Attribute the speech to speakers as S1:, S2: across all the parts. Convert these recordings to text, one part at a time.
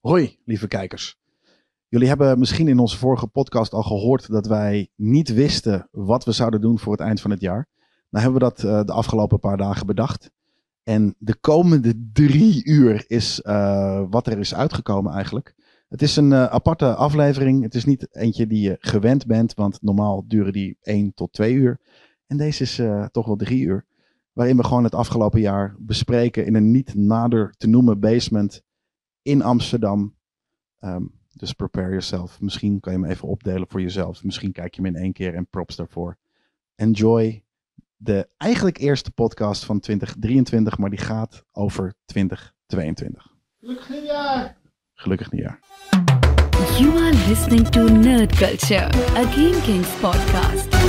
S1: Hoi, lieve kijkers. Jullie hebben misschien in onze vorige podcast al gehoord dat wij niet wisten wat we zouden doen voor het eind van het jaar. Nou hebben we dat eh, de afgelopen paar dagen bedacht. En de komende drie uur is eh, wat er is uitgekomen eigenlijk. Het is een eh, aparte aflevering. Het is niet eentje die je gewend bent, want normaal duren die één tot twee uur. En deze is eh, toch wel drie uur. Waarin we gewoon het afgelopen jaar bespreken in een niet nader te noemen basement in Amsterdam. Ehm, dus prepare yourself. Misschien kan je hem even opdelen voor jezelf. Misschien kijk je hem in één keer en props daarvoor. Enjoy de eigenlijk eerste podcast van 2023, maar die gaat over 2022.
S2: Gelukkig nieuwjaar!
S1: Gelukkig nieuwjaar.
S3: You are listening to Nerd Culture, a Game Kings podcast.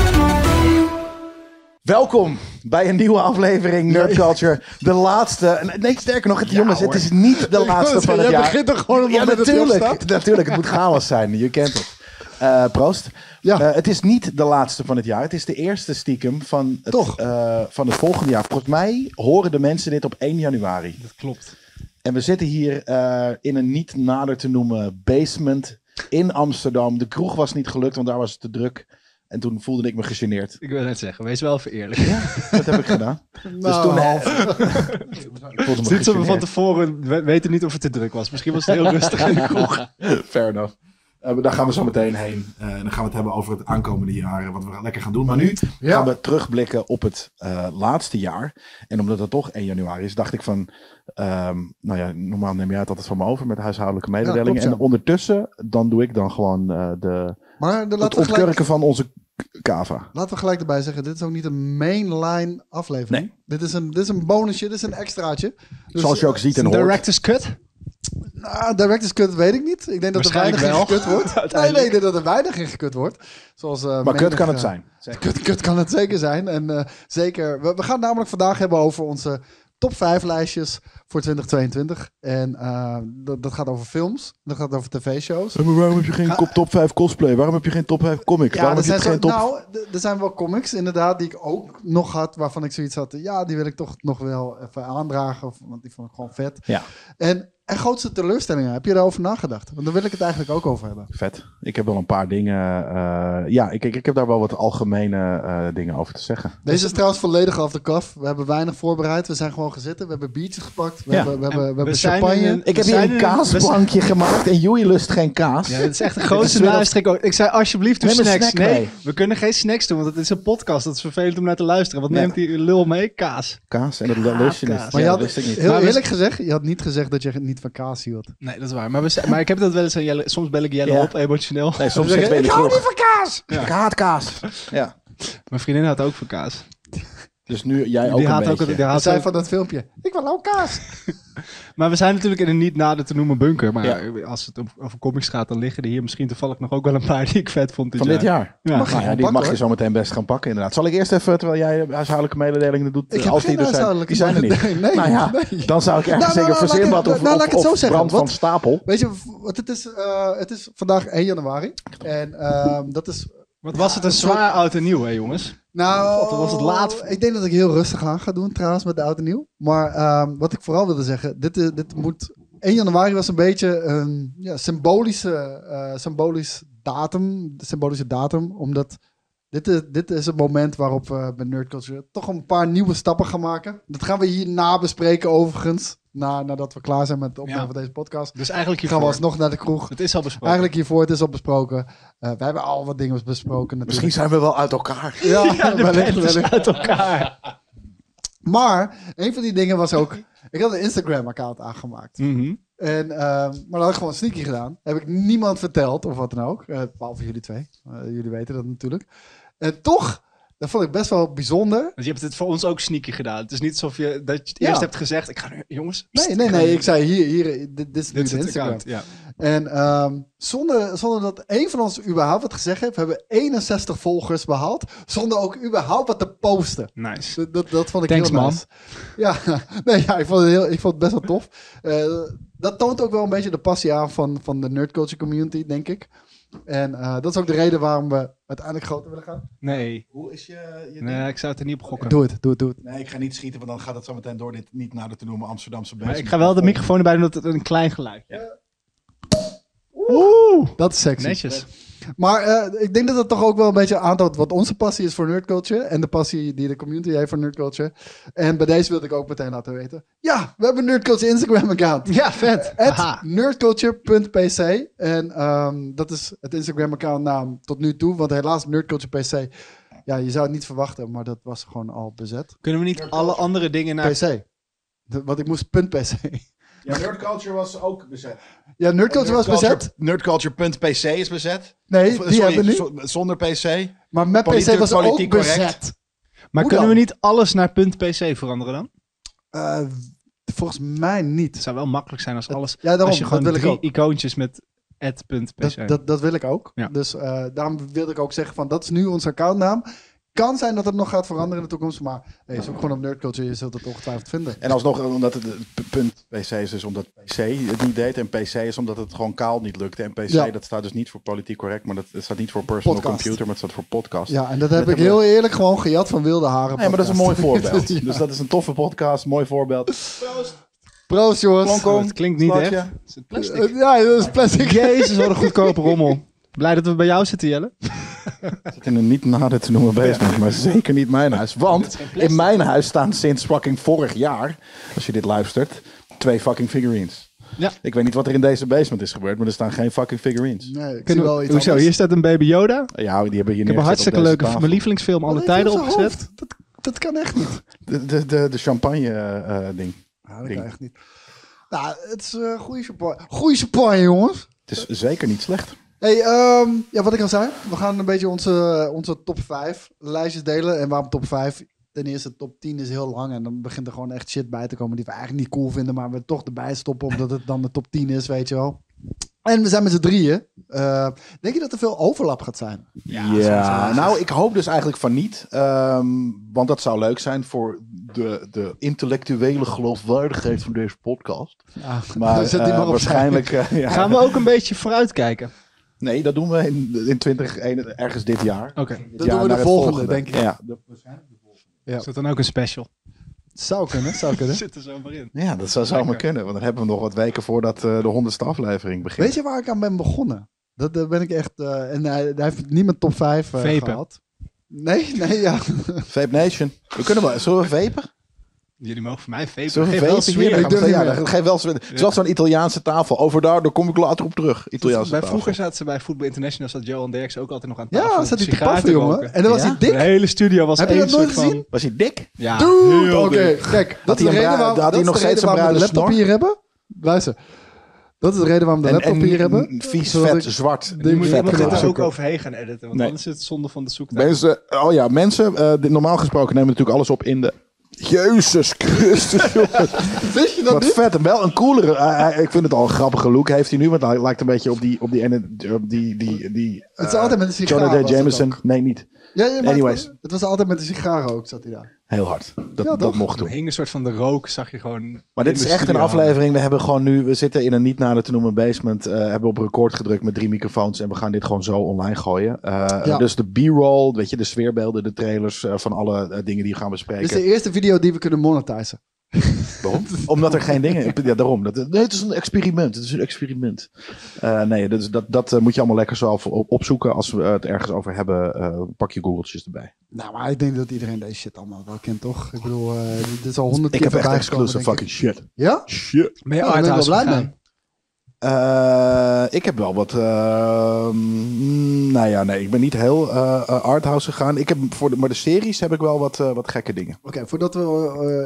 S1: Welkom bij een nieuwe aflevering Nerd Culture. De laatste. Nee, sterker nog, het, jongens, het is niet de laatste van het
S2: Jij
S1: jaar.
S2: begint er gewoon
S1: Ja,
S2: omdat het erop
S1: natuurlijk.
S2: staat.
S1: Natuurlijk, het moet chaos zijn. Je kent het. Eh, proost.
S2: Ja.
S1: Eh, het is niet de laatste van het jaar. Het is de eerste stiekem van het,
S2: Toch?
S1: eh, van het volgende jaar. Volgens mij horen de mensen dit op 1 januari.
S2: Dat klopt.
S1: En we zitten hier eh, in een niet nader te noemen basement in Amsterdam. De kroeg was niet gelukt, want daar was het te druk. En toen voelde ik me gegeneerd.
S4: Ik wil net zeggen, wees wel even eerlijk.
S1: Dat heb ik gedaan. Dus
S2: Nou.
S1: toen ik voelde me
S4: Dit zullen we van
S1: gegeneerd.
S4: tevoren we weten niet of het te druk was. Misschien was het heel rustig in de kroeg.
S1: Fair enough. Eh, daar gaan we zo meteen heen. Eh, en dan gaan we het hebben over het aankomende jaar. en Wat we lekker gaan doen. Maar nu
S2: Ja.
S1: gaan we terugblikken op het eh, laatste jaar. En omdat het toch 1 januari is, dacht ik van... ehm, nou ja, normaal neem jij het altijd van me over met huishoudelijke mededelingen.
S2: klopt, ja.
S1: En ondertussen, dan doe ik dan gewoon eh, de,
S2: Maar de,
S1: het
S2: laten, we
S1: ontkurken
S2: gelijk,
S1: van onze k- kava.
S2: laten we gelijk erbij zeggen, dit is ook niet een mainline aflevering. Dit, is een, dit is een bonusje, dit is een extraatje. Dus,
S1: Zoals je ook ziet en hoort.
S4: Director's cut?
S2: Nou, direct is kut, weet ik niet. Ik denk dat er weinig
S4: Waarschijnlijk
S2: in
S4: wel.
S2: gekut wordt. nee, nee,
S4: Uiteindelijk.
S2: ik denk dat er weinig in gekut wordt. Zoals,
S1: maar
S2: eh,
S1: kut
S2: menig,
S1: kan het
S2: eh,
S1: zijn.
S2: Kut, kut kan het zeker zijn. En eh, zeker, we, we gaan het namelijk vandaag hebben over onze top 5 lijstjes voor 2022. En eh, dat, dat gaat over films, dat gaat over tv-shows.
S1: waarom heb je geen top 5 cosplay? Waarom heb je geen top 5 comic?
S2: er zijn zo- Nou, d- er zijn wel comics inderdaad die ik ook nog had, waarvan ik zoiets had. Ja, die wil ik toch nog wel even aandragen, of- want die vond ik gewoon vet.
S1: Ja.
S2: En, en grootste teleurstellingen, heb je daarover nagedacht? Want daar wil ik het eigenlijk ook over hebben.
S1: Vet. Ik heb wel een paar dingen. eh, ja, ik, ik, ik heb daar wel wat algemene eh, dingen over te zeggen.
S2: Deze is trouwens volledig off the cuff. We hebben weinig voorbereid. We zijn gewoon gezitten. We hebben biertjes gepakt. We
S1: Ja.
S2: hebben, we hebben, we
S4: En
S2: hebben
S4: we zijn
S2: champagne.
S4: in een-
S1: Ik heb
S4: We
S1: hier
S4: zijn
S1: een
S4: in een-
S1: kaasplankje gemaakt en Joey lust geen kaas.
S4: Ja, dat is echt de
S1: Dit is
S4: grootste
S1: weer dat-
S4: luister. Ik ook. Ik zei alsjeblieft, doe
S1: Neem een
S4: snacks.
S1: snack
S4: nee,
S1: mee.
S4: we kunnen geen snacks doen, want het is een podcast. Dat is vervelend om naar te luisteren. Wat
S1: Ja.
S4: neemt die lul mee? Kaas.
S1: Kaas en dat lust je niet.
S4: kaas.
S1: Ja,
S2: Maar je
S1: dat
S2: had,
S1: wist ik niet. Nou,
S2: heel
S4: Maar we-
S2: eerlijk gezegd, je had niet gezegd dat je niet van kaas hield.
S4: Nee, dat is waar. Maar, we zijn- maar ik heb dat wel eens aan Jelle. Soms bel ik Jelle
S1: Ja.
S4: op, emotioneel.
S1: Nee, soms zit ben je niet van kaas! Ik haat kaas. Ja.
S4: Mijn vriendin had ook van kaas.
S1: Dus nu jij ook
S4: die
S1: een
S4: haat ook,
S1: beetje.
S4: die
S2: Dat
S4: haat
S2: zei
S4: ook-
S2: van dat filmpje. Ik wil ook kaas.
S4: Maar we zijn natuurlijk in een niet nader te noemen bunker. Maar als het over comics gaat, dan liggen er hier misschien toevallig nog ook wel een paar die ik vet vond.
S1: Van dit jaar.
S4: Ja.
S1: Nou ja,
S2: gewoon
S1: die
S2: pakken,
S1: mag je
S2: hoor.
S1: zo meteen best gaan pakken, inderdaad. Zal ik eerst even, terwijl jij huishoudelijke mededelingen doet, eh,
S2: Ik heb
S1: als die er
S2: geen
S1: zijn.
S2: huishoudelijke
S1: Die zijn er niet.
S2: mededelingen. Nee,
S1: nou ja,
S2: nee.
S1: dan zou ik
S2: Nou,
S1: ergens zeker
S2: nou, nou, laat ik-
S1: verzimbad of,
S2: nou, laat ik het
S1: of,
S2: zo
S1: of
S2: zeggen.
S1: brand van
S2: Wat-
S1: stapel.
S2: Weet je, wat het, is, eh, het is vandaag 1 januari. En ehm, dat is.
S4: Wat was het een zwaar oud en nieuw, hè jongens? Dus
S2: Nou,
S4: God, wat was het laat?
S2: Ik denk dat ik heel rustig aan ga doen trouwens met de oud en nieuw. Maar ehm, wat ik vooral wilde zeggen. Dit, is- dit moet. 1 januari was een beetje een ja, symbolische, eh, symbolisch datum, symbolische datum. Omdat dit is, dit is het moment waarop we bij Nerd Culture toch een paar nieuwe stappen gaan maken. Dat gaan we hierna bespreken, overigens. Na, nadat we klaar zijn met het opnemen
S4: Ja.
S2: van deze podcast.
S4: Dus eigenlijk
S2: gaan we
S4: hiervoor.
S2: alsnog naar de kroeg.
S4: Het is al besproken.
S2: Eigenlijk hiervoor, het is al besproken. Eh we hebben al wat dingen besproken
S1: Misschien
S2: natuurlijk.
S1: zijn we wel uit elkaar.
S2: Ja, wellicht,
S4: band is
S2: wellicht.
S4: uit elkaar.
S2: Maar een van die dingen was ook... Ik had een Instagram-account aangemaakt.
S4: Mhm.
S2: En, ehm, maar dat had ik gewoon sneaky gedaan. Heb ik niemand verteld of wat dan ook. Eh, behalve jullie twee. Eh, jullie weten dat natuurlijk. En toch, dat vond ik best wel bijzonder.
S4: Want Dus je hebt het voor ons ook sneaky gedaan. Het is niet alsof je dat je het
S2: Ja.
S4: eerst hebt gezegd. Ik ga nu, jongens. pst,
S2: Nee, nee,
S4: ga nu-
S2: nee. Ik zei hier, hier dit, dit is nu
S4: Dit is
S2: de
S4: het
S2: Instagram.
S4: account, ja.
S2: En ehm, zonder, zonder dat één van ons überhaupt wat gezegd heeft... hebben we 61 volgers behaald. Zonder ook überhaupt wat te posten.
S4: Nice.
S2: Dat, dat, dat vond ik
S4: Thanks,
S2: heel
S4: man.
S2: nice. Ja, nee, ja ik, vond het heel, ik vond het best wel tof. Eh, dat toont ook wel een beetje de passie aan van, van de nerdculture community, denk ik. En eh, dat is ook de reden waarom we uiteindelijk groter willen gaan.
S4: Nee.
S1: Hoe is je... je
S4: nee, ik zou het er niet op gokken.
S2: Doe het, doe het, doe het.
S1: Nee, ik ga niet schieten, want dan gaat het zo meteen door dit niet nader te noemen Amsterdamse
S4: Maar ik ga wel de microfoon erbij doen dat het een klein geluid. Ja. Oeh,
S2: Dat is sexy.
S4: netjes.
S2: Maar eh, ik denk dat dat toch ook wel een beetje aantoont wat onze passie is voor nerdculture. En de passie die de community heeft voor nerdculture. En bij deze wilde ik ook meteen laten weten. Ja, we hebben een nerdculture Instagram account.
S4: Ja, vet.
S2: Het
S4: Haha.
S2: nerdculture.pc. En ehm, dat is het Instagram account naam tot nu toe. Want helaas nerdculture pc. Ja, je zou het niet verwachten, maar dat was gewoon al bezet.
S4: Kunnen we niet alle andere dingen naar...
S2: PC. De- Want ik moest punt .pc.
S1: Ja, nerdculture was ook bezet.
S2: Ja, nerdculture was bezet.
S1: Nerdculture.pc is bezet.
S2: Nee,
S1: Of, eh,
S2: die
S1: sorry,
S2: hebben we nu.
S1: zo- Zonder pc.
S2: Maar met pc
S1: Politiek-
S2: was ook
S1: politiek correct.
S2: bezet.
S4: Maar
S2: Hoe
S4: kunnen we
S2: dan?
S4: niet alles naar .pc veranderen dan?
S2: Eh, volgens mij niet.
S4: Het zou wel makkelijk zijn als alles...
S2: Ja, daarom.
S4: als je
S2: dat
S4: gewoon
S2: wil ik
S4: drie
S2: ook.
S4: icoontjes met @pc.
S2: Dat, dat, dat wil ik ook.
S4: Ja.
S2: Dus eh, daarom wilde ik ook zeggen van dat is nu onze accountnaam. Kan zijn dat het nog gaat veranderen in de toekomst, maar hey, zoek gewoon op nerdculture, je zult het ongetwijfeld vinden.
S1: En alsnog, omdat het eh, punt PC is dus omdat PC het niet deed. En PC is omdat het gewoon kaal niet lukte. En PC,
S2: Ja.
S1: dat staat dus niet voor politiek correct. Maar dat, het staat niet voor personal
S2: Podcast.
S1: computer, maar het staat voor podcast.
S2: Ja, en dat heb
S1: Met
S2: ik
S1: de-
S2: heel eerlijk gewoon gejat van wilde haren.
S1: Nee, maar dat is een mooi
S2: podcast.
S1: voorbeeld.
S2: Ja.
S1: Dus dat is een toffe podcast, mooi voorbeeld.
S2: Proost jongens.
S1: Klonko.
S4: Oh, Het klinkt niet
S1: Slaatje.
S4: echt. Het is plastic.
S2: Eh, Ja, dat is plastic.
S4: Jezus, wat een goedkope rommel. Blij dat we bij jou zitten, Jelle.
S1: zit in een niet nader te noemen basement, maar zeker niet mijn huis. Want in mijn huis staan sinds fucking vorig jaar, als je dit luistert, twee fucking figurines.
S4: Ja.
S1: Ik weet niet wat er in deze basement is gebeurd, maar er staan geen fucking figurines.
S2: Nee, ik zie
S4: Kunnen we-
S2: wel iets
S4: hoezo, hier
S2: anders.
S4: staat een baby
S1: Ja,
S4: Yoda.
S1: die hebben hier
S4: Ik heb een hartstikke leuke mijn lievelingsfilm alle
S2: Wat heeft hij
S4: tijden
S2: op zijn
S4: opgezet.
S2: hoofd? Dat, dat kan echt niet.
S1: De, de, de, de champagne eh, eh, ding.
S2: Ja, dat
S1: Ding.
S2: kan echt niet. Nou, het is eh goede champagne. Goede champagne jongens.
S1: Het is zeker niet slecht.
S2: Hey, ehm, ja, wat ik al zei. We gaan een beetje onze, onze top 5 lijstjes delen. En waarom top 5? Ten eerste, top 10 is heel lang. En dan begint er gewoon echt shit bij te komen die we eigenlijk niet cool vinden. Maar we toch erbij stoppen omdat het dan de top 10 is, weet je wel. En we zijn met z'n drieën. Eh, denk je dat er veel overlap gaat zijn?
S1: Ja, nou, ik hoop dus eigenlijk van niet. ehm, want dat zou leuk zijn voor de, de intellectuele geloofwaardigheid van deze podcast.
S2: Ja,
S1: Maar
S2: zet die
S1: eh,
S2: maar op
S1: waarschijnlijk... eh, ja.
S4: Gaan we ook een beetje vooruitkijken?
S1: Nee, dat doen we in, in 20, een- ergens dit jaar.
S4: Oké.
S1: Dit
S2: Dat
S1: jaar
S2: doen we de
S1: naar het
S2: volgende, denk ik.
S1: Ja,
S4: Is dat dan ook een special?
S2: Zou kunnen, zou kunnen.
S4: Zit er zomaar in.
S1: ja dat zou zomaar kunnen. Want dan hebben we nog wat weken voordat eh, de honderdste aflevering begint.
S2: Weet je waar ik aan ben begonnen? Dat daar ben ik echt... eh, en hij, hij heeft niet mijn top 5 eh,
S4: Vapen.
S2: gehad. Nee, nee, ja.
S1: Vape Nation. We kunnen wel. Zullen we vapen?
S4: Jullie mogen voor mij vapen.
S1: Zullen we
S4: Geef
S1: vapen
S4: wel
S1: hier? Dan gaan
S4: sfeer.
S1: we-
S2: Ik durf
S1: ja,
S2: niet
S1: dan geef wel sfeer. Zoals zo'n Italiaanse tafel. Over daar, daar kom ik later op terug. Italiaanse
S4: Bij
S1: tafel.
S4: vroeger zaten ze bij Voetbal International, zat Johan Derksen ook altijd nog aan tafel.
S2: Ja, zat hij te
S4: Nou, sigaar
S2: paffen, jongen.
S4: roken.
S2: En dan was
S1: Ja?
S2: hij dik.
S4: De hele studio was
S2: Heb je
S4: één
S2: dat nooit
S4: soort van...
S2: gezien?
S1: Was hij dik?
S4: Ja,
S2: Dude,
S4: heel
S2: oké,
S4: dik.
S2: kijk. Dat
S1: Had
S2: is de
S1: hij een
S2: reden
S1: bruine-
S2: waarom,
S1: had hij
S2: dat is
S1: nog
S2: de
S1: steeds
S2: reden
S1: een
S2: waarom we de
S1: bruine
S2: laptop
S1: snor?
S2: hier hebben. Luister. Dat is de reden waarom we
S1: En,
S2: de laptop
S1: en
S2: hier
S1: niet
S2: hebben.
S1: een vies,
S2: Zodat
S1: vet,
S2: ik-
S1: zwart.
S2: Die
S4: Moet
S2: moet
S1: vet
S2: je
S4: iemand
S2: gaan
S4: dit er ook
S1: geluid.
S4: overheen gaan editen, want
S1: Nee.
S4: anders is het zonde van de zoektijd.
S1: Mensen, oh ja, mensen. eh, dit- normaal gesproken nemen we natuurlijk alles op in de... Jezus Christus, jongens.
S2: Wist je dat
S1: Wat
S2: niet?
S1: vet, en wel een coolere. eh, hij- ik vind het al een grappige look heeft hij nu, want hij lijkt een beetje op die, op die, ene- op die, die, die
S2: Het is
S1: eh,
S2: altijd met een sigaar.
S1: Jonathan
S2: was het
S1: Jameson.
S2: ook.
S1: Nee, niet.
S2: Ja, ja, maar
S1: Anyways.
S2: Het, het was altijd met een sigaar ook, zat hij daar.
S1: Heel hard. Dat,
S2: Ja,
S1: dat
S2: toch?
S1: mocht
S4: Er
S1: toen.
S4: hing een soort van de rook, zag je gewoon...
S1: Maar dit is echt een aflevering. We hebben gewoon nu, we zitten in een niet nader te noemen basement. eh, hebben op record gedrukt met drie microfoons en we gaan dit gewoon zo online gooien. Eh,
S2: Ja.
S1: Dus de b-roll, weet je, de sfeerbeelden, de trailers eh, van alle eh, dingen die we gaan bespreken.
S2: Dit is de eerste video die we kunnen monetizen.
S1: Waarom? Omdat er geen dingen. Ja, daarom. Dat, nee, het is een experiment. Het is een experiment. Eh, nee, dat, is- dat, dat eh, moet je allemaal lekker zelf op- opzoeken. Als we het ergens over hebben, eh, pak je googeltjes erbij.
S2: Nou, maar ik denk dat iedereen deze shit allemaal wel kent, toch? Ik bedoel, eh, dit is al honderd
S1: Ik
S2: keer
S1: heb echt
S2: voorbij gekomen,
S1: exclusive
S2: denk ik.
S1: fucking shit.
S2: Ja?
S1: Shit.
S4: Ben je
S2: Ja, Oh, daar ben ik wel
S4: Arthouse
S2: blij
S4: gegaan?
S2: mee.
S1: Eh, ik heb wel wat. eh, mm, nou ja, nee, ik ben niet heel eh, eh, arthouse gegaan. Ik heb voor de, maar de series heb ik wel wat, eh, wat gekke dingen.
S2: Oké, voordat we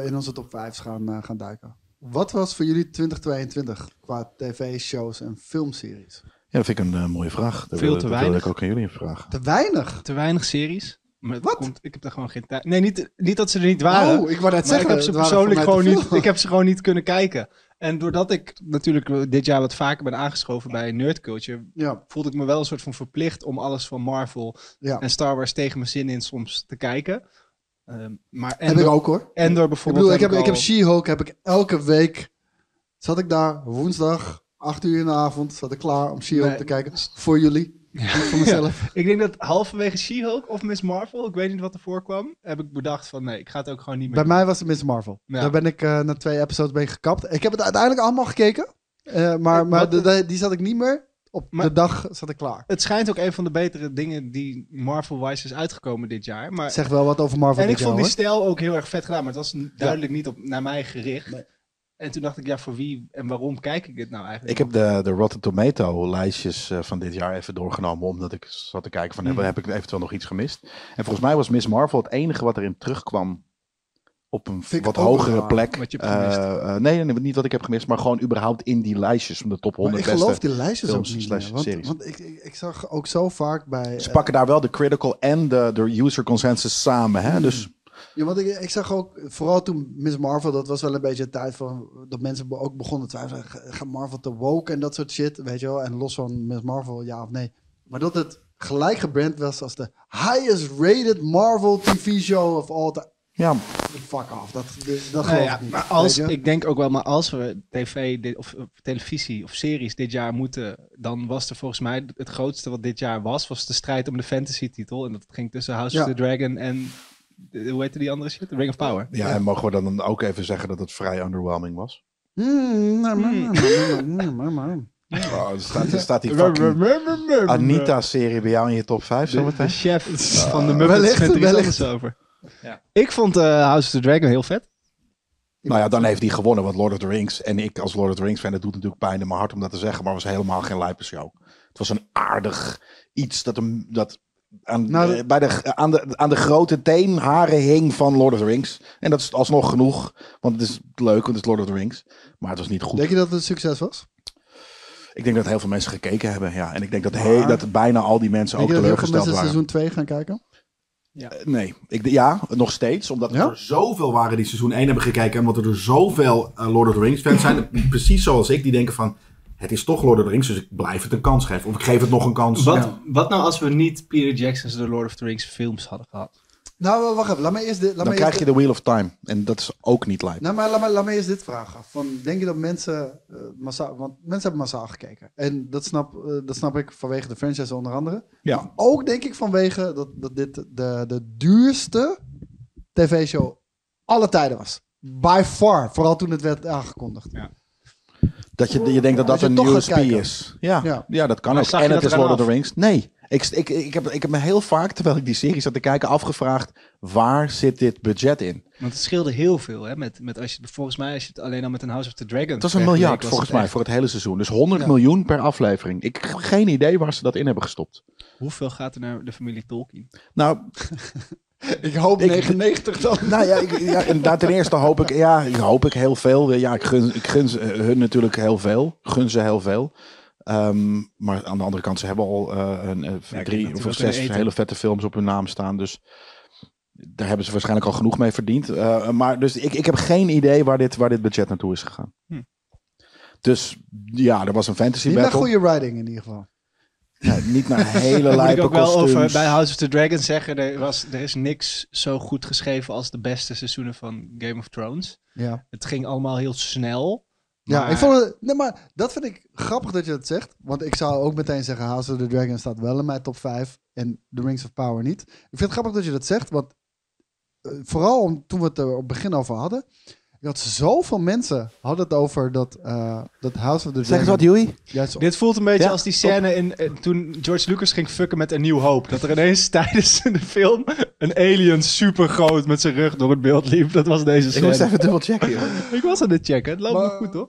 S2: eh, in onze top 5 gaan, eh, gaan duiken. Wat was voor jullie 2022 qua tv-shows en filmseries?
S1: Ja, dat vind ik een eh, mooie vraag. Dat
S4: Veel
S1: wil-
S4: te
S1: dat
S4: weinig.
S1: wil ik ook aan jullie vragen.
S2: Te weinig.
S4: Te weinig series. Maar het
S2: Wat?
S4: komt- ik heb daar gewoon geen tijd... Nee, niet, niet dat ze er niet waren.
S2: oh, ik wou net
S4: Maar
S2: zeggen.
S4: ik heb ze
S2: het waren voor
S4: persoonlijk
S2: mij
S4: gewoon
S2: te
S4: niet.
S2: veel.
S4: Ik heb ze gewoon niet kunnen kijken. En doordat ik natuurlijk dit jaar wat vaker ben aangeschoven bij nerdculture,
S2: Ja,
S4: voelde ik me wel een soort van verplicht om alles van Marvel
S2: ja.
S4: en Star Wars tegen mijn zin in soms te kijken. Ehm, maar en,
S2: heb ik
S4: door,
S2: ook hoor.
S4: en door
S2: Ik
S4: bijvoorbeeld.
S2: bedoel, ik heb, ik
S4: al-
S2: heb She-Hulk heb ik elke week. Zat ik daar woensdag, 8 uur in de avond, zat ik klaar om She-Hulk
S4: Nee.
S2: te kijken. Voor jullie, niet voor mezelf.
S4: Ik denk dat halverwege She-Hulk of Miss Marvel, ik weet niet wat er voorkwam, heb ik bedacht van nee, ik ga het ook gewoon niet meer.
S2: Bij mij was het Miss Marvel.
S4: Ja.
S2: Daar ben ik eh, na twee episodes mee gekapt. Ik heb het uiteindelijk allemaal gekeken. eh, maar maar
S4: Wat-
S2: de- de- die zat ik niet meer op de
S4: Maar-
S2: dag zat ik klaar.
S4: Het schijnt ook een van de betere dingen die Marvel-wise is uitgekomen dit jaar. Maar
S2: Zeg wel wat over Marvel.
S4: en ik
S2: dit
S4: vond
S2: jaar,
S4: die
S2: hoor.
S4: stijl ook heel erg vet gedaan, maar het was n- duidelijk niet op, naar mij gericht. En toen dacht ik, ja, voor wie en waarom kijk ik dit nou
S1: Ik
S4: eigenlijk?
S1: heb de, de Rotten Tomato lijstjes eh, van dit jaar even doorgenomen. Omdat ik zat te kijken van heb,
S4: Hmm.
S1: heb ik eventueel nog iets gemist. En volgens mij was Miss Marvel het enige wat erin terugkwam. Op een
S2: Vind ik
S1: wat
S2: ook
S1: hogere
S2: raar,
S1: plek.
S4: wat je hebt gemist.
S1: Eh, eh, nee, nee, niet wat ik heb gemist. Maar gewoon überhaupt in die lijstjes van de top
S2: Maar
S1: 100
S2: ik
S1: beste.
S2: geloof die lijstjes ook
S1: films
S2: niet
S1: slash
S2: meer, want,
S1: series.
S2: want ik, ik, ik zag ook zo vaak bij...
S1: Ze
S2: eh,
S1: pakken daar wel de critical en de, de user consensus samen. Hè? Dus
S2: Ja, want ik, ik zag ook, vooral toen Miss Marvel, dat was wel een beetje de tijd van, dat mensen be- ook begonnen te twijfelen, "Ga- gaat Marvel te woke en dat soort shit, weet je wel, en los van Miss Marvel, ja of nee. Maar dat het gelijk gebrand was als de highest rated Marvel TV show of all time.
S1: ja,
S2: Fuck off, dat, dat
S4: Nou
S2: geloof
S4: ja,
S2: ik niet.
S4: maar als,
S2: weet je?
S4: ik denk ook wel, maar als we tv dit, of eh, televisie of series dit jaar moeten, dan was er volgens mij het grootste wat dit jaar was, was de strijd om de fantasy titel. En dat ging tussen House
S2: Ja.
S4: of the Dragon en, de- hoe heette die andere shit? Ring of Power.
S1: ja, en mogen we dan ook even zeggen dat het vrij underwhelming was?
S2: Mm, nou, maar, maar, maar, maar, maar, maar.
S1: Oh, er staat, er staat die fucking Anita-serie bij jou in je top 5
S4: De, de
S1: zometeen.
S4: chef van de Muppets
S2: wellicht,
S4: met er iets
S2: wellicht.
S4: anders over. Ik vond eh, House of the Dragon heel vet.
S1: Nou ja, dan heeft hij gewonnen, want Lord of the Rings... en ik als Lord of the Rings fan, het doet natuurlijk pijn in mijn hart om dat te zeggen... maar het was helemaal geen lijpe show. Het was een aardig iets dat, hem, dat aan,
S2: Nou,
S1: eh,
S2: dat-
S1: bij de, aan, de, aan de grote teenharen hing van Lord of the Rings. En dat is alsnog genoeg, want het is leuk, want het is Lord of the Rings. Maar het was niet goed.
S2: Denk je dat het een succes was?
S1: Ik denk dat heel veel mensen gekeken hebben, ja. En ik denk dat,
S2: Maar-
S1: heel, dat bijna al die mensen
S2: Denk
S1: ook
S2: je dat heel veel
S1: teleurgesteld
S2: mensen
S1: waren.
S2: seizoen 2 gaan kijken?
S1: Eh, Nee, ik, d- ja, nog steeds. Omdat
S2: Ja?
S1: er zoveel waren die seizoen 1 hebben gekeken. En omdat er zoveel eh, Lord of the Rings fans zijn. precies zoals ik, die denken van... Het is toch Lord of the Rings, dus ik blijf het een kans geven. Of ik geef het nog een kans.
S4: Wat, wat nou als we niet Peter Jackson's The Lord of the Rings films hadden gehad?
S2: Nou, wacht even, laat me eerst dit... Laat
S1: Dan
S2: me
S1: krijg
S2: eerst
S1: je de Wheel of Time. En dat is ook niet live.
S2: Nou, maar laat me, laat me eerst dit vragen. Van, denk je dat mensen eh, massaal... Want mensen hebben massaal gekeken. En dat snap, eh, dat snap ik vanwege de franchise onder andere.
S1: Ja.
S2: Ook denk ik vanwege dat, dat dit de, de duurste tv-show alle tijden was. By far. Vooral toen het werd aangekondigd.
S1: Dat je, je denkt dat
S2: Als
S1: dat
S2: je
S1: een
S2: toch gaat
S1: USP
S2: kijken.
S1: is. Ja,
S2: Ja.
S1: ja. dat kan
S4: Maar
S1: ook.
S4: zag je
S1: En het
S4: dat
S1: is Lord of
S4: eraan
S1: the Rings. Nee, ik, ik, ik, heb, ik heb me heel vaak, terwijl ik die serie zat te kijken, afgevraagd... waar zit dit budget in?
S4: Want het scheelde heel veel, hè? Met, met als je, volgens mij, als je het alleen al met een House of the Dragon.
S1: Het was een
S4: vergeleek,
S1: miljard
S4: was
S1: volgens
S4: het
S1: mij
S4: echt-
S1: voor het hele seizoen. Dus 100
S2: Ja.
S1: miljoen per aflevering. Ik heb geen idee waar ze dat in hebben gestopt.
S4: Hoeveel gaat er naar de familie Tolkien?
S1: Nou,
S2: Ik hoop
S1: Ik-
S2: 99 dan.
S1: nou ja, ik, ja en daar ten eerste hoop ik, ja, ik hoop ik heel veel. Ja, ik gun, ik gun ze- eh, hun natuurlijk heel veel. Gun ze heel veel. Ehm, maar aan de andere kant, ze hebben al eh, een, eh,
S4: kunnen
S1: drie
S4: natuurlijk
S1: of
S4: kunnen
S1: zes
S4: eten.
S1: hele vette films op hun naam staan. Dus daar hebben ze waarschijnlijk al genoeg mee verdiend. Eh, maar dus ik, ik heb geen idee waar dit, waar dit budget naartoe is gegaan.
S4: Hm.
S1: Dus ja, er was een fantasy
S2: Niet naar
S1: battle.
S2: goede riding in ieder geval.
S1: Nee, niet naar hele
S4: Moet ik
S1: lijpe
S4: ook wel over
S1: kostuums.
S4: bij House of the Dragon zeggen, er, was, er is niks zo goed geschreven als de beste seizoenen van Game of Thrones.
S2: Ja.
S4: Het ging allemaal heel snel.
S2: Ja,
S4: maar-
S2: ik vond het, nee, maar dat vind ik grappig dat je dat zegt. Want ik zou ook meteen zeggen, House of the Dragon staat wel in mijn top 5 en The Rings of Power niet. Ik vind het grappig dat je dat zegt, want eh, vooral om, toen we het er op het begin over hadden, dat zoveel mensen hadden het over dat, eh, dat House of the
S1: Zeg
S2: Dragon...
S1: eens wat, Joey.
S2: juist op-
S4: Dit voelt een beetje
S1: Ja,
S4: als die scène in, eh, toen George Lucas ging fucken met een nieuw hoop. Dat er ineens tijdens de film een alien super groot met zijn rug door het beeld liep. Dat was deze
S1: Ik
S4: scène.
S1: moest even dubbel checken. joh.
S4: Ik was aan het checken. Het loopt
S2: Maar-
S4: nog goed, toch?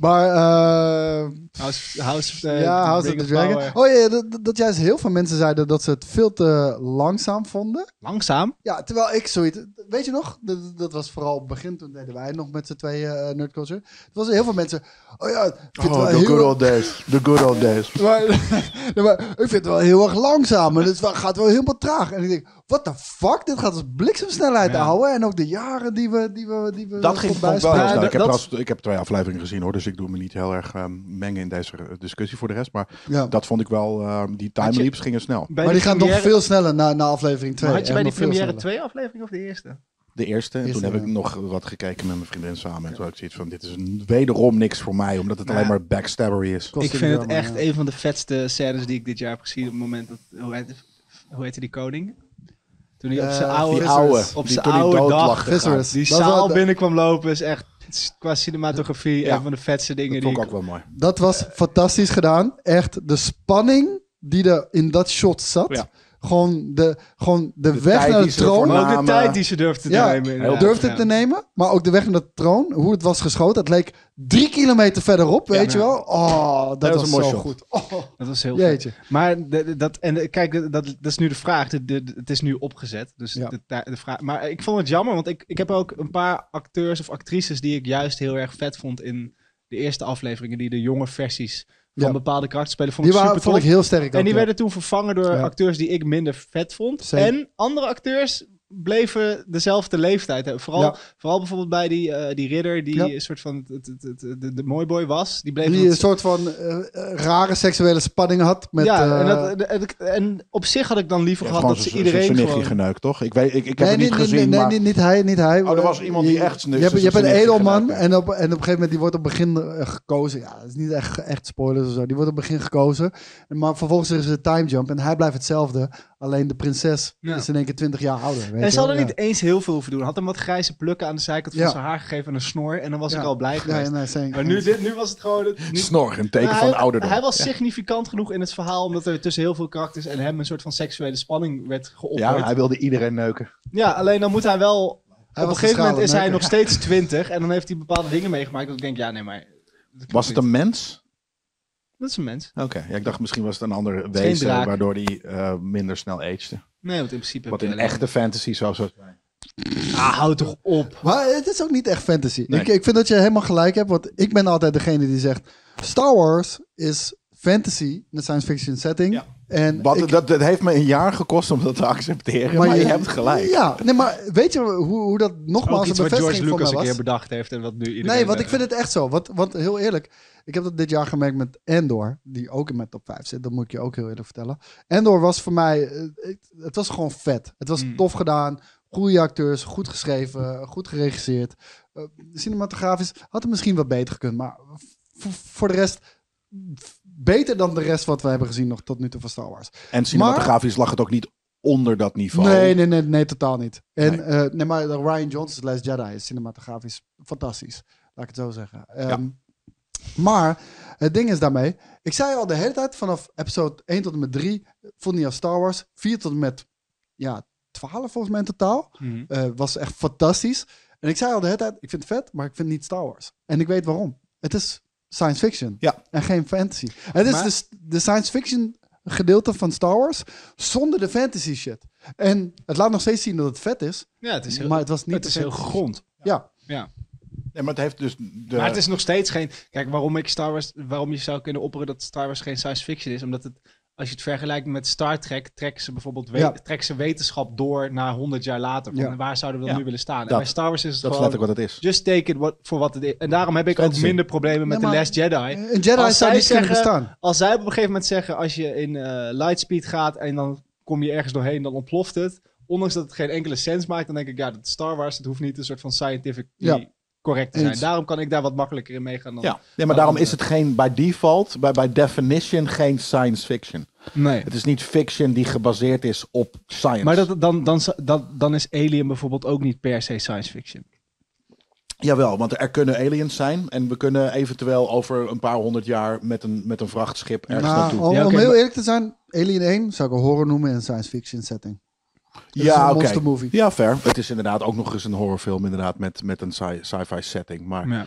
S2: Maar eh,
S4: House, House of the,
S2: ja, House of
S4: Ring
S2: the Dragon.
S4: Power.
S2: Oh ja, dat, dat- dat juist heel veel mensen zeiden dat ze het veel te langzaam vonden.
S4: Langzaam.
S2: Ja, terwijl ik zoiets... Weet je nog? Dat, dat was vooral op het begin. Toen deden wij nog met z'n tweeën eh, Nerd Culture. Er was heel veel mensen... Oh ja, ik vind het wel heel...
S1: days. The good old days.
S2: maar, Nee, maar ik vind het wel heel erg langzaam. En het wel- gaat wel helemaal traag. En ik denk, what the fuck? Dit gaat als bliksemsnelheid
S4: Ja.
S2: houden. En ook de jaren die we... Die we, die we
S1: Dat ging
S2: voorbij
S1: vond ik wel heel snel. Nou,
S4: Ja, dat-
S1: Ik heb,
S4: Nou, dat-
S1: trouwens- ik heb twee afleveringen gezien hoor, dus ik doe me niet heel erg ehm, mengen in deze eh, discussie voor de rest. Maar
S2: Ja.
S1: dat vond ik wel, ehm, die time
S4: Had je-
S1: leaps gingen snel.
S4: Bij
S2: Maar die gaat nog
S4: première-
S2: veel sneller na, na aflevering 2.
S4: Maar had je bij die première twee afleveringen of de eerste?
S1: De eerste, en
S2: Eerste,
S1: toen heb ik
S2: ja.
S1: nog wat gekeken met mijn vriendin samen. En toen had ik zoiets van, dit is een- wederom niks voor mij, omdat het
S4: Nou
S1: alleen
S4: ja.
S1: maar backstabbery is.
S4: Ik vind het echt een van de vetste scènes die ik dit jaar heb gezien. Op het moment dat, hoe heette, hoe heette die koning? Toen hij op zijn
S2: Eh,
S4: oude,
S1: Die oude,
S4: op
S1: die
S4: zijn
S1: toen hij
S4: oude
S1: dood
S4: dag
S1: lag te gaan.
S2: Visserus.
S4: die
S2: Dat was
S4: zaal
S2: wel-
S4: binnenkwam lopen is echt Het is Qua cinematografie,
S1: Ja.
S4: een van de vetste dingen
S1: Dat
S4: die
S1: vond ik
S4: ik
S1: ook wel mooi.
S2: Dat was fantastisch gedaan. Echt de spanning die er in dat shot zat.
S1: Ja.
S2: Gewoon de, gewoon de,
S1: De
S2: weg
S1: tijd
S2: naar de
S1: die ze ervoor
S2: troon.
S4: Maar ook de
S1: Namen.
S4: tijd die ze durft te
S2: Ja,
S4: nemen.
S1: heel
S4: inderdaad.
S2: durfde het
S4: Ja.
S2: te nemen, maar ook de weg naar de troon, hoe het was geschoten. Het leek drie kilometer verderop, weet je
S4: ja.
S2: wel. Oh, dat,
S1: was
S2: was,
S1: een mooi
S2: zo
S1: shot.
S2: goed. Oh,
S4: Dat was heel vet.
S2: jeetje.
S4: Maar de- de- dat, en de- kijk, de- dat, dat is nu de vraag. De, de- de- het is nu opgezet. Dus
S2: Ja.
S4: de, de vraag, maar ik vond het jammer, want ik, ik heb ook een paar acteurs of actrices die ik juist heel erg vet vond in de eerste afleveringen, die de jonge versies van
S2: Ja.
S4: bepaalde karakters spelen. Vond
S2: Die
S4: ik
S2: waren,
S4: super
S2: vond ik
S4: tof.
S2: heel sterk.
S4: En
S2: ook,
S4: die
S2: ja.
S4: werden toen vervangen door
S2: Ja.
S4: acteurs die ik minder vet vond.
S2: Zeker.
S4: En andere acteurs bleven dezelfde leeftijd hebben. Vooral,
S2: Ja.
S4: vooral bijvoorbeeld bij die, eh, die ridder, die
S2: Ja.
S4: een soort van het- het- het- het- de, de, mooiboy was. Die bleef
S2: Die
S4: dat-
S2: een soort van eh, eh, rare seksuele spanning had. Met,
S4: ja, en,
S2: eh,
S4: dat, en ik- en op zich had ik dan liever
S1: Ja,
S4: gehad
S1: gewoon
S4: dat
S1: zo-
S4: ze
S1: zo-
S4: iedereen
S1: zo'n nichtje
S4: gewoon...
S1: geneukt, toch? Ik, weet, ik, ik heb
S2: nee,
S1: het niet
S2: nee,
S1: gezien,
S2: nee, nee,
S1: maar...
S2: nee, niet hij, niet hij.
S1: Oh, er was iemand die echt
S2: Je
S1: snus
S2: hebt,
S1: is
S2: je hebt een
S1: en zijn nichtje
S2: edelman
S1: geneukt
S2: en op, en op een gegeven moment die wordt op het begin eh, gekozen. Ja, dat is niet echt, echt spoilers of zo. Die wordt op het begin gekozen. Maar vervolgens is er een time jump en hij blijft hetzelfde. Alleen de prinses
S4: Ja.
S2: is in één keer 20 jaar ouder. Weet
S4: En
S2: je
S4: ze
S2: wel?
S4: hadden
S2: Ja.
S4: niet eens heel veel hoeven doen. Had hem wat grijze plukken aan de zijkant van
S2: Ja.
S4: zijn haar gegeven en een snor. En dan was
S2: Ja.
S4: ik al blij
S2: Ja,
S4: geweest.
S2: nee, zeker.
S4: Maar nu, dit, nu was het gewoon... het- nu-
S1: Snor, een teken
S4: Maar
S1: van
S4: Nou, hij,
S1: ouderdom.
S4: hij was significant genoeg in het verhaal, omdat er tussen heel veel karakters en hem een soort van seksuele spanning werd geopperd.
S1: ja,
S4: Ja,
S1: hij wilde iedereen neuken.
S4: alleen dan moet hij wel...
S2: Hij
S4: op een
S2: was
S4: gegeven moment is
S2: geschaald,
S4: hij
S2: hè?
S4: nog steeds twintig en dan heeft hij bepaalde dingen meegemaakt. Dat ik denk, ja, nee, maar... dat
S1: Was
S4: klopt
S1: het
S4: niet.
S1: een mens?
S4: Dat is een mens.
S1: Oké, ja, ik dacht misschien was het een ander
S4: is geen
S1: wezen,
S4: draak.
S1: waardoor die eh, minder snel agede.
S4: Nee, want in principe...
S1: Wat
S4: heb
S1: in
S4: je alleen-
S1: echte fantasy zou zo zijn.
S4: Ah, hou toch op.
S2: Maar het is ook niet echt fantasy.
S1: Nee.
S2: Ik, ik vind dat je helemaal gelijk hebt, want ik ben altijd degene die zegt... Star Wars is fantasy, een science fiction setting.
S1: Ja.
S2: En
S1: Wat,
S2: ik-
S1: dat, dat heeft me een jaar gekost om dat te accepteren, maar, je, hebt gelijk.
S2: Ja, nee, maar weet je hoe, hoe dat
S4: Ook
S2: nogmaals
S4: iets
S2: een
S4: wat
S2: bevestiging
S4: George
S2: voor mij
S4: Lucas een
S2: was?
S4: keer bedacht heeft en wat nu iedereen...
S2: nee, want
S4: eh,
S2: ik vind het echt zo. Want, want heel eerlijk, ik heb dat dit jaar gemerkt met Endor, die ook in mijn top 5 zit. Dat moet ik je ook heel eerlijk vertellen. Endor was voor mij, eh, het, het was gewoon vet. Het was
S4: Mm.
S2: tof gedaan, goede acteurs, goed geschreven, goed geregisseerd. Eh, cinematografisch had het misschien wat beter gekund, maar v- voor de rest f- beter dan de rest wat we hebben gezien nog tot nu toe van Star Wars.
S1: En cinematografisch lag het ook niet onder dat niveau.
S2: Nee, nee, nee, nee, totaal niet. En
S1: Nee.
S2: eh, nee, maar Ryan Johnson's Last Jedi is cinematografisch fantastisch. Laat ik het zo zeggen. Ehm, Maar het ding is daarmee, ik zei al de hele tijd vanaf episode 1 tot en met 3, vond hij als Star Wars, 4 tot en met ja, 12 volgens mij in totaal,
S4: Mhm.
S2: eh, was echt fantastisch. En ik zei al de hele tijd, ik vind het vet, maar ik vind het niet Star Wars. En ik weet waarom. Het is science fiction
S1: Ja.
S2: en geen fantasy. Het is
S4: Maar-
S2: de, s- de science fiction gedeelte van Star Wars zonder de fantasy shit. En het laat nog steeds zien dat het vet is,
S4: Ja, het is heel,
S2: maar het was niet
S4: het
S2: de
S4: is heel
S2: fantasy.
S4: gegrond.
S2: Ja,
S4: Ja.
S1: Nee, maar het heeft dus... De,
S4: Maar het is nog steeds geen... Kijk, waarom ik Star Wars... Waarom je zou kunnen opperen dat Star Wars geen science fiction is, omdat het... Als je het vergelijkt met Star Trek, trekken ze bijvoorbeeld we-
S2: Ja.
S4: trekken ze wetenschap door naar 100 jaar later. Van,
S2: Ja.
S4: Waar zouden we dan
S1: Ja,
S4: nu willen staan? En
S1: dat-
S4: bij Star Wars is het
S1: dat is
S4: gewoon...
S1: letterlijk wat het is.
S4: Just take it what- voor wat het is. En daarom heb ik ook
S1: Fantasy.
S4: minder problemen met
S2: Ja, maar-
S4: The Last Jedi.
S2: een Jedi
S4: Als
S2: zou
S4: zij
S2: niet kunnen
S4: zeggen-
S2: bestaan.
S4: Als zij op een gegeven moment zeggen, als je in eh, Lightspeed gaat en dan kom je ergens doorheen, dan ontploft het. Ondanks dat het geen enkele sens maakt, dan denk ik, ja, dat is Star Wars, het hoeft niet een soort van scientific
S2: Ja.
S4: correct te zijn.
S2: Eens.
S4: Daarom kan ik daar wat makkelijker in meegaan dan...
S1: Ja, nee, maar daarom is het geen, bij default, bij, bij definition, geen science fiction.
S4: Nee.
S1: Het is niet fiction die gebaseerd is op science.
S4: Maar dat, dan, dan, dan, dan is Alien bijvoorbeeld ook niet per se science fiction.
S1: Jawel, want er kunnen aliens zijn en we kunnen eventueel over een paar honderd jaar met een, met een vrachtschip ergens
S2: Nou,
S1: naartoe.
S2: om,
S4: Ja, oké,
S2: om heel
S4: maar-
S2: eerlijk te zijn, Alien 1 zou ik een horror noemen in een science fiction setting. is een
S1: ja, oké.
S2: monster movie.
S1: Ja, fair. Het is inderdaad ook nog eens een horrorfilm inderdaad met, met een sci- sci-fi setting. Maar
S4: Ja.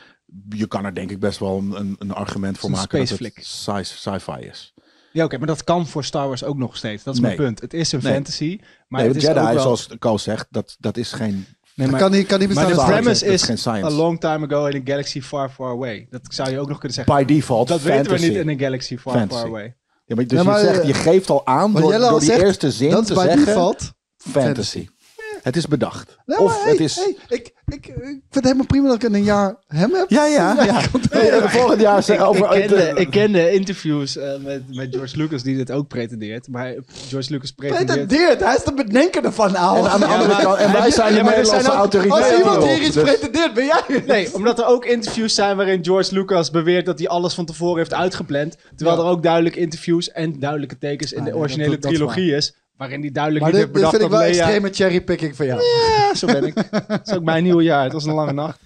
S1: je kan er denk ik best wel een, een argument voor
S4: Het is een
S1: maken dat het
S4: spaceflick.
S1: sci- sci-fi is.
S4: Ja, oké, maar dat kan voor Star Wars ook nog steeds. Dat is
S1: Nee.
S4: mijn punt. Het is een
S1: Nee.
S4: fantasy, maar
S1: nee,
S4: het
S1: want
S4: is
S1: Jedi,
S4: ook wel...
S1: zoals Koos zegt, dat, dat is geen...
S2: Dat
S4: Nee, maar-
S2: kan niet, kan niet
S1: Maar
S2: bestaan.
S1: de
S2: in
S4: de
S2: Star Wars.
S1: premise
S4: premise
S1: dat is
S4: is
S1: geen science.
S4: a long time ago in a galaxy far, far away. Dat zou je ook nog kunnen zeggen.
S1: By default,
S4: dat
S1: fantasy.
S4: weten we niet in een galaxy far,
S1: Fantasy.
S4: far away.
S1: Ja, maar, dus
S2: Ja, maar,
S1: je, zegt,
S2: eh,
S1: je geeft al aan
S2: wat
S1: door,
S2: Jelle al
S1: door die
S2: zegt,
S1: eerste zin
S2: Dat
S1: te
S2: is bij
S1: zeggen,
S2: default.
S1: fantasy. Het is bedacht.
S2: Nee, maar
S1: of
S2: hey,
S1: het is...
S2: hey, ik, ik, ik vind het helemaal prima dat ik in een jaar hem heb.
S1: Ja, ja, ja. Hey, eh, volgend jaar... zijn
S4: Ik
S1: over,
S4: kende, ik kende interviews eh, met, met George Lucas die dit ook pretendeert. Maar George Lucas pretendeert...
S2: Pretendeert, hij is de bedenker ervan, ouwe.
S1: En aan de
S4: Ja,
S1: andere
S4: maar-
S1: kant, en
S4: Ja,
S1: wij
S4: maar
S1: zijn de
S4: er zijn
S1: Nederlandse
S4: ook-
S1: autoriteit.
S2: Als iemand
S1: hierop,
S2: hier iets
S1: dus-
S2: pretendeert, ben jij het.
S4: Nee, omdat er ook interviews zijn waarin George Lucas beweert dat hij alles van tevoren heeft uitgepland. Terwijl
S2: Ja.
S4: er ook duidelijk interviews en duidelijke tekens in
S2: Ah,
S4: de
S2: nee,
S4: originele
S2: dat- dat- dat is
S4: trilogie is. Waarin hij duidelijk
S2: Maar
S4: niet
S2: dit,
S4: heeft
S2: dit
S4: bedacht
S2: vind ik
S4: dat
S2: wel
S4: Leia...
S2: extreme cherrypicking van jou.
S4: Ja, zo ben ik. Dat is ook mijn nieuwe jaar. Het was een lange nacht.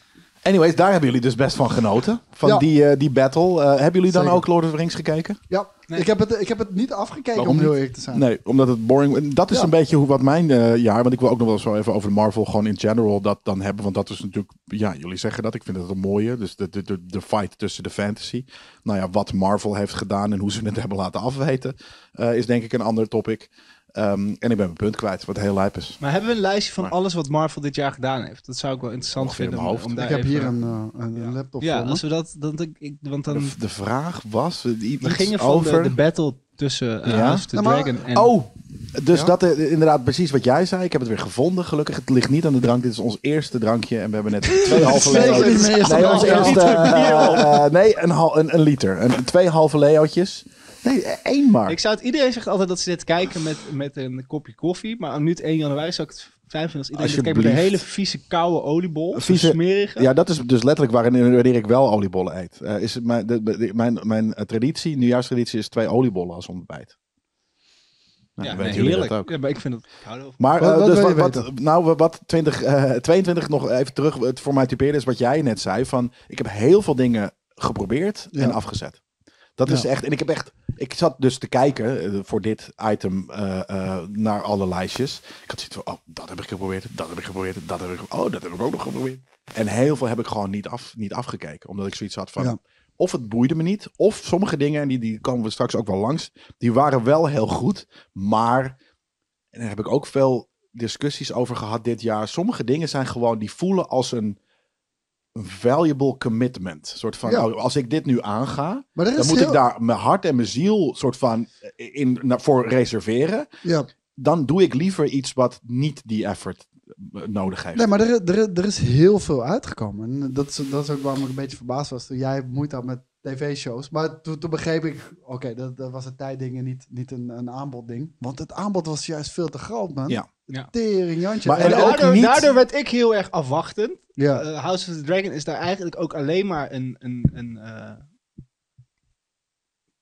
S1: Anyways, daar hebben jullie dus best van genoten. Van
S2: Ja.
S1: die, eh, die battle. Eh, hebben jullie dan
S2: Zeker.
S1: ook Lord of the Rings gekeken?
S2: Ja,
S4: Nee.
S2: ik, heb het, ik heb het niet afgekeken
S1: Waarom
S2: om heel
S1: niet?
S2: eerlijk te zijn.
S1: Nee, omdat het boring... Dat is
S2: Ja.
S1: een beetje hoe, wat mijn eh, jaar... Want ik wil ook nog wel zo even over Marvel gewoon in general dat dan hebben. Want dat is natuurlijk... Ja, jullie zeggen dat. Ik vind het een mooie. Dus de, de, de, de fight tussen de fantasy. Nou ja, wat Marvel heeft gedaan en hoe ze het hebben laten afweten... eh, is denk ik een ander topic. Ehm, en ik ben mijn punt kwijt, wat heel lijp is.
S4: Maar hebben we een lijstje van
S1: Maar-
S4: alles wat Marvel dit jaar gedaan heeft? Dat zou ik wel interessant
S1: Ongeveer in
S4: vinden.
S1: mijn hoofd.
S4: om daar
S2: Ik heb
S4: even-
S2: hier een, eh, een
S4: Ja.
S2: laptop
S4: Ja,
S2: voor me.
S4: als we dat... dat ik, ik- want dan...
S1: De, de vraag was... eh, Iets
S4: we gingen van de,
S1: over...
S4: de battle tussen eh,
S1: Ja.
S4: House of the
S2: Ja, Nou, maar-
S4: Dragon en...
S1: Oh, dus
S2: Ja?
S1: dat is inderdaad precies wat jij zei. Ik heb het weer gevonden. Gelukkig, het ligt niet aan de drank. Dit is ons eerste drankje en we hebben net twee halve
S2: Zeker
S1: leootjes.
S2: niet mijn eerste
S1: Nee, ons
S2: drankje.
S1: eerste, eh, eh, nee een, hal- een, een liter. Een, twee halve leootjes. Nee, eh, één maar.
S4: Ik zou het... Iedereen zegt altijd dat ze dit kijken met, met een kopje koffie. Maar nu het 1 januari zou ik het fijn vinden als iedereen dit kijkt met een hele
S1: Alsjeblieft.
S4: vieze koude oliebol.
S1: Vieze-
S4: Vieze... Smerige.
S1: Ja, dat is dus letterlijk waarin wanneer ik wel oliebollen eet. Eh, is het mijn, de- de- mijn, mijn eh, traditie, nieuwjaarstraditie, is twee oliebollen als ontbijt. Nou,
S4: Ja,
S1: dan weten
S4: nee,
S1: jullie
S4: heerlijk.
S1: dat ook.
S4: Ja, maar ik vind het koude oliebol.
S1: Maar
S2: Wat-
S1: eh,
S2: wat
S1: dus
S2: wil je
S1: wat, wat, nou, wat 20, eh, 22 nog even terug, het voor mij typeerde is wat jij net zei. Van, ik heb heel veel dingen geprobeerd
S2: Ja.
S1: en afgezet. Dat is
S2: Ja.
S1: echt, en ik heb echt, ik zat dus te kijken eh, voor dit item eh, eh, naar alle lijstjes. Ik had zoiets van, oh, dat heb ik geprobeerd, dat heb ik geprobeerd, dat heb ik gepro- oh, dat heb ik ook nog geprobeerd. En heel veel heb ik gewoon niet, af, niet afgekeken, omdat ik zoiets had van,
S2: Ja.
S1: of het boeide me niet, of sommige dingen, en die, die komen we straks ook wel langs, die waren wel heel goed, maar, en daar heb ik ook veel discussies over gehad dit jaar, sommige dingen zijn gewoon, die voelen als een valuable commitment. Een soort van,
S2: Ja.
S1: oh, als ik dit nu aanga,
S2: Maar er is
S1: dan moet
S2: heel-
S1: ik daar mijn hart en mijn ziel soort van in, na- voor reserveren.
S2: Ja.
S1: Dan doe ik liever iets wat niet die effort eh, nodig heeft.
S2: Nee, maar er, er, er is heel veel uitgekomen. En dat, is, dat is ook waarom ik een beetje verbaasd was toen jij moeite had met tv-shows. Maar toen, toen begreep ik, oké, dat, dat was een tijdding en niet, niet een, een aanbodding. Want het aanbod was juist veel te groot, man.
S1: Ja.
S4: Ja.
S2: Tering, Jantje.
S1: Maar-
S4: En
S1: en ook
S4: daardoor,
S1: niet-
S4: daardoor werd ik heel erg afwachtend.
S2: ja.
S4: Eh, House of the Dragon is daar eigenlijk ook alleen maar een. een, een, eh,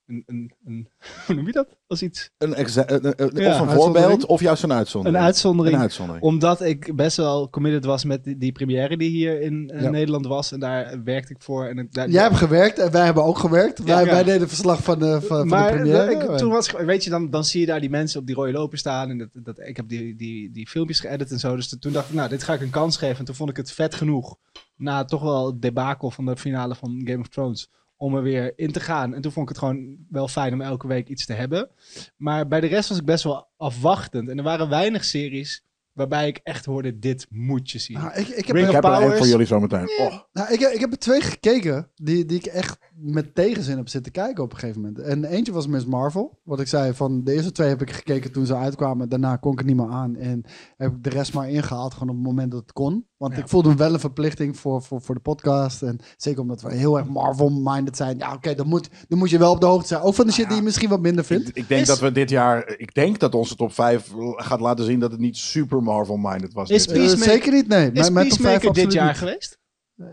S4: een, een, een- hoe noem je dat? Als iets.
S1: Een exe- eh, eh, eh,
S4: Ja,
S1: of een
S2: uitzondering.
S1: voorbeeld, of juist een
S4: Een
S1: uitzondering.
S4: uitzondering.
S1: Een uitzondering.
S4: Omdat ik best wel committed was met die, die première die hier in eh,
S2: Ja.
S4: Nederland was. En daar werkte ik voor. En het- daar,
S2: Jij hebt gewerkt en wij hebben ook gewerkt. wij,
S4: ja.
S2: wij deden verslag van de, van, van
S4: maar
S2: de première.
S4: eh, ik, toen was ik- weet je, dan, dan zie je daar die mensen op die rode loper staan. En dat, dat, ik heb die, die, die filmpjes geëdit en zo. Dus toen dacht ik, nou, dit ga ik een kans geven. En toen vond ik het vet genoeg. Na toch wel het debakel van de finale van Game of Thrones. Om er weer in te gaan. En toen vond ik het gewoon wel fijn om elke week iets te hebben. Maar bij de rest was ik best wel afwachtend. En er waren weinig series waarbij ik echt hoorde, dit moet je zien.
S2: Nou, ik, ik, heb
S1: Ik
S4: Ring
S2: er,
S1: heb er één
S4: Powers.
S1: voor jullie zometeen. Oh,
S2: nou, ik, ik heb er twee gekeken die, die ik echt met tegenzin heb zitten kijken op een gegeven moment. En eentje was Miss Marvel. Wat ik zei, van de eerste twee heb ik gekeken toen ze uitkwamen. Daarna kon ik het niet meer aan. En heb ik de rest maar ingehaald gewoon op het moment dat het kon. Want
S4: Ja.
S2: ik voelde wel een verplichting voor, voor, voor de podcast. En zeker omdat we heel erg Marvel-minded zijn. Ja, oké, dan, moet, dan moet je wel op de hoogte zijn. Ook van de shit die je misschien wat minder vindt.
S1: ik, ik denk
S4: Nou Is-
S1: dat we dit jaar, ik denk dat onze top 5 gaat laten zien dat het niet super Marvel-minded was.
S4: Is
S1: dit
S2: Eh,
S1: jaar.
S4: Peacemaker-
S2: zeker niet, nee.
S4: Is
S2: Mijn- mijn top vijf
S4: Peacemaker dit
S2: absoluut
S4: jaar
S2: niet.
S4: geweest?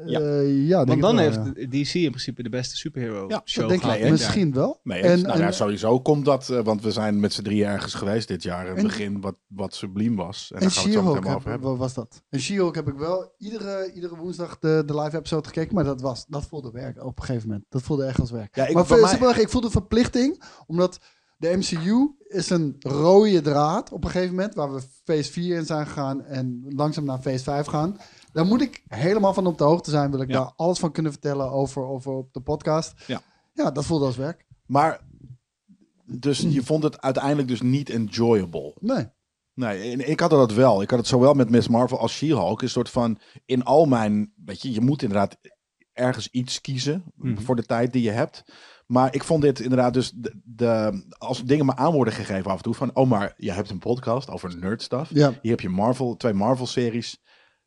S1: Ja.
S2: Eh, ja, denk
S4: Want
S2: ik
S4: dan
S2: wel,
S4: heeft
S2: ja.
S4: DC in principe de beste superhero
S1: Ja, dat
S4: show
S2: denk
S4: gehad
S1: gelijk,
S2: ik
S4: dit
S1: hè?
S4: jaar.
S2: misschien wel.
S1: Nee,
S2: En-
S1: nou
S2: en-
S1: ja, sowieso komt dat, eh, want we zijn met z'n drieën ergens geweest dit jaar. Een
S2: En-
S1: begin wat, wat subliem was. En,
S2: en
S1: daar gaan we het zo meteen
S2: She-Hulk
S1: maar over
S2: heb-
S1: hebben.
S2: wa- was dat. En She-Hulk heb ik wel iedere, iedere woensdag de, de live episode gekeken, maar dat, was, dat voelde werk op een gegeven moment. Dat voelde echt als werk.
S1: Ja, ik,
S2: maar
S1: voor
S2: voor,
S1: mij-
S2: simpelweg, ik voelde verplichting, omdat de MCU is een rode draad op een gegeven moment, waar we phase 4 in zijn gegaan en langzaam naar phase 5 gaan. Daar moet ik helemaal van op de hoogte zijn, wil ik
S1: Ja.
S2: daar alles van kunnen vertellen over, over op de podcast.
S1: Ja.
S2: ja, dat voelde als werk.
S1: Maar dus
S2: Hmm.
S1: je vond het uiteindelijk dus niet enjoyable.
S2: Nee.
S1: Nee, en ik had dat wel. Ik had het zowel met Miss Marvel als She-Hulk. Een soort van in al mijn, weet je, je moet inderdaad ergens iets kiezen
S4: Mhm.
S1: voor de tijd die je hebt. Maar ik vond dit inderdaad dus de, de- als dingen me aan worden gegeven af en toe van, oh maar je hebt een podcast over nerd stuff.
S2: Ja.
S1: Hier heb je Marvel, twee Marvel series.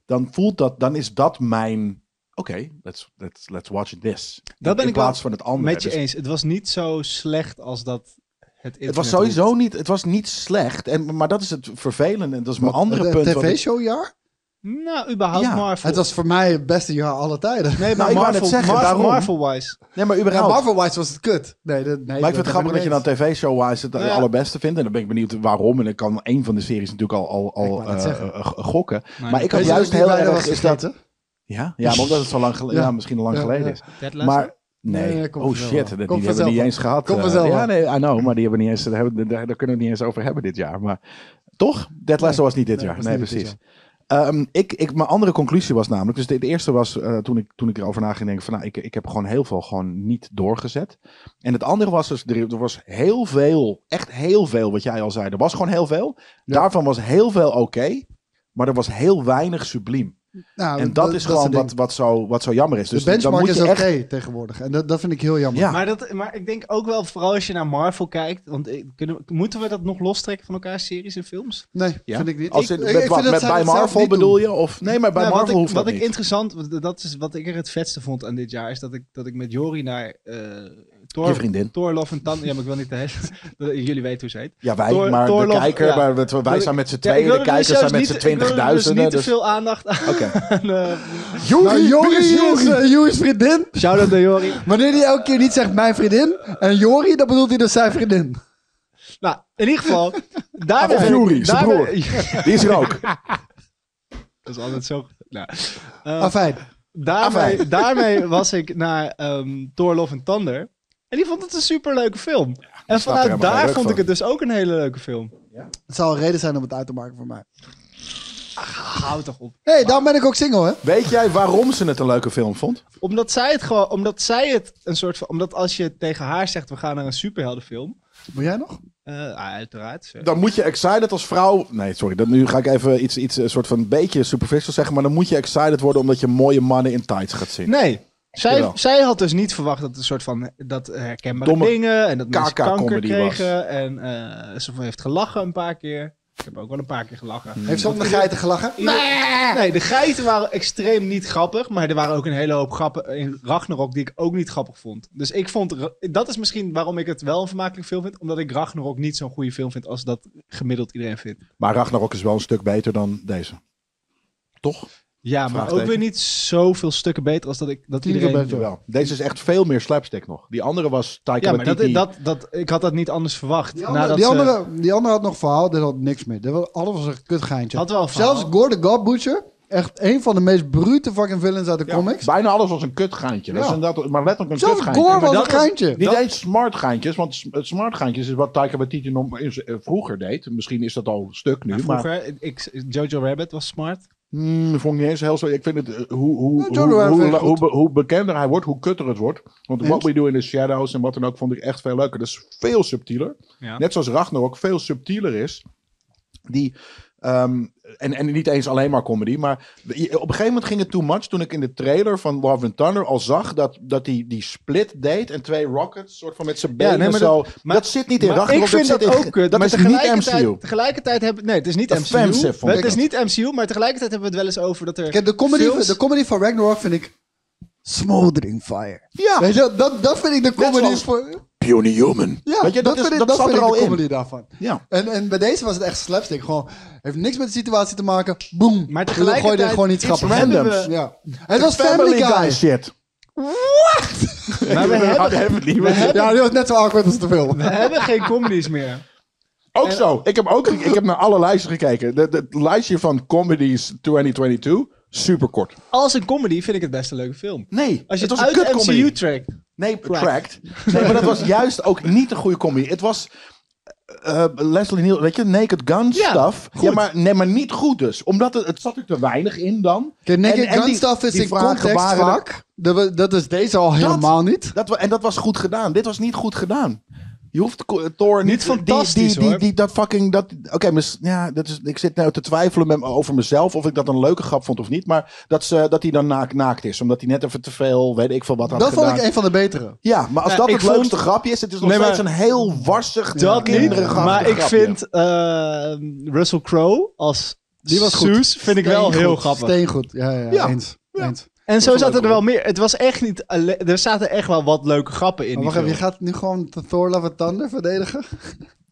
S1: Dan voelt dat, dan is dat mijn, oké, let's, let's, let's watch this.
S4: Dat ben
S1: in
S4: ik wel
S1: plaats van het andere.
S4: Met je
S1: Dus-
S4: eens. Het was niet zo slecht als dat het
S1: Het
S4: internet
S1: was sowieso niet, het was niet slecht. En, maar dat is het vervelende. En dat is mijn
S2: eh,
S1: andere punt. wat ik-
S2: TV-showjaar?
S4: roept. Nou, überhaupt
S1: Ja,
S4: Marvel.
S2: Het was voor mij het beste jaar alle tijden.
S4: Nee, maar
S1: Nou, ik wou net
S4: Marvel,
S1: zeggen,
S4: Marvel,
S1: daarom.
S4: Marvel-wise.
S1: Nee, maar
S2: Ja,
S1: überhaupt.
S2: Marvel-wise was het kut. Nee, dat,
S1: Nou.
S2: nee,
S1: maar ik vind het grappig dat je dan
S2: dat...
S1: tv-show-wise het
S4: Ja.
S1: allerbeste vindt. En dan ben ik benieuwd waarom. En ik kan één van de series natuurlijk al, al,
S2: Ik
S1: al
S2: wou net
S1: eh,
S2: zeggen.
S1: eh, gokken.
S4: Nee.
S1: maar ik had
S2: Weet je
S1: juist
S2: dat ik
S1: heel
S2: niet bij
S1: erg...
S2: was
S1: Is dat,
S2: vergeten?
S1: Ja? Ja, maar omdat het zo lang geleden,
S2: Ja.
S1: ja. misschien al lang
S2: Ja,
S1: geleden
S2: ja.
S1: is.
S4: Deadlands?
S1: Maar nee,
S2: Nee, nee, komt
S1: oh
S2: vanzelf
S1: shit, die
S2: wel. Komt
S1: hebben we
S2: vanzelf
S1: niet
S2: wel.
S1: eens gehad.
S2: Komt
S1: eh,
S2: vanzelf
S1: ja,
S2: wel.
S1: nee, I know, maar die hebben we niet eens, daar, hebben- daar, daar kunnen we het niet eens over hebben dit jaar. Maar toch, Dead Last
S2: Nee,
S1: was niet dit
S2: nee,
S1: jaar.
S2: was
S1: Nee,
S2: niet dit
S1: precies. Ehm, ik, ik, mijn andere conclusie was namelijk, dus de, de eerste was eh, toen, ik, toen ik erover na ging denken van nou, ik, ik heb gewoon heel veel gewoon niet doorgezet. En het andere was dus, er, er was heel veel, echt heel veel wat jij al zei. Er was gewoon heel veel.
S2: Ja.
S1: Daarvan was heel veel oké, maar er was heel weinig subliem.
S2: Nou,
S1: en dat, is gewoon
S2: het
S1: wat,
S2: ding.
S1: wat, zo, wat zo jammer is. Dus
S2: de
S1: dan
S2: benchmark
S1: moet
S2: is
S1: je
S2: oké
S1: echt...
S2: tegenwoordig. En dat, dat vind ik heel jammer.
S1: Ja,
S4: Maar, dat, maar ik denk ook wel, vooral als je naar Marvel kijkt, want eh, kunnen, we- moeten we dat nog lostrekken van elkaar, series en films?
S2: Nee,
S1: Ja?
S2: vind ik niet.
S1: Als
S2: Ik-
S1: in-
S2: ik-
S1: met
S2: ik vind
S1: wat,
S2: dat
S1: met
S2: zij
S1: bij
S2: dat zelf
S1: Marvel
S2: niet doen.
S1: bedoel je? Of, nee, maar bij
S4: Nou,
S1: Marvel
S4: wat ik,
S1: hoeft dat
S4: Wat ik
S1: niet.
S4: interessant, want dat is wat ik er het vetste vond aan dit jaar, is dat ik, dat ik met Jori naar eh
S1: Je
S4: Thor,
S1: vriendin.
S4: Thor Love en Thunder, ja, maar ik wil niet de hele, jullie weten hoe ze heet.
S1: Ja, wij,
S4: Thor-
S1: maar
S4: Thor
S1: de
S4: Love-
S1: kijker,
S4: ja.
S1: maar we- wij
S4: ik-
S1: zijn met z'n
S4: Ja, ik
S1: tweeën,
S4: wil
S1: de
S4: er dus
S1: kijkers zijn
S4: juist
S1: met z'n
S4: niet- ik wil er
S1: twintigduizenden.
S4: Dus niet
S1: Dus
S4: te veel aandacht aan.
S1: Oké.
S4: eh,
S2: Nou, Jori is eh, Jori's vriendin.
S4: Shout-out naar Jori.
S2: Wanneer hij elke keer niet zegt mijn vriendin. En Jori, dan bedoelt hij dus zijn vriendin.
S4: Nou, in ieder geval, daar
S1: Of Jori, zijn Die is er ook.
S4: Dat is altijd zo. Nou, eh,
S2: Afijn.
S4: daarmee, daarmee was ik naar ehm Thor Love and Thunder. En die vond het een superleuke film. en
S1: snap er
S4: vanuit
S1: helemaal geen
S4: daar
S1: ruk
S4: vond ik
S1: van.
S4: het dus ook een hele leuke film.
S2: Het zou een reden zijn om het uit te maken voor mij.
S4: Hou toch op.
S2: Hé, hey, daarom ben ik ook single, hè?
S1: Weet jij waarom ze het een leuke film vond?
S4: Omdat zij het gewoon, omdat zij het een soort van, omdat als je tegen haar zegt, we gaan naar een superheldenfilm.
S2: Wil jij nog?
S4: eh, ah, uiteraard. eh,
S1: Dan moet je excited als vrouw... Nee, sorry, dat, nu ga ik even iets, iets een soort van een beetje superficial zeggen. Maar dan moet je excited worden omdat je mooie mannen in tights gaat zien.
S4: Nee. Zij,
S1: Jawel.
S4: zij had dus niet verwacht dat een soort van dat eh, herkenbare
S1: Domme
S4: dingen en dat mensen kanker
S1: kaka-comedy was.
S4: kregen. En eh, ze heeft gelachen een paar keer. Ik heb ook wel een paar keer gelachen.
S2: Heeft ze op de geiten gelachen?
S4: Nee, de geiten waren extreem niet grappig. Maar er waren ook een hele hoop grappen in Ragnarok die ik ook niet grappig vond. Dus ik vond... Ra- Dat is misschien waarom ik het wel een vermakelijk film vind. Omdat ik Ragnarok niet zo'n goede film vind als dat gemiddeld iedereen vindt.
S1: Maar Ragnarok is wel een stuk beter dan deze. Toch?
S4: Ja, maar
S1: Vraagteken.
S4: ook weer niet zoveel stukken beter als dat ik dat
S2: Tien keer
S4: iedereen...
S2: beter.
S1: Jawel. Deze is echt veel meer slapstick nog. Die andere was Taika
S4: Ja, maar dat,
S1: Waititi.
S4: dat, dat, ik had dat niet anders verwacht.
S2: Die andere,
S4: nadat
S2: die,
S4: ze-
S2: andere, die andere had nog verhaal, dit had niks meer. Dit was, alles was een kutgeintje.
S4: Had wel een verhaal.
S2: Zelfs Gore the God Butcher, echt een van de meest brute fucking villains uit de
S1: Ja,
S2: comics.
S1: Bijna alles was een kutgaantje. Dat
S2: Ja.
S1: is inderdaad, maar letterlijk een
S2: Zelfs
S1: kutgaantje.
S2: Gore
S4: Maar
S2: was
S4: dat
S2: een
S4: was-
S2: geintje.
S1: Niet
S4: Dat-
S1: eens smart gaantjes, want sm- het smart gaantjes is wat Taika Waititi nog in z- eh, vroeger deed. Misschien is dat al een stuk nu,
S4: Maar
S1: maar,
S4: vroeger, ik, Jojo Rabbit was smart.
S1: Hmm, vond ik niet eens heel zo. Ik vind het, eh, hoe, hoe,
S2: Ja, John
S1: hoe,
S2: Ryan
S1: hoe,
S2: vind ik
S1: la-
S2: goed.
S1: hoe be- hoe bekender hij wordt, hoe kutter het wordt. Want
S2: Eens?
S1: What We Do in the Shadows en wat dan ook vond ik echt veel leuker. Dat is veel subtieler.
S4: Ja.
S1: Net zoals Ragnarok veel subtieler is. Die, ehm, en, en niet eens alleen maar comedy, maar je- op een gegeven moment ging het too much toen ik in de trailer van Love and Thunder al zag dat, dat die, die split deed en twee rockets soort van met zijn benen
S4: nee, maar
S1: zo.
S4: dat-
S1: Dat,
S4: maar-
S1: zit niet in
S4: Maar
S1: Ragnarok,
S4: ik vind
S1: dat,
S4: dat,
S1: zit in-
S4: ook kut.
S1: Dat
S4: maar
S1: is niet
S4: tegelijkertijd-
S1: MCU.
S4: Tegelijkertijd hebben nee, het is niet
S1: Offensive
S4: MCU.
S1: vond ik
S4: Het is
S1: dat.
S4: niet MCU, maar tegelijkertijd hebben we het wel eens over dat er
S2: Kijk, de comedy,
S4: films-
S2: de comedy van Ragnarok vind ik smoldering fire.
S1: Ja.
S2: Weet je, wel, dat, dat vind ik de comedy
S1: zoals-
S2: voor...
S1: Puny human.
S2: Ja,
S1: Weet je, dat,
S2: dat,
S1: is,
S2: vind ik,
S1: dat,
S2: dat
S1: zat
S2: vind
S1: er
S2: ik
S1: al
S2: de comedy
S1: in.
S2: daarvan.
S1: Ja.
S2: En, en bij deze was het echt slapstick. Gewoon, heeft niks met de situatie te maken. Boom.
S4: Maar
S2: Dus dan gooi je er
S4: tegelijkertijd
S2: gewoon iets
S4: iets
S2: grappigs in.
S1: randoms.
S4: hebben
S2: Ja. Het was Family Guy.
S1: shit.
S4: Maar Nou, we hebben, we hebben,
S2: Ja, die was net zo awkward als de film.
S4: we hebben geen comedies meer.
S1: Ook zo. Ik heb, ook, ik heb naar alle lijsten gekeken. De- de- Het lijstje van comedies 2022, super kort.
S4: Als een comedy vind ik het best een leuke film.
S1: Nee,
S4: Als je
S1: het
S4: het,
S1: was een
S4: uit
S1: kutcomedy.
S4: MCU trackt.
S1: Nee, tracked. Nee, maar dat was juist ook niet een goede comedy. Het was eh, eh, Leslie Niel, weet je, Naked Gun
S4: Ja,
S1: stuff. Ja,
S4: goed.
S1: maar, nee, maar niet goed dus. Omdat het, het zat er te weinig in dan.
S2: Kijk, Naked
S1: En- en
S2: Gun
S1: die-
S2: stuff is
S1: die
S2: in
S1: vragen
S2: context
S1: waren er-
S2: vaak. Dat, we- dat is deze al helemaal niet.
S1: Dat, wa- en dat was goed gedaan. Dit was niet goed gedaan. Je hoeft ko- eh, Thor niet... die-
S4: fantastisch,
S1: die, die,
S4: hoor.
S1: die, dat fucking... Dat, Oké, mis- ja, dat is, ik zit nou te twijfelen met, over mezelf of ik dat een leuke grap vond of niet. Maar dat, ze, dat hij dan naak- naakt is. Omdat hij net even te veel, weet ik veel wat had
S2: Dat
S1: gedaan.
S2: vond ik een van de betere.
S1: Ja, maar als
S4: Ja,
S1: dat
S4: ik
S1: het
S4: vond-
S1: leukste grapje is, het is nog
S4: Nee,
S1: steeds
S4: maar-
S1: een heel warsig,
S4: Dat niet.
S1: kinderachtig
S4: Maar ik
S1: grapje.
S4: vind eh, Russell Crowe als
S2: Die was goed.
S4: Zeus vind ik wel
S2: Steengoed,
S4: heel grappig.
S2: Steengoed. Ja, ja,
S1: Ja.
S2: eens. eens.
S4: En zo
S1: was
S4: zaten
S1: leuk,
S4: er
S1: hoor.
S4: wel meer. Het was echt niet. alleen- Er zaten echt wel wat leuke grappen in.
S2: Maar
S4: die
S2: Oh, wacht even, je
S4: film.
S2: gaat nu gewoon Thor Love and Thunder verdedigen?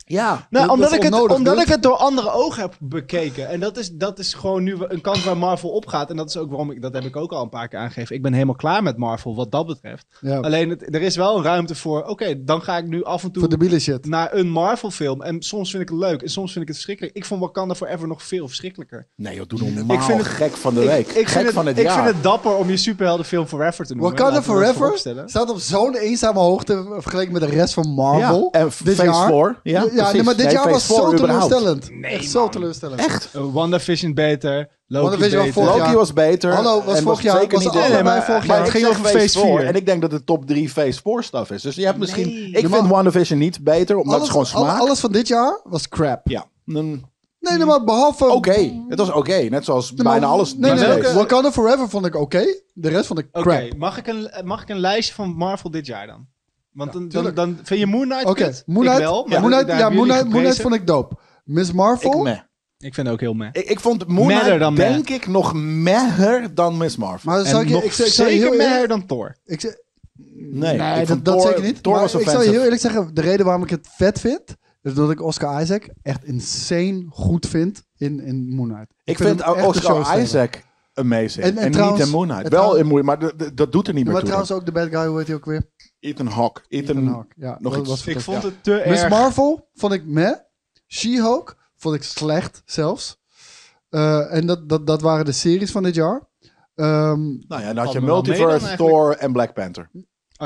S2: Ja,
S4: Nou,
S2: dat-
S4: omdat,
S2: dat
S4: ik
S2: is
S4: het,
S2: onnodig,
S4: omdat
S2: dude.
S4: ik het door andere ogen heb bekeken. En dat is, dat is gewoon nu een kant waar Marvel op gaat. En dat is ook waarom ik, dat heb ik ook al een paar keer aangegeven. Ik ben helemaal klaar met Marvel wat dat betreft.
S2: Ja,
S4: Alleen het- er is wel ruimte voor. Oké, dan ga ik nu af en toe
S2: voor debiele shit.
S4: naar een Marvel film. En soms vind ik het leuk en soms vind ik het verschrikkelijk. Ik vond Wakanda Forever nog veel verschrikkelijker.
S5: Nee, joh, doe normaal.
S4: Ik vind het-
S1: gek van de week.
S4: Ik, ik,
S1: gek
S4: vind,
S1: van
S4: het,
S1: het
S4: ik
S1: jaar.
S4: vind het dapper om je superheldenfilm Forever
S1: Mm,
S4: te noemen.
S2: Wakanda
S4: Laten we dat
S2: Forever
S4: vooropstellen.
S2: staat op zo'n eenzame hoogte vergeleken met de rest van Marvel.
S1: Ja, en
S2: dit
S1: Phase
S2: jaar.
S1: 4, ja,
S2: ja
S1: precies.
S2: nee, maar dit
S1: Nee,
S2: jaar
S1: Phase
S2: was
S1: 4
S2: zo
S1: überhaupt.
S2: teleurstellend.
S4: Nee,
S2: Echt zo
S4: man.
S2: teleurstellend.
S1: Echt?
S4: Uh, WandaVision beter. Loki
S2: WandaVision was
S4: beter.
S2: vorig
S1: Loki
S2: jaar.
S1: was beter.
S2: Hallo, was
S1: en
S2: vorig jaar-
S1: zeker
S2: was
S1: niet
S2: allebei
S1: dit maar
S4: vorig jaar.
S1: ik
S4: Het ging
S1: zeg
S4: over phase
S1: four,
S4: vier.
S1: En ik denk dat de top 3 phase 4 stuff is. Dus je hebt misschien...
S4: Nee.
S1: Ik
S2: Normaal-
S1: vind WandaVision niet beter, omdat
S2: Alles,
S1: het gewoon
S2: al-
S1: smaakt.
S2: alles van dit jaar was crap.
S1: Ja. Mm,
S2: Nee, nee, maar behalve...
S1: Oké, het was oké. Net zoals
S2: Nee, maar-
S1: bijna alles.
S2: Nee,
S1: die
S2: nee,
S1: phase.
S2: nee. Wakanda Forever vond ik oké. De rest vond ik crap.
S4: Oké, mag, ik een- eh, mag ik een lijstje van Marvel dit jaar dan? Want dan, dan,
S2: tuurlijk.
S4: dan vind je Moon Knight
S2: Oké,
S4: kut?
S2: Moon
S4: ik
S2: Knight,
S4: wel, maar
S2: Moon Knight-
S4: daar
S2: ja,
S4: hebben
S2: Moon
S4: jullie
S2: Knight, Moon Knight
S4: geprezen.
S2: vond ik dope. Miss Marvel...
S1: Ik, meh.
S4: Ik vind het ook heel meh.
S1: ik, ik vond Moon
S4: Madder
S1: Knight,
S4: dan meh.
S1: denk ik, nog meher dan Miss Marvel.
S2: Maar zou
S1: en
S2: ik je-
S1: nog
S2: ik zou- ik zou je
S4: Zeker
S2: heel
S4: meer
S2: eerlijk-
S4: dan Thor.
S2: Ik zeg-
S1: Nee, ik
S2: nee dat,
S1: vond
S2: dat
S1: Thor-
S2: zeker niet.
S1: Thor
S2: Maar
S1: was
S2: ik zou je
S1: offensive.
S2: heel eerlijk zeggen, de reden waarom ik het vet vind, is dat ik Oscar Isaac echt insane goed vind in, in Moon Knight.
S1: Ik
S2: hem
S1: vind
S2: echt een
S1: Oscar
S2: showsteller.
S1: Isaac amazing.
S2: En- en
S1: En,
S2: trouwens-
S1: niet in Moon Knight.
S2: en
S1: Wel
S2: trouwens-
S1: in Moon Knight, maar d- d- dat doet er niet meer
S2: Maar
S1: toe.
S2: trouwens ook de bad guy, hoe heet hij ook weer?
S1: Ethan Hawke. Ethan,
S2: Ethan Hawke. Ja,
S1: Mm. nog
S2: dat
S1: iets.
S2: was
S4: Ik
S2: fantastisch.
S4: vond het te
S2: Miss
S4: erg.
S2: Marvel vond ik meh. She-Hulk vond ik slecht zelfs. Eh, en dat, dat, dat waren de series van dit jaar. Ehm,
S1: Nou ja, dan
S4: Valt
S1: had je
S4: me wel mee dan
S1: Multiverse,
S4: eigenlijk. Oh
S1: Thor en Black Panther.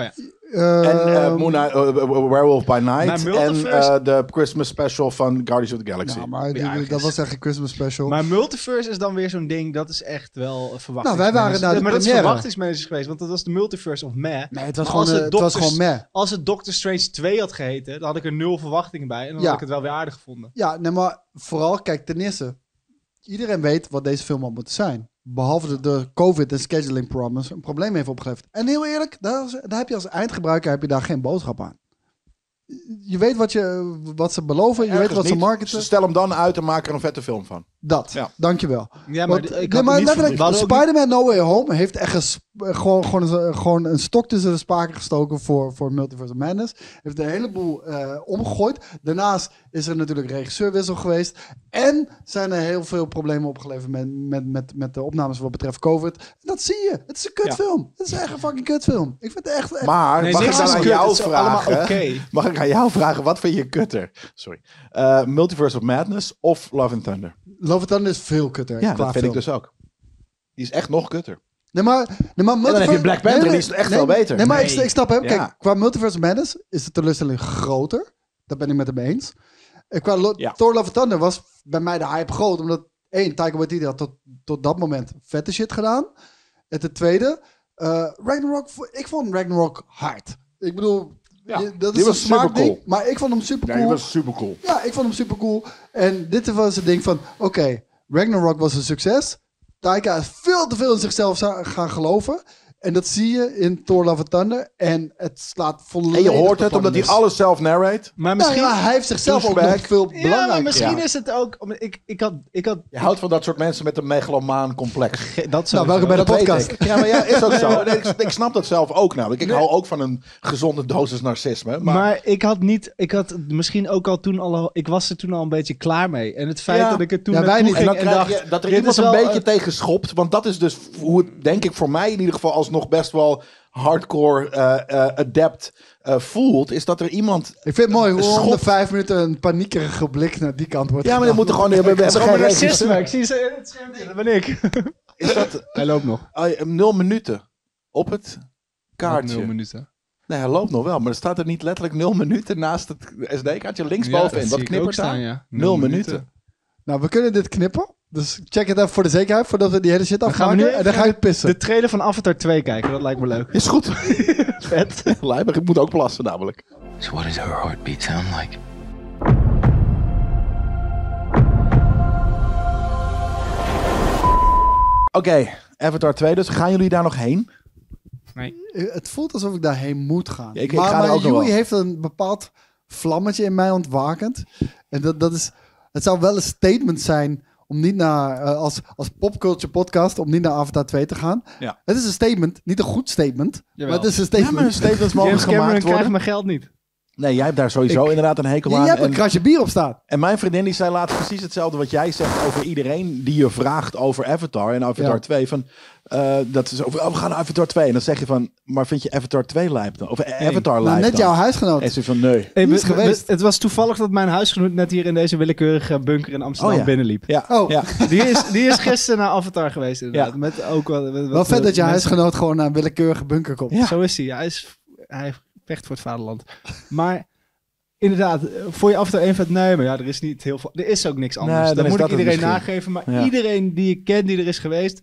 S2: ehm,
S1: en eh, Moon Knight, eh, eh, Werewolf by Night. En
S4: Multiverse-
S1: eh, de Christmas special van Guardians of the Galaxy.
S2: nou, maar die-
S4: Ja,
S2: dat was echt een Christmas special.
S4: Maar Multiverse is dan weer zo'n ding, dat is echt wel eh,
S2: Nou,
S4: verwachtingsmanagement.
S2: wij waren naar de
S4: Maar dat is
S2: première.
S4: verwachtingsmanagers geweest, want dat was de Multiverse of meh.
S2: nee, het was,
S4: maar
S2: gewoon,
S4: als
S2: eh,
S4: het
S2: het was
S4: dokters-
S2: gewoon meh.
S4: Als het Doctor Strange 2 had geheten, dan had ik er nul verwachtingen bij. En dan
S2: Ja.
S4: had ik het wel weer aardig gevonden.
S2: Ja, nee, maar vooral, kijk, ten eerste, iedereen weet wat deze film had moeten zijn. Behalve de, de COVID en scheduling problems een probleem heeft opgeleverd. En heel eerlijk, daar, is- daar heb je als eindgebruiker heb je daar geen boodschap aan. Je weet wat, je, wat ze beloven, je
S1: Ergens
S2: weet wat ze
S1: niet.
S2: marketen.
S1: Stel hem dan uit en maak er een vette film van.
S2: Dat,
S1: Ja.
S2: dankjewel.
S4: Ja,
S2: Want, eh,
S4: d- ik
S2: nee, maar
S4: had het niet
S2: letterlijk,
S4: verwacht.
S2: Spider-Man No Way Home heeft echt een, sp- eh, gewoon, gewoon, een, gewoon een stok tussen de spaken gestoken voor, voor Multiverse of Madness. Heeft een heleboel eh, omgegooid. Daarnaast is er natuurlijk regisseurwissel geweest. En zijn er heel veel problemen opgeleverd met, met, met, met de opnames wat betreft COVID. En dat zie je. Het is een kutfilm. Het is echt een fucking kutfilm. Ik vind het echt... echt-
S1: Maar
S4: Nee,
S1: mag ik
S4: niks
S1: dan
S4: is
S1: aan
S4: kut, het
S1: jou
S4: is allemaal
S1: vragen?
S4: oké.
S1: Mag ik aan jou vragen, wat vind je kutter? Sorry. Eh, Multiverse of Madness of Love and Thunder?
S2: Love and Thunder is veel kutter.
S1: Ja,
S2: qua
S1: dat vind
S2: film.
S1: ik dus ook. Die is echt nog kutter.
S2: Nee, maar... Nee, maar
S1: dan heb je
S2: Multiverse-
S1: Black Panther, die is echt
S2: nee,
S1: wel beter.
S2: Nee, maar Ik,
S4: Nee.
S2: ik snap hem.
S1: Ja.
S2: Kijk, qua Multiverse of Madness is de teleurstelling groter. Dat ben ik met hem eens. En qua Lo-
S1: Ja.
S2: Thor Love and Thunder was bij mij de hype groot. Omdat, één, Taika Waititi had tot, tot dat moment vette shit gedaan. En ten tweede, eh, Ragnarok... vo- Ik vond Ragnarok hard. Ik bedoel...
S1: Ja,
S2: je-
S1: die
S2: dat is een
S1: was
S2: smaakding,
S1: supercool.
S2: Maar ik vond hem super cool.
S1: super cool.
S2: Ja, ik vond hem super cool. En dit was het ding van: oké, Ragnarok was een succes. Taika is veel te veel in zichzelf za- gaan geloven. En dat zie je in Thor Love and Thunder. En het slaat volledig.
S1: En je hoort
S2: op
S1: het
S2: de
S1: omdat hij
S2: mis.
S1: alles zelf narrate.
S4: Maar
S2: Nou
S4: misschien...
S2: ja, hij heeft zichzelf ook
S1: Douchebag.
S2: nog veel
S4: Ja, maar
S2: belangrijker.
S4: misschien
S1: Ja.
S4: is het ook... om- Ik, ik had... Ik had
S1: Je houdt van dat soort mensen met een megalomaan complex.
S4: dat
S2: Nou, welke bij de
S1: weet
S2: podcast.
S1: ik. Ja, maar ja, is ook zo. Nee, ik, ik snap dat zelf ook namelijk. Ik hou ook van een gezonde dosis narcisme. Maar,
S4: Maar, ik had niet, ik had misschien ook al toen al, ik was er toen al een beetje klaar mee. En het feit
S1: Ja.
S4: dat ik er toen
S2: Ja, wij
S4: naartoe
S2: niet.
S1: en
S4: ging
S1: dan
S4: en
S1: krijg
S4: dacht,
S1: je dat er
S4: dit
S1: iemand eh,
S4: is
S1: een
S4: wel,
S1: beetje tegen schopt. Want dat is dus hoe het, denk ik, voor mij in ieder geval alsnog best wel hardcore eh, eh, adept eh, voelt. Is dat er iemand
S2: Ik vind het mooi hoe
S1: Schot.
S2: om de vijf minuten een paniekerige blik naar die kant wordt.
S1: Ja, maar dat
S2: gedaan.
S1: moet er gewoon. We hebben we
S4: eh,
S1: hebben geen
S4: Zo'n narcisme.
S1: regisseur.
S4: Ik zie ze in het schermpje. Dat ben ik.
S1: Is dat
S4: Hij loopt nog.
S1: eh, nul minuten op het
S4: Nul
S1: kaartje?
S4: minuten.
S1: Nee, hij loopt nog wel, maar er staat er niet letterlijk nul minuten naast het SD-kaartje linksbovenin. Wat knippert daar?
S4: ja.
S1: Nul minuten.
S2: Nou, we kunnen dit knippen. Dus check het even voor de zekerheid voordat we die hele shit
S4: gaan we
S2: afmaken.
S4: nu
S2: en
S4: even
S2: dan ga ik pissen.
S4: De trailer van Avatar 2 kijken, dat lijkt me leuk.
S1: Is goed. Vet. Lijper, ik moet ook plassen namelijk.
S6: So, what does her heartbeat sound like?
S1: Oké, Avatar 2 dus. Gaan jullie daar nog heen?
S2: Eh, Het voelt alsof ik daarheen moet gaan.
S1: Ja, ik- ik
S2: maar
S1: ga er
S2: maar
S1: ook nog
S2: Joey
S1: wel.
S2: heeft een bepaald vlammetje in mij ontwakend. En dat, dat is, het zou wel een statement zijn om niet naar, eh, als, als popculture podcast, om niet naar Avatar 2 te gaan.
S1: Ja.
S2: Het is een statement, niet een goed statement,
S4: Jawel.
S2: maar het is een
S1: Ja, maar
S2: statement.
S1: statements mogen
S4: James Cameron
S1: gemaakt
S4: krijgt
S1: worden.
S4: mijn geld niet.
S1: Nee, jij hebt daar sowieso
S2: Ik-
S1: inderdaad een hekel
S2: Je,
S1: aan.
S2: hebt een
S1: en,
S2: krasje bier op staan.
S1: en mijn vriendin die zei laatst precies hetzelfde wat jij zegt over iedereen die je vraagt over Avatar en Avatar
S2: Ja.
S1: 2. Van, eh, dat ze zo van, oh, we gaan naar Avatar 2. En dan zeg je van, maar vind je Avatar 2 lijp dan? Of eh, Avatar lijp
S2: Nou, net
S1: dan?
S2: jouw
S1: En
S2: huisgenoot.
S1: ze van, nee.
S4: Hey,
S2: Niet
S4: we- we-
S2: geweest.
S4: het was toevallig dat mijn huisgenoot net hier in deze willekeurige bunker in Amsterdam
S1: Oh ja.
S4: binnenliep.
S1: Ja,
S2: Oh.
S1: ja.
S4: Die is, die is gisteren naar Avatar geweest inderdaad.
S1: Ja.
S4: Met ook wel, met-
S2: Wel
S4: wat,
S2: vet
S4: eh,
S2: dat je
S4: mensen-
S2: huisgenoot gewoon naar een willekeurige bunker komt.
S1: Ja.
S4: Zo is hij. Hij, is, hij vecht voor het vaderland. Maar inderdaad, eh, voor je Avatar 1 vet, nee, maar ja, er is niet heel veel. Er is ook niks anders.
S1: Nee, dan
S4: dan
S1: is
S4: moet ik
S1: dat het
S4: iedereen
S1: misschien.
S4: nageven. Maar
S1: Ja.
S4: iedereen die ik ken die er is geweest,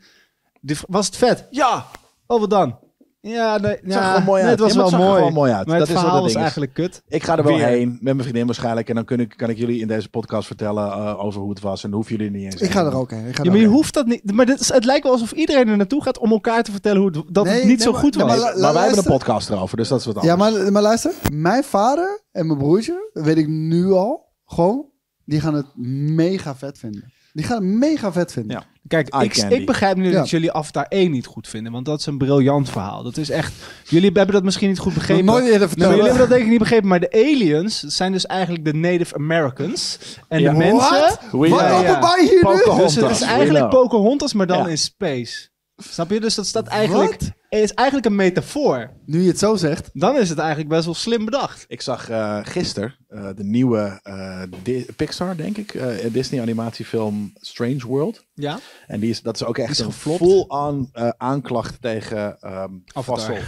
S4: die v- was het vet. Ja! Oh, wat dan? Ja, nee,
S1: Het zag
S4: ja,
S1: er mooi uit.
S4: nee, het was
S1: Ja, maar
S4: wel
S1: het zag er
S4: mooi.
S1: gewoon mooi uit.
S4: Maar
S1: Dat
S4: het
S1: is wat
S4: verhaal
S1: het
S4: was
S1: ding is.
S4: eigenlijk kut.
S1: Ik ga er wel
S4: Weer.
S1: heen, met mijn vriendin waarschijnlijk. En dan kun ik, kan ik jullie in deze podcast vertellen eh, over hoe het was. En dan hoeven jullie niet eens
S2: Ik ga
S1: heen.
S2: er ook heen. Ik ga
S4: Ja,
S2: er
S4: maar je
S2: ook heen.
S4: hoeft dat niet. Maar dit is, het lijkt wel alsof iedereen er naartoe gaat om elkaar te vertellen hoe het- dat
S2: Nee,
S4: het niet
S2: nee,
S4: zo
S2: maar-
S4: goed
S2: nee,
S4: was.
S1: Nee,
S2: Maar
S1: maar
S2: lu-
S1: wij hebben
S2: luister.
S1: een podcast erover, dus dat is wat
S2: Ja,
S1: anders.
S2: maar, maar luister. Mijn vader en mijn broertje, weet ik nu al, gewoon, die gaan het mega vet vinden. Die gaan het mega vet vinden.
S1: Ja.
S4: Kijk,
S1: Eye
S4: ik,
S1: candy.
S4: ik begrijp nu
S2: Ja.
S4: dat jullie Avatar 1 niet goed vinden, want dat is een briljant verhaal. Dat is echt. Jullie hebben dat misschien niet goed begrepen.
S2: Nog nooit eerder
S4: Nee, maar
S2: vertellen.
S4: jullie hebben dat denk ik niet begrepen, maar de aliens dat zijn dus eigenlijk de Native Americans. En de
S1: Ja.
S4: mensen.
S1: We
S2: Wat
S1: are-
S4: Ja, ja.
S2: openbaar hier nu?
S4: Dus
S1: Pocahontas,
S4: het is
S1: we
S4: eigenlijk
S1: know.
S4: Pocahontas, maar dan
S1: Ja.
S4: in space. Snap je? Dus dat staat eigenlijk. Het is eigenlijk een metafoor.
S2: Nu je het zo zegt.
S4: Dan is het eigenlijk best wel slim bedacht.
S1: Ik zag eh gisteren eh, de nieuwe eh, Di- Pixar, denk ik, eh, Disney animatiefilm Strange World.
S4: Ja.
S1: En die is, dat is ook echt
S4: is
S1: een
S4: geflopt.
S1: full-on eh, aanklacht tegen ehm
S4: Avatar.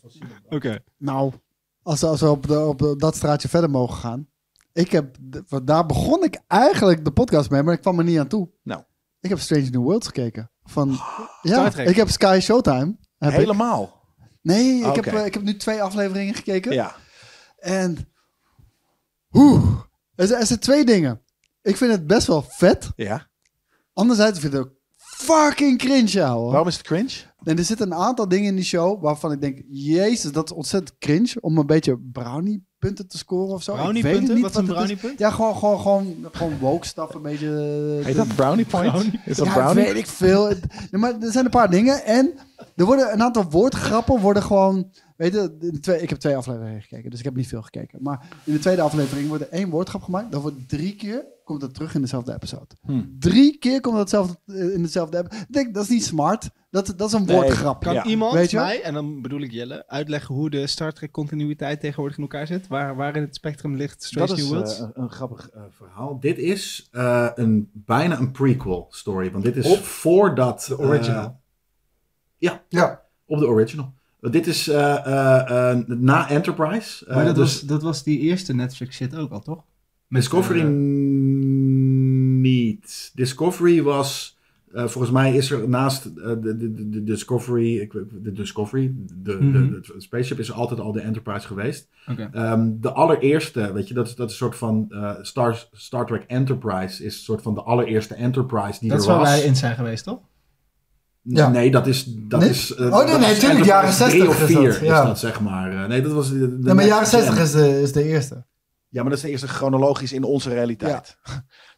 S1: Fossil.
S4: Oké.
S2: Nou, als, als we op, de, op de- dat straatje verder mogen gaan. Ik heb, de- want daar begon ik eigenlijk de podcast mee, maar ik kwam er niet aan toe.
S1: Nou.
S2: Ik heb Strange New Worlds gekeken. Van, ja,
S4: Star Trek.
S2: ik heb Sky Showtime. Heb ik.
S1: Helemaal.
S2: Nee, ik,
S1: Oké.
S2: heb, eh, ik heb nu twee afleveringen gekeken.
S1: Ja.
S2: En, oeh, er, zijn- er zijn twee dingen. Ik vind het best wel vet.
S1: ja.
S2: Anderzijds vind ik het ook fucking cringe, ouwe.
S1: Waarom is het cringe?
S2: En er zitten een aantal dingen in die show waarvan ik denk, jezus, dat is ontzettend cringe om een beetje brownie punten te scoren of zo. Ik weet
S4: Brownie punten?
S2: niet
S4: Wat is een
S2: het
S4: brownie punt?
S2: Ja, gewoon, gewoon, gewoon, gewoon woke stuff, een beetje... eh,
S1: Heet dat brownie point? Is dat
S2: ja,
S1: brownie?
S2: weet ik veel. Het- Nee, maar er zijn een paar dingen en er worden een aantal woordgrappen worden gewoon... Weet je, in twee, ik heb twee afleveringen gekeken, dus ik heb niet veel gekeken. Maar in de tweede aflevering wordt er één woordgrap gemaakt. Dan wordt drie keer, komt dat terug in dezelfde episode.
S1: Hm.
S2: Drie keer komt dat zelfde, eh, in dezelfde episode. Ik denk, dat is niet smart. Dat, dat is een
S1: Nee,
S2: woordgrap.
S4: Kan
S1: Ja.
S4: iemand
S2: Weet je?
S4: mij, en dan bedoel ik Jelle, uitleggen hoe de Star Trek continuïteit tegenwoordig in elkaar zit? Waar, waar in het spectrum ligt Strange
S1: dat is
S4: New Worlds?
S1: eh, een, een grappig eh, verhaal. Dit is eh, een, bijna een prequel story. Want dit is voordat... De
S4: original.
S1: ja,
S2: Ja.
S1: op de original. Want dit is eh, eh, eh, na Enterprise. Eh,
S4: Maar dat,
S1: dus
S4: was, dat was die eerste Netflix shit ook al, toch?
S1: Discovery
S4: eh,
S1: niet. Discovery was... eh, volgens mij is er naast eh, de, de, de Discovery, ik weet- de Discovery, de,
S4: Mhm.
S1: de, de spaceship is altijd al de Enterprise geweest.
S4: Oké.
S1: Ehm, de allereerste, weet je, dat, is- dat is een soort van eh, Star, Star Trek Enterprise is een soort van de allereerste Enterprise die
S4: Dat is
S1: er
S4: waar
S1: was.
S4: wij in zijn geweest, toch?
S2: Ja.
S1: Nee, dat is dat
S2: Nee?
S1: is. eh,
S2: Oh, nee,
S1: dat
S2: nee,
S1: is
S2: tuurlijk,
S1: Enterprise
S2: jaren 60
S1: drie of
S2: is dat,
S1: vier is
S2: ja.
S1: dat zeg maar. Eh, nee, dat was. De, de
S2: Nee, maar
S1: next
S2: jaren 60
S1: gen.
S2: is de, is de eerste.
S1: Ja, maar dat is de eerste chronologisch in onze realiteit.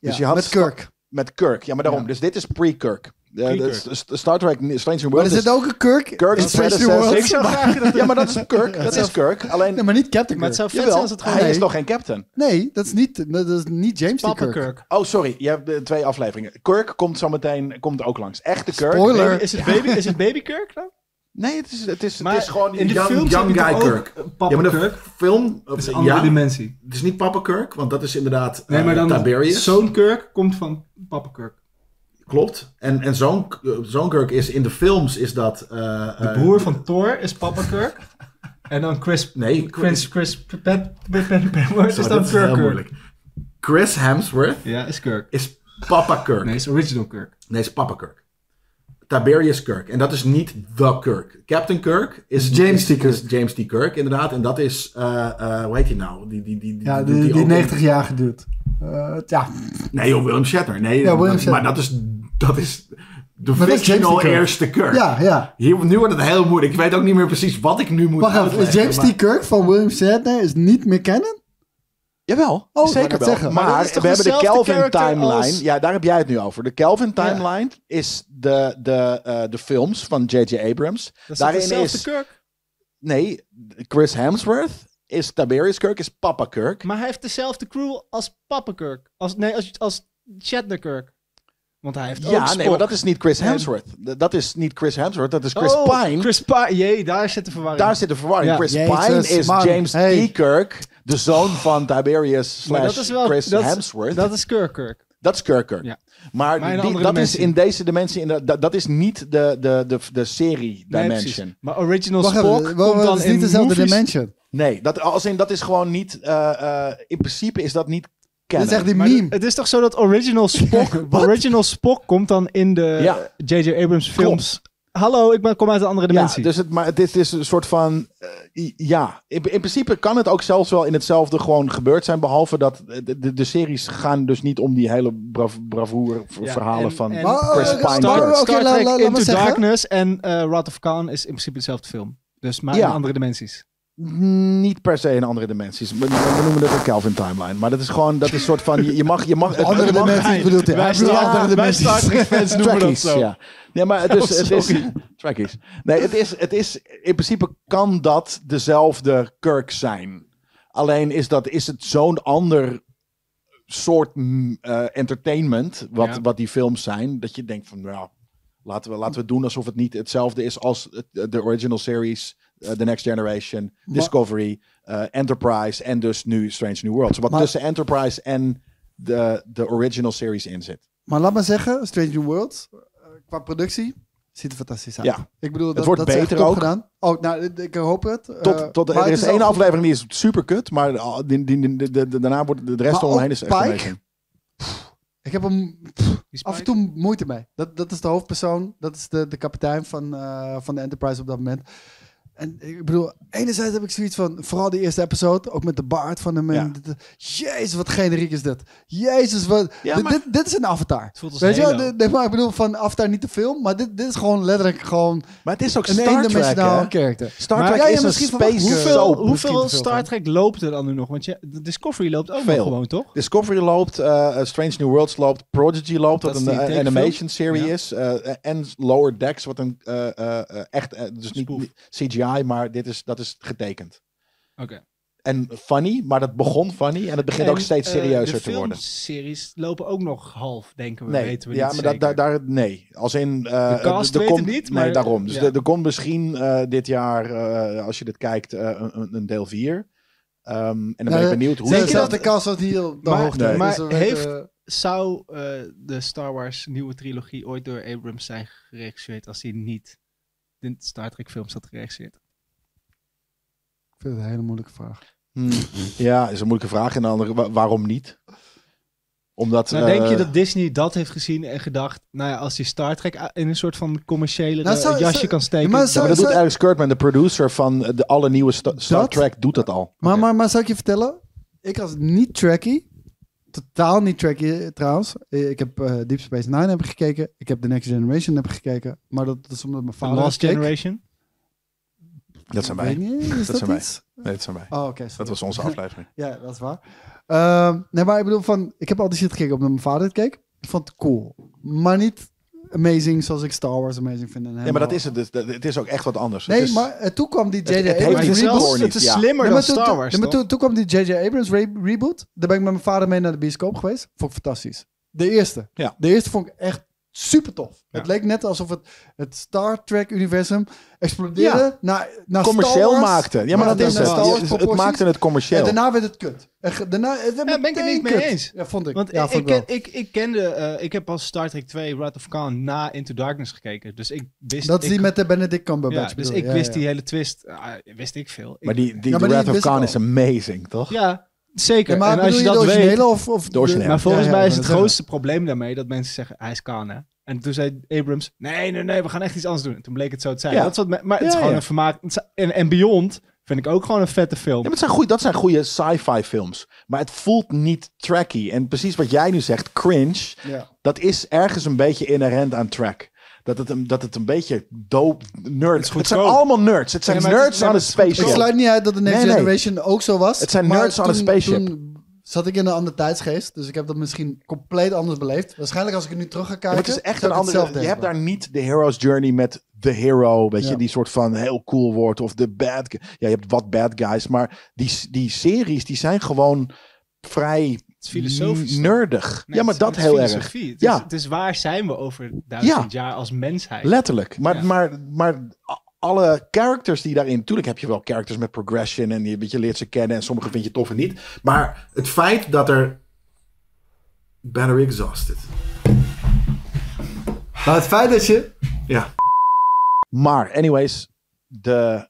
S1: Dus
S2: ja,
S1: je had
S2: met
S1: sta-
S2: Kirk.
S1: Met Kirk, ja, maar daarom.
S2: Ja.
S1: Dus dit is pre-Kirk. Eh,
S4: Pre-Kirk.
S1: de S- S- Star Trek eh, Strange New
S2: Maar er
S1: Worlds.
S2: zit
S1: is-
S2: ook een Kirk,
S1: Kirk
S2: in
S1: is
S2: Strange New
S1: predecessor.
S2: Worlds.
S1: Ik zou
S4: graag dat
S1: Ja, maar dat is Kirk. Dat is Kirk. Alleen,
S2: Nee, maar niet Captain
S4: Maar het
S2: Kirk.
S4: zou vet
S1: jawel,
S4: zijn als het gewoon...
S1: hij
S2: Nee.
S1: is nog geen captain.
S2: Nee, dat is niet, dat is niet James T.
S4: Papa
S2: Kirk.
S4: Kirk.
S1: Oh, sorry. Je hebt eh, twee afleveringen. Kirk komt zo meteen komt ook langs. Echte Kirk.
S2: Spoiler.
S4: Baby- is, het baby, is het baby Kirk dan?
S1: Nee, het is, het is,
S4: Maar
S1: het is gewoon
S4: in de films heb je toch ook Papa
S1: ja, maar de
S4: Kirk?
S1: film...
S4: Dat is een
S1: ja,
S4: andere dimensie.
S1: Het is niet Papa Kirk, want dat is inderdaad eh,
S4: Nee, maar dan
S1: Tiberius.
S4: zo'n Kirk komt van Papa Kirk.
S1: Klopt. En, en zo'n, eh, zo'n Kirk is in de films is dat... eh,
S4: De
S1: eh,
S4: broer van Thor is Papa Kirk. en dan Chris...
S1: Nee,
S4: Chris... Chris... Pet- Pet- Pet- Pet- Pet-
S1: Zo,
S4: Is
S1: dit
S4: dan
S1: is heel
S4: Kirk Kirk.
S1: moeilijk. Chris Hemsworth
S4: Ja, is Kirk.
S1: is Papa Kirk.
S4: Nee,
S1: Nee,
S4: is original Kirk.
S1: is Papa Kirk. Tiberius Kirk. En dat is niet The Kirk. Captain Kirk is
S2: James
S1: is- is James T. Kirk, inderdaad. En dat is... eh, eh, hoe heet hij nou? Die, die, die, die,
S2: Ja,
S1: doet
S2: die,
S1: die
S2: die
S1: ook
S2: 90 jaar geduurd. Eh, ja,
S1: Nee, joh, William Shatner. Nee,
S2: Ja, William
S1: dat-
S2: Shatner.
S1: Maar dat is, dat is de
S2: Maar dat is
S1: fictional
S2: James T. Kirk.
S1: eerste Kirk.
S2: ja, ja.
S1: Hier, nu wordt het heel moeilijk. Ik weet ook niet meer precies wat ik nu moet
S2: Wacht even,
S1: uitleggen,
S2: James
S1: maar-
S2: T. Kirk van William Shatner is niet meer Oh, kennen?
S1: Jawel,
S2: wou
S1: zeker
S2: net
S1: wel.
S2: zeggen.
S1: Maar,
S4: Maar dat is toch
S1: we hebben de
S4: dezelfde
S1: Kelvin
S4: character
S1: timeline.
S4: als-
S1: Ja, daar heb jij het nu over. De Kelvin timeline is de, de, eh, de films van J.J. Abrams.
S4: Dat is
S1: Daarin
S4: dezelfde
S1: is
S4: Kirk.
S1: nee, Chris Hemsworth is Tiberius Kirk, is Papa Kirk.
S4: Maar hij heeft dezelfde crew als Pappenkirk. Als, nee, als, als Shatner Kirk. Want hij heeft ook
S1: Ja, nee,
S4: Spock.
S1: maar dat is niet Chris Hemsworth. D- Dat is niet Chris Hemsworth, dat is Chris
S4: Oh,
S1: Pine.
S4: Chris Pine, jee, daar zit de verwarring.
S1: Daar zit de verwarring.
S4: Ja.
S1: Chris
S2: Jezus,
S1: Pine is
S2: man.
S1: James
S2: Hey.
S1: T. Kirk, de zoon van Tiberius
S4: Oh. Maar
S1: slash Chris
S4: dat is-
S1: Hemsworth.
S4: Dat is Kirk Kirk.
S1: Dat is Kirker.
S4: Ja.
S1: Maar,
S4: Maar in
S1: die-
S4: een andere
S1: dat is
S4: dimensie.
S1: in deze dimensie, in de- dat, dat is niet de, de, de, de serie
S4: Nee,
S1: dimension.
S4: precies. maar Original
S2: Wacht even,
S4: Spock
S2: wa- wa-
S4: komt dan
S2: het is
S4: in
S2: niet dezelfde
S4: movies.
S2: dimension.
S1: nee, dat, als in, dat is gewoon niet, eh, eh, in principe is dat niet
S2: Dit
S1: canon.
S2: is echt die
S4: Maar
S2: meme.
S4: Het is toch zo dat Original Spock,
S1: Wat?
S4: Original Spock komt dan in de
S1: Ja.
S4: J.J. Abrams films. Hallo, ik ben, kom uit een andere
S1: ja,
S4: dimensie.
S1: dus het, maar het is, het is een soort van, eh, i- ja, in, in principe kan het ook zelfs wel in hetzelfde gewoon gebeurd zijn, behalve dat eh, de, de, de series gaan dus niet om die hele brav, bravoer v-
S4: Ja,
S1: verhalen
S4: en-
S1: van
S4: en- Oh,
S2: Maar,
S1: Chris
S2: eh,
S1: Pine
S2: maar-
S1: Kirk.
S2: oké,
S4: Star Trek
S2: la- la- laat maar
S4: Into
S2: zeggen.
S4: Darkness en eh Wrath of Khan is in principe dezelfde film. Dus maar
S1: Ja.
S4: in andere dimensies.
S1: Niet per se in andere dimensies. We, we noemen dat een Calvin timeline. Maar dat is gewoon, dat is soort van, je, je mag, je mag,
S2: Andere
S1: je mag-
S2: dimensies bedoelt hij. Hij bedoelt andere dimensies.
S4: fans
S1: Trackies, ja. Nee, maar het is, het is
S4: Oh, sorry.
S1: trackies. Nee, het is, het is in principe kan dat dezelfde Kirk zijn. Alleen is dat is het zo'n ander soort mm, eh, entertainment wat,
S4: Ja.
S1: wat die films zijn dat je denkt van nou laten we laten we doen alsof het niet hetzelfde is als het- de original series, eh, The Next Generation, Discovery, eh, Enterprise en dus nu Strange New Worlds. Wat
S2: Maar-
S1: tussen Enterprise en de, de original series in zit.
S2: Maar laat maar zeggen, Strange New Worlds, eh, qua productie, ziet er fantastisch uit.
S1: Ja.
S2: Ik bedoel, dat,
S1: wordt
S2: dat is echt
S1: beter
S2: top
S1: ook.
S2: gedaan. Oh, nou, ik- ik hoop het. Eh,
S1: Tot, tot,
S2: maar
S1: er
S2: het
S1: is één
S2: ook-
S1: aflevering die is super kut, maar al- die, die, die- die- die- daarna wordt de de rest
S2: Maar
S1: omheen
S2: ook
S1: is echt
S2: Pike?
S1: amazing.
S2: Ik heb hem af en toe moeite mee. Dat, dat is de hoofdpersoon. Dat is de, de kapitein van, eh, van de Enterprise op dat moment. En ik bedoel, enerzijds heb ik zoiets van, vooral die eerste episode, ook met de baard van hem. en
S1: Ja.
S2: dit- dit- Jezus, wat generiek is dit. Jezus, wat,
S1: Ja,
S2: dit,
S1: maar-
S2: dit, dit is een avatar.
S4: voelt als
S2: Weet je, wel?
S4: Halo.
S2: Dit- dit- maar ik bedoel, van avatar niet de film, maar dit, dit is gewoon letterlijk gewoon
S1: Maar het is ook
S2: een
S1: Star Trek,
S2: eendimensionaal
S1: hè?
S2: character.
S1: Star
S4: Maar-
S1: Trek
S2: Ja, ja,
S1: is een
S2: misschien verwacht-
S1: space
S2: hoeveel-
S1: soap.
S4: hoeveel
S2: misschien te veel
S4: Star
S2: van.
S4: Trek loopt er dan nu nog? Want je, de Discovery loopt ook
S1: Veel.
S4: nog gewoon, toch?
S1: Discovery loopt, eh, eh, Strange New Worlds loopt, Prodigy loopt,
S4: Dat
S1: wat
S4: is
S1: een
S4: die
S1: eh,
S4: tekenfilm.
S1: animation serie
S4: Ja.
S1: is. eh, eh, en Lower Decks, wat een eh, eh, eh, echt, eh, dus niet,
S4: Spoof.
S1: niet CGI, maar dit is, dat is getekend.
S4: Oké.
S1: En funny, maar dat begon funny en het begint ook steeds serieuzer te worden.
S4: eh, De series lopen ook nog half, denken we.
S1: Nee,
S4: weten we
S1: ja,
S4: niet
S1: maar dat- daar,
S4: zeker.
S1: daar, nee. Als in. eh,
S4: De cast
S1: er
S4: weet
S1: komt-
S4: het niet,
S1: Nee,
S4: maar-
S1: daarom. Dus
S4: ja.
S1: de- er komt misschien eh, dit jaar, eh, als je dit kijkt, eh, een- een, een deel 4. en dan ben
S2: Nou,
S1: ik benieuwd hoe
S2: Zeker
S1: dat-
S2: dat de kast was niet op de
S4: Maar-
S2: hoogte.
S1: nee.
S2: is.
S4: maar
S2: Dus we weten-
S4: heeft- Zou eh, de Star Wars nieuwe trilogie ooit door Abrams zijn geregisseerd als hij niet de Star Trek films had geregisseerd?
S2: Ik vind het een hele moeilijke vraag.
S1: Hmm. Ja, is een moeilijke vraag. En de andere, wa- waarom niet? Omdat.
S4: Nou,
S1: eh,
S4: denk je dat Disney dat heeft gezien en gedacht, nou ja, als die Star Trek a- in een soort van commerciële eh,
S2: Nou, zou-
S4: jasje
S2: zou-
S4: kan steken.
S2: maar
S1: Ja,
S2: zou-
S1: maar dat doet
S2: zou-
S1: Alex Kurtman, de producer van eh, de alle nieuwe Sta- Star
S2: Dat?
S1: Trek, doet dat al.
S2: Maar, maar, maar zou ik je vertellen? Ik als niet trackie, totaal niet trackie eh, trouwens. Eh, Ik heb eh, Deep Space Nine heb ik gekeken. Ik heb The Next Generation heb ik gekeken. Maar dat, dat is omdat mijn
S4: van
S2: vader
S4: Last
S2: het keek.
S4: Generation.
S1: Dat zijn
S2: Weet
S1: wij.
S2: niet, is dat,
S1: zijn wij.
S2: iets?
S1: Nee, dat zijn wij.
S2: Oh, oké. sorry.
S1: Dat was onze aflevering.
S2: Ja, dat is waar. Ehm, nee, maar ik bedoel van... Ik heb al die shit gekeken omdat mijn vader het keek. Ik vond het cool. Maar niet amazing zoals ik Star Wars amazing vind.
S1: Ja, maar dat is het. dus. Dat- Het is ook echt wat anders.
S2: Nee,
S1: het is,
S2: maar eh, toen kwam die J.J.
S1: het heeft
S2: Abrams
S4: Maar het is,
S1: reboot
S4: wel-
S1: niet,
S4: het is
S1: ja.
S4: slimmer
S2: Ja,
S4: dan
S2: maar toen-
S4: Star
S2: toen-
S4: Wars,
S2: ja, maar
S4: toch?
S2: toen, toen kwam die J.J. Abrams re- reboot. Daar ben ik met mijn vader mee naar de bioscoop geweest. Vond ik fantastisch. De eerste.
S1: Ja.
S2: De eerste vond ik echt super tof.
S1: Ja.
S2: Het leek net alsof het, het Star Trek-universum explodeerde naar, naar Star
S1: commercieel
S2: Wars.
S1: maakte. Ja, maar dat
S2: naar
S1: is het.
S2: Star Wars
S1: Ja, Het
S2: proporties.
S1: maakte het
S2: En
S1: commercieel.
S2: daarna werd het kut. En ge- daarna het werd
S4: Ja, ben ik het
S2: meteen
S4: niet mee
S2: kut.
S4: eens.
S2: Ja, vond ik.
S4: Want
S2: ja,
S4: ik,
S2: vond
S4: ik,
S2: wel.
S4: ken- ik, ik kende, eh, ik heb als Star Trek 2 Wrath of Khan na Into Darkness gekeken. Dus ik wist...
S2: Dat is
S4: ik,
S2: die met de Benedict Cumberbatch.
S4: ja, dus
S2: bedoel
S4: ik
S2: Ja,
S4: wist
S2: ja.
S4: die hele twist, ah, wist ik veel. Ik-
S1: Maar die, die
S2: Ja, maar
S1: The
S2: die
S1: Wrath of
S2: wist ik
S1: Khan
S2: al.
S1: is amazing, toch?
S4: Ja, zeker.
S2: Ja, maar
S4: en als je
S2: bedoel
S4: dat
S2: de
S4: weet...
S2: originele of, of
S1: De originele.
S4: Maar volgens
S2: Ja, ja,
S4: mij
S2: ik
S4: is
S2: wou
S4: het
S2: net
S4: grootste probleem daarmee dat mensen zeggen, hij is Khan, hè? En toen zei Abrams, nee, nee, nee, we gaan echt iets anders doen. En toen bleek het zo te zijn.
S1: Ja.
S4: Dat is wat me- maar het is
S1: Ja,
S4: gewoon
S1: ja.
S4: een vermaak... het is- En, en Beyond vind ik ook gewoon een vette film.
S1: Ja, maar het zijn goeie- dat zijn goede sci-fi films. Maar het voelt niet tracky. En precies wat jij nu zegt, cringe,
S2: zeggen. Ja.
S1: dat is ergens een beetje inherent aan track. Dat het, een, dat het een beetje dope nerds. Het, zijn
S4: goedkoop.
S1: allemaal nerds. Het zijn
S4: Ja, maar het
S1: nerds
S4: is- ja,
S1: aan
S4: maar
S1: een
S4: het is goedkoop.
S2: Ik
S1: spaceship.
S2: sluit niet uit dat de Next
S1: Nee, nee.
S2: Generation ook zo was.
S1: Het zijn
S2: maar
S1: nerds on a
S2: toen-
S1: spaceship.
S2: Toen zat ik in een andere tijdsgeest. Dus ik heb dat misschien compleet anders beleefd. Waarschijnlijk als ik er nu terug ga kijken.
S1: Ja, maar het is echt
S2: zou
S1: een
S2: ik hetzelfde
S1: andere. Je hebt
S2: hebben.
S1: daar niet de hero's journey met the hero, weet
S2: Ja.
S1: je, die soort van heel cool wordt of de bad. gu- Ja, je hebt wat bad guys, maar die, die series die zijn gewoon vrij
S4: is filosofisch.
S1: n- nerdig.
S4: Nee,
S1: ja, maar
S4: het is
S1: dat
S4: gewoon
S1: heel erg.
S4: filosofie. Het
S1: Ja.
S4: is, het is waar zijn we over duizend jaar als mensheid?
S1: Letterlijk. Maar,
S4: Ja.
S1: maar, maar a- alle characters die daarin. Natuurlijk heb je wel characters met progression en je, je leert ze kennen en sommige vind je tof en niet. Maar het feit dat er. Battery exhausted.
S2: Maar het feit dat je.
S1: Ja. Maar, anyways, de,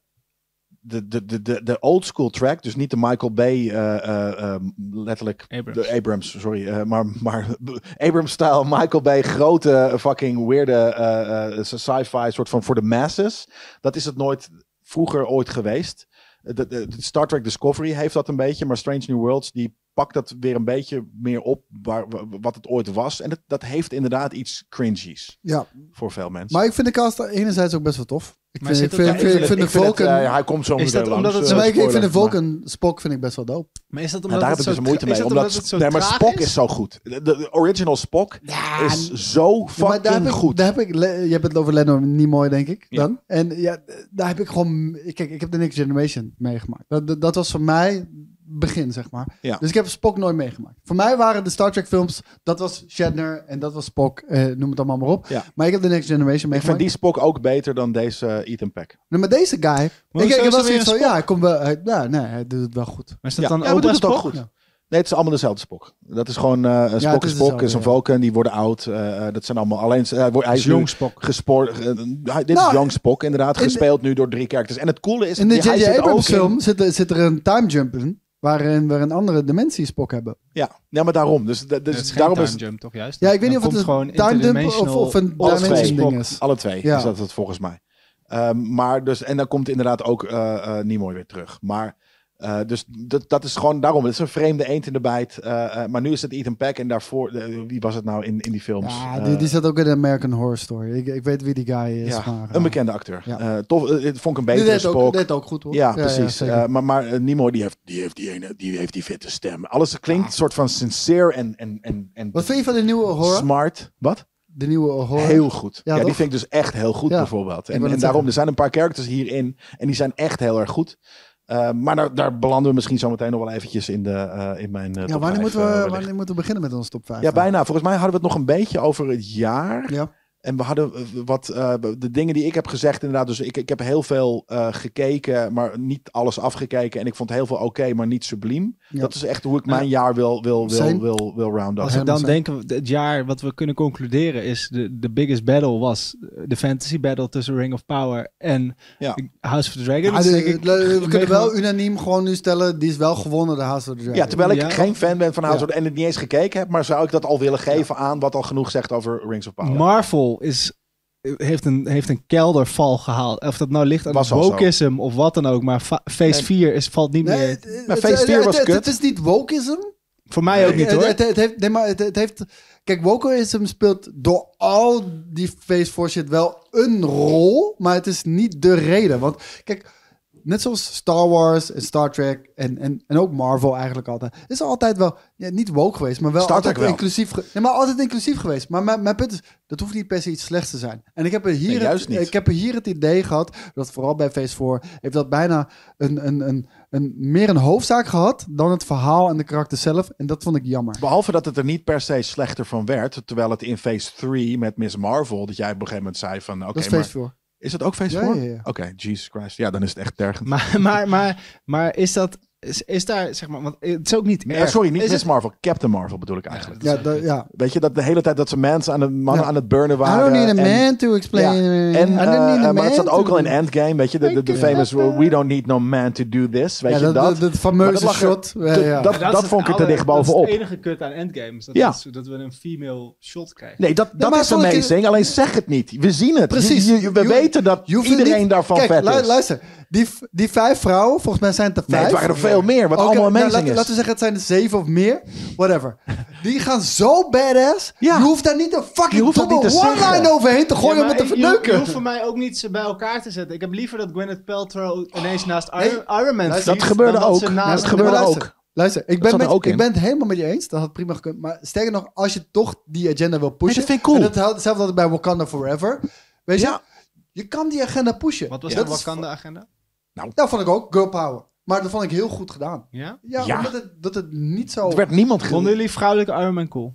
S1: de, de, de, de, de old school track, dus niet de Michael Bay, eh, eh, eh, letterlijk.
S4: Abrams.
S1: De Abrams, sorry. eh, maar maar Abrams-style, Michael Bay, grote eh, fucking weirde eh, eh, sci-fi, soort van voor de masses. Dat is het nooit vroeger ooit geweest. Eh, de- de- de Star Trek Discovery heeft dat een beetje, maar Strange New Worlds die pakt dat weer een beetje meer op waar, wa- wat het ooit was. En dat, dat heeft inderdaad iets cringies
S2: Ja,
S1: voor veel mensen.
S2: maar ik vind de cast enerzijds ook best wel tof. Ik
S4: Maar
S2: vind,
S4: zit
S2: ik
S4: het
S2: vind,
S4: daar-
S2: ik vind, ik vind de Vulcan.
S1: het, eh, hij komt zo
S4: Is dat
S1: meteen langs.
S4: omdat het
S1: eh,
S4: zo-
S2: Nee, ik- ik vind
S1: spoiler,
S2: de Vulcan Spock vind ik best wel dope.
S4: Maar is dat
S1: maar- Ja,
S4: omdat
S1: daar heb
S4: het
S1: ik dus
S4: zo
S1: moeite
S4: tra- is
S1: mee.
S4: dat
S1: Omdat,
S4: het zo
S1: nee, maar
S4: traag
S1: Spock is? zo goed. De, de original Spock is zo
S2: Ja, maar
S1: fucking
S2: daar heb ik,
S1: goed.
S2: Daar heb ik, Le- je hebt het over Lennon en Nimoy, denk ik.
S1: Ja.
S2: Dan. En ja, daar heb ik gewoon... Kijk, ik heb de Next Generation meegemaakt. Dat, dat, dat was voor mij begin, zeg maar.
S1: Ja.
S2: Dus ik heb Spock nooit meegemaakt. Voor mij waren de Star Trek films... Dat was Shatner en dat was Spock. eh, noem het allemaal maar op.
S1: Ja.
S2: Maar ik heb de Next Generation
S1: Ik vind
S2: meegemaakt.
S1: die Spock ook beter dan deze eh, Ethan Peck.
S2: Nee, maar deze guy... ik,
S4: hoezo
S2: ik
S4: is er
S2: was
S4: weer
S2: zoiets van...
S4: een
S2: Ja, hij komt wel... Hij, ja, nee, hij doet het wel goed.
S4: Maar is dat
S1: Ja,
S4: dan
S1: ja, maar
S4: ook
S1: dat
S4: een
S1: is toch
S4: Spock?
S1: goed.
S2: Ja.
S1: Nee, het is allemaal dezelfde Spock. Dat is gewoon eh een Spock
S2: het
S1: is
S2: is
S1: Spock,
S2: dezelfde,
S1: is een
S2: ja.
S1: Vulcan, die worden oud. eh, eh, dat zijn allemaal alleen... hij wordt hij is
S4: is jong
S1: nu
S4: Spock.
S1: Gespoor, eh, hij- dit
S2: Nou,
S1: is Young Spock, inderdaad.
S2: in de-
S1: gespeeld nu door drie characters. En het coole is...
S2: In de
S1: hij
S2: J.J.
S1: zit ook
S2: Abrams
S1: in-
S2: film zit, er- zit er een time jump in... waarin we een andere dimensie Spock hebben.
S1: Ja, ja, maar daarom. Dus, da- dus
S4: Het is geen
S1: daarom is
S4: time jump, toch juist?
S2: Ja, ik weet
S4: Dan
S2: niet of het
S4: komt
S2: een time
S4: gewoon
S2: jump of-
S4: interdimensional
S2: of een
S4: alles
S1: dimension
S4: twee.
S2: ding
S4: Spock.
S2: is.
S1: Alle twee
S2: Ja.
S1: is dat het volgens mij. Ehm, maar dus, en dan komt inderdaad ook eh eh Nimoy weer terug. Maar eh, dus dat, dat is gewoon daarom. Het is een vreemde eend in de bijt. Eh, eh, maar nu is het Ethan Peck en daarvoor... eh, wie was het nou in, in die films?
S2: Ja,
S1: Eh,
S2: die, die zat ook in de American Horror Story. Ik, ik weet wie die guy is.
S1: ja,
S2: maar, eh,
S1: een bekende acteur.
S2: Ja.
S1: Eh, tof, eh, het vond ik een
S2: Die
S1: betere
S2: deed ook,
S1: Spock.
S2: deed ook goed hoor.
S1: Ja, precies.
S2: zeker.
S1: Eh, maar maar eh, Nimoy, die heeft die, heeft die, ene, die heeft die fitte stem. Alles klinkt soort van sincere en, en, en, en
S2: Ah. Wat vind je van de nieuwe horror?
S1: smart. Wat?
S2: De nieuwe horror.
S1: Heel goed.
S2: Ja,
S1: Ja, die
S2: toch?
S1: vind ik dus echt heel goed
S2: Ja,
S1: bijvoorbeeld.
S2: wou
S1: En,
S2: net
S1: en daarom,
S2: zeggen.
S1: er zijn een paar characters hierin en die zijn echt heel erg goed. Eh, maar daar, daar belanden we misschien zo meteen nog wel eventjes in, de, eh, in mijn eh, top
S2: ja,
S1: vijf,
S2: wanneer moeten,
S1: eh,
S2: we,
S1: wellicht.
S2: wanneer moeten we beginnen met ons top 5?
S1: Ja, bijna. Volgens mij hadden we het nog een beetje over het jaar.
S2: Ja.
S1: En we hadden eh, wat eh, de dingen die ik heb gezegd, inderdaad. Dus ik, ik heb heel veel eh, gekeken, maar niet alles afgekeken. En ik vond heel veel oké, maar niet subliem.
S2: Ja.
S1: Dat is echt hoe ik mijn jaar wil, wil, wil,
S2: Same.
S1: wil, wil round up.
S4: Als we dan
S2: Helemaal
S4: denken, we- het jaar wat we kunnen concluderen is... de, de biggest battle was de fantasy battle tussen Ring of Power en
S1: Ja.
S4: House of the Dragon.
S2: Ja,
S4: Dus
S2: Ah, de-
S4: denk ik-
S2: le- we kunnen
S4: meegenomen-
S2: wel unaniem gewoon nu stellen, die is wel gewonnen, de House of the Dragon.
S1: Ja, terwijl ik
S4: Ja.
S1: geen fan ben van House
S2: Ja.
S1: of en het niet eens gekeken heb, maar zou ik dat al willen geven aan wat al genoeg zegt over Rings of Power.
S4: Marvel is, heeft, een, heeft een kelderval gehaald. Of dat nou ligt aan
S1: Was
S4: het
S1: al zo.
S4: wokeism of wat dan ook. Maar fa- Phase
S1: Nee.
S4: 4 is, valt niet
S2: Nee,
S4: meer...
S2: het- het-
S1: Maar
S2: het-
S1: Phase 4
S2: het-
S1: was
S2: het-
S1: kut.
S2: Het is niet wokeism.
S4: voor mij ook niet
S2: Het,
S4: hoor.
S2: het, het heeft, nee, maar het, het heeft... Kijk, wokeism speelt door al die Phase 4 shit wel een rol, maar het is niet de reden. Want kijk, net zoals Star Wars en Star Trek en, en, en ook Marvel eigenlijk altijd, is altijd wel ja, niet woke geweest, maar wel
S1: Star Trek
S2: altijd
S1: wel.
S2: inclusief. ge- nee, maar altijd inclusief geweest. Maar mijn, mijn punt is, dat hoeft niet per se iets slechts te zijn. En ik heb er hier,
S1: Nee,
S2: het,
S1: juist niet.
S2: Ik heb er hier het idee gehad dat vooral bij Phase 4 heeft dat bijna een, een, een, een, meer een hoofdzaak gehad dan het verhaal en de karakter zelf. En dat vond ik jammer.
S1: Behalve dat het er niet per se slechter van werd, terwijl het in Phase 3 met Miss Marvel, dat jij op een gegeven moment zei van, oké,
S2: dat is
S1: maar
S2: Phase 4.
S1: is het ook Phase
S2: Ja,
S1: 4?
S2: ja, ja.
S1: Oké, Jesus Christ. Ja, dan is het echt tergend.
S4: Maar, maar, maar, maar is dat... Is, is daar, zeg maar, want het is ook niet
S1: Ja,
S4: erg.
S1: eh, sorry, niet
S4: is
S1: Miss
S4: het-
S1: Marvel, Captain Marvel bedoel ik eigenlijk.
S2: Ja, dat- ja.
S1: Weet je, dat de hele tijd dat ze mensen aan het, mannen
S2: Ja.
S1: aan het burnen
S2: I
S1: waren.
S2: don't need a
S1: en-
S2: man to explain.
S1: Ja. En,
S2: I don't
S1: eh,
S2: need a
S1: eh, maar dat
S2: man
S1: zat ook
S2: to-
S1: al in Endgame, weet je, de, de, de famous We don't need no man to do this, weet
S2: Ja,
S1: je
S2: dat, dat, dat
S1: Maar
S2: fameuze
S1: dat lag er-
S2: shot. Ja,
S1: dat-
S2: ja.
S1: dat-
S4: Maar is
S1: vond ik er
S4: het
S1: te dicht bovenop.
S4: Dat is het enige kut aan Endgames. Dat,
S1: Ja.
S4: is, dat we een female shot krijgen.
S1: Nee, dat, dat
S2: maar
S1: is
S2: vond ik-
S1: amazing. Alleen zeg het niet. We zien het.
S2: Precies.
S1: Je- je- we
S2: Je-
S1: weten dat
S2: je hoeft het
S1: iedereen
S2: niet-
S1: daarvan
S2: Kijk,
S1: vet
S2: lu-
S1: is.
S2: luister, die, v- die vijf vrouwen, volgens mij zijn het er vijf.
S1: nee, het waren er veel meer. Wat
S2: Oké,
S1: allemaal
S2: nou,
S1: amazing
S2: laten-
S1: is.
S2: Laten we zeggen, het zijn er zeven of meer. Whatever. Die gaan zo badass.
S1: Ja.
S2: Je hoeft daar niet een
S1: Je
S2: fucking
S1: hoeft dat
S2: domme
S1: niet te
S2: one-line
S1: zeggen.
S2: overheen te gooien
S4: Ja,
S2: om
S4: maar
S2: het te
S4: je- Je,
S2: verneuken.
S4: hoeft voor mij ook niet ze bij elkaar te zetten. Ik heb liever dat Gwyneth Paltrow ineens naast
S2: Nee.
S4: Iron, Iron Man
S2: Dat
S4: vliegt,
S1: Oh. gebeurde
S4: dan dat
S1: ook.
S4: ze naast-
S1: Dat gebeurde
S2: Maar
S1: ook.
S2: luister, Luister, ik ben,
S1: zat er
S2: met-
S1: ook
S2: ik
S1: in.
S2: ben het helemaal met je eens. Dat had prima gekund. Maar sterker nog, als je toch die agenda wil pushen.
S1: dat vind ik cool.
S2: En dat houdt hetzelfde altijd bij Wakanda Forever. Weet je,
S1: Ja.
S2: je kan die agenda pushen.
S4: Wat was
S2: dat
S4: de
S2: is-
S4: Wakanda-agenda?
S2: Dat vond ik ook, girl power. Maar dat vond ik heel goed gedaan.
S4: Ja?
S2: Ja,
S1: Ja.
S2: Omdat het, dat het niet zo...
S1: Er werd niemand
S4: Vonden
S1: ge...
S4: jullie vrouwelijke arm en cool?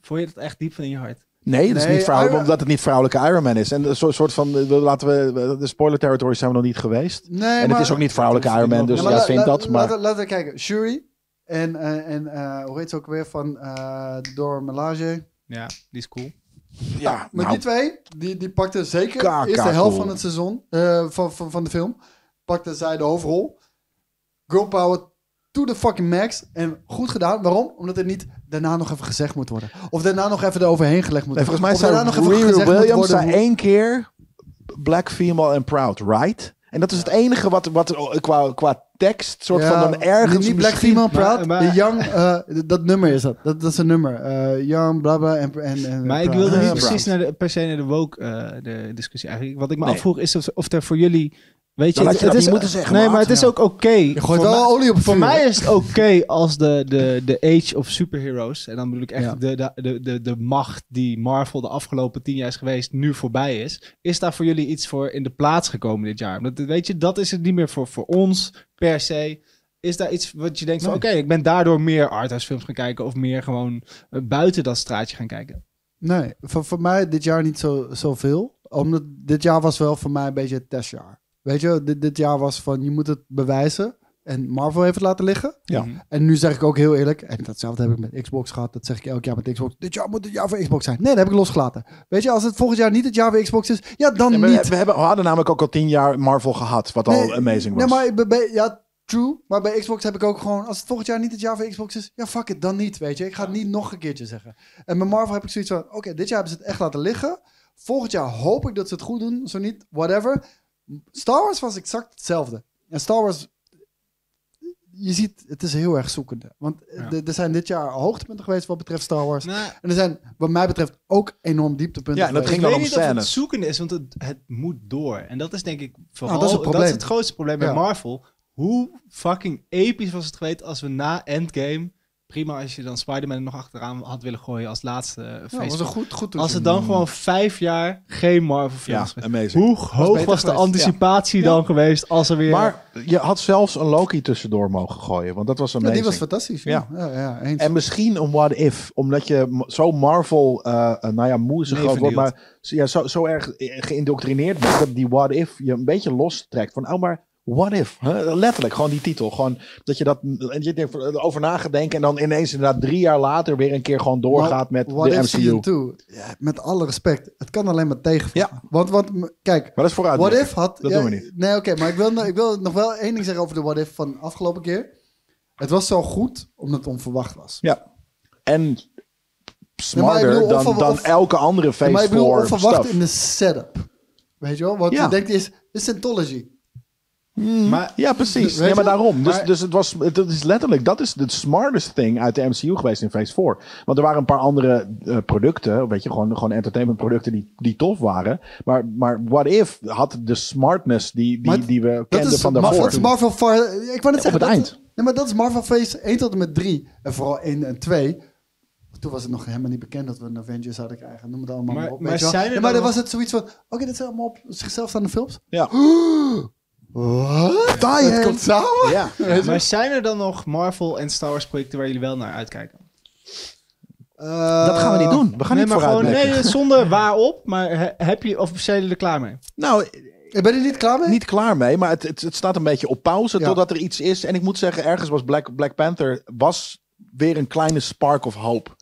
S4: Vond je dat echt diep van in je hart?
S1: Nee, dat is
S2: Nee,
S1: niet vrouwelijk,
S2: Iron-
S1: omdat het niet vrouwelijke Iron Man is. En een soort soort van, eh, laten we, de spoiler territory zijn we nog niet geweest.
S2: Nee,
S1: en
S2: maar-
S1: het is ook niet vrouwelijke Iron Man, dus
S2: maar
S1: ja,
S2: la-
S1: vind
S2: la-
S1: dat. Maar
S2: Laten, laten we kijken. Shuri en, eh, en eh, hoe heet ze ook weer van eh, door Melage.
S4: Ja, die is cool.
S1: ja,
S2: Maar
S1: nou,
S2: die twee, die, die pakten zeker
S1: Kaka
S2: eerst de helft
S1: cool.
S2: van het seizoen, eh, van, van, van de film, pakten zij de hoofdrol. Girl power to the fucking max. En goed gedaan. Waarom? Omdat het niet daarna nog even gezegd moet worden. Of daarna nog even eroverheen gelegd moet
S1: nee,
S2: worden.
S1: volgens mij
S2: of daarna
S1: zei
S2: nog even gezegd
S1: Riri
S2: moet
S1: Williams
S2: worden
S1: zei
S2: hoe-
S1: één keer black female and proud, right? En dat is het enige wat, wat eh, qua, qua tekst soort
S2: Ja,
S1: van dan ergens
S2: Niet Black
S1: misschien-
S2: Female
S4: maar-
S2: Proud.
S4: maar-
S2: de young, eh, d- dat nummer is dat. Dat, dat is een nummer. Eh, young, bla bla. En, en, en,
S4: Maar ik
S2: proud.
S4: wilde
S1: Ja,
S4: niet
S1: Brown.
S4: precies naar de, per se naar de woke eh, de discussie eigenlijk. Wat ik me
S1: Nee.
S4: afvroeg is of, of er voor jullie... Weet je,
S1: Dan had je dat
S4: is,
S1: niet moeten zeggen,
S4: nee,
S1: maat.
S4: maar het is
S1: Ja.
S4: ook oké.
S2: Je gooit wel
S4: voor mij-
S2: olie op het
S4: Voor
S2: vuur.
S4: mij is het oké als de, de, de age of superheroes, en dan bedoel ik echt
S2: Ja.
S4: de, de, de, de, de macht die Marvel de afgelopen tien jaar is geweest, nu voorbij is. Is daar voor jullie iets voor in de plaats gekomen dit jaar? Omdat, weet je, dat is het niet meer voor, voor ons per se. Is daar iets wat je denkt van, oké, ik ben daardoor meer arthouse films gaan kijken of meer gewoon eh, buiten dat straatje gaan kijken?
S2: Nee, voor, voor mij dit jaar niet zo- zoveel. omdat dit jaar was wel voor mij een beetje het testjaar. Weet je, dit, dit jaar was van je moet het bewijzen. En Marvel heeft het laten liggen.
S1: Ja.
S4: Mhm.
S2: En nu zeg ik ook heel eerlijk, en datzelfde heb ik met Xbox gehad. Dat zeg ik elk jaar met Xbox. Dit jaar moet het jaar voor Xbox zijn. Nee, dat heb ik losgelaten. Weet je, als het volgend jaar niet het jaar voor Xbox is, ja, dan
S1: Nee, maar
S2: niet.
S1: We, we hebben, we hadden namelijk ook al tien jaar Marvel gehad, wat al
S2: Nee,
S1: amazing was.
S2: Nee, maar bij- bij, ja, true. Maar bij Xbox heb ik ook gewoon... Als het volgend jaar niet het jaar voor Xbox is... Ja, fuck it, dan niet, weet je. Ik ga het niet nog een keertje zeggen. En met Marvel heb ik zoiets van... Oké, dit jaar hebben ze het echt laten liggen. Volgend jaar hoop ik dat ze het goed doen. Zo niet, whatever. Star Wars was exact hetzelfde. En Star Wars... Je ziet, het is heel erg zoekende. Want eh,
S4: Ja.
S2: er- er zijn dit jaar hoogtepunten geweest wat betreft Star Wars.
S4: Nou,
S2: En er zijn, wat mij betreft, ook enorm dieptepunten
S1: Ja, en dat
S2: geweest.
S1: ging
S4: ik
S1: dan
S4: weet
S1: om
S4: niet of het
S1: scènes.
S4: zoekende is, want het, het moet door. En dat is denk ik vooral
S2: Ah, dat is het probleem.
S4: grootste probleem
S2: Ja.
S4: bij Marvel. Hoe fucking episch was het geweest als we na Endgame... Prima als je dan Spider-Man er nog achteraan had willen gooien als laatste eh,
S2: Ja, was
S4: face.
S2: een goed, goed
S4: als het dan gewoon vijf jaar geen Marvel
S1: ja,
S4: films was.
S1: amazing.
S4: Hoe hoog was,
S2: beter
S4: de
S2: geweest,
S4: anticipatie dan geweest als er weer...
S1: Maar je had zelfs een Loki tussendoor mogen gooien, want dat was
S2: Ja,
S1: amazing.
S2: die was fantastisch. Ja, ja. ja, eens.
S1: en misschien een what if, omdat je m- zo Marvel, eh, eh, nou ja, moe is een groot woord,
S4: Levendeeld.
S1: maar zo- ja, zo, zo erg eh, geïndoctrineerd bent dat die what if je een beetje lostrekt van, oh maar what if, hè? letterlijk, gewoon die titel, gewoon dat je dat en je denkt van, eh, over na gaat denken en dan ineens inderdaad drie jaar later weer een keer gewoon doorgaat met
S2: What
S1: de
S2: If
S1: MCU.
S2: Season 2, ja, met alle respect, het kan alleen maar tegenvallen.
S1: Ja.
S2: Want, want m- kijk,
S1: Maar dat is vooruit.
S2: What If had...
S1: Dat
S2: ja,
S1: doen we niet.
S2: Nee, oké, maar ik wil, ik wil nog wel één ding zeggen over de What If van afgelopen keer. Het was zo goed, omdat het onverwacht was.
S1: Ja. En smarter
S2: bedoel,
S1: dan,
S2: onverwa-
S1: dan
S2: of-
S1: elke andere
S2: Ja,
S1: face
S2: maar ik bedoel,
S1: voor
S2: onverwacht
S1: stuff.
S2: in de setup. Weet je wel? Want
S1: Ja.
S2: je denkt, is, is Scientology.
S4: maar
S2: Mm,
S1: Ja, precies.
S2: Weet
S1: Nee, maar
S2: je?
S1: daarom. Dus,
S2: Maar-
S1: dus het was, het is letterlijk, dat is de smartest thing uit de MCU geweest in Phase 4. Want er waren een paar andere eh, producten, weet je, gewoon, gewoon entertainment producten die, die tof waren. Maar, maar What If had de smartness die, die,
S2: Maar
S1: die we
S2: Dat
S1: kenden
S2: is,
S1: van
S2: maar
S1: daarvoor.
S2: dat is Marvel Far... Ik wou net zeggen...
S1: het
S2: dat-
S1: eind.
S2: Nee, maar dat is Marvel Phase 1 tot en met 3. En vooral 1 en 2. Toen was het nog helemaal niet bekend dat we een Avengers zouden krijgen. Noem het allemaal
S4: Maar-
S2: maar op.
S4: maar
S2: weet je wel.
S4: zijn er
S2: Nee, maar
S4: dan
S2: dan was het zoiets van... Oké, dit zijn allemaal op zichzelf staande films.
S1: Ja.
S2: Wat? Dat komt samen?
S1: Ja.
S4: maar zijn er dan nog Marvel en Star Wars projecten waar jullie wel naar uitkijken?
S1: Dat gaan
S2: Eh,
S1: we niet doen. We gaan
S4: nee,
S1: niet
S4: maar
S1: vooruit.
S4: gewoon,
S1: blikken.
S4: nee, zonder waarop, maar he- heb je, of zijn jullie er klaar mee?
S1: Nou,
S2: Ik Eh, ben je niet klaar mee?
S1: niet klaar mee, maar het, het, het staat een beetje op pauze
S2: Ja.
S1: totdat er iets is. En ik moet zeggen, ergens was Black, Black Panther was weer een kleine spark of hoop.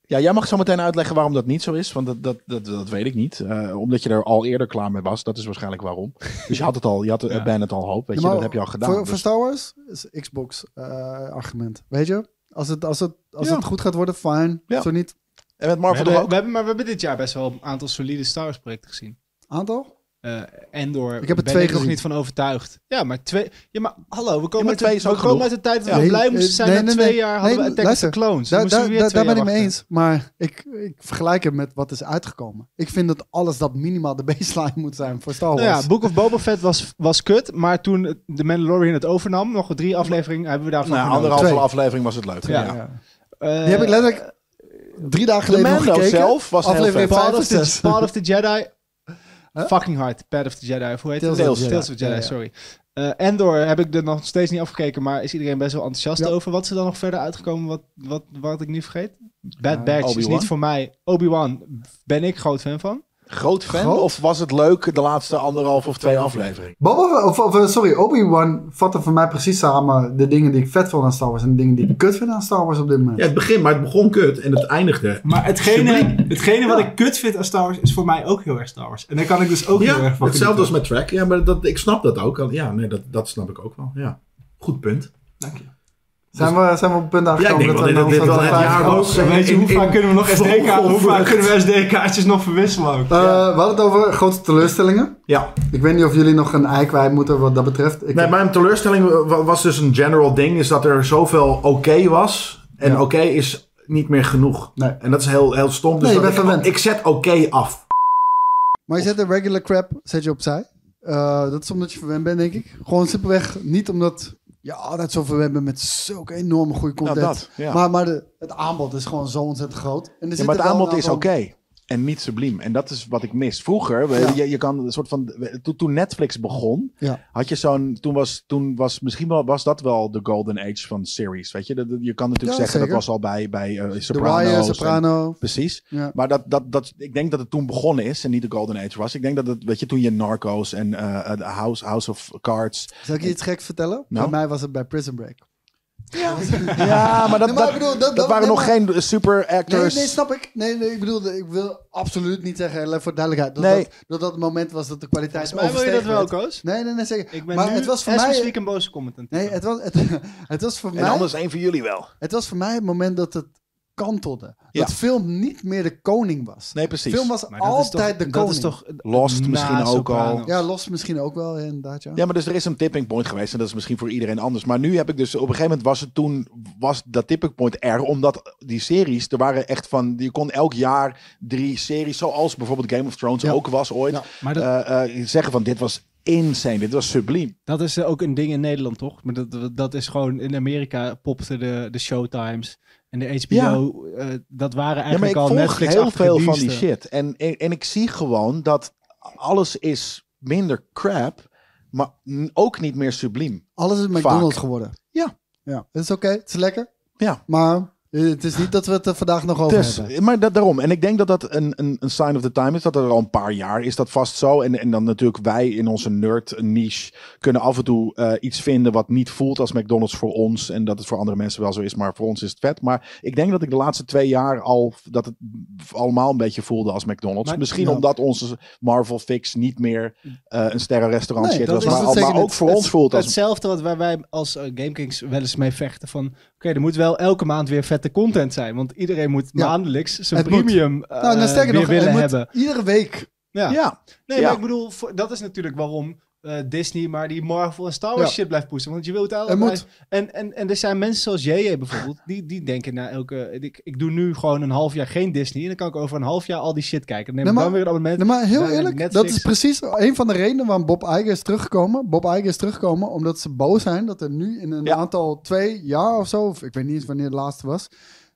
S1: Ja, jij mag zo meteen uitleggen waarom dat niet zo is, want dat, dat, dat, dat weet ik niet. Eh, omdat je er al eerder klaar mee was, dat is waarschijnlijk waarom. Dus je had het al, je had het,
S4: Ja.
S1: Ben het al hoop, weet je,
S2: Maar
S1: dat heb je al gedaan.
S2: Voor,
S1: Dus-
S2: voor Star Wars is Xbox eh, argument. Weet je? Als het, als het, als
S1: Ja.
S2: het goed gaat worden, fijn.
S1: Ja.
S2: Zo niet.
S1: en met
S4: We
S1: Marvel toch
S4: hebben,
S1: ook?
S4: we hebben, maar we hebben dit jaar best wel een aantal solide Star Wars projecten gezien.
S2: Aantal?
S4: eh Endor
S2: Ik heb er
S4: ben
S2: twee
S4: ik nog
S2: gezien.
S4: niet van overtuigd. Ja, maar twee... Ja, maar hallo, we komen,
S1: maar
S4: uit,
S1: twee is
S4: de,
S1: ook
S4: we komen
S1: genoeg.
S4: uit de tijd dat
S2: Ja.
S4: we
S2: Nee,
S4: blij moesten
S2: eh,
S4: zijn.
S2: nee,
S4: Na
S2: nee,
S4: twee
S2: nee.
S4: jaar hadden
S2: Nee,
S4: we Attack
S2: luister.
S4: of the Clones.
S2: Daar,
S4: Moesten we
S2: daar,
S4: weer
S2: daar,
S4: twee
S2: daar ben
S4: jaar
S2: ik mee
S4: wachten.
S2: eens. Maar ik, ik vergelijk het met wat is uitgekomen. Ik vind dat alles dat minimaal de baseline moet zijn voor Star Wars.
S4: Nou ja, Book of Boba Fett was, was kut, maar toen het- de Mandalorian het overnam, nog drie afleveringen, hebben we daarvan
S1: Nou,
S4: genoten.
S1: anderhalve
S2: Twee.
S1: aflevering was het leuk.
S4: Ja.
S1: Ja.
S4: Eh,
S2: Die heb ik letterlijk drie dagen
S1: De
S2: geleden nog
S1: Mando
S2: gekeken.
S1: zelf was heel
S2: aflevering
S1: vet.
S2: vijf
S4: Path
S2: of
S4: of, the,
S2: zes.
S4: Path of the Jedi.
S2: Huh?
S4: Fucking hard. Path of the Jedi. Of hoe heet
S2: Tales
S4: het?
S1: of the Jedi.
S4: Tales of the Jedi,
S2: Ja, ja.
S4: sorry. Eh, Endor heb ik er nog steeds niet afgekeken, maar is iedereen best wel enthousiast
S2: Ja.
S4: over. Wat is er dan nog verder uitgekomen wat, wat, wat ik nu vergeet? Bad
S2: Ja,
S4: Batch is
S1: Obi-Wan.
S4: niet voor mij. Obi-Wan ben ik groot fan van.
S1: Groot fan?
S2: Groot?
S1: Of was het leuk de laatste anderhalf of twee afleveringen?
S2: Boba, of, of, eh, sorry, Obi-Wan vatte voor mij precies samen de dingen die ik vet vond aan Star Wars en de dingen die ik kut vind aan Star Wars op dit moment.
S7: Ja, het begin, maar het begon kut en het eindigde.
S8: Maar hetgene, hetgene wat ik kut vind aan Star Wars is voor mij ook heel erg Star Wars. En daar kan ik dus ook heel
S7: Ja,
S8: erg van
S7: hetzelfde als
S8: genieten.
S7: met Track. Ja, maar dat, ik snap dat ook. Ja, nee, dat, dat snap ik ook wel. Ja, goed punt.
S8: Dank je.
S2: Zijn, we, zijn we op het punt
S7: Ja, ik
S2: aangekomen
S7: denk wel dat dit
S2: naar
S7: wel
S2: onze
S7: het jaar
S2: vijf-
S7: was.
S8: En weet je,
S7: In-
S8: hoe vaak
S7: in-
S8: kunnen we nog
S7: vol-
S8: SD-kaartjes hoe vaak
S7: volvlucht.
S8: kunnen we SD-kaartjes nog verwisselen ook?
S2: Eh, We hadden het over grote teleurstellingen.
S7: Ja,
S2: Ik weet niet of jullie nog een ei kwijt moeten wat dat betreft. Ik
S7: nee, mijn teleurstelling wa- was dus een general ding. Is dat er zoveel oké was. En
S2: Ja.
S7: oké is niet meer genoeg.
S2: Nee.
S7: En dat is heel, heel stom. Dus
S2: Nee, je
S7: dat
S2: bent
S7: ik,
S2: verwend.
S7: ik zet oké af.
S2: Maar je zet de regular crap zet je opzij. Eh, dat is omdat je verwend bent, denk ik. Gewoon simpelweg niet omdat je altijd zo verwend bent met zulke enorme goede content.
S1: Nou, dat, ja.
S2: Maar, maar de, het aanbod is gewoon zo ontzettend groot. En er
S1: Ja, maar het
S2: zitten wel
S1: aanbod
S2: een
S1: is oké.
S2: aantal-
S1: En niet subliem. En dat is wat ik mis. Vroeger, we-
S2: Ja.
S1: je, je kan een soort van. we- Toen, toen Netflix begon,
S2: Ja.
S1: had je zo'n. Toen was, toen was misschien wel, was dat wel de golden age van series. Weet je, Dat- dat- je kan natuurlijk
S2: Ja,
S1: zeggen
S2: zeker.
S1: dat was al bij, bij eh
S2: The
S1: Soprano's
S2: Wire,
S1: en-
S2: Soprano.
S1: Precies.
S2: Ja.
S1: Maar dat, dat, dat, ik denk dat het toen begonnen is en niet de Golden Age was. Ik denk dat het, weet je, toen je Narcos en eh, eh, House, House of Cards.
S2: Zal ik je iets geks vertellen?
S1: Nou?
S2: Bij mij was het bij Prison Break.
S1: Ja, maar dat,
S2: Nee, maar
S1: dat,
S2: ik bedoel, dat-
S1: dat
S2: dat-
S1: waren
S2: nee,
S1: nog
S2: maar-
S1: geen super
S2: Nee, nee,
S1: actors.
S2: snap ik. Nee, nee, ik bedoel, ik wil absoluut niet zeggen, let voor duidelijkheid, dat
S1: Nee.
S2: dat, dat dat het moment was dat de kwaliteit
S4: Maar wil je dat
S2: overstegen
S4: wel,
S2: werd.
S4: Koos?
S2: Nee, nee, nee, zeker.
S4: Ik ben
S2: maar
S4: nu
S2: het was voor
S4: as we
S2: mij...
S4: speak een boze comment aan het
S2: Nee,
S4: doen.
S2: het was, het, het was voor
S1: En
S2: mij...
S1: anders één van jullie wel.
S2: Het was voor mij het moment dat het kantelde.
S1: Ja.
S2: Dat film niet meer de koning was.
S1: Nee, precies.
S2: Film was
S4: Maar dat is toch-
S2: altijd de koning.
S4: Dat is toch... Nou,
S1: Lost
S4: na
S1: misschien ook
S4: Sopranos.
S1: al.
S2: Ja, los misschien ook wel, inderdaad. Ja.
S1: Ja, maar dus er is een tipping point geweest en dat is misschien voor iedereen anders. Maar nu heb ik dus op een gegeven moment was het toen was dat tipping point er, omdat die series er waren echt van je kon elk jaar drie series, zoals bijvoorbeeld Game of Thrones
S2: Ja.
S1: ook was ooit,
S2: Ja.
S4: Maar dat-
S1: eh, eh, zeggen van dit was insane, dit was subliem.
S4: Dat is eh, ook een ding in Nederland, toch? Maar dat- dat, dat is gewoon... In Amerika popten de, de Showtimes en de HBO. eh, dat waren
S1: Ja, maar
S4: eigenlijk
S1: ik
S4: al
S1: volg
S4: Netflix
S1: heel veel van die shit en, en en ik zie gewoon dat alles is minder crap, maar n- ook niet meer subliem.
S2: Alles is McDonald's geworden.
S1: Ja.
S2: ja. Het is oké, het is lekker.
S1: Ja.
S2: Maar eh, het is niet dat we het er vandaag nog over
S1: Dus,
S2: hebben.
S1: maar dat, daarom. En ik denk dat dat een, een, een sign of the time is. Dat er al een paar jaar is dat vast zo. En, en dan natuurlijk wij in onze nerd niche kunnen af en toe eh, iets vinden wat niet voelt als McDonald's voor ons. En dat het voor andere mensen wel zo is, maar voor ons is het vet. Maar ik denk dat ik de laatste twee jaar al dat het allemaal een beetje voelde als McDonald's.
S4: Maar-
S1: Misschien
S2: ja.
S1: omdat onze Marvel fix niet meer eh, een sterrenrestaurant
S2: Nee,
S1: shit
S2: dat
S1: was.
S4: dus
S2: is
S1: Maar,
S2: het
S1: al-
S2: zeker
S1: maar ook
S2: niet.
S1: voor
S4: Het-
S1: ons voelt als...
S4: Hetzelfde wat waar wij als eh, GameKings wel eens mee vechten van... Oké, er moet wel elke maand weer vette content zijn. Want iedereen moet
S2: Ja.
S4: maandelijks zijn
S2: Het moet.
S4: premium eh
S2: nou, nou, sterker
S4: weer
S2: nog,
S4: willen
S2: het moet
S4: hebben.
S2: iedere week.
S4: Ja.
S1: Ja,
S4: Nee,
S1: Ja.
S4: maar ik bedoel, voor- dat is natuurlijk waarom eh, Disney maar die Marvel en Star Wars
S2: Ja.
S4: shit blijft pushen. Want je wilt
S2: Het
S4: allemaal...
S2: moet.
S4: En, en, en er zijn mensen zoals JJ bijvoorbeeld, die, die denken na elke... Ik, ik doe nu gewoon een half jaar geen Disney en dan kan ik over een half jaar al die shit kijken. Dan neem
S2: Nee,
S4: ik
S2: maar-
S4: dan weer een abonnement.
S2: Nee, maar heel
S4: Ja,
S2: eerlijk,
S4: Netflix.
S2: dat is precies een van de redenen waarom Bob Iger is teruggekomen. Bob Iger is teruggekomen omdat ze boos zijn dat er nu in een
S1: Ja.
S2: aantal twee jaar of zo, of ik weet niet eens wanneer het laatste was,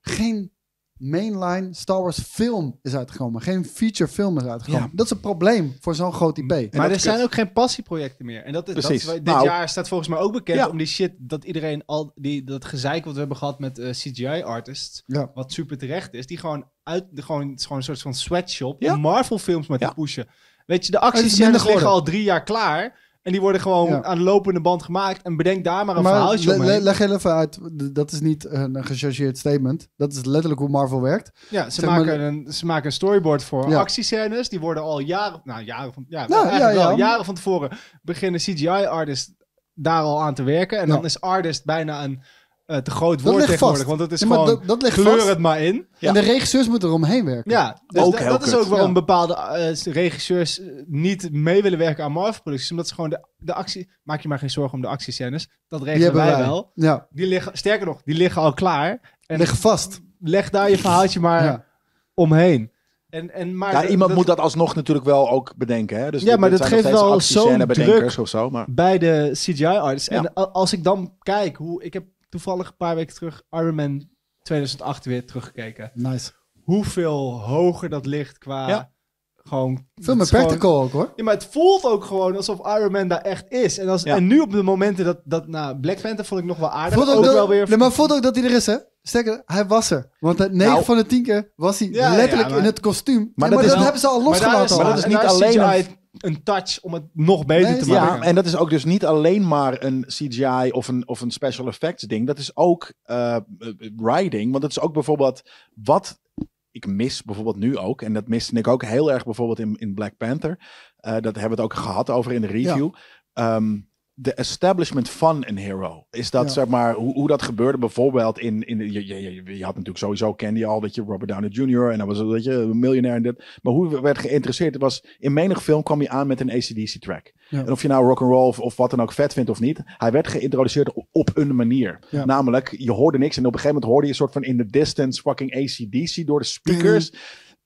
S2: geen mainline Star Wars film is uitgekomen. Geen feature film is uitgekomen. Dat is een probleem voor zo'n groot IP.
S4: maar er zijn ook geen passieprojecten meer. En dat is, dat is
S1: Precies.
S4: wat- dit
S1: Nou.
S4: jaar staat volgens mij ook bekend
S1: Ja.
S4: om die shit dat iedereen al die dat gezeik wat we hebben gehad met eh, CGI artists,
S2: Ja.
S4: wat super terecht is, die gewoon uit de gewoon het is gewoon een soort van sweatshop
S1: Ja.
S4: om Marvel films maar
S1: Ja.
S4: te pushen. Weet je, de
S2: Oh, minder
S4: actiescènes liggen
S2: geworden.
S4: al drie jaar klaar en die worden gewoon
S2: Ja.
S4: aan de lopende band gemaakt en bedenk daar maar een
S2: Maar
S4: verhaaltje
S2: le- le-
S4: omheen.
S2: leg heel even uit, D- dat is niet een gechargeerd statement. Dat is letterlijk hoe Marvel werkt.
S4: Ja, ze
S2: zeg maar-
S4: maken een ze maken een storyboard voor
S2: Ja.
S4: actiescènes, die worden al jaren, nou jaren van ja,
S2: Ja,
S4: eigenlijk
S2: ja,
S4: wel,
S2: ja.
S4: jaren van tevoren beginnen CGI artists daar al aan te werken en
S2: Ja.
S4: dan is artist bijna een eh, eh, te groot
S2: Dat
S4: woord
S2: ligt
S4: tegenwoordig.
S2: vast.
S4: Want dat is
S2: Ja, maar
S4: gewoon,
S2: dat- dat ligt
S4: kleur
S2: vast.
S4: het maar in.
S2: En de regisseurs moeten eromheen werken.
S4: Ja, dus
S1: Ook
S4: da-
S1: heel
S4: dat is
S1: kut.
S4: ook waarom
S2: Ja.
S4: bepaalde eh, regisseurs eh, niet mee willen werken aan Marvel-producties. Omdat ze gewoon de, de actie... Maak je maar geen zorgen om de actiescènes. Dat
S2: Die
S4: regelen
S2: hebben
S4: wij,
S2: wij.
S4: wel.
S2: Ja,
S4: Die liggen, sterker nog, die liggen al klaar. En
S2: liggen vast.
S4: leg daar je verhaaltje maar
S2: Ja.
S4: omheen. En, en, maar
S1: Ja,
S4: dat-
S1: iemand
S4: dat-
S1: moet dat alsnog natuurlijk wel ook bedenken. Hè? Dus
S4: Ja, maar dat
S1: zijn nog
S4: geeft
S1: steeds
S4: wel
S1: actiescènebedenkers
S4: zo'n
S1: of zo. Maar
S4: bij de CGI-artists.
S1: Ja.
S4: En a- als ik dan kijk hoe... Ik heb toevallig een paar weken terug Iron Man 2008 weer teruggekeken.
S2: Nice.
S4: Hoeveel hoger dat ligt qua...
S1: Ja.
S4: Gewoon,
S2: Veel
S4: het
S2: meer
S4: is gewoon-
S2: practical ook hoor.
S4: Ja, maar het voelt ook gewoon alsof Iron Man daar echt is. En, als,
S1: Ja.
S4: en nu op de momenten dat, dat nou, Black Panther vond ik nog wel aardig.
S2: Voelt ook
S4: ook
S2: dat,
S4: wel weer.
S2: nee, maar voelt ook dat hij er is hè. Sterker, hij was er. Want 9
S1: Nou.
S2: van de 10 keer was hij
S4: Ja,
S2: letterlijk
S4: ja, maar-
S2: in het kostuum. Ja, Maar,
S1: dat
S2: dat,
S1: is wel-
S2: hebben ze al
S4: maar daar is,
S2: losgelaten. al.
S1: maar dat is niet
S4: daar
S1: alleen
S4: CGI een touch om het nog beter
S2: Nee,
S4: te
S2: is-
S1: ja,
S4: maken.
S1: en dat is ook dus niet alleen maar een CGI of een, of een special effects ding. Dat is ook eh, eh, writing. Want dat is ook bijvoorbeeld wat ik mis, bijvoorbeeld nu ook. En dat miste ik ook heel erg bijvoorbeeld in, in Black Panther. Eh, dat hebben we het ook gehad over in de review. Ehm, de establishment van een hero. Is dat
S2: Ja.
S1: zeg maar hoe, hoe dat gebeurde bijvoorbeeld in. in de- je, je, je, je had natuurlijk sowieso Candy al, dat je Robert Downey Jr. en dan was het, weet je, een miljonair en dit. Maar hoe we- werd geïnteresseerd was. In menig film kwam je aan met een ACDC track.
S2: Ja.
S1: En of je nou rock'n'roll of, of wat dan ook vet vindt of niet. Hij werd geïntroduceerd op, op een manier.
S2: Ja.
S1: Namelijk, je hoorde niks en op een gegeven moment hoorde je een soort van in the distance fucking ACDC door de speakers.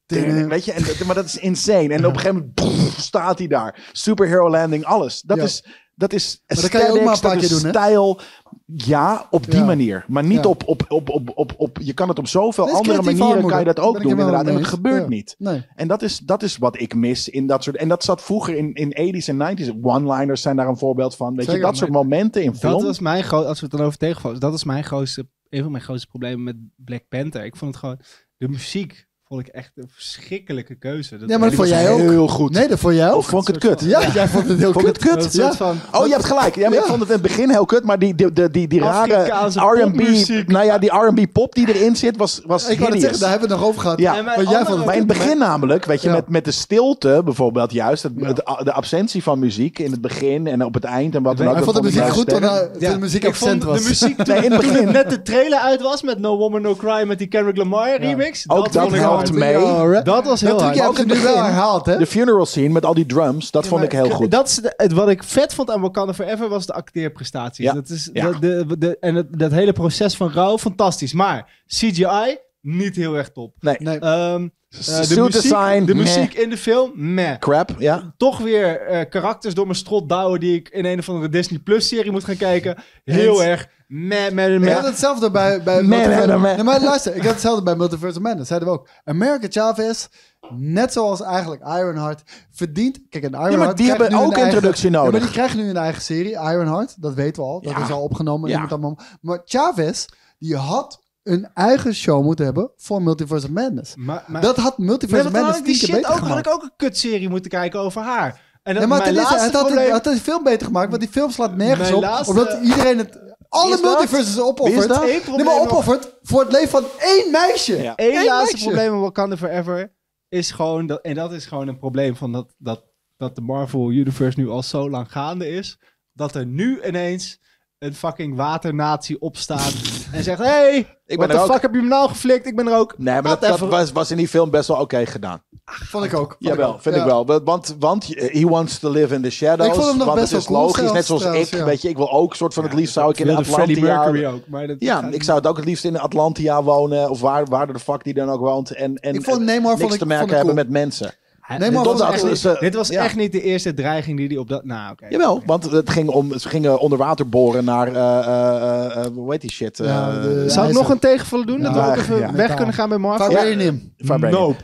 S2: Ding.
S1: Weet je, en, dat- maar dat is insane. En op een gegeven moment pff, staat hij daar. Superhero landing, alles. Dat
S2: Ja.
S1: is. Dat is
S2: dat kan je ook maar een
S1: aesthetics,
S2: paar
S1: dat
S2: keer
S1: is
S2: doen, hè?
S1: stijl. Ja, op die
S2: Ja.
S1: manier. Maar niet
S2: Ja.
S1: op, op, op, op, op, op. Je kan het op zoveel
S2: Dat is
S1: andere
S2: creatieve
S1: manieren kan je
S2: armoede.
S1: dat ook
S2: Ben ik
S1: doen,
S2: helemaal
S1: inderdaad. En het
S2: mee eens.
S1: gebeurt
S2: Ja.
S1: niet.
S2: Nee.
S1: En dat is, dat is wat ik mis in dat soort. En dat zat vroeger in, in 80s en 90s. One-liners zijn daar een voorbeeld van. Weet
S2: Zeker,
S1: je, dat soort momenten in film.
S4: dat was mijn groot, als we het dan over tegenvallen, dat is mijn grootste, een van mijn grootste problemen met Black Panther. Ik vond het gewoon, de muziek vond ik echt een verschrikkelijke keuze.
S2: Ja, maar dat vond jij ook.
S1: heel goed.
S2: Nee, dat vond jij ook.
S1: of oh, vond ik het kut?
S2: Ja, jij vond het heel
S1: Vond ik
S2: kut.
S1: het kut?
S2: Ja.
S1: Ja. Oh, je hebt gelijk. Ja, maar Ik
S2: Ja.
S1: vond het in het begin heel kut, maar die, die, die, die, die
S4: Afrikaanse
S1: rare R&B...
S4: popmuziek.
S1: Nou ja, die R&B pop die erin zit, was, was
S2: Ik wou het zeggen,
S1: hideous.
S2: daar hebben we het nog over gehad.
S1: Ja.
S4: En mijn
S2: Want jij vond
S4: andere-
S2: het
S1: Maar in het begin namelijk, weet je,
S2: Ja.
S1: met, met de stilte bijvoorbeeld juist, het, het- de absentie van muziek in het begin en op het eind en wat dan ook.
S2: Hij
S1: dat
S2: vond de
S1: ik
S2: muziek
S1: juist
S2: goed toen,
S1: sterk.
S2: eh, toen de muziek
S4: ik vond
S2: absent was.
S4: de muziek toen,
S1: Nee, in het
S4: toen
S1: begin.
S4: net de trailer uit was met No Woman No Cry met die Kendrick Lamar remix.
S1: Ook dat
S4: vond ik
S1: helpt
S4: hard.
S1: mee.
S4: Dat was heel
S2: Dat
S4: hard.
S2: trucje
S1: Ook
S2: heb je
S1: in
S2: nu
S1: het
S2: wel
S1: begin.
S2: herhaald, hè?
S1: De funeral scene met al die drums, dat vond ik heel
S4: Maar
S1: goed.
S4: Dat is de- het, wat ik vet vond aan Wakanda Forever was de acteerprestaties.
S1: Ja.
S4: Dat is,
S1: Ja.
S4: dat- de, de- en het- dat hele proces van rouw, fantastisch. Maar CGI, niet heel erg top.
S1: nee,
S2: Nee.
S4: Ehm, eh, de,
S1: Suit design,
S4: muziek, de
S1: meh.
S4: muziek in de film, meh.
S1: crap, ja.
S4: Toch weer eh, karakters door mijn strot douwen die ik in een of andere Disney Plus serie moet gaan kijken. Heel
S2: Eens.
S4: erg meh, meh,
S2: Ik
S4: meh.
S2: had hetzelfde bij, bij
S1: Man,
S2: Multiverse-
S1: man, man.
S2: Nee, maar luister, ik had hetzelfde bij Multiverse of Madness. Zeiden we ook. America Chavez, net zoals eigenlijk Ironheart, verdient... Kijk, en Ironheart
S1: maar die
S2: krijgt
S1: hebben
S2: nu een
S1: ook
S2: eigen-
S1: introductie
S2: Ja, maar
S1: nodig.
S2: die krijgt nu een eigen serie, Ironheart. Dat weten we al. Dat
S1: Ja.
S2: is al opgenomen.
S1: Ja.
S2: Ja. Allemaal. Maar Chavez, die had een eigen show moeten hebben voor Multiverse of Madness.
S4: Maar- maar-
S2: dat had Multiverse
S4: Nee,
S2: of
S4: want dan had
S2: Madness
S4: ik die
S2: tien keer
S4: shit
S2: beter
S4: ook,
S2: gemaakt.
S4: had ik ook een kutserie moeten kijken over haar. En dat
S2: Ja, maar
S4: mijn
S2: ten eerste,
S4: laatste
S2: het had,
S4: probleem-
S2: het had het veel beter gemaakt, want die film slaat nergens
S4: Mijn
S2: op.
S4: laatste-
S2: Omdat iedereen het.
S4: Wie
S2: Alle
S4: is dat?
S2: multiverses
S4: Wie is
S2: opoffert.
S4: dat? Eén
S2: Nee,
S4: probleem
S2: maar
S4: nog.
S2: opoffert voor het leven van één meisje.
S1: Ja.
S4: Eén
S2: Eén
S4: laatste
S2: meisje.
S4: probleem met Wakanda Forever is gewoon dat, en dat is gewoon een probleem van dat, dat, dat de Marvel Universe nu al zo lang gaande is, dat er nu ineens een fucking waternatie opstaat en zegt, hey, ik ben
S1: ben
S4: what
S1: er
S4: the
S1: ook.
S4: fuck heb je hem nou geflikt? Ik ben er ook.
S1: Nee, maar dat,
S4: Wat
S1: dat
S4: even-
S1: was, was in die film best wel oké gedaan.
S2: Vond ik ook. Vond ik
S1: Jawel,
S2: ook.
S1: vind ik
S2: Ja.
S1: wel. Want, want eh, he wants to live in the shadows.
S2: Ik vond hem nog
S1: want
S2: best
S1: het is
S2: wel cool
S1: logisch, net
S2: zelfs,
S1: zoals
S2: trouwens,
S1: ik.
S2: ja.
S1: Weet je, ik wil ook soort van het liefst zou ik in
S4: Wilde Freddie Mercury
S1: Atlantia...
S4: ook. Maar dat
S1: Ja, ik zou het ook het liefst in Atlantia wonen. Of waar, waar de fuck die dan ook woont. En, en
S2: Ik vond
S1: en
S2: Neymar
S1: niks
S2: vond ik-
S1: te merken
S2: vond ik
S1: hebben
S2: cool.
S1: met mensen.
S4: Nee,
S2: maar
S4: maar dit was,
S1: dat-
S4: echt,
S1: dat
S4: niet,
S1: is, eh,
S4: dit was
S1: ja.
S4: echt niet de eerste dreiging die die op dat... Nou, oké.
S1: Jawel, want het ging om, ze gingen onder water boren naar... eh, eh, eh, eh, hoe heet die shit? eh
S2: Ja, de-
S4: Zou ik
S2: Hij
S4: nog
S2: is er.
S4: een tegenvallen doen? dat we
S1: Ja,
S4: ook even
S1: ja.
S4: weg kunnen gaan bij Marvel?
S2: Vibranium. Nim.
S1: Vibranium.
S4: Nope.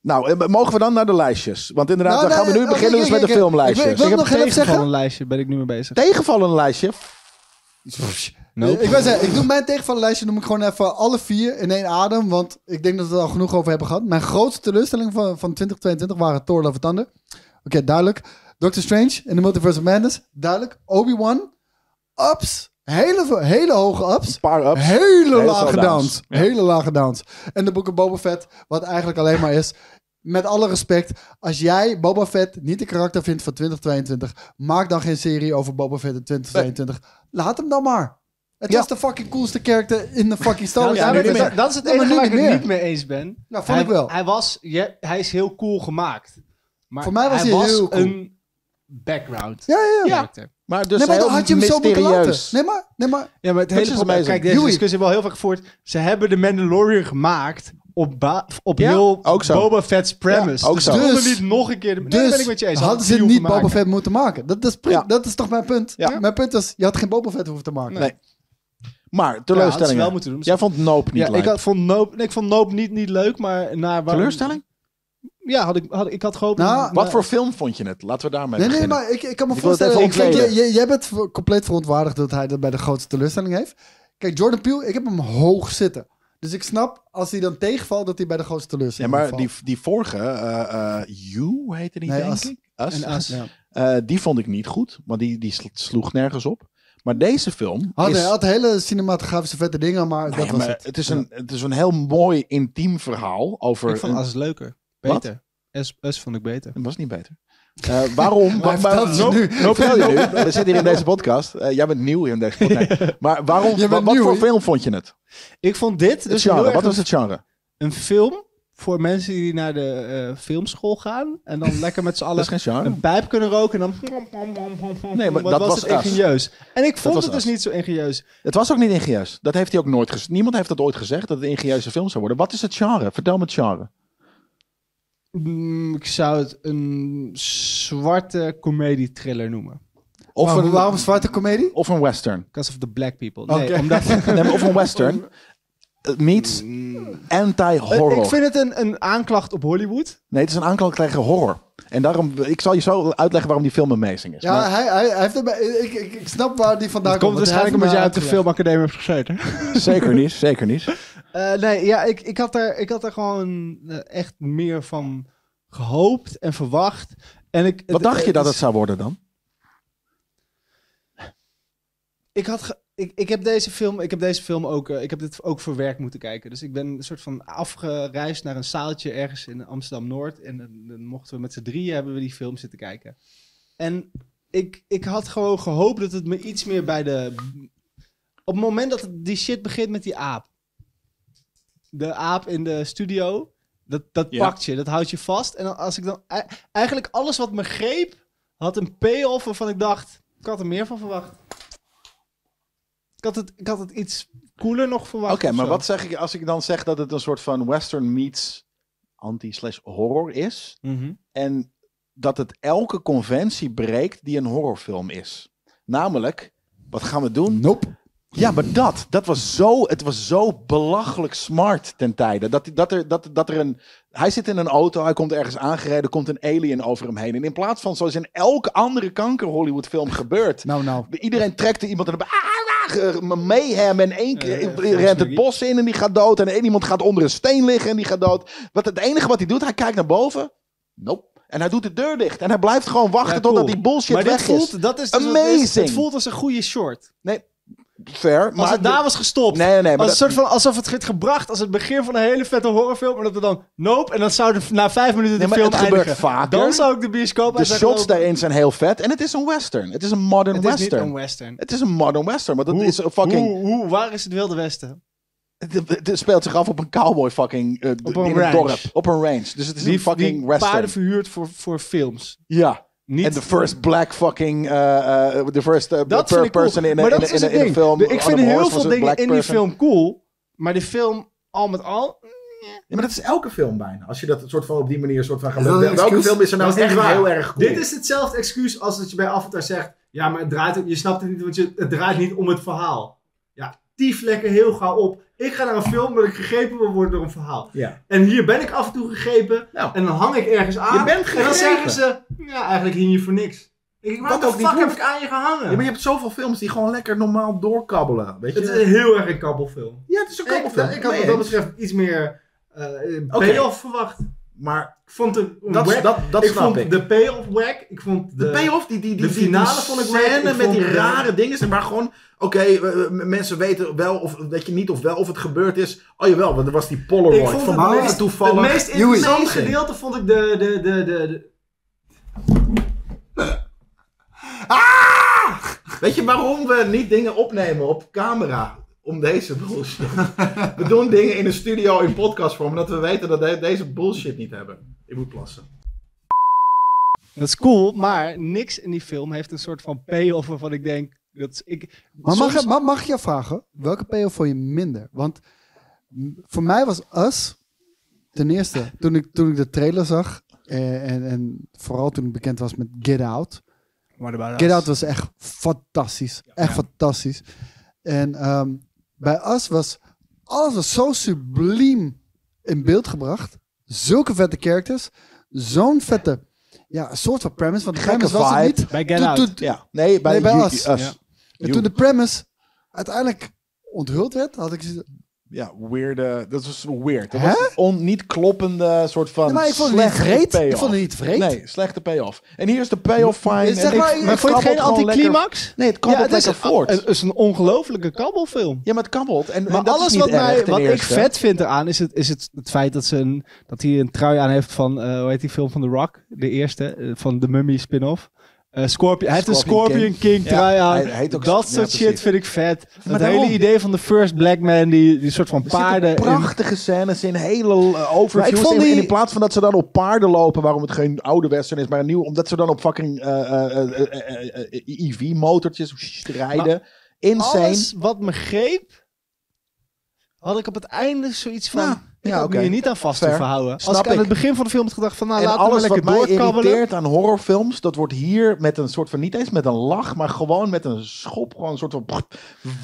S1: Nou, eh, mogen we dan naar de lijstjes? Want inderdaad,
S2: Nou,
S1: dan gaan we
S2: nee,
S1: nu
S2: oké,
S1: beginnen dus
S2: oké,
S1: met de
S2: oké.
S1: filmlijstjes.
S2: Ik wil-
S4: Ik
S2: ik
S4: heb
S2: nog heel even
S4: een
S2: zeggen?
S4: tegenvallenlijstje, ben ik nu mee bezig.
S1: Tegenvallen lijstje.
S2: Ik, wou zeggen, ik doe mijn tegenvallenlijstje, noem ik gewoon even alle vier in één adem. Want ik denk dat we er al genoeg over hebben gehad. Mijn grootste teleurstelling van, van 2022 waren Thor Love and Thunder. Oké, duidelijk. Doctor Strange in de Multiverse of Madness. Duidelijk. Obi-Wan. Ups. Hele, hele hoge ups.
S1: Een paar ups.
S2: Hele
S1: Heel
S2: lage
S1: veel
S2: downs.
S1: downs.
S2: Hele lage downs. En de boeken Boba Fett, wat eigenlijk alleen maar is. Met alle respect, als jij Boba Fett niet de karakter vindt van 2022, maak dan geen serie over Boba Fett in 2022. Laat hem dan maar. Het
S5: Ja.
S2: was de fucking coolste character in de fucking Star Wars.
S4: Nou, ja,
S2: Hij
S4: nu
S2: werd-
S4: niet meer. dat is het
S2: Nee, maar
S4: enige
S2: nu
S4: waar ik
S2: niet
S4: het
S2: meer.
S4: niet mee eens ben.
S2: Nou, vond
S4: hij,
S2: ik wel.
S4: Hij, was, je, hij is heel cool gemaakt. Maar
S2: Voor mij was hij
S4: was
S2: heel cool.
S4: een background
S2: Ja, ja, ja.
S4: character.
S1: Maar dus
S2: nee, maar dan
S1: heel
S2: had je hem zo moeten laten.
S1: mysterieus.
S2: Nee, maar, nee, maar
S4: Ja, maar het
S1: Dat
S4: hele
S1: is
S4: probleem...
S1: amazing.
S4: Kijk, deze
S2: Joey.
S4: discussie hebben we al heel vaak gevoerd. Ze hebben de Mandalorian gemaakt op, ba- op
S1: Ja,
S4: heel
S1: ook zo.
S4: Boba Fett's premise.
S1: Ja, ook
S4: dus
S1: zo.
S4: ze konden
S2: Dus-
S4: niet nog een keer... De... nee, ben ik met
S2: dus
S4: je eens.
S2: hadden ze
S4: het
S2: niet Boba Fett moeten maken. Dat, dat, is, pri-
S1: Ja.
S2: dat is toch mijn punt?
S1: Ja.
S2: Mijn punt is, je had geen Boba Fett hoeven te maken.
S1: Nee. Maar
S4: Ja, hadden ze
S1: teleurstellingen.
S4: wel moeten doen.
S1: Jij vond Nope niet
S4: ja,
S1: leuk.
S4: ik had, vond Nope, nee, ik vond Nope niet, niet leuk, maar... Naar waar...
S1: Teleurstelling?
S4: Ja, had ik, had, ik had gehoopt...
S2: Nou,
S1: Wat voor film vond je het? Laten we daarmee
S2: Nee, nee,
S1: beginnen.
S2: maar ik, ik kan me
S1: Ik wil het
S2: voorstellen.
S1: even
S2: Ik kijk,
S1: ontleden.
S2: jij- jij bent v- compleet verontwaardigd dat hij dat bij de grootste teleurstelling heeft. Kijk, Jordan Peele, ik heb hem hoog zitten. Dus ik snap als hij dan tegenvalt dat hij bij de grootste
S1: Ja,
S2: teleurstelling
S1: maar
S2: valt.
S1: die, die vorige, eh, eh, You heette die
S2: Nee,
S1: denk
S2: Us.
S1: ik? Us.
S4: Een as.
S2: Ja.
S1: Eh, die vond ik niet goed, want die, die sl- sloeg nergens op. Maar deze film
S2: Had,
S1: is...
S2: hij had hele cinematografische vette dingen, maar
S1: Nou
S2: dat
S1: ja,
S2: was
S1: maar
S2: het.
S1: is een, het is een heel mooi intiem verhaal over...
S4: Ik vond
S1: een-
S4: As leuker.
S1: Wat?
S4: Beter. As, As vond ik beter.
S1: Dat was niet beter. Eh, waarom?
S2: Maar hij vertelt het
S1: nope,
S2: nu.
S1: nope, vertel je nu. We zitten hier in deze podcast. Eh, jij bent nieuw in deze podcast. Nee. Maar waarom,
S2: Jij
S1: wa-
S2: bent
S1: wat
S2: nieuw,
S1: voor
S2: hè?
S1: film vond je het?
S4: Ik vond dit
S1: Het
S4: dus heel
S1: genre,
S4: erg
S1: wat
S4: een,
S1: was het genre?
S4: een film voor mensen die naar de eh, filmschool gaan. En dan lekker met z'n
S1: Dat
S4: allen
S1: is geen genre.
S4: een pijp kunnen roken en dan...
S1: Nee, maar
S4: Wat
S1: dat
S4: was
S1: was
S4: het
S1: Us.
S4: ingenieus. En ik vond
S1: was
S4: het
S1: Us.
S4: dus niet zo ingenieus.
S1: Het was ook niet ingenieus. Dat heeft hij ook nooit gezegd. Niemand heeft dat ooit gezegd, dat het een ingenieuze film zou worden. Wat is het genre? Vertel me het genre.
S4: Mm, Ik zou het een zwarte comedy thriller noemen.
S1: Of,
S2: Maar
S1: een,
S2: waarom zwarte comedie?
S1: of een western.
S4: Because of the black people. Nee,
S2: Oké.
S4: omdat...
S1: Nee, maar of een western. Eh, Meets
S4: Ik
S1: anti-horror.
S4: vind het een, een aanklacht op Hollywood.
S1: Nee, het is een aanklacht tegen horror. En daarom, ik zal je zo uitleggen waarom die film amazing is.
S2: Ja,
S1: Maar-
S2: hij, hij, hij heeft erbij, ik, ik, ik snap waar die vandaan
S4: Dat komt
S2: want hij
S4: waarschijnlijk omdat
S2: heeft
S4: jij
S2: hem
S4: uit de filmacademie hebt gezeten.
S1: zeker niet, zeker niet.
S4: Eh, nee, ja, ik, ik, had er, ik had er gewoon eh, echt meer van gehoopt en verwacht. En ik,
S1: Wat dacht je dat het
S4: is-
S1: zou worden dan?
S4: Ik, had ge- ik, ik heb deze film, ik heb deze film ook, eh, ik heb dit ook voor werk moeten kijken. Dus ik ben een soort van afgereisd naar een zaaltje ergens in Amsterdam Noord. En dan, dan mochten we met z'n drieën hebben we die film zitten kijken. En ik, ik had gewoon gehoopt dat het me iets meer bij de. Op het moment dat het- die shit begint met die aap. De aap in de studio. Dat, dat
S1: Ja.
S4: pakt je, dat houdt je vast. En dan, als ik dan. ei- Eigenlijk alles wat me greep had een payoff waarvan ik dacht. Ik had er meer van verwacht. Ik had het, ik had het iets cooler nog
S1: Oké,
S4: verwacht. of
S1: maar
S4: zo.
S1: wat zeg ik als ik dan zeg dat het een soort van western meets anti-slash horror is?
S4: Mhm.
S1: En dat het elke conventie breekt die een horrorfilm is. Namelijk, wat gaan we doen?
S2: Nope.
S1: Ja, maar dat, dat was zo, het was zo belachelijk smart ten tijde. Dat, dat, er, dat, dat er een, hij zit in een auto, hij komt ergens aangereden, komt een alien over hem heen. En in plaats van zoals in elke andere kanker Hollywood film gebeurt,
S2: Nou, nou.
S1: Iedereen trekt er iemand en dan ah, ah, mayhem en één keer
S4: Eh,
S1: rent het bos in en die gaat dood. En één iemand gaat onder een steen liggen en die gaat dood. Wat het enige wat hij doet, hij kijkt naar boven. Nope. En hij doet de deur dicht. En hij blijft gewoon wachten
S4: Ja, cool.
S1: totdat die bullshit
S4: maar dit
S1: weg
S4: voelt, dat is dus wat het is.
S1: Amazing.
S4: Het voelt als een goede short.
S1: is. Fair.
S4: Als het daar was gestopt.
S1: Nee, nee, nee. Maar
S4: als
S1: dat,
S4: een soort van, alsof het werd gebracht als het begin van een hele vette horrorfilm. En dat er dan nope. En dan zou er na vijf minuten de
S1: Nee, maar
S4: film
S1: het gebeurt
S4: eindigen.
S1: vaker.
S4: Dan zou ik de bioscoop
S1: de
S4: uit zijn
S1: shots
S4: gelopen.
S1: daarin zijn heel vet. En het is een western. Het is een modern
S4: Het is niet
S1: western.
S4: een western.
S1: het is een modern western. Maar dat
S4: Hoe-
S1: is een fucking...
S4: Hoe, hoe, waar is het Wilde Westen?
S1: Het, het speelt zich af op een cowboy fucking... eh,
S4: Op een
S1: in een
S4: ranch.
S1: dorp. Op een range. Dus het is
S4: Die,
S1: een fucking
S4: die
S1: western.
S4: paarden verhuurd voor, voor films.
S1: Ja.
S4: Niet
S1: En de first black fucking, eh, eh, de first eh,
S4: Dat
S1: per
S4: vind ik cool.
S1: person in een-
S4: maar
S1: in
S4: dat
S1: een-
S4: is
S1: in een-
S4: het
S1: in een
S4: ding.
S1: film.
S4: De- ik vind
S1: Adam
S4: heel
S1: Horst
S4: veel
S1: was een
S4: dingen
S1: black
S4: in die
S1: person.
S4: film cool. Maar de film al met al...
S7: Ja, maar dat is elke film bijna. Als je dat soort van op die manier soort van gaat...
S8: Is dat een
S7: Welke
S8: excuus?
S7: film is er nou
S8: Dat is niet
S7: echt
S8: waar.
S7: heel erg cool?
S8: Dit is hetzelfde excuus als dat je bij Avatar zegt: ja, maar het draait, je snapt het niet, want je, het draait niet om het verhaal. Ja, tief lekker heel gauw op. Ik ga naar een film waar ik gegrepen wil worden door een verhaal.
S7: Ja.
S8: En hier ben ik af en toe gegrepen.
S7: Nou.
S8: En dan hang ik ergens aan.
S7: Je bent
S8: En dan
S7: gegrepen.
S8: zeggen ze: ja, eigenlijk hing je voor niks. Ik denk,
S7: Wat
S8: wat de
S7: ook niet
S8: fuck heb
S7: hoeft.
S8: ik aan je gehangen?
S7: Ja, maar je hebt zoveel films die gewoon lekker normaal doorkabbelen. Weet je?
S8: Het is heel erg een kabbelfilm.
S7: ja, het is ook een
S8: Ik,
S7: film.
S8: ik had wat dat betreft iets meer eh
S7: Oké.
S8: payoff verwacht.
S7: Maar
S8: Ik vond de
S7: dat,
S8: wack.
S7: dat, dat
S8: ik
S7: snap
S8: vond
S7: ik.
S8: de payoff wack. Ik vond de,
S7: De payoff, die, die, die,
S8: de
S7: die-
S8: finale
S7: die
S8: vond ik leuk.
S7: scène
S8: Ik
S7: met
S8: vond eh,
S7: die
S8: de-
S7: rare dingen. Maar gewoon, oké, eh, eh, m- mensen weten wel of weet je niet of wel of het gebeurd is. Oh jawel, want er was die Polaroid.
S8: Ik vond
S7: van
S8: het
S7: boven
S8: meest,
S7: toevallig.
S8: het meest
S2: Joey.
S8: interessante
S7: Amazing.
S8: gedeelte vond ik de... de, de, de, de-
S7: Weet je waarom we niet dingen opnemen op camera? Om deze bullshit. we doen dingen in een studio in podcastvorm, omdat we weten dat we deze bullshit niet hebben. Ik moet plassen.
S4: Dat is cool, maar niks in die film heeft een soort van payoff waarvan ik denk... Dat is- ik,
S2: Maar mag,
S4: soms-
S2: je- maar mag ik jou vragen, welke payoff vond je minder? Want m, voor mij was Us, ten eerste, toen ik, toen ik de trailer zag, eh, en, en vooral toen ik bekend was met Get Out.
S4: What about
S2: Get
S4: us?
S2: Out was echt fantastisch. Echt fantastisch. En ehm, bij Us was alles was zo subliem in beeld gebracht. Zulke vette characters. Zo'n vette, ja, een soort van premise. Want de
S1: Gekke
S2: premise was het
S1: vibe.
S2: niet.
S4: Bij Get
S2: Toen-
S4: Out.
S2: toen-
S1: Ja. Nee, bij,
S2: Nee, bij
S1: you-
S2: us.
S1: us.
S4: Ja.
S2: en toen de premise uiteindelijk onthuld werd, had ik zoiets-
S1: Ja, weirde. Dat was weird. Dat
S2: Hè?
S1: was een on, niet kloppende soort van.
S2: Ja, maar ik vond het niet
S1: slechte
S2: vreed.
S1: payoff.
S2: Ik vond het niet vreed.
S1: Nee, slechte payoff. En hier is de payoff fine.
S2: Zeg
S1: en
S2: maar,
S1: ik-
S2: je-
S4: Maar
S1: het
S4: vond je het geen
S1: kabbelt gewoon
S4: anticlimax?
S1: lekker- Nee, het
S4: Ja,
S1: kabbelt
S4: het is,
S1: lekker voort.
S4: een- het is een ongelofelijke kabbelfilm.
S1: ja, maar het kabbelt. En,
S4: Maar
S1: en dat is
S4: alles
S1: niet
S4: wat,
S1: erg,
S4: mij,
S1: ten
S4: wat ik
S1: eerste.
S4: vet vind eraan is het, is het, het feit dat, ze een, dat hij een trui aan heeft van, eh, hoe heet die film van The Rock? De eerste, eh, van de Mummy spin-off. Eh, Scorpion, hij heeft een
S1: Scorpion
S4: Scorpion King,
S1: King. Ja,
S4: trui aan.
S1: hij heet ook-
S4: dat
S1: ja,
S4: soort shit
S1: precies.
S4: vind ik vet. het
S1: daarom-
S4: hele idee van de first black man, die, die soort van
S1: Er zitten
S4: paarden. in-
S1: prachtige scènes in, hele eh,
S5: Maar ik
S1: overviews.
S5: vond
S1: In-
S5: die-
S1: in, in plaats van dat ze dan op paarden lopen, waarom het geen oude western is, maar een nieuw, omdat ze dan op fucking EV-motortjes rijden. Insane.
S4: alles wat me greep, had ik op het einde zoiets van...
S1: Nou,
S4: ik
S1: ja,
S4: had me
S1: oké.
S4: hier niet aan vast te
S1: Fair.
S4: verhouden. Als
S1: Snap
S4: ik aan
S1: ik.
S4: het begin van de film had gedacht van... Nou,
S1: en
S4: laten we
S1: alles
S4: lekker
S1: wat mij
S4: doorkabbelen.
S1: irriteert aan horrorfilms, dat wordt hier met een soort van, niet eens met een lach, maar gewoon met een schop, gewoon een soort van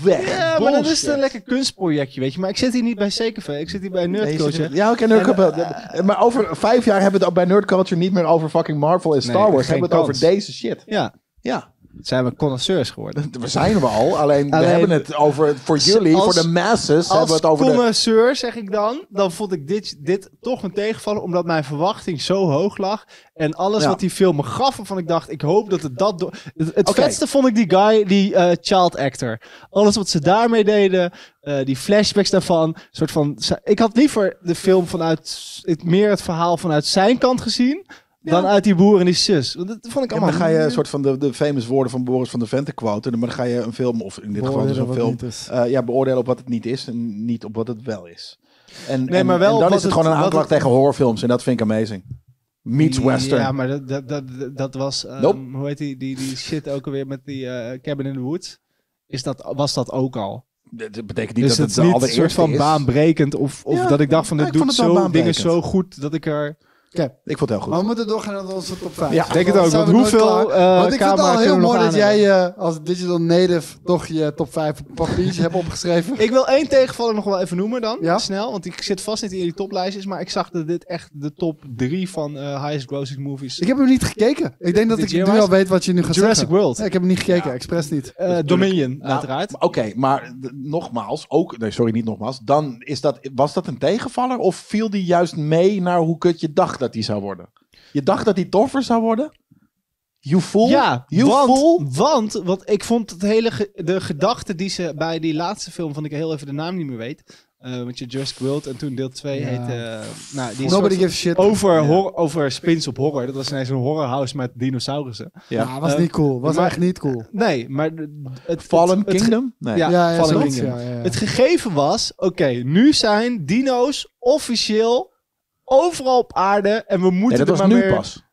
S1: weg.
S4: Ja, maar dat is
S1: Bullshit.
S4: een lekker kunstprojectje, weet je. Maar ik zit hier niet bij CKV, ik zit hier bij
S1: Nee, je
S4: Nerdcoach.
S1: zit- ja, oké, Nerd Culture.
S4: eh,
S1: maar over vijf jaar hebben we het ook bij Nerd Culture niet meer over fucking Marvel en Star
S4: Nee,
S1: Wars.
S4: geen
S1: Hebben we het
S4: kans.
S1: over deze shit.
S4: ja,
S1: Ja.
S4: zijn we connoisseurs geworden.
S1: We zijn we al, alleen,
S4: Alleen-
S1: we hebben het over, voor
S4: Als-
S1: jullie, voor de masses, hebben we
S4: Als
S1: het over de...
S4: connoisseur, zeg ik dan, dan vond ik dit, dit toch een tegenvaller, omdat mijn verwachting zo hoog lag. En alles
S1: Ja.
S4: wat die film me gaf, waarvan ik dacht, ik hoop dat het dat... door- Het, het
S1: Oké.
S4: vetste vond ik die guy, die eh, child actor. Alles wat ze daarmee deden, eh, die flashbacks daarvan, soort van... Ik had liever de film vanuit, het, meer het verhaal vanuit zijn kant gezien... Dan uit die boer en die zus. Want dat vond ik
S1: Ja,
S4: allemaal...
S1: maar dan ga je een soort van de, de famous woorden van Boris van der Vente quoten. Maar dan ga je een film, of in dit geval dus
S2: Beoordelen
S1: een
S2: wat
S1: film,
S2: niet is.
S1: eh, ja, beoordelen op wat het niet is en niet op wat het wel is. En,
S4: Nee,
S1: en-
S4: maar wel
S1: en
S4: wat
S1: dan is het
S4: het-
S1: gewoon een
S4: wat
S1: aanklacht
S4: het-
S1: tegen horrorfilms en dat vind ik amazing. Meets Western.
S4: Ja, maar dat, dat, dat, dat was... ehm,
S1: Nope.
S4: Hoe heet die, die, die shit ook alweer met die eh, Cabin in the Woods? Is dat, was dat ook al?
S1: Dat dat betekent niet
S4: dus
S1: dat het
S4: het
S1: de
S4: is niet een
S1: allereerste
S4: soort van
S1: is.
S4: baanbrekend of, of
S1: Ja,
S4: dat ik dacht van
S1: ja,
S4: dit
S1: ik
S4: doet
S1: vond het wel
S4: zo, dingen zo
S1: baanbrekend.
S4: goed dat ik er...
S1: Ik vond het heel goed.
S2: Maar we moeten doorgaan naar onze top 5.
S1: Ja,
S4: denk het ook, want hoeveel,
S2: want
S4: eh,
S2: ik vind het
S4: camera
S2: al
S4: kunnen
S2: heel
S4: we nog
S2: mooi dat jij
S4: aannemen?
S2: eh, als digital native toch je top 5 op papiertje hebt opgeschreven.
S4: Ik wil één tegenvaller nog wel even noemen dan,
S2: Ja?
S4: snel. Want ik zit vast niet in jullie toplijstjes, maar ik zag dat dit echt de top drie van eh, highest grossing movies...
S2: Ik heb hem niet gekeken. Ik denk dat
S4: Did
S2: ik
S4: you
S2: nu
S4: watch-
S2: al weet wat je nu gaat
S4: Jurassic
S2: zeggen.
S4: World.
S2: Nee, ik heb hem niet gekeken, expres niet.
S4: Eh, Dominion, uiteraard.
S1: Oké, maar d- nogmaals, ook, nee, sorry, niet nogmaals. Dan is dat, was dat een tegenvaller of viel die juist mee naar hoe kut je dacht dat die zou worden? Je dacht dat die toffer zou worden? You fool?
S4: Ja,
S1: you fool?
S4: want, want, want ik vond het hele ge- de gedachte die ze bij die laatste film, van ik heel even de naam niet meer weet, eh, want je Jurassic World en toen deel 2
S2: Ja.
S4: heet, eh, nou,
S2: Nobody
S4: die soort
S2: gives a shit.
S4: over, hor- over spins op horror. Dat was ineens een horrorhouse met dinosaurussen.
S1: Ja.
S2: Ja, was
S4: Eh,
S2: niet cool. Was
S4: maar-
S2: echt niet cool.
S4: Nee, maar d- het,
S1: Fallen
S4: het, het ge-
S1: Kingdom? Nee.
S4: ja,
S2: Ja, ja,
S4: Fallen
S2: zoiets,
S4: Kingdom.
S2: ja, ja, ja.
S4: Het gegeven was, oké, nu zijn dino's officieel overal op aarde en we
S1: Nee,
S4: moeten
S1: dat was
S4: er maar
S1: nu
S4: weer-
S1: pas.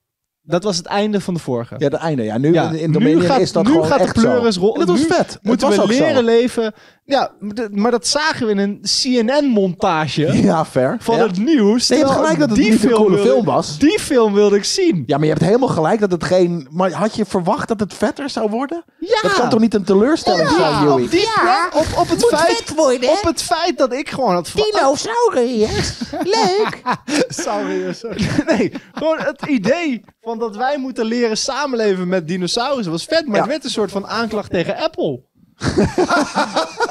S4: Dat was het einde van de vorige.
S1: Ja, de einde. Ja, nu
S4: Ja,
S1: in, in Dominion
S4: nu gaat,
S1: is dat
S4: nu
S1: gewoon
S4: gaat
S1: echt
S4: de pleuris
S1: zo.
S4: rollen.
S1: En dat was
S4: Nu
S1: vet.
S4: Moeten
S1: het was
S4: we
S1: ook
S4: leren
S1: zo.
S4: leven. Ja, maar dat- maar dat zagen we in een CNN-montage
S1: Ja, fair.
S4: van
S1: Ja.
S4: het nieuws.
S1: Nee, je hebt
S4: Terwijl
S1: gelijk dat het
S4: die
S1: niet een coole
S4: wilde-
S1: film was.
S4: Die film wilde ik zien.
S1: Ja, maar je hebt helemaal gelijk dat het geen... Maar had je verwacht dat het vetter zou worden?
S4: Ja.
S1: Dat kan toch niet een teleurstelling zijn,
S4: Ja,
S1: Joey?
S4: op, die plek, op, op, het feit, op het feit dat ik gewoon had verwacht.
S2: Sorry.
S4: eh, Nee, gewoon het idee van dat wij moeten leren samenleven met dinosaurussen was vet, maar
S1: Ja.
S4: het werd een soort van aanklacht tegen Apple.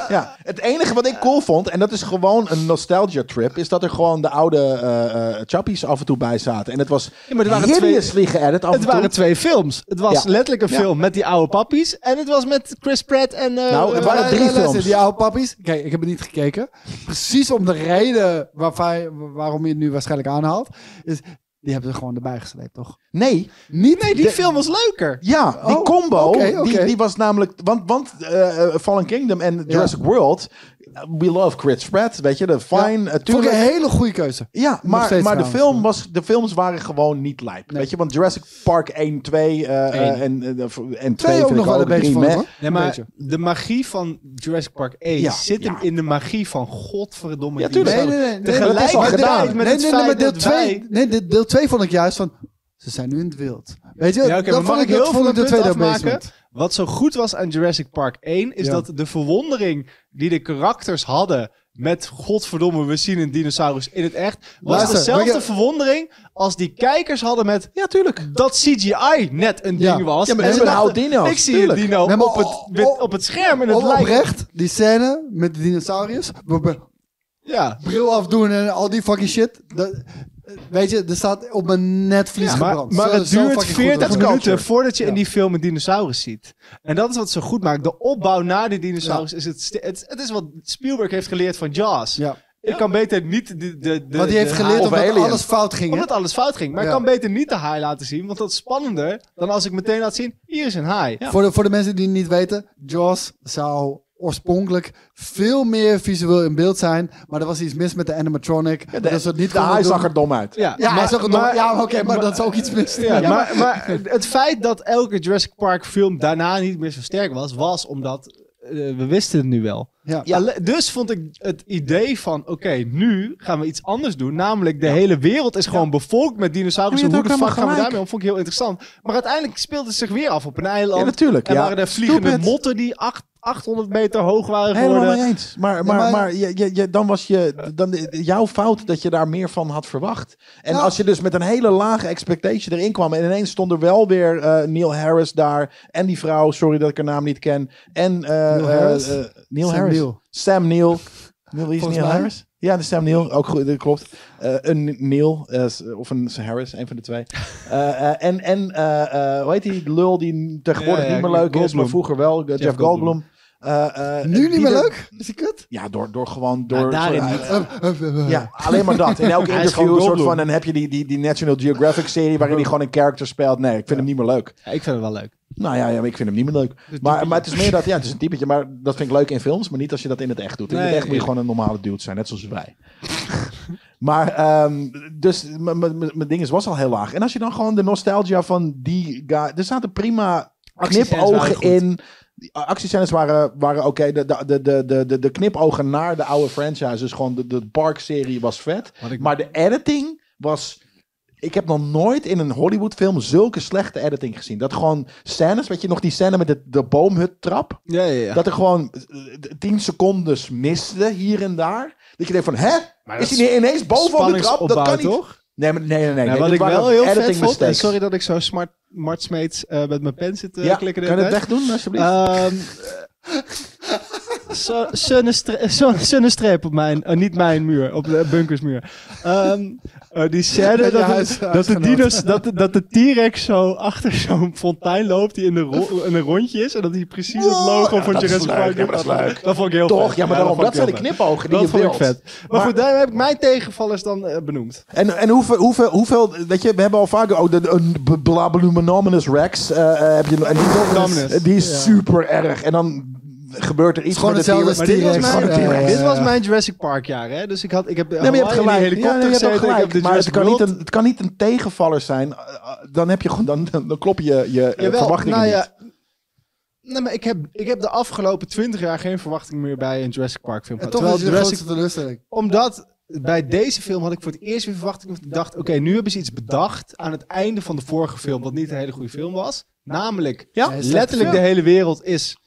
S1: Ja, het enige wat ik cool vond, en dat is gewoon een nostalgia trip, is dat er gewoon de oude eh, eh, chappies af en toe bij zaten. En het was
S4: Ja, maar er waren
S1: hideously geëdit af en
S4: Het
S1: toe.
S4: waren twee films. Het was
S1: Ja.
S4: letterlijk een
S1: Ja.
S4: film met die oude pappies. En het was met Chris Pratt en... eh,
S1: Nou, het
S4: eh,
S1: waren drie
S2: Luister,
S1: films.
S2: Die oude pappies. Kijk, ik heb het niet gekeken. Precies om de reden waarvan, waarom je het nu waarschijnlijk aanhaalt. Is Die hebben ze gewoon erbij gesleept, toch?
S1: Nee,
S4: Niet, nee, die
S1: de-
S4: film was leuker.
S1: ja, die
S2: Oh,
S1: combo,
S2: oké,
S1: Die,
S2: oké.
S1: die was namelijk... Want, want eh, Fallen Kingdom en Jurassic World, we love Chris Pratt, weet je, de fine, eh,
S2: Vond ik
S1: tuurlijk.
S2: een hele goede keuze.
S1: Ja,
S2: Nog
S1: maar,
S2: steeds
S1: maar de,
S2: trouwens,
S1: film
S2: maar-
S1: was, de films waren gewoon niet lijp.
S2: Nee.
S1: Weet je, want Jurassic Park 1, 2 eh, eh, en, eh, en 2
S2: Twee
S1: vind
S2: ook nog
S1: ik
S2: wel een
S1: ook
S2: beetje
S1: drie
S2: van,
S1: meh.
S2: hoor.
S4: Nee, maar
S2: Beetje.
S4: de magie van Jurassic Park 1
S1: Ja,
S4: zit hem
S1: ja.
S4: in de magie van godverdomme.
S1: Ja,
S4: die
S1: tuurlijk.
S4: film.
S1: Nee,
S4: Tegelijk
S1: dat is al
S4: met-
S1: gedaan.
S4: met
S2: nee,
S4: het
S2: nee, nee,
S4: feit
S2: maar deel
S4: dat
S2: 2
S4: wij-
S2: nee, de- deel twee vond ik juist van... Ze zijn nu in het wild. Weet je,
S4: Ja, oké, maar
S2: dat vond
S4: mag
S2: ik,
S4: ik heel
S2: dat
S4: veel
S2: vond ik
S4: een
S2: de
S4: punt
S2: tweede
S4: afmaken?
S2: amazement.
S4: Wat zo goed was aan Jurassic Park 1 is
S2: Ja.
S4: dat de verwondering die de karakters hadden met godverdomme, we zien een dinosaurus in het echt, was
S2: Luister,
S4: dezelfde
S2: maar je-
S4: verwondering als die kijkers hadden met
S1: Ja, tuurlijk.
S4: dat CGI net een
S2: Ja.
S4: ding was.
S1: Ja, maar
S4: En
S1: ze
S4: ze
S1: behouden
S4: dachten,
S1: dino's,
S4: Ik zie
S1: tuurlijk.
S4: een dino
S2: nou Nee, maar oh,
S4: op, het, wit-
S2: op-
S4: op het scherm en het
S2: Op-
S4: lijkt...
S2: Oprecht, die scène met de dinosauriërs. we- we- oh,
S4: Ja.
S2: bril afdoen en al die fucking shit. Dat, weet je, er staat op mijn netvlies
S4: maar,
S2: gebrand.
S4: maar
S2: Zo-
S4: het
S2: zo
S4: duurt
S2: fucking goed
S4: 40
S2: was het.
S4: minuten voordat je
S2: Ja.
S4: in die film een dinosaurus ziet. En dat is wat zo goed maakt. De opbouw na die dinosaurus is het, sti- het. Het is wat Spielberg heeft geleerd van Jaws.
S2: Ja.
S4: Ik kan beter niet de. de, de
S2: Want die heeft
S4: de
S2: geleerd
S4: haai-
S1: of
S2: omdat
S1: Alien.
S2: alles fout ging. hè?
S4: omdat alles fout ging. Maar ik
S2: Ja.
S4: kan beter niet de haai laten zien. Want dat is spannender dan als ik meteen laat zien. Hier is een haai.
S2: Voor, de, voor de mensen die het niet weten, Jaws zou oorspronkelijk veel meer visueel in beeld zijn. Maar er was iets mis met de animatronic.
S1: Ja,
S2: dat ze
S1: de
S2: het niet
S1: de haai
S2: konden
S1: zag
S2: doen.
S1: er dom uit.
S4: Ja,
S2: Ja, hij zag er nog-
S4: maar-
S2: ja, maar oké, maar, dat is ook iets mis.
S4: Ja, maar, maar het feit dat elke Jurassic Park film daarna niet meer zo sterk was, was omdat eh, we wisten het nu wel.
S2: Ja.
S4: Alle- dus vond ik het idee van, oké, nu gaan we iets anders doen. Namelijk, de hele wereld is gewoon bevolkt met dinosaurussen.
S1: Maar je
S4: Hoe
S1: hebt
S4: de
S1: ook
S4: fuck gaan we
S1: helemaal
S4: daarmee om? Vond ik heel interessant. Maar uiteindelijk speelde het zich weer af op een eiland.
S1: Ja, natuurlijk,
S4: En
S1: ja.
S4: waren er vliegende
S1: Stupid.
S4: motten die acht- 800 meter hoog waren
S1: Helemaal
S4: geworden.
S1: mee eens. Maar, maar,
S2: maar-
S1: maar, je, je, je- dan was je, dan, jouw fout dat je daar meer van had verwacht. En
S2: Ja.
S1: als je dus met een hele lage expectation erin kwam. En ineens stond er wel weer eh, Neil Harris daar. En die vrouw, sorry dat ik haar naam niet ken. En eh,
S2: Neil
S1: eh,
S2: Harris?
S1: eh, Neil
S2: Sam
S1: Harris.
S2: Neill.
S1: Sam Neil. Neil, wie is
S2: Volgens
S1: Neil
S2: mij.
S1: Harris? Ja, de Sam Neil. Ook goed, dat klopt. Eh, een Neil eh, s- of een Harris, een van de twee. Eh, eh, en en eh, eh, hoe heet die lul die tegenwoordig
S4: Ja, ja,
S1: niet meer leuk is, maar
S4: Goldblum.
S1: vroeger wel. eh, Jeff,
S4: Jeff
S1: Goldblum.
S4: Goldblum.
S1: Eh, eh,
S2: Nu niet
S1: die
S2: meer
S1: er-
S2: leuk? Is die kut?
S1: ja, door, door gewoon... Door,
S4: daarin
S1: sorry,
S4: niet.
S1: eh, ja, alleen maar dat. In elk
S4: Hij is
S1: interview
S4: gewoon
S1: een soort
S4: Goldblum.
S1: van... Dan heb je die, die, die National Geographic serie... waarin hij gewoon een character speelt. Nee, ik vind hem niet meer leuk.
S4: Ja, ik vind het wel leuk.
S1: Nou ja, ja, maar ik vind hem niet meer leuk. Maar, maar het is meer dat... Ja, het is een typetje. Maar dat vind ik leuk in films. Maar niet als je dat in het echt doet. In
S4: Nee,
S1: het echt moet je
S4: nee.
S1: gewoon een normale dude zijn. Net zoals wij. maar ehm, dus m- m- m- mijn ding is, was al heel laag. En als je dan gewoon de nostalgia van die guy... Er zaten prima
S4: Actiescènes waren
S1: knipogen
S4: goed.
S1: in. Die Actiescènes waren, waren oké. De, de, de, de, de, de knipogen naar de oude franchise. Dus gewoon de, de Park-serie was vet.
S4: Wat ik-
S1: Maar de editing was... Ik heb nog nooit in een Hollywood-film zulke slechte editing gezien. Dat gewoon scènes, weet je nog die scène met de, de boomhut-trap?
S4: Ja, ja, ja.
S1: Dat er gewoon eh, tien secondes miste hier en daar. Dat je denkt van, hè? Is hij niet ineens boven op de trap? Dat
S4: Spanningsopbouw,
S1: kan niet.
S4: toch?
S1: Nee, maar- nee, nee. nee.
S4: Nou,
S1: Dit
S4: wat ik
S1: waren
S4: wel heel vet
S1: editing
S4: vond, en
S1: mistakes.
S4: sorry dat ik zo smart, Mart Smeets eh, met mijn pen zit te
S1: ja, kan
S4: klikken.
S1: je
S4: de hele
S1: het
S4: tijd.
S1: wegdoen, alsjeblieft?
S4: Ehm, eh, zo- zonnestre- zon- Zonnestreep op mijn, eh, niet mijn muur, op de bunkersmuur. Ehm, eh, die scène
S2: je
S4: dat,
S2: huis-
S4: de, dat de
S2: huisgenoot.
S4: dino's, dat, de- dat de T-Rex zo achter zo'n fontein loopt die in, de ro- in een rondje is en dat hij precies het logo van
S1: dat is
S4: Jurassic
S1: leuk,
S4: Park
S1: ja, maar dat is
S4: had.
S1: leuk.
S4: Dat vond ik heel
S1: Toch?
S4: vet.
S1: Ja, maar daarom, dat
S4: vond ik heel
S1: zijn de
S4: vet.
S1: knipogen die
S4: Dat
S1: je
S4: vond ik
S1: wilt.
S4: vet. Maar,
S1: Maar-
S4: goed, daar heb ik mijn tegenvallers dan eh, benoemd.
S1: En, en hoeveel, hoeveel, hoeveel, weet je, we hebben al vaker, oh, de, de- een b- Blablumonominous Rex, eh, eh, heb je, en die,
S4: Dominus.
S1: eh, die is super erg. En dan gebeurt er iets
S2: Gewoon
S1: met
S2: hetzelfde
S1: de
S2: als
S1: T-Rex.
S4: Maar dit was,
S2: T-Rex.
S4: mijn,
S1: Gewoon
S2: Ja,
S1: de
S2: ja,
S1: T-Rex.
S2: ja.
S4: dit was mijn Jurassic Park jaar, hè? Dus ik, had, ik heb
S1: Nee, maar je
S4: Hawaii
S1: hebt
S4: in
S1: gelijk.
S4: die
S1: Ja,
S4: helikopter
S1: nee, je hebt
S4: gezeten,
S1: gelijk.
S4: ik heb de
S1: maar het
S4: Jurassic
S1: kan, niet
S4: World-
S1: een, het kan niet een tegenvaller zijn. Eh, eh, Dan, heb je, gewoon- dan, dan, dan klop je je eh,
S4: Jawel,
S1: verwachtingen
S4: nou
S1: niet.
S4: ja, Nee, maar ik heb, ik heb de afgelopen 20 jaar geen verwachting meer bij een Jurassic Park film.
S2: En
S4: gehad.
S2: toch is
S4: Terwijl
S2: het de
S4: Jurassic
S2: grootste teleurstelling.
S4: omdat bij deze film had ik voor het eerst weer verwachting. want Ik dacht, oké, nu hebben ze iets bedacht aan het einde van de vorige film, wat niet een hele goede film was. Namelijk,
S1: Ja,
S2: Nee, slechte
S4: letterlijk de
S2: film.
S4: hele wereld is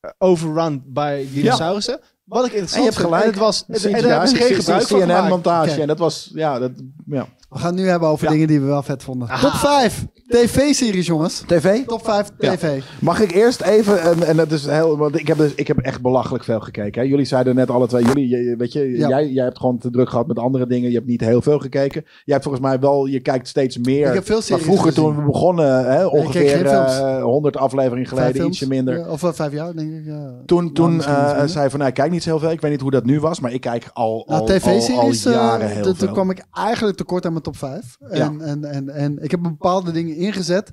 S4: eh, overrun bij dinosaurussen. Wat ik
S1: En
S4: interessant
S1: je hebt
S4: vind,
S1: gelijk.
S4: en het was, het, en
S1: CGI,
S4: daar hebben ze geen gebruik van gemaakt.
S1: CNN-montage.
S2: Kijk.
S1: En dat was, ja, dat, ja.
S2: We gaan het nu hebben over
S4: Ja.
S2: dingen die we wel vet vonden. Top 5! TV-series, jongens.
S1: TV?
S2: Top 5 TV.
S1: Mag ik eerst even, en, en dat is heel, want ik heb, dus, ik heb echt belachelijk veel gekeken. Hè? Jullie zeiden net alle twee, jullie, je- je- weet je,
S2: Ja.
S1: jij, jij hebt gewoon te druk gehad met andere dingen. Je hebt niet heel veel gekeken. Jij hebt volgens mij wel, je kijkt steeds meer.
S2: Ik heb veel series
S1: maar vroeger
S2: gezien.
S1: toen we begonnen, hè,
S2: keek
S1: ongeveer
S2: geen films.
S1: eh, 100 afleveringen
S2: Vijf
S1: geleden,
S2: films.
S1: ietsje minder.
S2: Ja, of wel vijf jaar, denk ik. Ja.
S1: Toen, toen
S2: misschien
S1: eh,
S2: iets minder.
S1: zei je van, nou, ik kijk niet zo heel veel. Ik weet niet hoe dat nu was, maar ik kijk al, al,
S2: Nou, tv-series,
S1: al, al
S2: eh,
S1: jaren heel
S2: toen-
S1: veel.
S2: toen kwam ik eigenlijk tekort aan mijn top 5. En, en, en, en ik heb bepaalde dingen ingezet.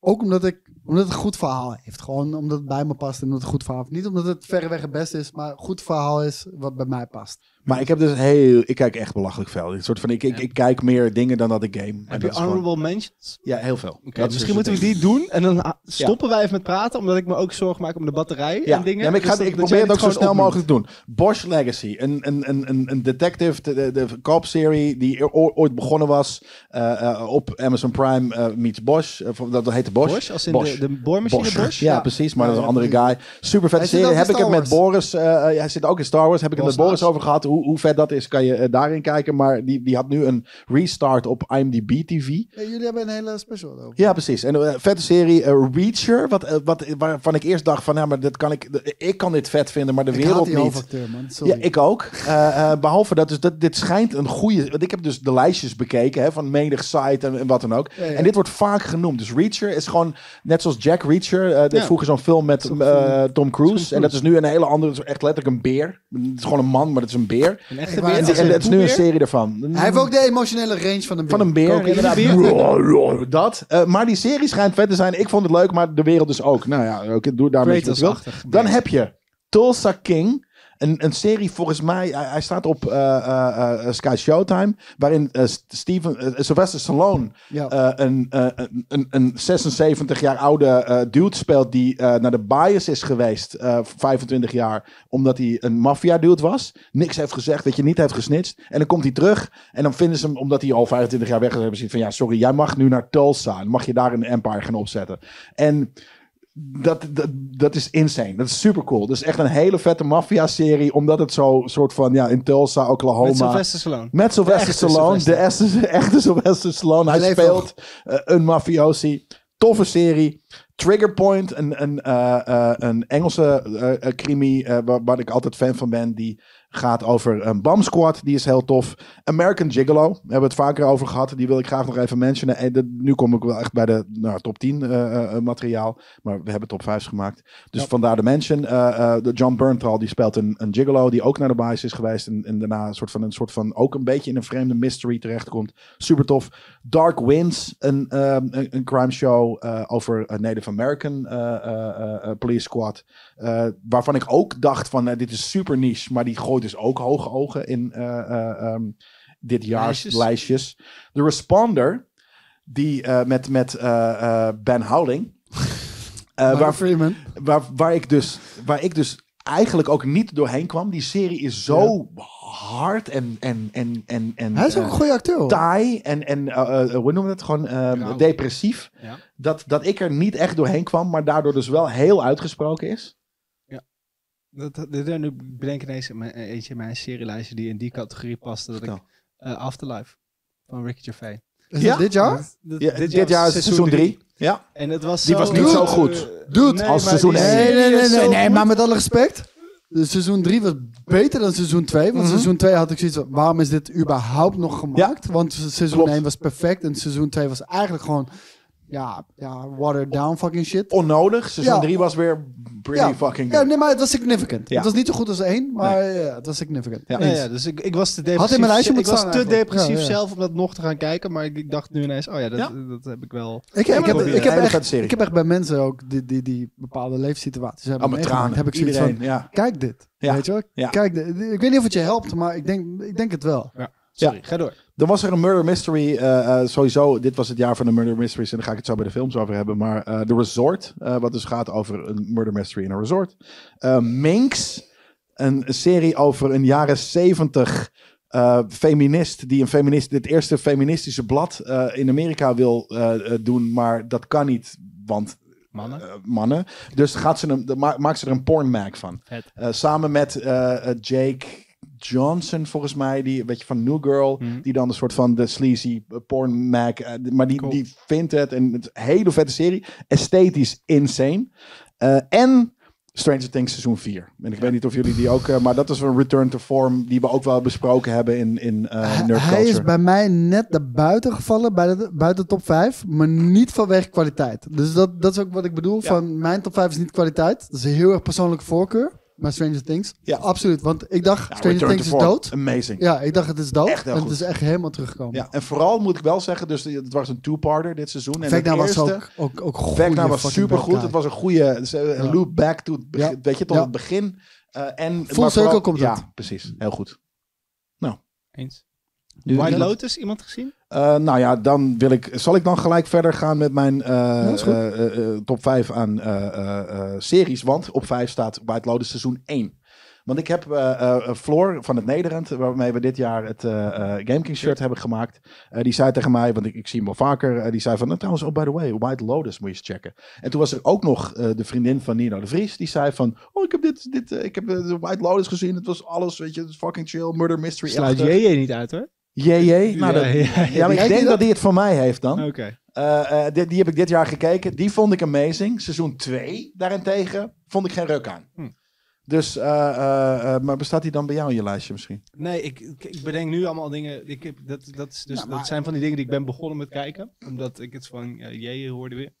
S2: Ook omdat, ik, omdat het een goed verhaal heeft. Gewoon omdat het bij me past en omdat het een goed verhaal heeft. Niet omdat het verreweg het beste is, maar een goed verhaal is wat bij mij past.
S1: Maar ik heb dus heel, ik kijk echt belachelijk veel. Dit soort van, ik, ik, ik kijk meer dingen dan dat ik game. En
S4: Heb je
S1: dat is gewoon-
S4: honorable mentions?
S1: Ja, heel veel.
S4: Oké,
S1: Dat is
S4: misschien
S1: dus
S4: moeten we
S1: het
S4: die doen en dan ah, stoppen wij even met praten, omdat ik me ook zorgen maak om de batterij
S1: Ja,
S4: en dingen.
S1: ja maar ik, ga,
S4: Dus dat-
S1: ik
S4: dat
S1: probeer
S4: jij
S1: het ook
S4: dit
S1: zo
S4: gewoon
S1: snel
S4: opnoemt.
S1: mogelijk te doen. Bosch Legacy, een, een, een, een, een detective, de, de, de cop-serie die er oo- ooit begonnen was eh, eh, op Amazon Prime eh, meets Bosch. Eh, van- dat heette Bosch.
S4: Bosch, als in
S1: Bosch.
S4: de, de boormachine Bosch.
S1: Bosch. Ja, precies, maar dat is een andere guy. Super vette
S2: Hij zit
S1: serie.
S2: ook in
S1: Heb ik het
S2: Star
S1: met
S2: Wars.
S1: Boris, eh, eh, hij zit ook in Star Wars, heb ik het met
S4: Boris
S1: Boris over gehad. Hoe, hoe vet dat is, kan je eh, daarin kijken. Maar die, die had nu een restart op IMDb TV.
S2: Hey, jullie hebben een hele special over.
S1: Ja, precies. En een vette serie eh, Reacher, wat, eh, wat, waarvan ik eerst dacht van, ja, maar dat kan ik, ik kan dit vet vinden, maar de
S2: ik haat
S1: wereld
S2: die
S1: niet.
S2: hoofdacteur, man. Sorry.
S1: Ja, ik ook. Eh, eh, behalve dat, dus dat dit schijnt een goede. Want ik heb dus de lijstjes bekeken hè, van menig site en, en wat dan ook.
S2: ja.
S1: En dit wordt vaak genoemd. Dus Reacher is gewoon net zoals Jack Reacher. eh dit
S4: Ja.
S1: Vroeger zo'n film met
S4: Zo'n
S1: eh,
S4: film.
S1: Tom Cruise. En dat is nu een hele andere. het is Echt letterlijk een beer. Het is gewoon een man, maar het is een beer.
S4: Een echte
S2: Ik wou
S4: beer.
S1: En,
S2: net
S1: die- en dat is nu een
S4: poebeer?
S1: serie daarvan.
S2: Hij heeft ook de emotionele range van een beer.
S1: Van een beer.
S4: Cocaïne
S1: inderdaad.
S4: beer.
S1: Roar, roar, Dat. Eh, maar die serie schijnt vet te zijn. Ik vond het leuk, maar de wereld dus ook. Nou ja, oké, doe daarmee wat je wilt.
S4: Kratos-achtig.
S1: Dan heb je Tulsa King. Een, een serie volgens mij, hij, hij staat op eh, eh, eh, Sky Showtime, waarin eh, St- Steven, eh, Sylvester Stallone
S2: Ja.
S1: eh, een, eh, een, een, een 76 jaar oude eh, dude speelt die eh, naar de bias is geweest, eh, 25 jaar, omdat hij een maffia dude was. Niks heeft gezegd, dat je niet heeft gesnitst. En dan komt hij terug en dan vinden ze hem, omdat hij al 25 jaar weg is, hebben ze van ja, sorry, jij mag nu naar Tulsa en mag je daar een empire gaan opzetten. En dat, dat, dat is insane. Dat is super cool. Dat is echt een hele vette maffia-serie. Omdat het zo soort van ja, in Tulsa, Oklahoma.
S4: Met Sylvester Stallone.
S1: Met Sylvester
S4: De echte
S1: Stallone. De
S4: Sylvester.
S1: echte, echte Sylvester Stallone. Hij
S2: Hij leeft
S1: speelt eh, een mafiosi. Toffe serie. Trigger Point, een, een, eh, eh, een Engelse eh, eh, crimi eh, waar, waar ik altijd fan van ben. Die gaat over een BAM Squad. Die is heel tof. American Gigolo. We hebben het vaker over gehad. Die wil ik graag nog even mentionen. En dat- nu kom ik wel echt bij de nou, top 10 eh, eh, materiaal. Maar we hebben top 5 gemaakt. Dus vandaar de mention. Eh, eh, de John Bernthal die speelt een, een gigolo die ook naar de bias is geweest. En, en daarna een soort van, een soort van ook een beetje in een vreemde mystery terechtkomt. Super tof. Dark Winds, een, ehm, een, een crime show eh, over een Native American eh, eh, eh, eh, police squad. Eh, waarvan ik ook dacht van eh, dit is super niche. Maar die gooit dus ook hoge ogen in eh, eh, ehm, dit jaar's
S4: Lijstjes.
S1: lijstjes. De Responder, die eh, met, met eh, eh, Ben Howling. eh,
S2: Martin
S1: waar,
S2: Freeman.
S1: waar, waar, ik dus, waar ik dus eigenlijk ook niet doorheen kwam. Die serie is zo hard en, en, en, en, en
S2: Hij is ook
S1: eh,
S2: een goede acteur, hoor.
S1: taai en, en eh, eh, hoe noemen we het? Gewoon ehm,
S4: Rauw.
S1: depressief.
S4: Ja.
S1: Dat, dat ik er niet echt doorheen kwam, maar daardoor dus wel heel uitgesproken is.
S4: Dat, dat, dit- nu bedenk ik ineens in mijn- eentje in mijn serielijstje die in die categorie paste. Dat ik,
S1: Vertel.
S4: eh, Afterlife van Ricky Gervais.
S2: Is
S1: Ja?
S2: het dit jaar?
S4: Dat-
S1: Ja, dit, jaar is seizoen
S4: drie.
S1: 3. Ja.
S4: En het was
S1: Die
S4: zo,
S1: was niet
S2: zo
S1: goed.
S4: eh,
S2: Dude,
S4: nee,
S1: als
S4: maar die
S1: seizoen één.
S2: Nee,
S4: serie
S2: nee,
S4: is
S2: nee,
S4: zo
S2: nee, nee,
S4: goed.
S2: maar met alle respect. De seizoen 3 was beter dan seizoen 2. Want seizoen 2 had ik zoiets van, waarom is dit überhaupt nog gemaakt? Want seizoen
S1: Klopt.
S2: 1 was perfect en seizoen 2 was eigenlijk gewoon, ja, ja watered down fucking shit.
S1: Onnodig. Seizoen
S2: Ja.
S1: 3 was weer pretty
S2: ja.
S1: fucking
S2: Ja,
S1: good.
S2: nee, maar het was significant.
S1: Ja.
S2: Het was niet zo goed als 1, maar ja, het was significant.
S1: Ja.
S4: Ja, ja, dus ik, ik was te depressief.
S2: mijn lijstje
S4: ik
S2: moeten
S4: was
S2: staan
S4: te
S2: eigenlijk.
S4: depressief
S2: Ja, ja.
S4: zelf om dat nog te gaan kijken, maar ik, ik dacht nu ineens, oh ja, dat,
S1: Ja.
S4: dat heb ik wel.
S2: Ik, ik, heb,
S4: probeer.
S2: ik, heb
S1: Hele
S2: echt,
S1: vette serie.
S2: ik heb echt bij mensen ook die, die, die bepaalde leefsituaties hebben
S1: Oh, mijn
S2: meegemaakt,
S1: tranen.
S2: Heb ik zoiets
S1: Iedereen,
S2: van,
S1: ja.
S2: kijk dit.
S1: Ja.
S2: Weet je wel?
S1: Ja.
S2: Kijk dit. Ik weet niet of het je helpt, maar ik denk, ik denk het wel.
S4: Sorry, ga door.
S1: Dan was er een murder mystery. eh, eh, sowieso, dit was het jaar van de murder mysteries. En daar ga ik het zo bij de films over hebben. Maar eh The Resort, eh, wat dus gaat over een murder mystery in een resort. Eh, Minx, een serie over een jaren zeventig eh, feminist. Die een feminist, het eerste feministische blad eh, in Amerika wil eh, eh, doen. Maar dat kan niet, want
S4: Mannen.
S1: eh, mannen. Dus gaat ze een, de- ma- maakt ze er een pornmag van.
S4: Vet.
S1: Eh, samen met eh, eh, Jake... Johnson, volgens mij, die een beetje van New Girl,
S4: Mhm.
S1: die dan een soort van de sleazy eh, porn mac, eh, d- maar die,
S4: Cool.
S1: die vindt het en het is een hele vette serie, esthetisch insane. Eh, en Stranger Things seizoen 4. En ik weet niet of jullie die ook, eh, maar dat is een return to form die we ook wel besproken hebben in, in eh,
S2: Hij-
S1: Nerd
S2: Hij is
S1: Culture.
S2: bij mij net naar buiten gevallen, bij de, buiten de top 5, maar niet vanwege kwaliteit. Dus dat, dat is ook wat ik bedoel. Van mijn top 5 is niet kwaliteit. Dat is een heel erg persoonlijke voorkeur. Maar Stranger Things,
S1: Ja.
S2: absoluut. Want ik dacht,
S1: Ja,
S2: Stranger
S1: return
S2: Things
S1: to
S2: is
S1: form.
S2: dood.
S1: Amazing.
S2: Ja, ik dacht het is dood.
S1: Echt heel
S2: en
S1: goed.
S2: het is echt helemaal teruggekomen.
S1: Ja, en vooral moet ik wel zeggen, dus het was een two-parter dit seizoen. En
S2: Vecna
S1: het
S2: was
S1: eerste,
S2: nou ook, ook, ook goed.
S1: Vecna was supergoed. Het was een goede dus, eh, een
S2: Ja.
S1: loop back to, het begin-
S2: Ja.
S1: weet je, tot
S2: Ja.
S1: het begin. Eh, en,
S2: Full
S1: maar
S2: circle komt
S1: Ja,
S2: het.
S1: precies. Heel goed.
S4: Eens.
S1: Nu-
S4: White
S1: nu-
S4: Lotus, iemand gezien?
S1: Eh, nou ja, dan wil ik. Zal ik dan gelijk verder gaan met mijn eh,
S2: is goed.
S1: eh, eh, eh, top 5 aan eh, eh, eh, series? Want op 5 staat White Lotus seizoen 1. Want ik heb eh, eh, eh, Floor van het Nederland, waarmee we dit jaar het eh eh, Game King shirt hebben gemaakt. eh, die zei tegen mij, want ik, ik zie hem wel vaker. eh, die zei van, nou, trouwens, oh by the way, White Lotus moet je eens checken. En toen was er ook nog eh, de vriendin van Nino de Vries. Die zei van, oh ik heb dit, dit eh, ik heb eh, de White Lotus gezien. Het was alles, weet je, het is fucking chill, murder mystery.
S4: Sluit
S1: achtig."
S4: JJ niet uit hoor.
S1: JJ. Nou,
S4: Ja,
S1: dat-
S4: ja, ja.
S1: ja, maar ik denk dat hij het van mij heeft dan.
S4: Oké.
S1: Eh, eh, die, die heb ik dit jaar gekeken. Die vond ik amazing. Seizoen 2 daarentegen vond ik geen ruk aan.
S4: Hm.
S1: Dus, eh, eh, eh, maar bestaat die dan bij jou in je lijstje misschien?
S4: Nee, ik, ik, ik bedenk nu allemaal dingen. Ik heb, dat, dat, is dus, dat zijn van die dingen die ik ben begonnen met kijken. Omdat ik het van eh jij hoorde weer.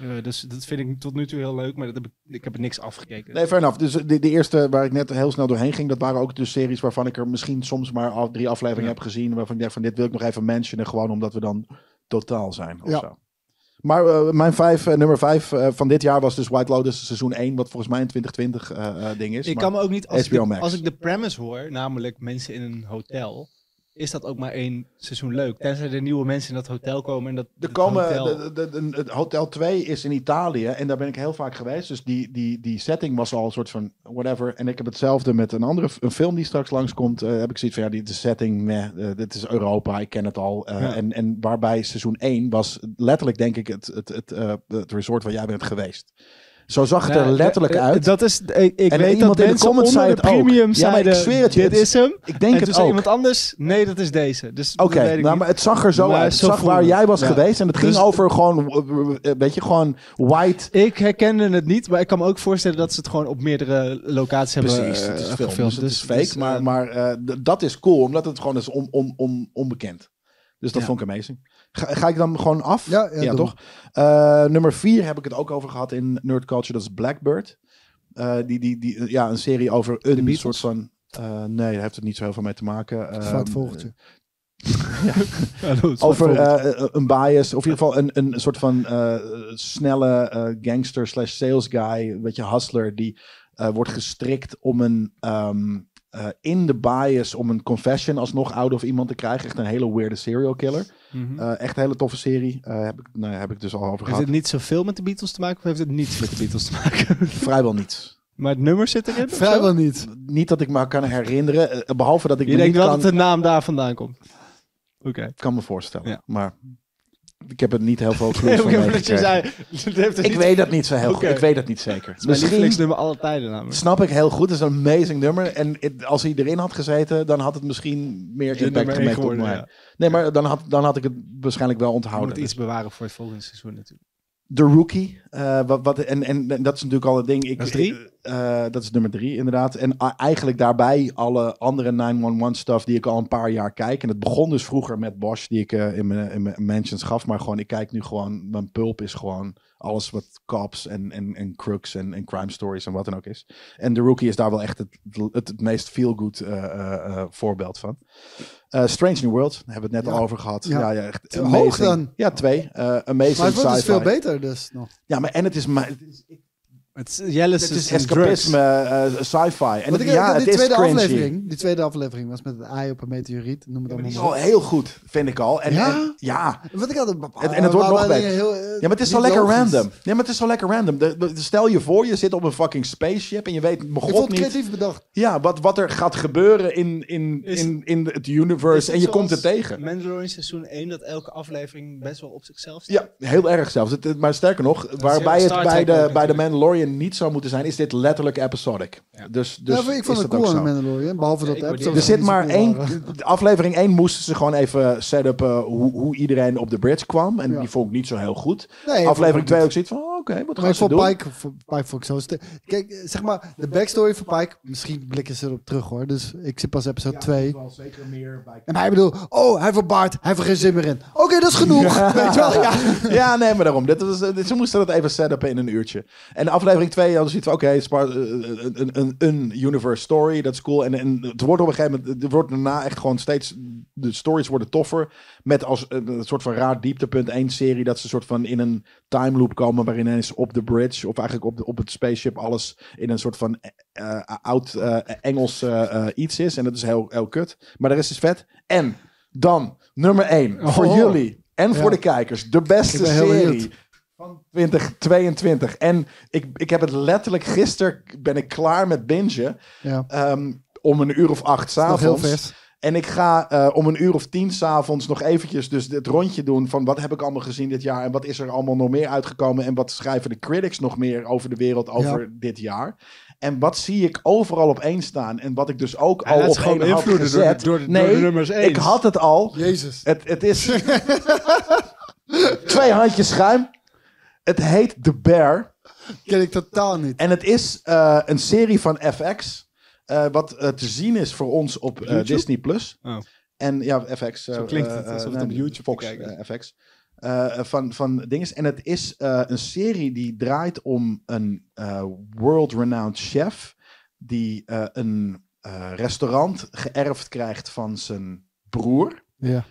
S4: Eh, dus dat vind ik tot nu toe heel leuk, maar dat heb ik, ik heb er niks afgekeken.
S1: Nee, fair enough. Dus de, de eerste waar ik net heel snel doorheen ging, dat waren ook de series waarvan ik er misschien soms maar al drie afleveringen heb gezien. Waarvan ik dacht van dit wil ik nog even mentionen, gewoon omdat we dan totaal zijn of
S2: Ja.
S1: zo. Maar eh, mijn vijf, eh, nummer vijf eh, van dit jaar was dus White Lotus seizoen 1, wat volgens mij een 2020 eh, eh, ding is.
S4: ik
S1: maar-
S4: kan me ook niet, als, ik
S1: HBO
S4: de,
S1: Max.
S4: als ik de premise hoor, namelijk mensen in een hotel, is dat ook maar één seizoen leuk. Tenzij er nieuwe mensen in dat hotel komen en dat
S1: Er
S4: dat
S1: komen,
S4: hotel-
S1: de, de, de- het Hotel 2 is in Italië en daar ben ik heel vaak geweest. Dus die, die, die setting was al een soort van whatever. En ik heb hetzelfde met een andere f- een film die straks langskomt. eh heb ik zoiets van, ja, die, de setting, meh, eh, dit is Europa, ik ken het al. Eh,
S4: Ja.
S1: en, en waarbij seizoen 1 was letterlijk, denk ik, het, het, het, eh, het resort waar jij bent geweest. Zo zag het er
S4: Ja,
S1: letterlijk
S4: eh,
S1: uit.
S4: Dat is, ik, ik
S1: En
S4: weet
S1: iemand in de
S4: dat mensen
S1: comments zei
S4: onder de
S1: het ook.
S4: premium
S1: Ja, maar ik
S4: zeiden,
S1: zweer het je,
S4: dit
S1: het-
S4: is hem.
S1: ik denk
S4: en toen
S1: het
S4: zei
S1: ook.
S4: iemand anders, nee, dat is deze. Dus dat
S1: Oké,
S4: weet ik
S1: nou,
S4: niet.
S1: maar het zag er zo
S4: Maar
S1: uit. Het
S4: zo
S1: zag waar
S4: voelde-
S1: jij was
S4: ja.
S1: geweest. En het ging
S4: Dus-
S1: over gewoon, eh, weet je, gewoon white
S4: Ik herkende het niet, maar ik kan me ook voorstellen dat ze het gewoon op meerdere locaties hebben
S1: Precies,
S4: eh,
S1: het is film, dus
S4: gefilmd.
S1: het
S4: Dus-
S1: is fake.
S4: dus, eh,
S1: maar maar eh, d- dat is cool, omdat het gewoon is on- on- on- onbekend. Dus dat
S4: Ja.
S1: vond ik amazing. Ga, ga ik dan gewoon af?
S2: Ja, ja, doe.
S1: toch? Eh, nummer vier heb ik het ook over gehad in Nerd Culture. Dat is Blackbird. Eh, die, die, die, ja, een serie over een
S4: Beatles?
S1: soort van... eh, nee, daar heeft het niet zo heel veel mee te maken. Eh,
S2: Fout vogeltje.
S4: hallo, het is
S1: over
S4: Marvel.
S1: eh, eh, een bias, of in ieder geval een, een soort van eh, snelle eh, gangster slash sales guy, een beetje hustler, die eh, wordt gestrikt om een ehm, eh, in de bias om een confession alsnog out of iemand te krijgen. Echt een hele weirde serial killer.
S4: Mhm.
S1: Eh, echt een hele toffe serie. Eh, heb, ik, nou, ja, heb ik dus al over
S4: heeft
S1: gehad.
S4: het niet zoveel met de Beatles te maken of heeft het niets met de Beatles te maken?
S1: Vrijwel niets.
S4: maar het nummer zit erin? of zo?
S2: Vrijwel niet.
S1: Niet dat ik me kan herinneren, eh, behalve dat ik
S4: Je
S1: me
S4: denkt
S1: niet
S4: wel
S1: kan,
S4: dat de naam daar vandaan komt. Oké.
S1: kan me voorstellen.
S4: Ja.
S1: Maar ik heb er niet heel veel
S4: Nee,
S1: clues
S4: ik
S1: van
S4: bedoel dat je
S1: meegekregen.
S4: zei, het heeft er
S1: Ik
S4: niet-
S1: weet dat niet zo heel
S4: Oké.
S1: goed. Ik weet dat niet zeker.
S4: Het is mijn lievelingsnummer alle tijden namelijk.
S1: Snap ik heel goed. Het is een amazing nummer. En het- als hij erin had gezeten, dan had het misschien meer
S4: Je
S1: impact
S4: nummer één
S1: gemaakt
S4: geworden,
S1: op mij.
S4: ja.
S1: Nee, maar dan had, dan had ik het waarschijnlijk wel
S4: Je moet
S1: onthouden. Dus
S4: iets bewaren voor het volgende seizoen natuurlijk.
S1: De Rookie. eh, wat, wat, en, en, en dat is natuurlijk al het ding. Ik,
S4: Dat is drie?
S1: ik, eh, dat is nummer drie, inderdaad. En a- eigenlijk daarbij alle andere 911-stuff die ik al een paar jaar kijk. En het begon dus vroeger met Bosch, die ik eh, in, mijn, in mijn mentions gaf. Maar gewoon, ik kijk nu gewoon... Mijn pulp is gewoon alles wat cops en, en, en crooks en, en crime stories en wat dan ook is. En The Rookie is daar wel echt het, het, het meest feel-good eh, eh, eh, voorbeeld van. Eh, Strange New World, daar hebben we het net
S2: Ja.
S1: al over gehad.
S2: Ja.
S1: Ja, ja, echt
S2: Hoog
S1: amazing.
S2: dan.
S1: Ja, twee. Eh amazing
S2: Maar het wordt dus
S1: sci-fi.
S2: veel beter dus nog.
S1: Ja, maar en het is, ma- het is,
S4: Het is Jelle's
S1: het is
S4: is een drugs.
S1: escapisme, eh, sci-fi. En
S2: Want
S1: het,
S2: ik,
S1: ja,
S2: die
S1: het is
S2: tweede
S1: cringy.
S2: aflevering, die tweede aflevering was met het ei op een meteoriet, noem het
S1: Maar die is
S2: allemaal
S1: al
S2: maar.
S1: heel goed, vind ik al. En,
S2: Ja?
S1: en- ja.
S2: Wat ik had een bepaal-
S1: En- en het wordt nog
S2: waar- waar
S1: beter.
S2: dingen heel, eh,
S1: Ja, maar het is zo
S2: niet
S1: lekker
S2: logisch.
S1: random. Ja, maar het is zo lekker random. De- de- stel je voor, je zit op een fucking spaceship en je weet
S2: Ik vond
S1: begot
S2: het
S1: niet
S2: creatief bedacht.
S1: ja, wat, wat er gaat gebeuren in, in,
S4: Is-
S1: in, in het
S4: Is
S1: universe.
S4: het
S1: En je
S4: zoals
S1: komt er tegen.
S4: Mandalorian seizoen 1, dat elke aflevering best wel op zichzelf staat.
S1: Ja, heel erg zelfs. Het- het- maar sterker nog,
S4: is
S1: waarbij
S4: heel
S1: het
S4: Star
S1: bij
S4: Trek
S1: de,
S4: ook
S1: bij de
S4: natuurlijk.
S1: Mandalorian niet zou moeten zijn, is dit letterlijk episodic. Dus, dus
S2: ja, Nou, ik vond
S1: is
S2: het
S1: dat ook
S2: cool aan
S1: zo.
S2: de Mandalorian, behalve dat
S4: ik
S2: de
S4: waardeer
S2: episodes
S1: Er zit
S2: niet zo
S1: maar
S2: cool
S1: één.
S2: waren.
S1: de Aflevering 1 moesten ze gewoon even setupen hoe, hoe iedereen op de bridge kwam. En
S2: Ja.
S1: die vond ik niet zo heel goed.
S2: Nee,
S1: Aflevering
S2: maar-
S1: 2 ook zoiets van: oh, oké, wat
S2: Maar
S1: gaan
S2: ik
S1: ze
S2: vond
S1: doen?
S2: Pike, voor- Pike vond ik zo sterk. Kijk, eh, zeg maar, de backstory van Pike, misschien blikken ze erop terug hoor. Dus ik zit pas episode 2.
S7: zeker meer bij...
S2: En hij bedoelt, oh, hij verbaart, hij heeft er geen zin meer in. Oké, dat is genoeg. Weet je wel? Ja.
S1: Ja, nee, maar daarom. Dit was, dit- ze moesten dat even setupen in een uurtje. En de aflevering 2 hadden ze iets van, oké, het is maar, eh, een, een, een universe story, dat is cool. En, en het wordt op een gegeven moment, het wordt daarna echt gewoon steeds, de stories worden toffer. Met als eh, een soort van raar dieptepunt één serie, dat ze soort van in een time loop komen, waarin ineens op de bridge, of eigenlijk op, de, op het spaceship, alles in een soort van eh, eh, oud eh, Engels eh, eh, iets is. En dat is heel, heel kut. Maar de rest is vet. En dan, nummer 1, voor
S2: Oh.
S1: jullie en voor
S2: Ja.
S1: de kijkers, de beste
S2: Ik ben heel
S1: serie
S2: benieuwd.
S1: van 2022. En ik, ik heb het letterlijk gisteren ben ik klaar met bingen.
S2: Ja,
S1: ehm, om een uur of acht
S2: nog heel
S1: s'avonds.
S2: vers.
S1: En ik ga eh, om een uur of tien s'avonds nog eventjes dus het rondje doen van wat heb ik allemaal gezien dit jaar en wat is er allemaal nog meer uitgekomen en wat schrijven de critics nog meer over de wereld over dit jaar. En wat zie ik overal op één staan en wat ik dus ook
S4: Hij
S1: al
S4: laat
S1: op
S4: zich gewoon
S1: één had
S4: beïnvloeden door de-
S1: gezet.
S4: door de- door
S1: nee,
S4: de nummers
S1: ik
S4: eens.
S1: had het al.
S2: Jezus.
S1: Het, het is. Twee handjes schuim. Het heet The Bear.
S2: Ken ik totaal niet.
S1: En het is eh, een serie van FX. eh, wat eh, te zien is voor ons op eh, Disney Plus.
S4: Oh.
S1: En ja, FX. eh,
S4: Zo klinkt het
S1: eh,
S4: alsof het
S1: eh,
S4: op YouTube
S1: Fox,
S4: te kijken
S1: eh, FX. eh, van, van dinges. En het is eh, een serie die draait om een eh, world-renowned chef. die eh, een eh, restaurant geërfd krijgt van zijn broer
S2: Ja.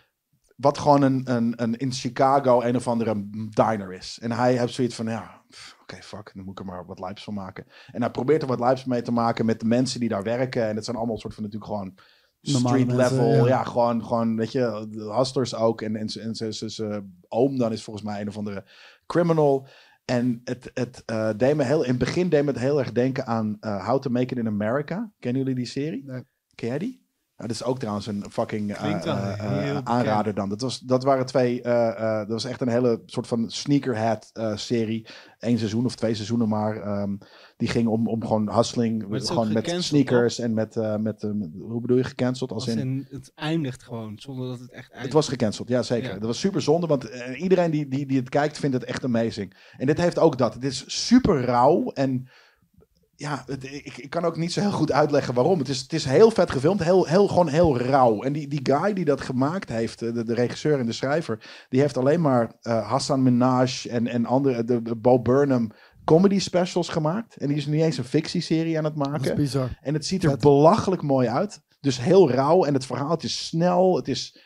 S1: wat gewoon een, een, een in Chicago een of andere diner is. En hij heeft zoiets van, ja, pff, oké, fuck, dan moet ik er maar wat lives van maken. En hij probeert er wat lives mee te maken met de mensen die daar werken. En het zijn allemaal soort van natuurlijk gewoon
S2: Normale
S1: street
S2: mensen,
S1: level.
S2: ja.
S1: ja. gewoon, gewoon, weet je, de hustlers ook. En, en, z- en z- z- zijn oom dan is volgens mij een of andere criminal. En het, het eh, deed me heel, in het begin deed me het heel erg denken aan eh, How to Make It in America. Kennen jullie die serie?
S2: Nee.
S1: Ken jij die? Nou, dat is ook trouwens een fucking eh,
S4: Klinkt wel
S1: eh, eh,
S4: heel bekend.
S1: aanrader dan. Dat, was, dat waren twee, eh, eh, dat was echt een hele soort van sneakerhead eh, serie. Eén seizoen of twee seizoenen maar. ehm, die ging om, om gewoon hustling.
S4: het is
S1: Gewoon
S4: ook
S1: met
S4: gecanceld,
S1: sneakers en met, eh, met, eh, met- hoe bedoel je, gecanceld? Als
S4: Als
S1: in,
S4: in, het eindigt gewoon, zonder dat het echt eindigt.
S1: het was gecanceld, ja zeker.
S4: Ja.
S1: Dat was super zonde, want eh, iedereen die, die, die het kijkt vindt het echt amazing. En dit heeft ook dat. Het is super rauw en ja, het, ik, ik kan ook niet zo heel goed uitleggen waarom. Het is, het is heel vet gefilmd, heel, heel, gewoon heel rauw. En die, die guy die dat gemaakt heeft, eh, de, de regisseur en de schrijver, die heeft alleen maar eh, Hassan Minaj en, en andere, de, de Bo Burnham comedy specials gemaakt. En die is nu niet eens een fictieserie aan het
S2: Dat
S1: maken.
S2: is bizar.
S1: En het ziet er
S2: Vet.
S1: belachelijk mooi uit. Dus heel rauw. En het verhaal, het is snel. Het is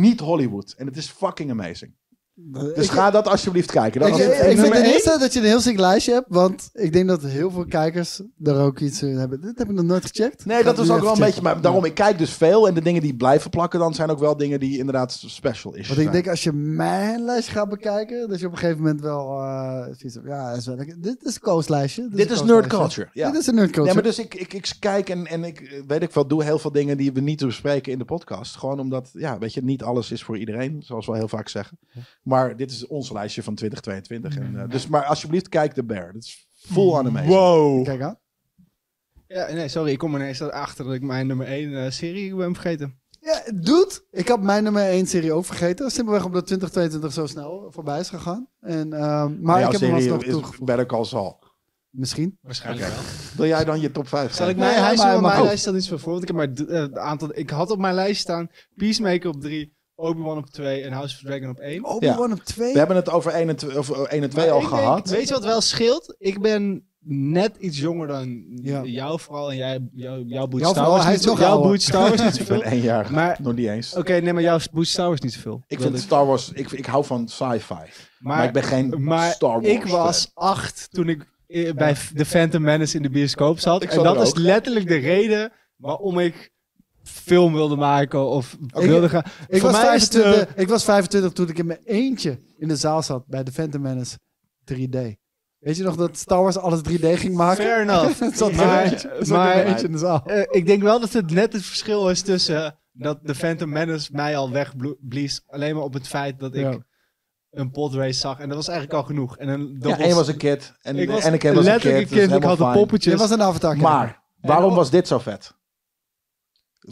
S1: niet Hollywood. En het is fucking amazing. Dus
S2: Eh, Ik-
S1: ga dat alsjeblieft kijken. Dat
S2: Ik,
S1: was het
S2: ik, ik vind
S1: nummer
S2: het
S1: één.
S2: eerste dat je een heel ziek lijstje hebt, want ik denk dat heel veel kijkers daar ook iets in hebben. Dit heb ik nog nooit gecheckt.
S1: Nee, dat
S2: was
S1: was ook wel een beetje... Maar daarom, ik kijk dus veel. En de dingen die blijven plakken dan zijn ook wel dingen die inderdaad special is.
S2: Want ik denk als je mijn lijstje gaat bekijken, dat je op een gegeven moment wel eh, zoiets hebt, ja, dat is wel lekker. dit is een kooslijstje.
S1: Dit
S2: een
S1: is
S2: kooslijstje.
S1: nerd culture. Ja.
S2: Dit is een nerd
S1: Nee,
S2: culture.
S1: maar dus ik, ik, ik kijk en, en ik eh, weet ik wel, doe heel veel dingen die we niet te bespreken in de podcast. Gewoon omdat, ja, weet je, niet alles is voor iedereen, zoals we heel vaak zeggen. Maar dit is ons lijstje van 2022. En, eh, dus, maar alsjeblieft, kijk de Bear. Dat is full anime.
S4: Mm. Wow.
S2: Kijk aan.
S4: Ja, nee, sorry, ik kom ineens achter dat ik mijn nummer 1 serie ben vergeten.
S2: Ja, dude, ik had mijn nummer 1 serie ook vergeten. Simpelweg omdat 2022 zo snel voorbij is gegaan. En, ehm, maar ik heb hem alsnog
S1: is
S2: toegevoegd.
S1: Better Call Saul.
S2: Misschien.
S4: Waarschijnlijk wel.
S1: Wil jij dan je top 5
S4: Zal ik
S2: Nee,
S4: mijn
S2: hij-
S4: lijst
S2: maar-
S4: doen?
S2: maar-
S4: Mijn
S2: oh.
S4: lijst staat iets voor. Want ik heb maar d- eh, een aantal... Ik had op mijn lijst staan Peacemaker op 3, Obi-Wan op 2 en House of Dragon op 1.
S2: Obi-Wan op 2.
S1: We hebben het over 1 en 2, of, eh, 1 en 2 al
S4: ik denk-
S1: gehad.
S4: weet je wat wel scheelt? Ik ben net iets jonger dan
S2: Ja.
S4: jou vooral. En jij, jou, jouw boeit
S2: Jou
S4: Star
S2: vooral,
S4: Wars
S2: hij
S4: niet
S2: is
S4: zo-
S2: nog
S4: jouw
S2: ouder.
S4: boeit Star Wars niet
S1: ik
S4: zoveel.
S1: ben één jaar,
S4: Maar
S1: nog niet eens.
S4: oké, nee, maar jouw boeit Star Wars niet zoveel.
S1: Ik
S4: Wilde
S1: vind Star Wars, ik, ik hou van sci-fi. Maar,
S4: maar,
S1: ik ben geen
S4: maar
S1: Star Wars
S4: ik was acht toen ik eh, bij The Phantom Menace in de bioscoop zat.
S1: Ik
S4: en
S1: zat
S4: dat
S1: er
S4: is
S1: ook.
S4: letterlijk de reden waarom ik film wilde maken of wilde gaan.
S2: Ik
S4: Voor
S2: was,
S4: mij is het, eh,
S2: 25,
S1: eh,
S2: ik was 25 toen ik in mijn eentje in de zaal zat bij The Phantom Menace 3D. Weet je nog dat Star Wars alles 3D ging maken?
S4: Fair enough.
S2: Het zat
S4: Maar-
S2: maar, eentje, het zat
S4: maar-
S2: in mijn eentje in de zaal.
S4: Eh, ik denk wel dat het net het verschil is tussen dat de Phantom Menace mij al wegblies. Alleen maar op het feit dat ik
S2: Ja.
S4: een podrace zag. En dat was eigenlijk al genoeg. En een
S1: Ja,
S4: doubles-
S1: één was een kid en
S4: ik was
S1: Anakin was een kid.
S4: letterlijk
S1: dus
S4: Ik
S1: helemaal
S4: had de
S1: fine.
S4: poppetjes.
S2: Dit was een avatar.
S1: Maar, waarom was dit zo vet?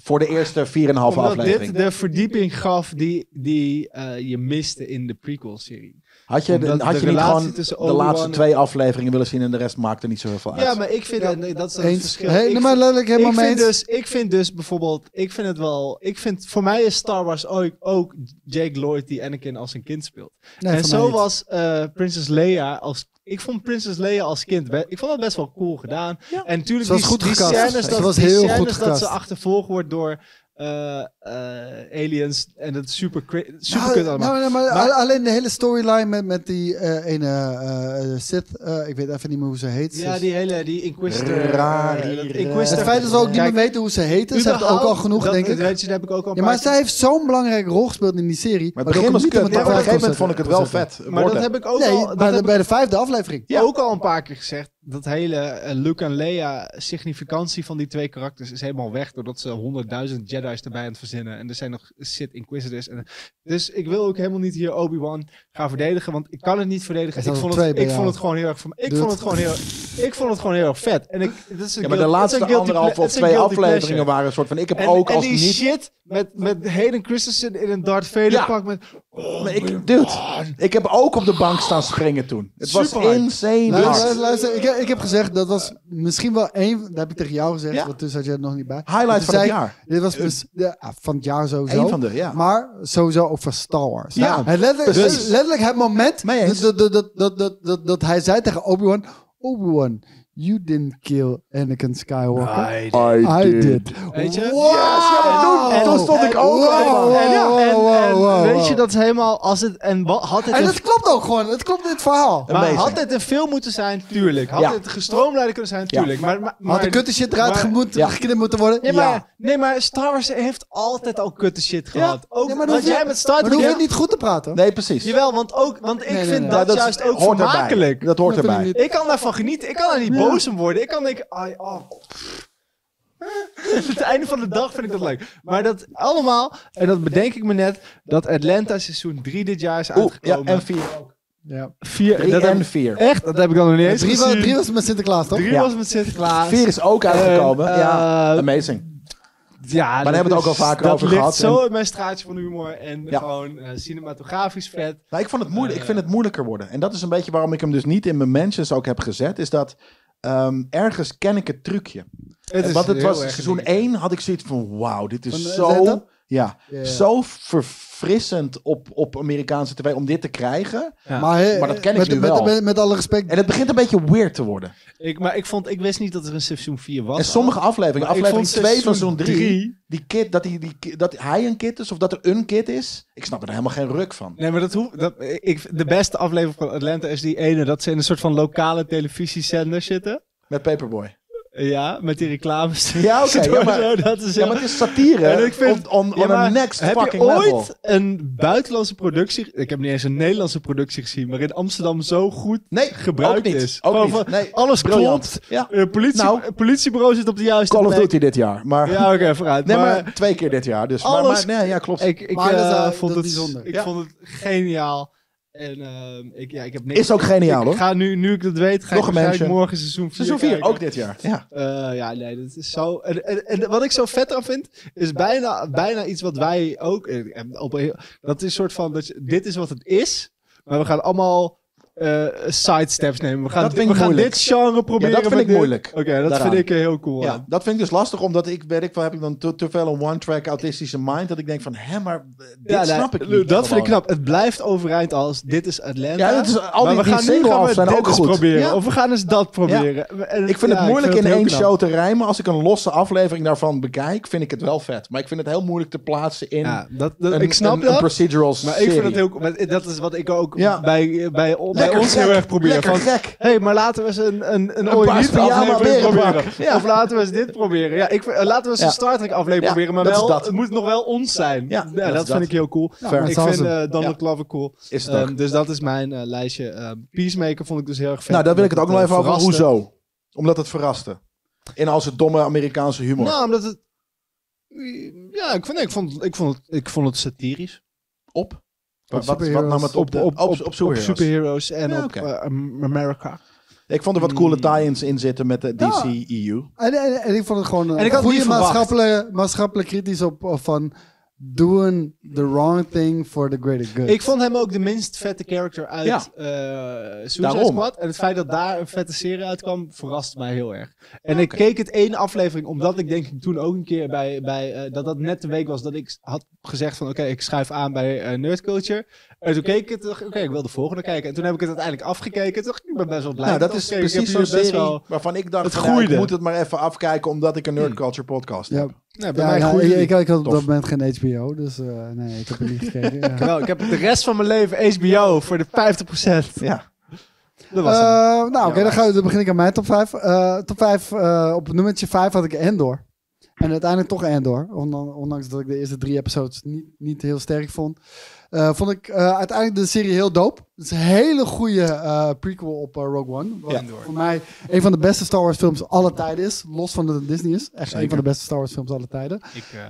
S1: Voor de eerste 4,5
S4: Omdat
S1: aflevering.
S4: dit de verdieping gaf die, die eh, je miste in de prequel-serie.
S1: Had je,
S4: Omdat
S1: de, had
S4: de
S1: je niet
S4: relatie
S1: gewoon
S4: tussen
S1: de
S4: Obi-Wan
S1: laatste
S4: en-
S1: twee afleveringen willen zien en de rest maakt er niet zoveel uit?
S4: Ja, maar ik vind dat, nee, dat is dan het
S2: Eens.
S4: verschil.
S2: Hey,
S4: Ik
S2: nee, maar letterlijk helemaal
S4: ik
S2: mee
S4: vind,
S2: eens.
S4: dus, ik vind dus bijvoorbeeld, ik vind het wel, ik vind, voor mij is Star Wars ook, ook Jake Lloyd die Anakin als een kind speelt.
S2: Nee,
S4: en
S2: voor mij
S4: zo
S2: niet.
S4: was eh, Prinses Leia als, ik vond Prinses Leia als kind, be- ik vond dat best wel cool gedaan. En natuurlijk
S2: Ze was
S4: die,
S2: goed
S4: die
S2: gecast.
S4: scènes
S2: Ze
S4: dat,
S2: was
S4: die
S2: heel
S4: scènes
S2: goed
S4: dat ze
S2: gecast.
S4: achtervolgd wordt door eh, eh, aliens en dat is super, cri- super
S2: Nou,
S4: kut allemaal.
S2: nou, nee, maar,
S4: Maar-
S2: a- alleen de hele storyline met, met die eh, ene eh, eh, Sith, eh, ik weet even niet meer hoe ze heet. Ze
S4: ja,
S2: is-
S4: die hele, die Inquisitor. eh,
S1: Rari-
S4: dat
S2: Het
S4: Inquisitor.
S2: feit dat we ook niet
S4: Kijk,
S2: meer weten hoe ze heten, ze heeft ook
S4: überhaupt,
S2: al genoeg,
S4: dat-
S2: denk ik.
S4: Weet je, daar heb ik ook al een
S2: Ja,
S4: paar
S2: maar zij
S4: keer-
S2: heeft zo'n belangrijke rol gespeeld in die serie.
S1: Maar het
S2: dat
S1: begin
S2: komt
S1: was
S2: niet
S1: kut,
S2: om
S1: maar op
S2: het
S1: een
S2: aan
S1: gegeven
S2: tafel
S1: moment vond ik het wel vet
S4: Maar dat
S1: worden.
S4: heb ik ook
S2: Nee,
S4: al... dat
S2: bij,
S4: heb
S2: de, bij de vijfde aflevering.
S4: Ja. Ook al een paar keer gezegd, dat hele eh, Luke en Leia significantie van die twee karakters is helemaal weg. Doordat ze honderdduizend Jedi's erbij aan het verzinnen. En er zijn nog Sith Inquisitors. En, dus ik wil ook helemaal niet hier Obi-Wan gaan verdedigen. Want ik kan het niet verdedigen.
S2: Er
S4: Ik
S2: zijn
S4: vond
S2: nog
S4: het,
S2: twee
S4: ik
S2: bij
S4: vond
S2: jou.
S4: het gewoon heel erg... voor- Ik
S2: Doe
S4: vond
S2: het.
S4: het gewoon heel... Ik vond het gewoon heel erg vet. En ik, dat is een
S1: Ja, maar de
S4: guilt- dat is
S1: laatste
S4: een guilty
S1: anderhalf
S4: ple-
S1: of
S4: dat is een
S1: twee
S4: guilty
S1: afleveringen
S4: pleasure.
S1: waren een soort van... Ik heb
S4: En,
S1: ook
S4: en
S1: als
S4: die
S1: niet...
S4: shit met, met Hayden Christensen in een Darth Vader
S1: Ja.
S4: pak met...
S1: Maar ik, dude, ik heb ook op de bank staan springen toen. Het was
S4: Superhard.
S1: insane
S2: Luister,
S1: hard.
S2: luister, luister, ik, heb- ik heb gezegd, dat was misschien wel één... Dat heb ik tegen jou gezegd,
S1: Ja.
S2: want toen zat je er nog niet bij.
S1: Highlight
S2: Toen
S1: van het
S2: zei ik,
S1: jaar.
S2: Dit was mis- ja, ah, van het jaar sowieso.
S1: Eén van de, ja.
S2: Maar sowieso ook van Star Wars. Nou,
S1: Ja,
S2: het letterlijk,
S1: precies.
S2: letterlijk het moment
S1: Mee eens.
S2: dat, dat, dat, dat, dat, dat, dat hij zei tegen Obi-Wan... Obi-Wan, you didn't kill Anakin Skywalker. I did.
S4: Weet je?
S2: Wow!
S1: En toen stond ik ook
S2: wow,
S1: al van.
S2: wow,
S4: En,
S2: wow,
S4: en- en
S2: wow, wow,
S4: weet
S2: wow.
S4: je, dat is helemaal... Als het, en wa- had het
S2: En
S4: een-
S2: dat klopt ook gewoon. Het klopt in het verhaal.
S4: maar
S1: Amazing.
S4: had het een film moeten zijn? Tuurlijk. Had
S1: Ja.
S4: het gestroomlijnd kunnen zijn?
S1: Ja.
S4: Tuurlijk. Maar, maar,
S2: Had de
S4: maar-
S2: kutte shit eruit
S4: maar-
S2: gemoet,
S1: Ja.
S2: geknipt moeten worden?
S4: Nee maar, nee, maar Star Wars heeft altijd al kutte shit gehad. Ook
S2: Ja, maar dan
S4: als
S2: hoef je-
S4: jij met Star
S2: Maar dan
S4: Trek...
S2: hoef je het niet goed te praten.
S1: Nee, precies.
S4: Jawel, want, ook, want ik
S2: Nee, nee,
S4: vind
S2: nee.
S4: dat,
S1: Ja,
S4: juist ook
S1: hoort erbij.
S4: vermakelijk.
S1: Dat hoort
S2: Dat vind ik
S1: erbij.
S2: niet.
S4: Ik kan daarvan genieten. Ik kan daar niet boos om worden. Ik kan denken, ai, oh. het einde van de dag vind ik dat leuk. Maar dat allemaal, en dat bedenk ik me net, dat Atlanta seizoen 3 dit jaar is
S1: Oeh, ja,
S4: uitgekomen.
S1: en vier.
S2: Ja.
S4: Vier,
S1: Drie
S4: dat heb-
S1: en vier.
S4: Echt? Dat heb ik dan nog niet eens
S2: Drie, was,
S4: gezien.
S2: drie was met Sinterklaas, toch?
S4: Drie
S1: Ja.
S4: was met Sinterklaas.
S1: Eh, Vier is ook uitgekomen.
S4: En,
S1: ja,
S4: eh,
S1: amazing.
S4: Ja,
S1: daar hebben we het ook al vaker
S4: dat
S1: over
S4: ligt
S1: gehad.
S4: zo in mijn straatje van humor. En
S1: Ja.
S4: gewoon eh, cinematografisch vet.
S1: Nou, ik, vond het moeilijk, ik vind
S4: Eh.
S1: het moeilijker worden. En dat is een beetje waarom ik hem dus niet in mijn mentions ook heb gezet. Is dat ehm, ergens ken ik het trucje.
S4: Het is
S1: Want het
S4: heel
S1: was
S4: erg eh,
S1: seizoen
S4: genieten.
S1: 1 had ik zoiets van wauw, dit is
S2: Van
S1: zo,
S2: Atlanta?
S1: ja,
S2: Ja.
S1: zo verfrissend op, op Amerikaanse tv om dit te krijgen.
S2: Maar, eh,
S1: Maar dat ken ik
S2: met,
S1: nu
S2: met,
S1: wel.
S2: Met, met alle respect.
S1: En het begint een beetje weird te worden.
S4: Ik, maar ik, vond, ik wist niet dat er een seizoen 4 was.
S1: En sommige afleveringen,
S4: Maar ik
S1: aflevering
S4: vond
S1: 2 van seizoen
S4: seizoen
S1: 3,
S4: drie-
S1: die kid, dat, die, die, ki- dat hij een kid is of dat er een kid is, ik snap er helemaal geen ruk van.
S4: Nee, maar dat hoeft. Dat, ik, de beste aflevering van Atlanta is die ene dat ze in een soort van lokale televisiezender zitten.
S1: Met Paperboy.
S4: Ja, met die reclames.
S1: Ja, oké, ja, maar-
S4: Zo, dat is
S1: Ja, maar het is satire.
S4: En ik vind-
S1: on on, on
S4: Ja,
S1: a
S4: maar
S1: next
S4: heb
S1: fucking
S4: je ooit
S1: level.
S4: een buitenlandse productie... Ik heb niet eens een Nederlandse productie gezien... waarin Amsterdam zo goed
S1: Nee,
S4: gebruikt
S1: ook niet.
S4: is.
S1: Ook
S4: Gewoon
S1: niet.
S4: van,
S1: Nee,
S4: alles
S1: briljant.
S4: klopt.
S1: Ja.
S4: Eh, politie,
S1: Nou.
S4: eh, politiebureau zit op de juiste
S1: Call of
S4: plek.
S1: Duty dit jaar. Maar,
S4: Ja, oké, vooruit.
S1: nee, maar,
S4: maar,
S1: twee keer dit jaar. Dus, maar-
S4: Alles-
S1: maar, nee, ja, klopt.
S4: ik, ik
S2: Maar dat is,
S4: eh,
S2: eh,
S4: vond,
S2: dat
S4: het,
S2: is bijzonder.
S4: ik
S1: Ja.
S4: vond het geniaal. En ehm, ik, ja, ik heb niks...
S1: Is ook geniaal,
S4: ik
S1: hoor.
S4: Ga nu, nu ik dat weet, ga
S1: Nog
S4: ik
S1: een
S4: waarschijnlijk
S1: mention.
S4: morgen seizoen 4
S1: Seizoen 4, ook dit jaar. Ja.
S4: Eh, ja, nee, dat is zo. En, en, en wat ik zo vet aan vind, is bijna, bijna iets wat wij ook. eh, eh, Op, een heel- dat is soort van: dat je- dit is wat het is, maar we gaan allemaal side sidesteps nemen. We gaan,
S1: Dat vind ik
S4: we gaan
S1: moeilijk.
S4: dit genre proberen.
S1: dat vind
S4: met
S1: ik
S4: dit-
S1: moeilijk.
S4: Oké, dat
S1: Daaraan.
S4: vind ik eh, heel cool.
S1: Ja,
S4: aan.
S1: dat vind ik dus lastig, omdat ik weet ik wel, heb ik dan te, te veel een one-track autistische mind, dat ik denk van, hè, maar eh, dit
S4: Ja, nee,
S1: snap ik niet.
S4: Dat vind ik
S1: gewoon.
S4: knap. Het blijft overeind als dit is Atlanta.
S1: Ja, dat is- al
S4: maar
S1: die- die
S4: we gaan nu gaan
S1: single-offs
S4: we
S1: zijn
S4: dit
S1: ook
S4: eens
S1: goed.
S4: proberen.
S1: Ja.
S4: Of we gaan eens dat proberen. En het-
S1: Ik vind
S4: ja,
S1: het moeilijk in
S4: heel
S1: één
S4: knap.
S1: show te rijmen. Als ik een losse aflevering daarvan bekijk, vind ik het wel vet. Maar ik vind het heel moeilijk te plaatsen in
S4: Ja, dat, dat,
S1: een,
S4: ik snap
S1: een,
S4: dat.
S1: een procedural
S4: Maar ik vind het
S1: serie.
S4: heel... maar dat is wat ik ook
S1: Ja.
S4: bij, bij, bij
S1: Lekker
S4: ons heel
S1: gek,
S4: erg proberen.
S1: Lekker
S4: Van,
S1: gek.
S4: Hé, hey, maar laten we eens een, een, een,
S1: paar
S4: ooit
S1: pyjama
S4: aflevering
S1: berenpak.
S4: proberen.
S1: Ja.
S4: Of laten we eens dit proberen. Ja, ik, vind- eh, laten we eens
S1: Ja.
S4: een Star Trek aflevering
S1: Ja,
S4: proberen. Maar
S1: dat is
S4: wel,
S1: dat.
S4: het moet nog wel ons zijn.
S1: Ja, dat is
S4: dat,
S1: dat.
S4: vind ik heel cool.
S1: Fair.
S4: ik
S2: dat is
S4: vind eh
S2: awesome.
S4: Donald
S1: Ja.
S4: Glover cool.
S1: Is het ook.
S4: Ehm, dus dat is mijn eh, lijstje. Ehm, Peacemaker vond ik dus heel erg vet.
S1: nou, daar wil ik het
S4: Omdat
S1: ook nog even
S4: eh,
S1: over.
S4: verraste.
S1: Hoezo? Omdat het verraste. In al zijn domme Amerikaanse humor.
S4: Nou, omdat het... Ja, ik, vind, nee, ik, vond, ik, vond het, ik vond het satirisch.
S1: op.
S5: Wat, wat, wat nam het op? de-
S4: op, op,
S5: superheroes.
S4: superheroes en
S5: Ja,
S4: op
S5: oké.
S4: eh, Am- America.
S5: Ik vond er wat coole
S4: Hmm.
S5: tie-ins in zitten met de
S2: Ja.
S1: E Nou,
S5: DC-EU.
S2: En, en, en ik vond het gewoon
S4: En
S2: een
S4: ik had het
S2: goede
S4: niet verwacht.
S2: maatschappelijk, maatschappelijk kritisch op, op van doing the wrong thing for the greater good.
S4: Ik vond hem ook de minst vette character uit
S1: Ja.
S4: eh, Suicide
S1: Daarom.
S4: Squad. En het feit dat daar een vette serie uitkwam, verrast mij heel erg. En ik keek het één aflevering, omdat ik denk ik toen ook een keer bij... bij eh, dat dat net de week was dat ik had gezegd van... Oké, ik schuif aan bij eh, Nerd Culture. En toen keek ik het, dacht ik, oké, ik wil de volgende kijken. En toen heb ik het uiteindelijk afgekeken. Toch, ik ben best wel blij.
S1: Nou,
S4: met
S1: dat
S4: het
S1: is
S4: afgekeken.
S1: precies
S4: Ik heb
S1: zo'n
S4: hier best
S1: serie
S4: wel-
S1: waarvan ik dacht,
S4: Het Hmm.
S1: van, ja,
S4: groeide.
S1: ik moet het maar even afkijken, omdat ik een Nerd Culture podcast
S2: Ja.
S1: heb.
S4: Nee, bij
S2: ja,
S4: mij
S2: ja,
S4: groeide die.
S2: ik, ik had op
S1: Tof.
S2: dat moment geen HBO, dus eh, nee, ik heb het niet gekeken. ja.
S4: Wel, ik heb de rest van mijn leven HBO voor de 50%.
S1: Ja.
S4: Dat was hem.
S2: Eh, nou, oké, dan, gaan we- dan begin ik aan mijn top 5. top 5, eh, op nummertje 5 had ik Endor. En uiteindelijk toch Endor. ondan- Ondanks dat ik de eerste drie episodes niet, niet heel sterk vond. Eh, vond ik eh, uiteindelijk de serie heel dope. Het is een hele goede eh, prequel op eh, Rogue One. Wat voor mij een van de beste Star Wars films aller tijden is. Los van dat het Disney is. Echt een van de beste Star Wars films aller tijden.
S4: Ik eh,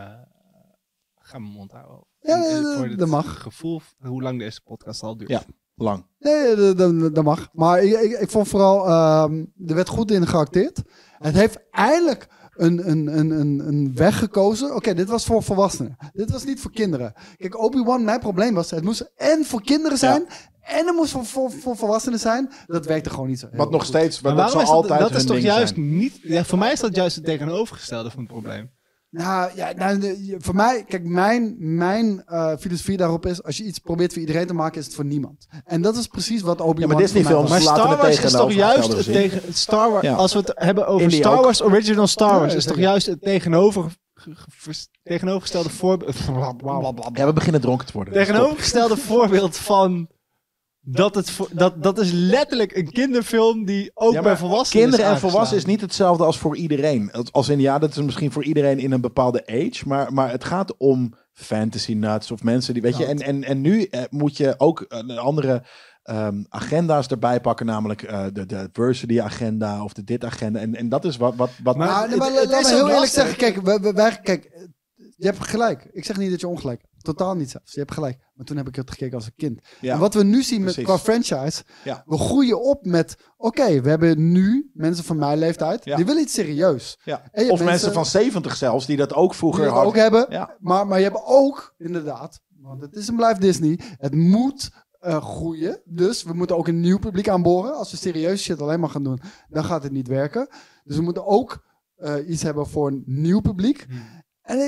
S4: ga mijn mond houden.
S2: Ja, eh, dat mag.
S4: gevoel hoe lang deze podcast al duurt.
S1: Ja. Lang.
S2: Nee, dat, dat, dat mag. Maar ik, ik, ik vond vooral, ehm, er werd goed in geacteerd. Het heeft eindelijk een, een, een, een, een weg gekozen. Oké, dit was voor volwassenen. Dit was niet voor kinderen. Kijk, Obi-Wan, mijn probleem was, het moest en voor kinderen zijn... en het moest voor, voor, voor volwassenen zijn. Dat werkte gewoon niet zo heel
S1: Wat nog
S2: goed.
S1: steeds, wat
S4: Maar
S1: dat
S4: waarom
S1: zal
S4: is dat,
S1: altijd
S4: dat
S1: hun
S4: is toch
S1: ding
S4: juist
S1: zijn.
S4: niet... Ja, voor mij is dat juist het tegenovergestelde van het probleem.
S2: Nou ja, nou, de- je- voor mij, kijk, mijn, mijn eh, filosofie daarop is: als je iets probeert voor iedereen te maken, is het voor niemand. En dat is precies wat Obi-Wan.
S1: maar Disney-films
S2: voor mij
S4: Maar
S1: laten
S4: Star
S1: het
S4: Wars is toch
S1: tegenovergestelde
S4: juist het
S1: zien.
S4: tegen... Star Wars,
S1: Ja.
S4: Als we het hebben over
S1: Indie
S4: Star
S1: ook.
S4: Wars, original Star Wars... is toch
S2: zeker.
S4: juist het tegenover, ge- ge- tegenovergestelde voorbeeld...
S1: Ja, we beginnen dronken te worden.
S4: Tegenovergestelde voorbeeld van. Dat, het voor- dat, dat is letterlijk een kinderfilm die ook
S1: Ja, maar
S4: bij volwassenen.
S1: Kinderen
S4: is
S1: en volwassenen is
S4: aangeslagen.
S1: niet hetzelfde als voor iedereen. Het- Als in, ja, dat is misschien voor iedereen in een bepaalde age, maar, maar het gaat om fantasy nuts of mensen die, weet je, en, en, en nu eh, moet je ook een andere ehm, agenda's erbij pakken, namelijk eh, de, de diversity agenda of de dit agenda. En, en dat is wat... wat, wat
S4: Maar-
S2: Nou, nee, maar
S4: het- het
S2: laat
S4: is
S2: me
S4: ook
S2: heel eerlijk
S4: lastig.
S2: zeggen, kijk, we- we- wij- kijk, je hebt gelijk. Ik zeg niet dat je ongelijk hebt. Totaal niet zelfs. Je hebt gelijk. Maar toen heb ik het gekeken als een kind.
S1: Ja.
S2: En wat we nu zien met,
S1: Precies.
S2: qua franchise,
S1: Ja.
S2: we groeien op met, oké, we hebben nu mensen van mijn leeftijd,
S1: Ja.
S2: die willen iets serieus.
S1: ja.
S2: En je
S1: Of mensen,
S2: mensen
S1: van 70 zelfs, die dat ook
S2: Die
S1: vroeger
S2: dat
S1: hadden.
S2: ook hebben.
S1: Ja.
S2: Maar, maar je hebt ook, inderdaad, want het is een blijf Disney, het moet eh, groeien. Dus we moeten ook een nieuw publiek aanboren. Als we serieus shit alleen maar gaan doen, dan gaat het niet werken. Dus we moeten ook eh, iets hebben voor een nieuw publiek.
S1: Hmm.
S2: En eh,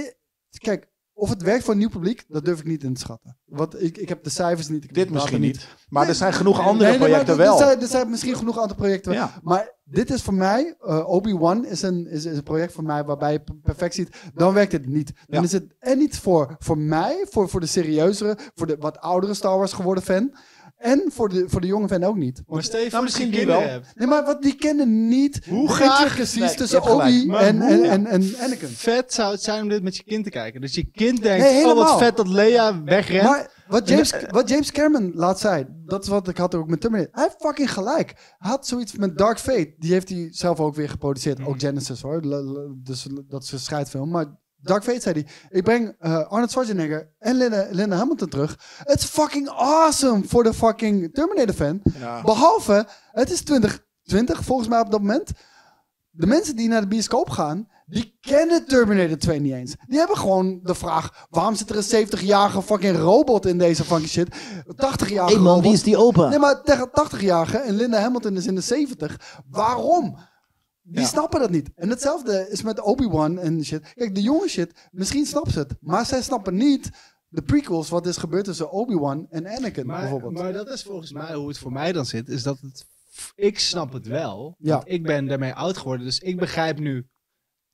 S2: kijk, of het werkt voor een nieuw publiek, dat durf ik niet in te schatten. Want ik, ik heb de cijfers niet. ik heb
S1: Dit
S2: de data
S1: misschien niet. Maar er zijn genoeg andere
S2: Nee, nee, maar
S1: projecten
S2: er-
S1: wel.
S2: Er zijn, er zijn misschien genoeg andere projecten. wel.
S1: Ja.
S2: Maar dit is voor mij, eh, Obi-Wan is een, is, is een project voor mij waarbij je p- perfect ziet. Dan werkt het niet. Dan
S1: Ja.
S2: is het en niet voor, voor mij, voor, voor de serieuzere, voor de wat oudere Star Wars geworden fan. En voor de, voor de jonge fan ook niet.
S4: Maar stel je voor
S1: Nou,
S4: dat je
S1: misschien die
S4: kinderen
S1: wel.
S4: hebt.
S2: Nee, maar wat die kennen niet.
S4: Hoe
S2: de
S4: graag-
S2: intricacies
S1: Nee,
S2: tussen
S1: je hebt gelijk.
S2: Obi
S4: Maar
S2: en, en,
S4: hoe-
S2: en, en Anakin.
S4: Vet zou het zijn om dit met je kind te kijken. Dat je kind denkt:
S2: Nee,
S4: oh wat
S2: helemaal.
S4: vet dat Lea wegrent.
S2: Maar wat James, wat James Cameron laat zijn, dat is wat ik had ook met Terminator. Hij heeft fucking gelijk. Hij had zoiets met Dark Fate. Die heeft hij zelf ook weer geproduceerd. Ook Genesis hoor. Le- le- dus dat is een scheidfilm. Maar Dark Fate zei hij. Ik breng eh, Arnold Schwarzenegger en Linda, Linda Hamilton terug. Het is fucking awesome voor de fucking Terminator fan. Behalve, het is 2020 volgens mij op dat moment. De mensen die naar de bioscoop gaan, die kennen Terminator 2 niet eens. Die hebben gewoon de vraag: waarom zit er een 70-jarige fucking robot in deze fucking shit? 80-jarige robot.
S1: die opa?
S2: Nee, maar tegen 80-jarige en Linda Hamilton is in de 70. Waarom? Die snappen dat niet. En hetzelfde is met Obi-Wan en shit. Kijk, de jonge shit, misschien snappen ze het. Maar zij snappen niet de prequels, wat is gebeurd tussen Obi-Wan en Anakin
S4: Maar,
S2: bijvoorbeeld.
S4: maar dat is volgens mij hoe het voor mij dan zit. Is dat het, ik snap het wel.
S2: Ja.
S4: Want ik ben daarmee oud geworden. Dus ik begrijp nu.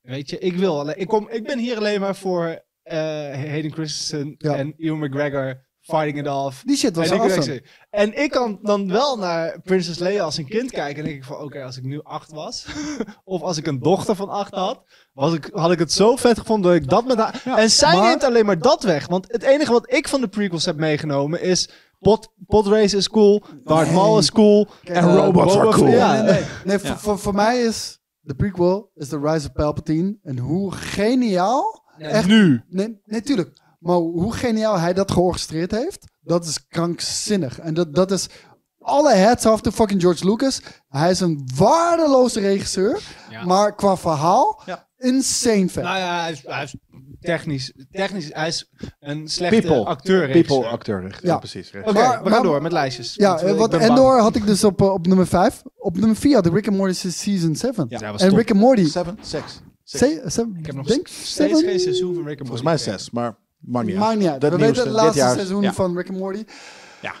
S4: Weet je, ik wil alleen. Ik, kom, ik ben hier alleen maar voor eh Hayden Christensen
S2: Ja.
S4: en Ewan McGregor. Fighting it off.
S2: die shit was
S4: en, ik,
S2: awesome.
S4: en ik kan dan wel naar Princess Leia als een kind kijken. En denk ik van, oké, als ik nu acht was. of als ik een dochter van acht had. Was ik, had ik het zo vet gevonden dat ik dat met haar... en zij
S2: maar-
S4: neemt alleen maar dat weg. Want het enige wat ik van de prequels heb meegenomen is... Pot, potrace is cool. Darth Maul is cool.
S2: En
S4: eh,
S1: robots are
S4: Boba-
S1: cool.
S4: Ja,
S2: Nee, nee, nee. Nee, voor, voor, voor mij is de prequel is The Rise of Palpatine. En hoe geniaal... echt,
S4: nu.
S2: Nee, natuurlijk. maar hoe geniaal hij dat georchestreerd heeft. Dat is krankzinnig. En dat, dat is alle hats off to fucking George Lucas. Hij is een waardeloze regisseur.
S4: Ja.
S2: Maar qua verhaal,
S4: Ja.
S2: insane fan.
S4: Nou ja, hij is, hij is technisch, technisch, hij is een slechte
S1: People.
S4: acteur.
S1: People acteur. Ja,
S2: Ja.
S1: precies.
S4: Oké,
S2: Maar-
S4: we
S2: maar-
S4: gaan door met lijstjes.
S2: ja,
S4: want, eh,
S2: eh,
S4: ik
S2: want
S4: ben bang.
S2: Endor had ik dus op, eh, op nummer 5. Op nummer 4 had ik Rick and Morty season 7.
S4: Ja, hij was
S2: en
S4: top.
S2: Rick and Morty.
S1: Seven, six. Six.
S2: se- se-
S4: Ik heb nog
S2: denk
S4: steeds
S2: seven?
S4: geen seizoen van Rick and
S1: Volgens
S4: Morty.
S1: mij zes, maar maakt niet uit.
S2: Maakt niet uit.
S1: Dat
S2: We weten
S1: nieuwste,
S2: het
S1: dit
S2: laatste
S1: jaar-
S2: seizoen
S1: ja.
S2: van Rick and Morty.
S1: Ja.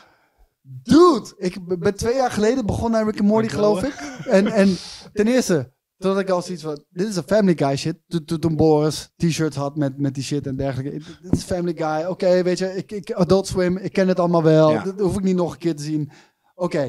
S2: Dude, ik b- ben twee jaar geleden begonnen aan Rick and Morty,
S4: Met
S2: geloof ik. En, en ten eerste, toen had ik al zoiets van, dit is een Family Guy shit. Toen, toen- toen Boris t-shirts had met, met die shit en dergelijke. Dit- Dit is Family Guy. Oké, weet je, ik, ik, Adult Swim, ik ken het allemaal wel.
S1: Ja.
S2: Dat hoef ik niet nog een keer te zien. Oké,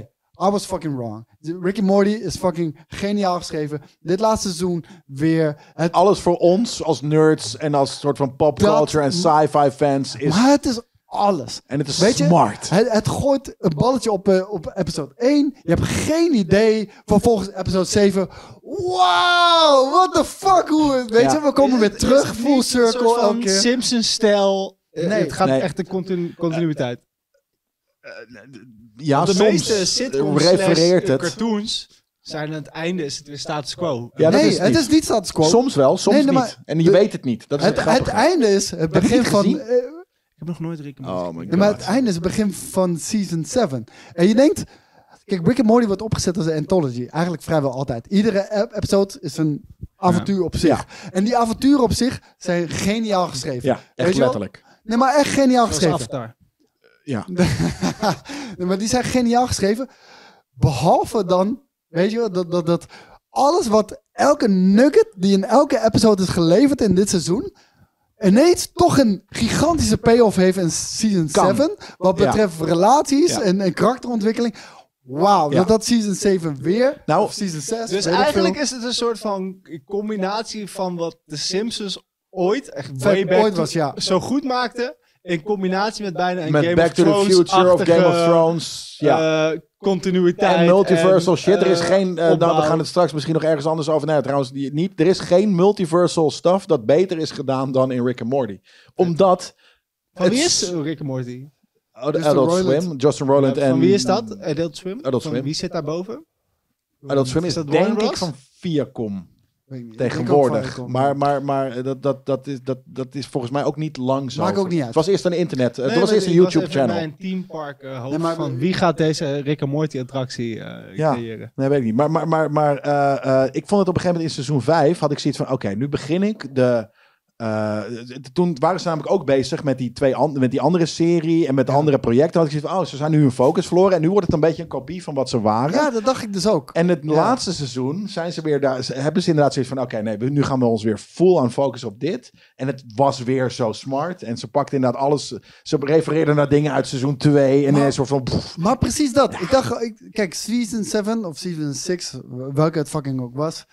S2: I was fucking wrong. Rick and Morty is fucking geniaal geschreven. Dit laatste seizoen weer. Het
S1: Alles voor ons als nerds en als soort van pop
S2: Dat-
S1: culture en sci-fi fans is...
S2: Maar het is alles.
S1: En het is
S2: Weet je,
S1: smart.
S2: het, het gooit een balletje op, eh, op episode 1. Je hebt geen idee. Vervolgens episode 7. Wow, what the fuck? Hoe, weet
S1: Ja.
S2: je, we komen weer terug. Full circle elke
S4: Een
S2: keer.
S4: Simpsons-stijl. Eh,
S2: Nee.
S4: het gaat
S1: Nee.
S4: echt een continu- continuïteit.
S1: ja,
S4: de
S1: Ah, soms
S4: meeste sitcoms
S1: eh, refereert
S4: slash,
S1: het.
S4: eh, cartoons zijn aan het einde is het weer status quo.
S1: Ja, dat
S2: nee,
S1: is
S2: het
S1: niet.
S2: is niet status quo.
S1: Soms wel, soms
S2: Nee, nee,
S1: niet.
S2: maar
S1: en je
S2: de-
S1: weet het niet. Dat is het,
S2: het, het
S1: grappige.
S2: einde is het
S1: je
S2: begin
S1: niet
S2: van...
S1: gezien?
S2: eh,
S4: Ik heb nog nooit Rick and Morty.
S1: Oh my god.
S2: Ja, maar het einde is het begin van season 7. En je denkt... Kijk, Rick and Morty wordt opgezet als een anthology. Eigenlijk vrijwel altijd. Iedere ep- episode is een avontuur op zich. En die avonturen op zich zijn geniaal geschreven.
S1: Ja,
S2: Weet
S1: echt
S2: je wel?
S1: letterlijk.
S2: Nee, maar echt geniaal
S4: Zoals
S2: geschreven.
S4: Avatar.
S2: Nee, maar die zijn geniaal geschreven. Behalve dan, weet je wel, dat, dat, dat alles wat elke nugget die in elke episode is geleverd in dit seizoen. ineens toch een gigantische payoff heeft in season
S1: Kan.
S2: 7. Wat
S1: Ja.
S2: betreft relaties
S1: Ja.
S2: en, en karakterontwikkeling. Wauw,
S1: Ja.
S2: dat dat season 7 weer.
S1: Nou,
S2: of season 6.
S4: Dus
S2: weet ik
S4: eigenlijk
S2: veel.
S4: is het een soort van combinatie van wat de Simpsons ooit, echt
S2: Vet
S4: way back
S2: ooit
S4: to-
S2: was, ja.
S4: zo goed maakte, in combinatie met bijna een
S1: Met
S4: Game
S1: Back
S4: of
S1: to the
S4: Thrones
S1: Future of Game of
S4: achtige,
S1: Thrones. Ja.
S4: eh, continuïteit.
S1: en multiversal
S4: en,
S1: shit. Er is
S4: eh,
S1: geen. eh, nou, we
S4: opbouw.
S1: gaan het straks misschien nog ergens anders over. Nee, trouwens, die, niet. Er is geen multiversal stuff dat beter is gedaan dan in Rick and Morty. Omdat.
S4: Van wie
S1: het-
S4: is eh, Rick and Morty?
S1: Adult
S4: Dus
S2: Justin Roiland.
S1: Swim. Justin Roiland en.
S4: van wie is dat? Adult Swim?
S1: Adult
S4: van
S1: Swim.
S4: Wie zit daarboven?
S1: Adult Swim
S4: Is
S1: is,
S4: dat Warner
S1: denk ik
S4: Bros?
S1: van Viacom
S2: Weet ik niet. Ik denk ook
S1: tegenwoordig.
S2: Viacom.
S1: Maar, maar, maar eh, dat, dat, dat, is, dat, dat is volgens mij ook niet lang zo.
S2: Maakt ook niet uit.
S1: Het was eerst een internet. eh,
S4: Nee,
S1: het was
S4: maar
S1: eerst een
S4: ik
S1: YouTube
S4: even
S1: channel.
S4: bij een teampark eh, hoofd
S2: Nee, maar-
S4: van wie gaat deze Rick and Morty attractie eh,
S1: Ja.
S4: creëren?
S1: Nee, weet ik niet. Maar, maar, maar, maar eh, eh, ik vond het op een gegeven moment in seizoen 5 had ik zoiets van: oké, nu begin ik de. eh, t- toen waren ze namelijk ook bezig met die, twee an- met die andere serie en met de andere projecten. Had ik zoiets van: oh, ze zijn nu hun focus verloren. En nu wordt het een beetje een kopie van wat ze waren.
S2: Ja, dat dacht ik dus ook.
S1: En het laatste seizoen zijn ze weer daar, ze- hebben ze inderdaad zoiets van: oké, nee, we- nu gaan we ons weer full aan focussen op dit. En het was weer zo smart. En ze pakten inderdaad alles. Ze refereerden naar dingen uit seizoen 2. En
S2: Maar-
S1: een soort van. pff,
S2: Maar precies dat. Ik dacht, ik, kijk, season 7 of season 6, welke het fucking ook was.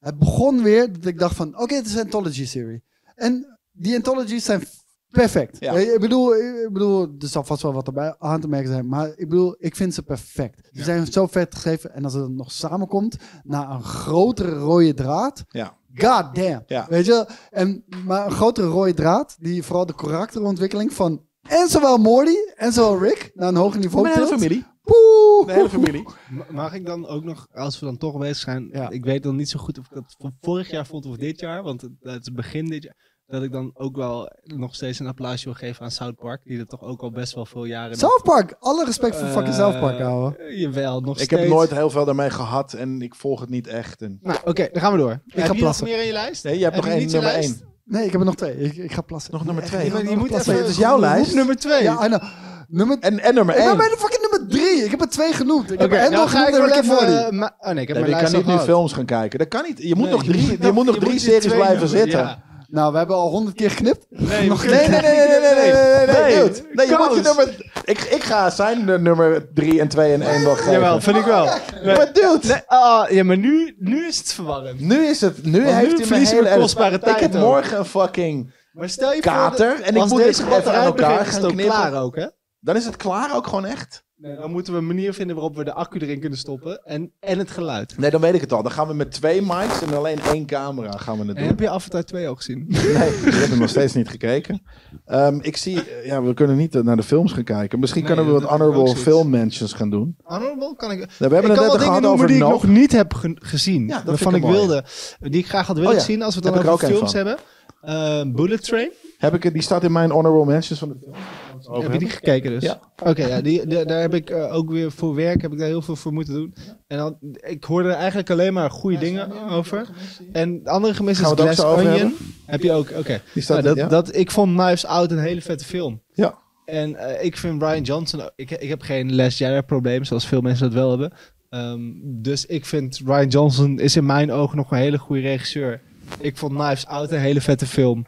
S2: Het begon weer dat ik dacht van, oké, het is een anthology serie. En die anthologies zijn perfect.
S1: Ja.
S2: Eh, Ik bedoel, ik bedoel, er zal vast wel wat erbij aan te merken zijn. Maar ik bedoel, ik vind ze perfect. Ze zijn zo vet gegeven. En als het dan nog samenkomt naar een grotere rode draad.
S1: Ja.
S2: God damn.
S1: Ja.
S2: Weet je wel? En, maar een grotere rode draad. Die vooral de karakterontwikkeling van... En zowel Morty en zowel Rick naar een hoger niveau
S1: Mijn hele
S2: tilt.
S1: familie.
S2: Poeh.
S1: Mijn hele familie.
S4: Ma- Mag ik dan ook nog, als we dan toch bezig zijn,
S2: Ja.
S4: ik weet dan niet zo goed of ik dat van vorig jaar vond of dit jaar, want het, het is begin dit jaar, dat ik dan ook wel nog steeds een applausje wil geven aan South Park, die er toch ook al best wel veel jaren...
S2: South Park, alle respect voor
S4: Eh,
S2: fucking South Park, ouwe.
S4: eh, Jawel, nog
S1: Ik
S4: steeds.
S1: heb nooit heel veel daarmee gehad en ik volg het niet echt. En...
S4: Nou, oké, dan gaan we door. heb je nog
S2: plassen.
S4: meer in je lijst?
S1: Nee, je hebt
S4: Heb
S1: nog
S4: je
S1: één
S4: niet je
S1: nummer
S4: lijst?
S1: één.
S2: Nee, ik heb er nog twee. Ik, ik ga plassen.
S1: Nog nummer
S2: Echt,
S1: twee.
S2: ik ga
S4: Je,
S2: nog
S4: moet
S2: plassen.
S4: even...
S1: het is jouw
S4: roep
S1: lijst.
S4: nummer twee.
S2: Ja, I know. Nummer...
S1: En, en nummer
S2: ik ben
S1: één.
S2: bij de fucking nummer drie. Ik heb er twee genoemd. Ik
S4: Oké,
S2: heb
S4: nou
S2: Endor
S4: ga
S2: genoemd
S4: ik
S2: en
S4: wel
S2: Rick and
S4: even...
S2: Morty.
S4: eh, ma- oh nee, ik heb
S1: Nee,
S4: mijn
S1: je
S4: lijst
S1: kan
S4: al
S1: niet nu
S4: gehad.
S1: films gaan kijken. Dat kan niet. Je moet
S4: Nee,
S1: nog drie, je
S4: nou,
S1: moet nog
S4: je
S1: drie
S4: moet die
S1: series
S4: twee
S1: blijven
S4: noemen,
S1: zitten.
S4: ja.
S2: Nou, we hebben al honderd keer geknipt.
S4: Nee,
S2: Nog
S4: we-
S1: Nee, nee, nee, nee, nee, nee, nee, nee, nee,
S4: Nee,
S1: dude. Nee, je moet je
S4: Koos.
S1: nummer... Ik, ik ga zijn eh, nummer drie en twee en één wel geven.
S4: Jawel, vind ik wel. Nee.
S1: Maar dude,
S4: Nee, ah, ja, maar nu, nu is het verwarrend.
S1: nu is het... Nu
S4: nu
S1: heeft hij mijn
S4: verliezen we
S1: hele...
S4: kostbare tijd
S1: Ik heb
S4: ook.
S1: morgen een fucking...
S4: Maar stel je
S1: Kater,
S4: voor dat-
S1: en ik
S4: als
S1: moet dit
S4: deze
S1: even
S4: wat
S1: aan
S4: eruit
S1: elkaar
S4: begint, is
S1: gaan
S4: het ook
S1: knippen.
S4: klaar ook, hè?
S1: Dan is het klaar ook gewoon echt.
S4: Dan moeten we een manier vinden waarop we de accu erin kunnen stoppen en, en het geluid.
S1: Nee, dan weet ik het al. Dan gaan we met twee mics en alleen één camera gaan we het
S4: En
S1: doen.
S4: heb je Avatar 2 al gezien?
S1: Nee, ik heb hem nog steeds niet gekeken. Ehm, ik zie, eh, ja, we kunnen niet eh, naar de films gaan kijken. Misschien
S4: Nee,
S1: kunnen we
S4: dat
S1: wat
S4: heb ik ook
S1: honorable
S4: zoiets.
S1: film mentions gaan doen.
S4: Honorable kan ik...
S1: Nou, we hebben
S4: ik
S1: het net
S4: kan wel dingen
S1: gehad
S4: noemen
S1: over
S4: die ik nog
S1: Nope.
S4: niet heb ge- gezien.
S1: Ja, dat
S4: waarvan ik
S1: vind ik mooi.
S4: wilde. Die ik graag had willen
S1: Oh ja,
S4: zien als we
S1: heb
S4: het dan
S1: ik er
S4: over
S1: ook een
S4: films
S1: van.
S4: hebben. Eh, Bullet Train.
S1: Heb ik, het- die staat in mijn honorable mentions van de film.
S4: heb je die gekeken dus?
S1: Ja.
S4: Oké, ja, die, die- daar heb ik eh, ook weer voor werk heb ik daar heel veel voor moeten doen. En dan, ik hoorde eigenlijk alleen maar goede dingen over. En de andere gemist is
S1: Gaan we het ook
S4: Glass
S1: zo over
S4: Onion.
S1: hebben?
S4: Heb je ook? Oké.
S1: Die staat
S4: Nou, dat,
S1: ja.
S4: dat, ik vond Knives Out een hele vette film.
S1: Ja.
S4: En eh, ik vind Ryan Johnson... Ik, ik heb geen Les Jedi probleem, zoals veel mensen dat wel hebben. Ehm, dus ik vind Ryan Johnson is in mijn ogen nog een hele goede regisseur. Ik vond Knives Out een hele vette film.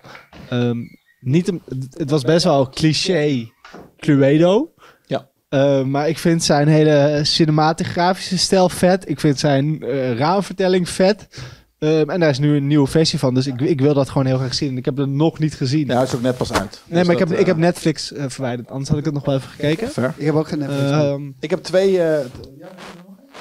S4: Ehm, niet een- het- het was best wel cliché Cluedo.
S1: Ja.
S4: Eh, maar ik vind zijn hele cinematografische stijl vet. Ik vind zijn eh raamvertelling vet. Ehm, en daar is nu een nieuwe versie van. Dus ik, ik wil dat gewoon heel graag zien. Ik heb het nog niet gezien.
S1: Ja, hij is ook net pas uit.
S4: nee,
S1: Dus
S4: maar ik
S1: dat,
S4: heb, ik
S1: eh,
S4: heb Netflix eh, verwijderd. Anders had ik het nog wel even gekeken.
S1: Ver.
S2: Ik heb ook geen Netflix. man.
S4: Ehm,
S1: Ik heb twee. eh, t-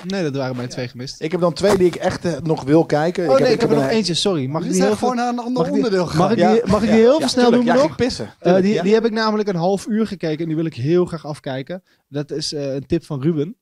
S4: nee, dat waren mijn twee gemist.
S1: ik heb dan twee die ik echt eh, nog wil kijken.
S4: Oh nee, ik heb er nog
S1: een-
S4: eentje. Sorry. Mag ik
S2: Jullie
S4: die
S2: zijn
S4: heel veel-
S2: gewoon naar een ander
S4: mag ik die-
S2: onderdeel
S4: Mag
S2: gegaan.
S4: ik die, mag ik die heel
S1: Ja,
S4: veel snel
S1: tuurlijk.
S4: noemen
S1: ja,
S4: nog?
S1: ging pissen.
S4: Eh,
S1: Tuurlijk,
S4: die,
S1: ja.
S4: die heb ik namelijk een half uur gekeken en die wil ik heel graag afkijken. Dat is eh, een tip van Ruben.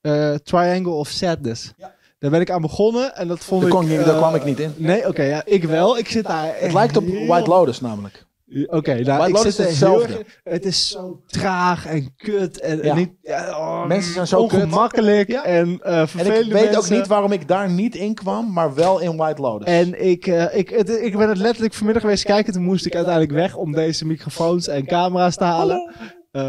S4: Eh, Triangle of Sadness. Daar ben ik aan begonnen en dat vond
S1: Daar
S4: ik...
S1: kon ik niet- daar
S4: eh,
S1: kwam ik niet in.
S4: Nee, oké, ja, ik wel. Ik zit daar...
S1: Het lijkt op White Lotus namelijk.
S4: Oké, nou,
S1: White
S4: ik
S1: Lotus
S4: zit er
S1: is
S4: heel
S1: hetzelfde.
S4: erg- Het is zo traag en kut en, en
S1: Ja.
S4: niet... ja, oh,
S1: Mensen zijn zo kut.
S4: ongemakkelijk
S1: Ja.
S4: en eh
S1: En ik
S4: vervelende
S1: weet ook
S4: mensen.
S1: niet waarom ik daar niet in kwam, maar wel in White Lotus.
S4: En ik, eh, ik, het- ik ben het letterlijk vanmiddag geweest kijken. Toen moest ik uiteindelijk weg om deze microfoons en camera's te halen. Eh,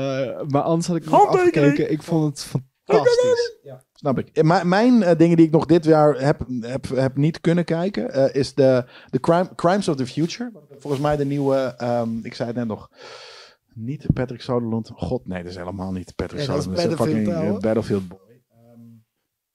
S4: maar anders had ik het nog afgekeken. Ik vond het fantastisch.
S1: Snap ik. Eh, maar mijn eh, dingen die ik nog dit jaar heb, heb, heb niet kunnen kijken, eh, is de, de crime, Crimes of the Future. Volgens mij de nieuwe, ehm, ik zei het net nog, niet Patrick Sutherland. God, nee, dat is helemaal niet Patrick
S2: Ja, dat is
S1: Sutherland. Dat is een
S2: Battlefield,
S1: fucking eh,
S2: ouwe.
S1: Battlefield Boy.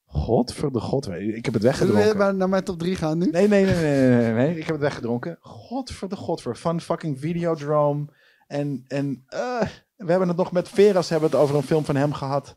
S1: God, voor de god, ik heb het
S2: Zullen we weer
S1: weggedronken.
S2: bij- naar mijn top 3 gaan nu?
S1: Nee, nee, nee, nee, nee, nee, nee. Ik heb het weggedronken. Godver de godver. Van fucking Videodrome. En, en eh, we hebben het nog met Veras hebben we het over een film van hem gehad.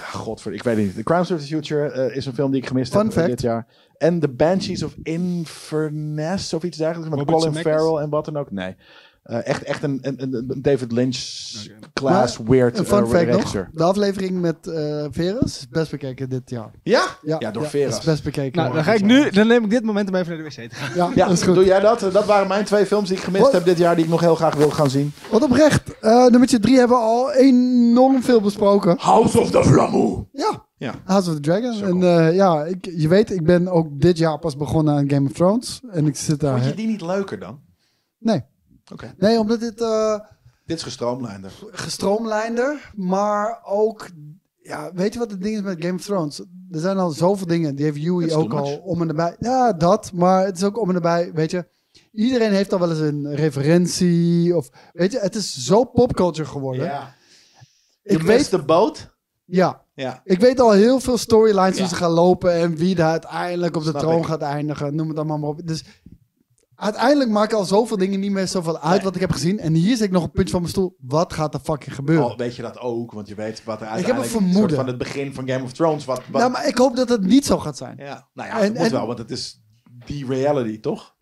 S1: Ah, Godver, ik weet het niet. The Crimes of the Future eh, is een film die ik gemist
S2: Fun
S1: heb eh,
S2: fact.
S1: dit jaar. En The Banshees of Inverness of iets dergelijks. Met
S4: Robert
S1: Colin
S4: Zemeckis?
S1: Farrell en wat dan ook. Nee. Eh, echt echt een, een, een- een David Lynch-class weird
S2: Een fun
S1: eh,
S2: fact nog.
S1: regisseur.
S2: De aflevering met eh Veras is best bekeken dit jaar.
S1: Ja?
S2: Ja,
S1: Ja, door
S2: Dat
S1: Veras.
S2: is best bekeken. dus
S4: Nou, dan ga ik nu, dan neem ik dit moment om even naar de wc te gaan.
S2: Ja,
S1: Ja,
S2: dat is goed.
S1: doe jij dat? Dat waren mijn twee films die ik gemist
S2: Wat?
S1: heb dit jaar, die ik nog heel graag wil gaan zien.
S2: Wat oprecht, eh nummertje 3 hebben we al enorm veel besproken.
S1: House of the Flamu.
S2: Ja.
S1: Ja.
S2: House of the Dragon. En eh, ja, ik, je weet, ik ben ook dit jaar pas begonnen aan Game of Thrones. En ik zit daar.
S1: Vond je die niet leuker dan?
S2: Nee.
S1: Oké.
S2: Nee, omdat dit eh
S1: Dit is gestroomlijnder.
S2: gestroomlijnder, maar ook. Ja, weet je wat het ding is met Game of Thrones? Er zijn al zoveel dingen. Die heeft
S1: Dat
S2: Yui
S1: is
S2: ook
S1: too much.
S2: al om en nabij. Ja, dat. Maar het is ook om en nabij. Weet je, iedereen heeft al wel eens een referentie. Of, weet je, het is zo popculture geworden.
S1: Ik
S2: Ik
S1: mis
S2: weet,
S1: de boot.
S2: ja,
S1: Ja.
S2: ik weet al heel veel storylines
S1: Ja.
S2: hoe ze gaan lopen en wie daar uiteindelijk op de
S1: Snap
S2: troon
S1: ik.
S2: gaat eindigen. Noem het allemaal maar op. Dus uiteindelijk maken al zoveel dingen niet meer zoveel uit wat ik heb gezien. En hier zit ik nog een puntje van mijn stoel. Wat gaat er fucking gebeuren?
S1: Oh, weet je dat ook? Want je weet wat er uiteindelijk...
S2: vermoeden.
S1: soort van het begin van Game of Thrones. Wat, wat,
S2: Nou, maar ik hoop dat het niet zo gaat zijn.
S1: ja. nou ja,
S2: En-
S1: het moet
S2: en-
S1: wel, want het is die reality, toch?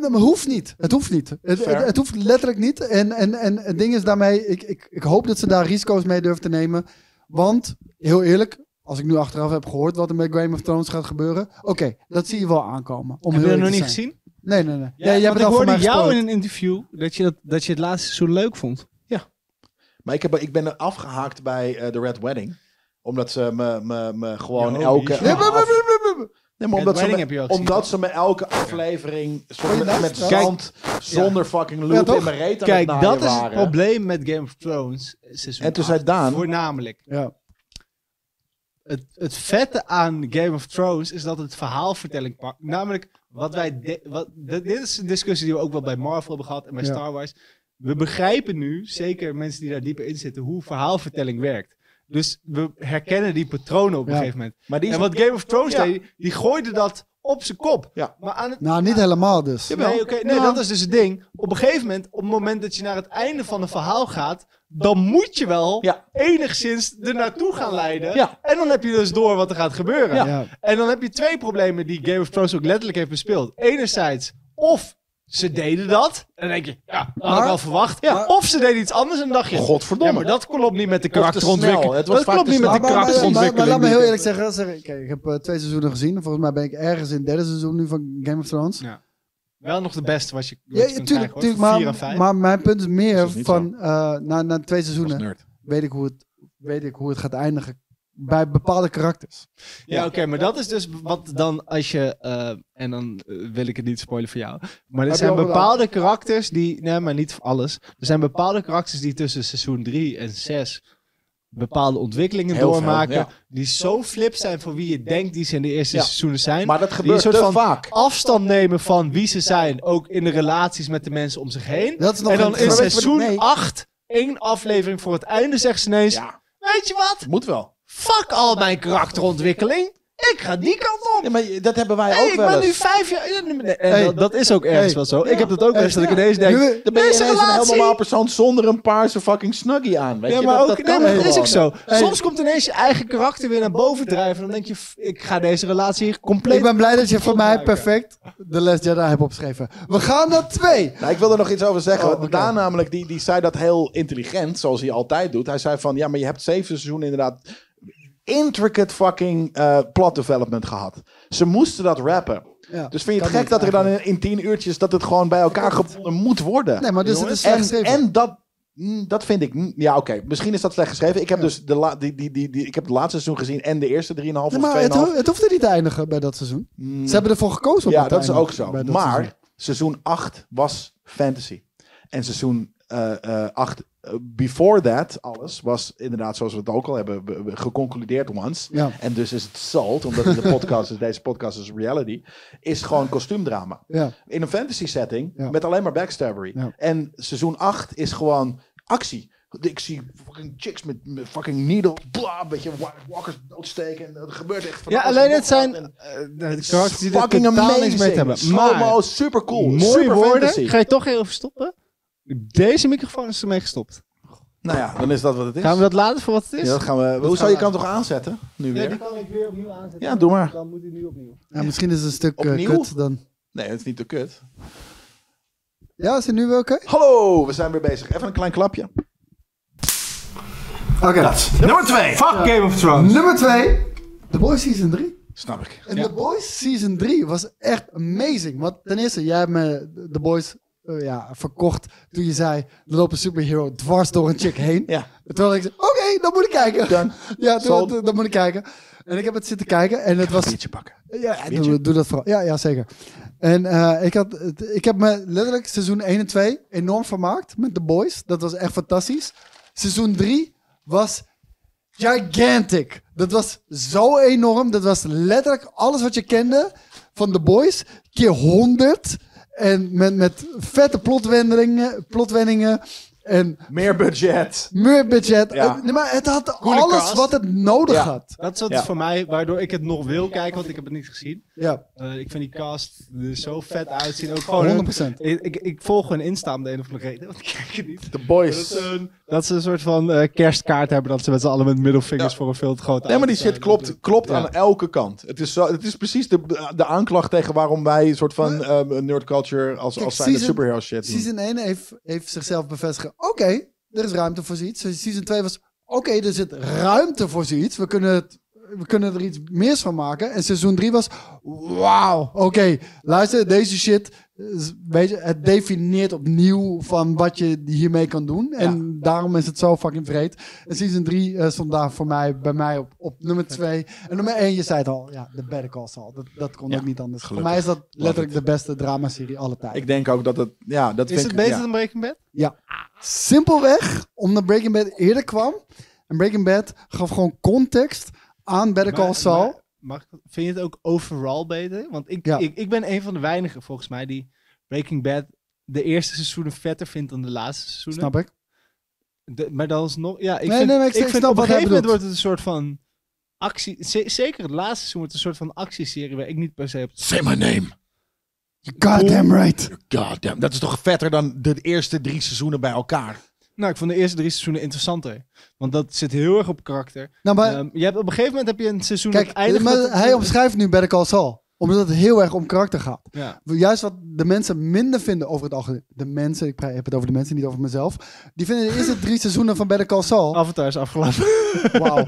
S2: Dat hoeft niet. Het hoeft niet. Het,
S1: Fair.
S2: het, het hoeft letterlijk niet. En, en, en het ding is daarmee, ik, ik, ik hoop dat ze daar risico's mee durven te nemen. Want, heel eerlijk, als ik nu achteraf heb gehoord wat er met Game of Thrones gaat gebeuren. Oké, dat zie je wel aankomen. Om
S4: Heb je
S2: heel
S4: dat nog
S2: eerlijk
S4: niet
S2: te zijn.
S4: gezien?
S2: Nee, nee, nee. nee je hebt
S4: want
S2: het al voor
S4: ik hoorde
S2: mij
S4: jou in
S2: gespoild.
S4: een interview dat je, dat, dat je het laatste seizoen leuk vond.
S1: Maar ik, heb, ik ben er afgehaakt bij eh, The Red Wedding. Omdat ze me, me, me gewoon
S4: Ja, oh,
S1: elke...
S4: ja.
S1: af- Nee, maar
S4: Red
S1: omdat, ze
S4: Wedding
S1: me,
S4: heb je ook gezien,
S1: omdat ze me elke aflevering soort met, met
S2: luisteren?
S1: zand zonder fucking loop
S2: toch?
S1: in mijn reet aan
S4: Kijk,
S1: het
S4: dat
S1: naaien
S4: is het
S1: waren.
S4: probleem met Game of Thrones. seizoen
S1: En toen zei
S4: acht,
S1: Daan-
S4: Voornamelijk.
S2: Ja.
S4: het, het vette aan Game of Thrones is dat het verhaalvertelling pakt. Namelijk, wat wij. de- wat, dit dit is een discussie die we ook wel bij Marvel hebben gehad en bij
S2: Ja.
S4: Star Wars. We begrijpen nu, zeker mensen die daar dieper in zitten, hoe verhaalvertelling werkt. Dus we herkennen die patronen op een
S2: Ja.
S4: gegeven moment.
S1: Maar die is
S4: En wat Game of Thrones
S1: Ja.
S4: deed, die gooide dat op zijn kop.
S1: Ja.
S4: Maar aan het
S2: Nou, niet helemaal dus.
S4: Nee, oké,
S1: Nou.
S4: nee dat is dus het ding. Op een gegeven moment, op het moment dat je naar het einde van een verhaal gaat, dan moet je wel
S1: Ja.
S4: enigszins er naartoe gaan leiden.
S1: Ja.
S4: En dan heb je dus door wat er gaat gebeuren.
S1: Ja.
S2: Ja.
S4: En dan heb je twee problemen die Game of Thrones ook letterlijk heeft bespeeld. Enerzijds, of ze deden dat. En dan denk je, ja, dat had ik
S2: Maar-
S4: al verwacht. Ja. Of ze deden iets anders en dan dacht je,
S1: Godverdomme.
S4: ja, maar dat klopt niet met de
S1: was te snel.
S4: karakterontwikkeling.
S1: Het was
S4: Dat
S1: vaak
S4: klopt
S1: te
S4: niet met de
S1: snel.
S2: Maar- maar- maar- Maar laat
S4: karakterontwikkeling.
S2: me heel eerlijk zeggen. zeggen kijk, ik heb eh, twee seizoenen gezien. Volgens mij ben ik ergens in het derde seizoen nu van Game of Thrones.
S4: Ja. Wel nog de beste wat je, wat
S2: Ja,
S4: je kunt
S2: tuurlijk,
S4: krijgen,
S2: tuurlijk
S4: hoor. Vier en
S2: maar,
S4: vijf.
S2: maar mijn punt is meer
S1: Is het niet
S2: van eh, na, na twee seizoenen
S1: nerd.
S2: weet ik, hoe het, weet ik hoe het gaat eindigen bij bepaalde karakters.
S4: Ja, oké, maar dat is dus wat dan als je. eh, en dan eh, wil ik het niet spoilen voor jou. Maar er
S2: je
S4: zijn
S2: al gedaan?
S4: bepaalde karakters die. Nee, maar niet voor alles. Er zijn bepaalde karakters die tussen seizoen 3 en 6 bepaalde ontwikkelingen
S1: Heel veel,
S4: doormaken.
S1: ja.
S4: Die zo flip zijn van wie je denkt die ze in de eerste
S1: Ja.
S4: seizoenen zijn.
S1: Maar dat
S4: die een
S1: gebeurt
S4: soort
S1: te
S4: van
S1: vaak.
S4: afstand nemen van wie ze zijn. Ook in de relaties met de mensen om zich heen.
S2: Dat is nog
S4: En dan
S2: een-
S4: in
S2: maar weet je wat-
S4: seizoen
S2: nee.
S4: 8, één aflevering voor het einde, zegt ze ineens.
S1: Ja,
S4: Weet je wat?
S1: moet wel.
S4: Fuck al mijn karakterontwikkeling. Ik ga die kant op.
S1: Nee, maar dat hebben wij
S4: Hey,
S1: ook
S4: ik
S1: wel
S4: ben nu
S1: eens.
S4: vijf jaar. eh, nee, nee, en
S2: Hey.
S4: dat, dat is ook ergens
S2: Hey.
S4: wel zo. Ik heb dat ook wel eens dat ik ineens denk.
S2: Nu-
S1: Dan ben je
S4: Deze
S1: ineens een heel
S4: relatie-
S1: normaal persoon zonder een paarse fucking snuggie aan. Weet
S4: Ja,
S1: je?
S4: maar
S1: dat,
S4: ook,
S1: dat
S4: nee,
S1: kan
S4: maar dat is
S1: gewoon.
S4: ook zo.
S2: Hey.
S4: Soms komt ineens je eigen karakter weer naar boven drijven. En dan denk je, f- ik ga deze relatie hier compleet...
S2: Ik ben blij dat je voor mij
S4: Opmaken.
S2: perfect The Last Jedi hebt opgeschreven. We gaan naar twee.
S1: Nou, ik wil er nog iets over zeggen.
S2: Oh,
S1: want
S2: oké.
S1: Daan namelijk, die, die zei dat heel intelligent, zoals hij altijd doet. Hij zei van, ja, maar je hebt zeven seizoenen inderdaad intricate fucking eh, plot development gehad. Ze moesten dat rappen.
S2: Ja,
S1: dus vind je
S2: kan
S1: het gek
S2: niet
S1: dat er dan in, in tien uurtjes dat het gewoon bij elkaar gebonden moet worden?
S2: Nee, maar dus het is slecht
S1: en,
S2: geschreven.
S1: en dat, mm, dat vind ik, mm, ja oké, misschien is dat slecht geschreven. Ik heb dus de la, die, die, die, die- ik heb het laatste seizoen gezien en de eerste 3,5 of 2,5.
S2: Nee, maar het, ho- het hoeft er niet te eindigen bij dat seizoen. Ze hebben ervoor gekozen
S1: Hmm.
S2: om
S1: Ja,
S2: het te
S1: dat is ook
S2: eindigen
S1: zo.
S2: bij dat seizoen.
S1: Maar seizoen 8 was fantasy. En seizoen eh, 8, before that, alles, was inderdaad, zoals we het ook al hebben be- be- geconcludeerd once.
S2: Ja.
S1: En dus is het salt, omdat het de podcast is, deze podcast is reality, is gewoon kostuumdrama.
S2: Ja.
S1: In een fantasy setting,
S2: Ja.
S1: met alleen maar backstabbery.
S2: Ja.
S1: En seizoen 8 is gewoon actie. Ik zie fucking chicks met, met fucking needle, bla, een beetje wa- walkers doodsteken. En er gebeurt echt van
S4: ja,
S1: alles.
S4: alleen het zijn eh, de karakters die er
S1: Fucking
S4: totaal
S1: amazing.
S4: niks mee te hebben.
S1: Slow-mo,
S4: Maar,
S1: super cool.
S4: mooie
S1: super
S4: woorden,
S1: fantasy.
S4: ga je toch heel even stoppen? Deze microfoon is ermee gestopt.
S1: Nou ja, dan is dat wat het is.
S4: Gaan we dat laten voor wat het is?
S1: Ja, dat gaan we... Hoe zou je kan toch aanzetten? Nu
S4: Ja,
S1: weer?
S4: die kan ik weer opnieuw aanzetten.
S1: Ja, doe maar.
S4: Dan moet hij nu opnieuw.
S2: Ja, misschien is het een stuk eh,
S1: Opnieuw?
S2: kut dan.
S1: Nee, dat is niet te kut.
S2: Ja, is het nu wel oké?
S1: Hallo, we zijn weer bezig. Even een klein klapje.
S2: Oké.
S7: Nummer 2.
S8: Fuck Game of Thrones.
S2: Nummer twee. The Boys Season 3.
S1: Snap ik.
S2: En The Boys Season 3 was echt amazing. Want ten eerste, jij hebt me The Boys eh, ja, verkocht toen je zei... er loopt een superhero dwars door een chick heen.
S1: Ja.
S2: Terwijl ik zei, oké, dan moet ik kijken.
S1: Done.
S2: Ja, toen-
S1: Sold.
S2: toen- dan moet ik kijken. En ik heb het zitten kijken en het was...
S1: Biertje pakken.
S2: Ja,
S1: Weet je?
S2: doe, doe dat vooral. Ja, ja zeker. En eh, ik, had, het- ik heb me letterlijk seizoen 1 en 2 enorm vermaakt met The Boys. Dat was echt fantastisch. Seizoen 3 was gigantic. Dat was zo enorm. Dat was letterlijk alles wat je kende van The Boys. Keer 100. En met, met vette plotwendingen, plotwendingen. En
S1: Meer budget.
S2: meer budget.
S1: Ja.
S2: Eh, nee, maar het had
S4: Coole
S2: alles
S4: cast.
S2: wat het nodig
S1: Ja.
S2: had.
S4: Dat is wat
S1: Ja.
S4: voor mij, waardoor ik het nog wil kijken, want ik heb het niet gezien.
S2: Ja,
S4: Eh, ik vind die cast er zo vet uitzien. Ook gewoon
S2: 100%.
S4: Ik, ik, ik volg hun Insta om de een of andere reden, want ik kijk het niet.
S1: The
S4: Dat eh,
S1: boys.
S4: ze, een, dat ze een soort van eh, kerstkaart hebben dat ze met z'n allen met middelvingers
S1: Ja.
S4: voor een veel te grote
S1: Nee, maar die
S4: auto
S1: shit
S4: zijn.
S1: klopt, klopt
S4: Ja.
S1: aan elke kant. Het is, zo, het is precies de, de aanklacht tegen waarom wij een soort van ehm, nerd culture als,
S2: Kijk,
S1: als zijn de
S2: season-
S1: superhero shit doen.
S2: Season 1 heeft, heeft zichzelf bevestigd. Oké, er is ruimte voor zoiets. Dus Season 2 was, oké, er zit ruimte voor zoiets. We kunnen, het, we kunnen er iets meers van maken. En seizoen 3 was, wauw, oké. luister, deze shit, is- weet je, het definieert opnieuw van wat je hiermee kan doen. En daarom is het zo fucking vreed. En season 3 eh, stond daar voor mij, bij mij op, op nummer 2. En nummer 1, je zei het al, ja, de Better Call Saul. Dat, dat kon
S1: Ja,
S2: ook niet anders.
S1: gelukkig.
S2: Voor mij is dat letterlijk de beste dramaserie alle tijd.
S1: Ik denk ook dat het... Ja, dat
S4: Is
S1: vind
S4: het
S1: ik-
S4: beter
S1: ja.
S4: dan Breaking Bad?
S2: Ja. Simpelweg omdat Breaking Bad eerder kwam. En Breaking Bad gaf gewoon context aan Better Call
S4: Maar-
S2: Saul.
S4: maar- Mag, ik- vind je het ook overal beter? Want ik,
S2: Ja.
S4: ik, ik ben een van de weinigen volgens mij die Breaking Bad de eerste seizoenen vetter vindt dan de laatste seizoenen.
S2: snap ik.
S4: De- maar dan is nog. Ja, ik
S2: Nee,
S4: vind,
S2: nee, maar ik-
S4: ik
S2: ik
S4: vind
S2: snap
S4: op een
S2: wat hij
S4: gegeven moment
S2: bedoelt.
S4: wordt het een soort van. actie... ze- zeker het laatste seizoen met een soort van actieserie waar ik niet per se op...
S1: Say my name.
S2: Goddamn right.
S1: Goddamn. Dat is toch vetter dan de eerste drie seizoenen bij elkaar.
S4: Nou, ik vond de eerste drie seizoenen interessanter. Want dat zit heel erg op karakter.
S2: Nou, maar
S4: Ehm, je hebt, op een gegeven moment heb je een seizoen
S2: kijk,
S4: dat eindigt
S2: maar
S4: met-
S2: hij omschrijft nu Better Call Saul. Omdat het heel erg om karakter gaat.
S4: Ja.
S2: Juist wat de mensen minder vinden over het algemeen. De mensen, ik pra- heb het over de mensen, niet over mezelf. Die vinden de eerste drie seizoenen van Better Call Saul...
S4: Avatar is afgelopen.
S2: Wauw.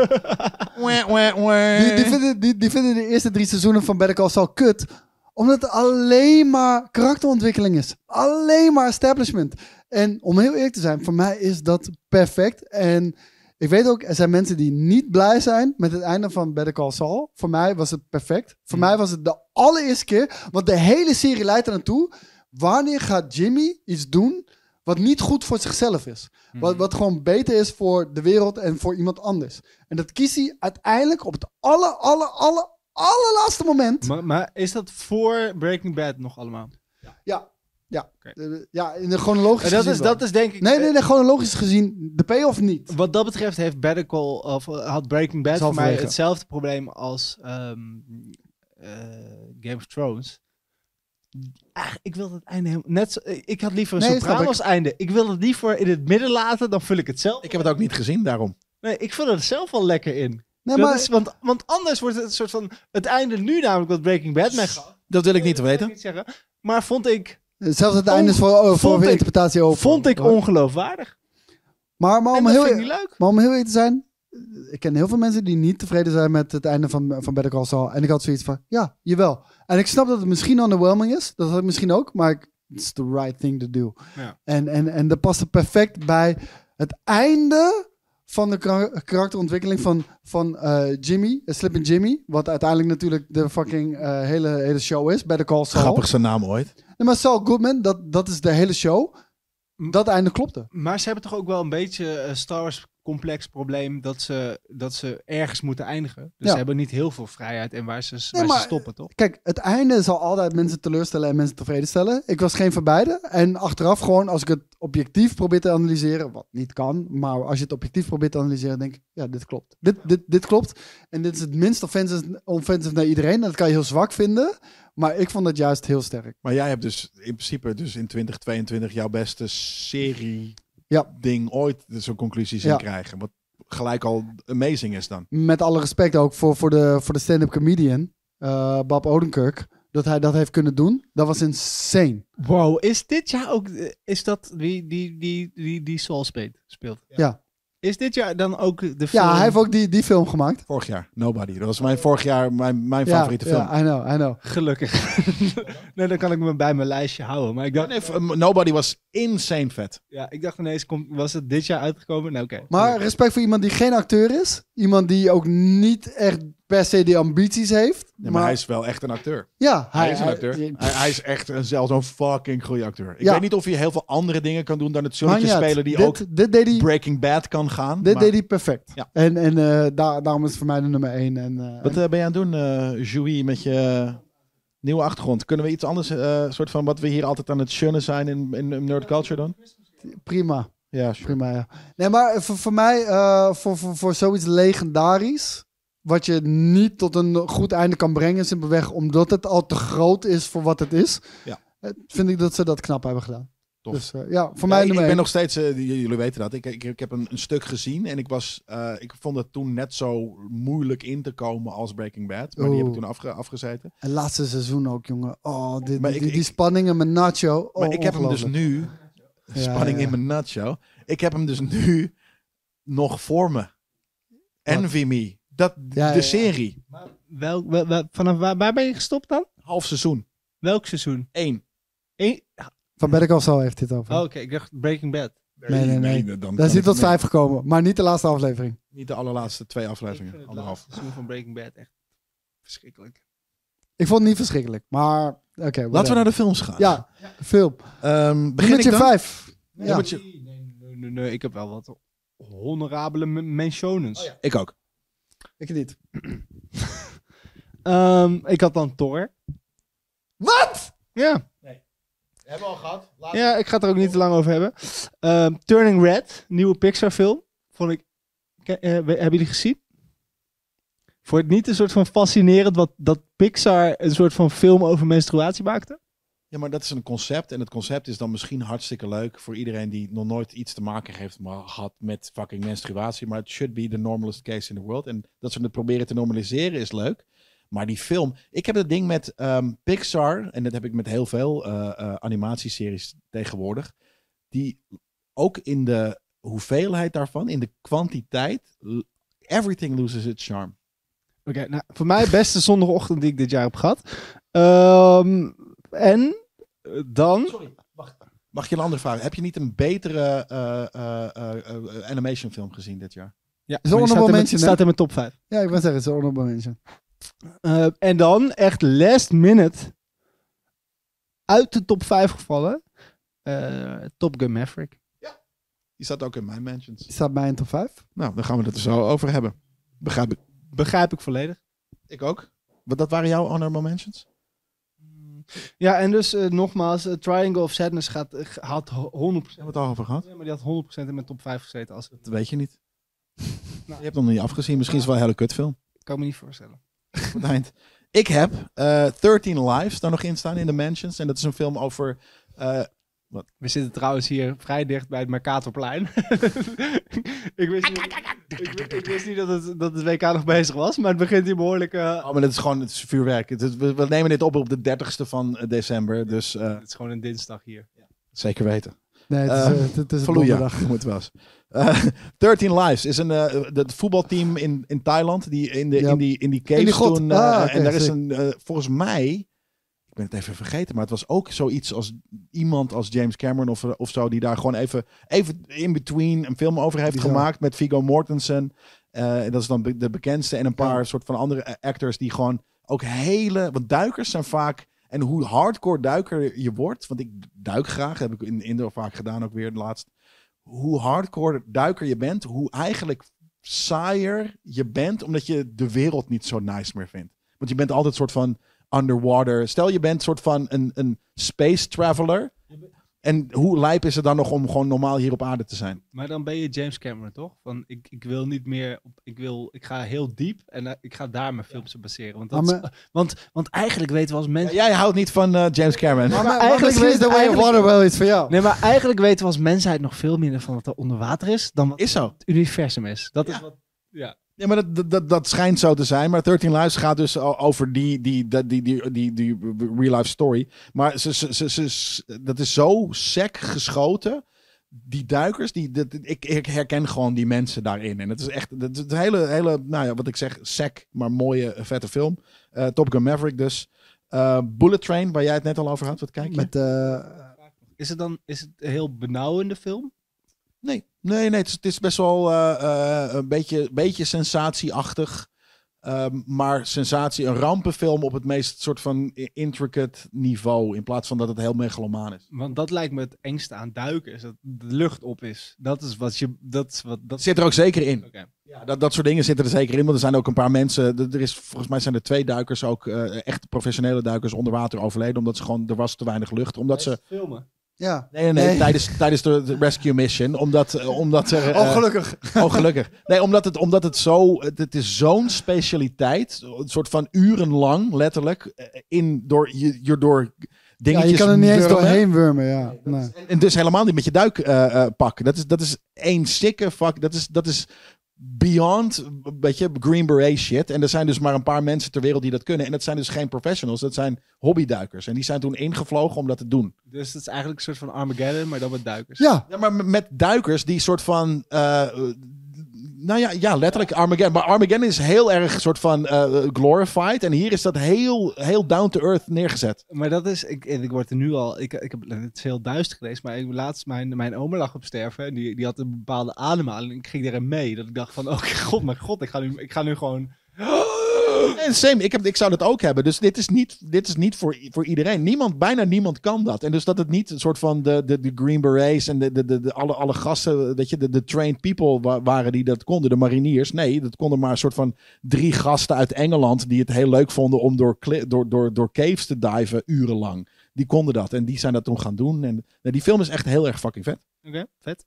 S2: Die, die, vinden, die, die vinden de eerste drie seizoenen van Better Call Saul kut. Omdat het alleen maar karakterontwikkeling is. Alleen maar establishment. En om heel eerlijk te zijn, voor mij is dat perfect. En ik weet ook, er zijn mensen die niet blij zijn met het einde van Better Call Saul. Voor mij was het perfect. Voor mij was het de allereerste keer. Want de hele serie leidt er naartoe. Wanneer gaat Jimmy iets doen wat niet goed voor zichzelf is? Wat,
S4: Mhm.
S2: wat gewoon beter is voor de wereld en voor iemand anders. En dat kiest hij uiteindelijk op het aller, aller, aller, allerlaatste moment.
S4: Maar, maar is dat voor Breaking Bad nog allemaal?
S2: Ja, ja.
S4: Oké.
S2: Eh, ja, in de chronologisch
S4: En dat
S2: gezien
S4: is, Eh,
S2: wel.
S4: dat is denk ik...
S2: Nee, nee, nee, chronologisch gezien, de payoff niet.
S4: Wat dat betreft heeft Better Call, of eh, had Breaking Bad
S2: Zal
S4: voor mij
S2: vanwege.
S4: hetzelfde probleem als ehm, eh, Game of Thrones. Eigenlijk, ik wil het einde helemaal... Net zo- eh, ik had liever een
S2: Nee,
S4: nee,
S2: dat snap ik.
S4: Sopranos einde. Ik wil het liever in het midden laten, dan vul ik het zelf.
S1: Ik heb het ook niet gezien daarom.
S4: Nee, ik vul er zelf wel lekker in.
S2: Nee,
S4: Dat
S2: maar
S4: is, want, want anders wordt het een soort van... Het einde nu namelijk wat Breaking Bad mij gaf.
S1: Dat wil ik niet
S4: Dat wil
S1: weten.
S4: niet zeggen. Maar vond ik,
S2: zelfs het einde is voor, eh, voor
S4: Oh, vond ik-
S2: interpretatie open.
S4: vond ik Oh,
S2: hoor.
S4: ongeloofwaardig.
S2: Maar, maar,
S4: en
S2: om
S4: dat
S2: heel, e-
S4: vind ik niet leuk.
S2: maar om heel eerlijk te zijn, eh, ik ken heel veel mensen die niet tevreden zijn met het einde van, van Better Call Saul. En ik had zoiets van, ja, jawel. En ik snap dat het misschien underwhelming is. Dat had ik misschien ook, maar ik, it's the right thing to do.
S4: Ja.
S2: En, en, en dat past er perfect bij het einde van de kar- karakterontwikkeling van, van eh, Jimmy, eh, Slippin' Jimmy. Wat uiteindelijk natuurlijk de fucking eh, hele, hele show is, Better Call Saul.
S1: Grappigste naam ooit.
S2: Nee, maar Saul Goodman, dat, dat is de hele show. Dat einde klopte.
S4: Maar ze hebben toch ook wel een beetje een Star Wars complex probleem dat ze, dat ze ergens moeten eindigen. Dus
S2: Ja.
S4: ze hebben niet heel veel vrijheid en waar ze, waar
S2: maar-
S4: ze stoppen, toch?
S2: Kijk, het einde zal altijd mensen teleurstellen en mensen tevreden stellen. Ik was geen van beide. En achteraf gewoon, als ik het objectief probeer te analyseren, wat niet kan, maar als je het objectief probeert te analyseren, denk ik, ja, dit klopt. Dit, dit, dit klopt. En dit is het minst offensive, offensive naar iedereen. En Dat kan je heel zwak vinden. Maar ik vond dat juist heel sterk.
S1: Maar jij hebt dus in principe dus in 2022 jouw beste serie
S2: Ja.
S1: ding ooit zo'n conclusies in
S2: Ja.
S1: krijgen. Wat gelijk al amazing is dan.
S2: Met alle respect ook voor, voor de, voor de stand-up comedian, eh, Bob Odenkirk, dat hij dat heeft kunnen doen. Dat was insane.
S4: Wow, is dit jaar ook... eh, Is dat die, die, die, die, die Saul speelt? speelt?
S2: Ja.
S4: Is dit jaar dan ook de film...
S2: Ja, hij heeft ook die, die film gemaakt.
S1: Vorig jaar, Nobody. Dat was mijn vorig jaar mijn, mijn
S2: ja,
S1: favoriete film.
S2: Ja, I know, I know.
S4: Gelukkig. nee, dan kan ik me bij mijn lijstje houden. Maar ik dacht,
S1: Nee, f- Nobody was insane vet.
S4: ja, ik dacht ineens, komt was het dit jaar uitgekomen? Nou, oké.
S2: Maar respect voor iemand die geen acteur is. Iemand die ook niet echt per se die ambities heeft.
S1: Nee, maar,
S2: maar
S1: hij is wel echt een acteur.
S2: ja,
S1: Hij, is een acteur.
S2: hij-
S1: Hij, hij is echt een, zelfs een fucking goede acteur. Ik
S2: Ja.
S1: weet niet of hij heel veel andere dingen kan doen dan het
S2: maakt
S1: zonnetje
S2: niet uit.
S1: spelen die
S2: dit,
S1: ook
S2: Dit deed hij,
S1: Breaking Bad kan gaan.
S2: dit
S1: maar-
S2: deed hij perfect.
S1: Ja.
S2: En, en eh, daar, daarom is het voor mij de nummer één. En, eh,
S1: Wat eh, ben je aan het doen, eh Joey, met je eh, nieuwe achtergrond? Kunnen we iets anders, eh, soort van wat we hier altijd aan het shunnen zijn in, in, in nerd culture dan?
S2: en prima,
S1: Ja, sure.
S2: prima ja. Nee, maar eh, voor, voor mij, eh, voor, voor, voor zoiets legendarisch... wat je niet tot een goed einde kan brengen... simpelweg omdat het al te groot is voor wat het is...
S1: Ja.
S2: eh, vind ik dat ze dat knap hebben gedaan.
S1: Tof.
S2: Dus eh, ja, voor
S1: Ja,
S2: mij
S1: ik,
S2: nummer
S1: ik ben
S2: één.
S1: nog steeds, eh, j- jullie weten dat, ik, ik, ik heb een, een stuk gezien en ik, was, eh, ik vond het toen net zo moeilijk in te komen als Breaking Bad. Maar die heb ik
S2: Oeh.
S1: toen afge, afgezeten.
S2: Het laatste seizoen ook, jongen. Oh, die, die,
S1: Maar ik-
S2: die- die
S1: ik-
S2: spanningen met Nacho. Oh,
S1: maar ik heb hem dus
S2: ongelooflijk.
S1: nu,
S2: Ja,
S1: spanning
S2: ja.
S1: in mijn nutshell, ik heb hem dus nu nog voor me. Envy Me, dat,
S2: Ja, ja,
S1: de
S2: ja.
S1: serie,
S4: Welk, wel- wel- vanaf waar, waar ben je gestopt dan?
S1: half seizoen,
S4: Welk seizoen?
S1: één.
S4: Eén-
S2: Van Better Call Saul heeft dit over.
S4: Oh, oké, ik dacht Breaking Bad.
S2: nee, nee, nee.
S1: dan kan
S2: Daar is
S1: ik-
S2: hij tot
S1: nee.
S2: vijf gekomen, maar niet de laatste aflevering.
S1: Niet de allerlaatste twee
S4: Ik vind
S1: afleveringen.
S4: het
S1: Anderhalf.
S4: laatste seizoen van Breaking Bad echt verschrikkelijk.
S2: Ik vond het niet verschrikkelijk, maar oké.
S1: Laten we naar
S2: whatever.
S1: de films gaan.
S2: Ja, film.
S1: Ehm, begin ik
S2: Nummertje
S1: dan?
S2: vijf.
S1: Ja,
S2: Ja.
S1: moet je-
S4: Nee, nee, nee, nee, nee, ik heb wel wat honorabele men- mentionens.
S1: Ik ook.
S2: Ik niet.
S4: Ehm, ik had dan Thor.
S2: Wat?
S4: Ja.
S7: Hebben we al gehad. Laat
S4: ja, ik ga het er ook niet te lang over hebben. Ehm, Turning Red, nieuwe Pixar film. Vond ik... Ke- eh, we- hebben jullie gezien? Vond je het niet een soort van fascinerend wat, dat Pixar een soort van film over menstruatie maakte?
S1: Ja, maar dat is een concept. En het concept is dan misschien hartstikke leuk voor iedereen die nog nooit iets te maken heeft ma- gehad met fucking menstruatie. Maar het should be the normalest case in the world. En dat ze het proberen te normaliseren is leuk. Maar die film. Ik heb dat ding met ehm, Pixar. En dat heb ik met heel veel eh, eh, animatieseries tegenwoordig. Die ook in de hoeveelheid daarvan, in de kwantiteit. l- Everything loses its charm.
S4: Oké, nou, voor mij beste zondagochtend die ik dit jaar heb gehad. Ehm, en eh, dan...
S1: Sorry, wacht. Mag je een andere vraag? Heb je niet een betere eh, eh, eh, eh, animation film gezien dit jaar?
S4: Ja,
S2: Is er nog
S4: staat, in mijn,
S2: momentje, hè?
S4: staat in mijn top 5.
S2: Ja, ik wil zeggen, zo honorable mention.
S4: Eh, en dan echt last minute uit de top 5 gevallen. eh, Top Gun Maverick.
S1: Die staat ook in mijn mentions.
S2: Die staat bij in top 5.
S1: Nou, dan gaan we het er zo over hebben. Begrijp ik.
S4: Begrijp ik volledig.
S1: Ik ook. Want dat waren jouw honorable mentions?
S4: Ja, en dus eh, nogmaals, eh, Triangle of Sadness gaat, eh, had ho- 100%.
S1: Hebben we het al over gehad?
S4: Ja, maar die had 100% in mijn top 5 gezeten. Als,
S1: Dat weet je niet. Je hebt hem nog niet afgezien. Misschien is het wel een hele kutfilm.
S4: kan ik me niet voorstellen.
S1: Op het eind. Ik heb eh 13 Lives daar nog in staan in de mentions. En dat is een film over... eh,
S4: We zitten trouwens hier vrij dicht bij het Mercatorplein. ik, wist niet, ik, ik wist niet dat het, dat het WK nog bezig was, maar het begint hier behoorlijk... eh,
S1: oh, maar dat is gewoon het is vuurwerk. Het is- we, we nemen dit op op de 30ste van eh, december. Dus eh,
S4: het is gewoon een dinsdag hier.
S1: zeker weten.
S2: Nee, het is,
S1: Eh,
S2: eh, het- het is een
S1: Fallujah,
S2: donderdag.
S1: noem het wel eens. Eh, 13 Lives is een eh, het voetbalteam in, in Thailand die in, de,
S2: Ja.
S1: in, die, in die caves
S2: In die grot.
S1: toen... eh,
S2: Ah, oké,
S1: en daar is
S2: sick.
S1: een, eh, volgens mij, ik ben het even vergeten, maar het was ook zoiets als iemand als James Cameron of, eh, of zo, die daar gewoon even, even in between een film over heeft
S2: Bizar.
S1: gemaakt met Viggo Mortensen. Eh, en dat is dan be- de bekendste en een paar soort van andere eh, actors die gewoon ook hele... Want duikers zijn vaak... En hoe hardcore duiker je wordt, want ik duik graag, heb ik in Indo vaak gedaan ook weer laatst hoe hardcore duiker je bent, hoe eigenlijk saaier je bent, omdat je de wereld niet zo nice meer vindt. Want je bent altijd soort van underwater. Stel je bent soort van een, een space traveler. En hoe lijp is het dan nog om gewoon normaal hier op aarde te zijn?
S4: Maar dan ben je James Cameron, toch? Van ik, ik wil niet meer. Op, ik, wil, ik ga heel diep en eh, ik ga daar mijn films op baseren. Want, dat
S2: Maar
S4: is- want, want eigenlijk weten we als
S1: Ja,
S4: mensen.
S1: jij houdt niet van eh, James Cameron.
S2: Maar, maar,
S4: eigenlijk
S2: eigenlijk is
S4: weet-
S2: de Way of
S4: eigenlijk-
S2: Water wel iets voor jou.
S4: Nee, maar eigenlijk weten we als mensheid nog veel minder van wat er onder water is dan wat
S1: Is zo.
S4: het universum is. Dat is wat.
S1: Ja, maar dat- dat, dat, dat schijnt zo te zijn. Maar 13 Lives gaat dus o- over die, die, dat- die, die, die, die real life story. Maar ze, ze, ze, ze- ze- dat is zo sec geschoten. Die duikers, die, dat- ik, ik herken gewoon die mensen daarin. En het is echt dat is een hele, hele, nou ja, wat ik zeg, sec, maar mooie, vette film. Eh, Top Gun Maverick dus. Eh, Bullet Train, waar jij het net al over had. Wat kijk je?
S2: Met, eh,
S4: Is het dan is het een heel benauwende film?
S1: Nee, nee, nee. Het is, het is best wel eh, eh, een beetje, beetje sensatieachtig. Ehm, maar sensatie, een rampenfilm op het meest soort van i- intricate niveau. In plaats van dat het heel megalomaan is.
S4: Want dat lijkt me het engste aan duiken. Is dat de lucht op is. Dat is wat je. Dat is wat. Dat
S1: Dat zit er ook zeker in.
S4: Oké.
S1: Ja, dat, dat soort dingen zitten er zeker in. Want er zijn ook een paar mensen. d- Er is, volgens mij zijn er twee duikers ook. eh, echt professionele duikers onder water overleden. Omdat ze gewoon. Er was te weinig lucht. Omdat ze.
S4: filmen.
S2: ja.
S1: Nee, nee, nee.
S2: Nee.
S1: Tijdens, tijdens de de rescue mission. Omdat, eh, omdat er.
S2: Oh,
S1: eh,
S2: gelukkig.
S1: Oh, gelukkig. Nee, omdat het, omdat het zo... Het, het is zo'n specialiteit. Een soort van urenlang, letterlijk. eh, In, door, je, je door
S2: Ja,
S1: dingetjes...
S2: je kan er niet eens
S1: wurmen.
S2: doorheen wurmen, ja. Nee.
S1: En, en dus helemaal niet met je duik eh, eh, pakken. Dat is, dat is één sikke fuck. Dat is, dat is beyond, weet je, Green Beret shit. En er zijn dus maar een paar mensen ter wereld die dat kunnen. En dat zijn dus geen professionals. Dat zijn hobbyduikers. En die zijn toen ingevlogen om dat te doen.
S4: Dus dat is eigenlijk een soort van Armageddon, maar dan met duikers.
S2: Ja,
S1: Ja, maar m- met duikers die soort van. eh, eh, nou ja, ja, letterlijk Armageddon. Maar Armageddon is heel erg soort van eh, glorified. En hier is dat heel, heel down to earth neergezet.
S4: Maar dat is, ik, en ik word er nu al, ik, ik heb, het is heel duister geweest, maar ik, laatst mijn, mijn oma lag op sterven en die, die had een bepaalde ademhaling en ik ging erin mee. Dat ik dacht van, oh god, mijn god, ik ga nu, ik ga nu gewoon...
S1: En same, ik, heb, ik zou dat ook hebben. Dus dit is niet, dit is niet voor, i- voor iedereen. Niemand, bijna niemand kan dat. En dus dat het niet een soort van de, de, de Green Berets en de, de, de, de- alle, alle gasten, dat je, de, de trained people wa- waren die dat konden. De mariniers. Nee, dat konden maar een soort van drie gasten uit Engeland die het heel leuk vonden om door, kli- door, door, door caves te diven urenlang. Die konden dat en die zijn dat toen gaan doen. En, nou, die film is echt heel erg fucking vet.
S4: Oké, vet.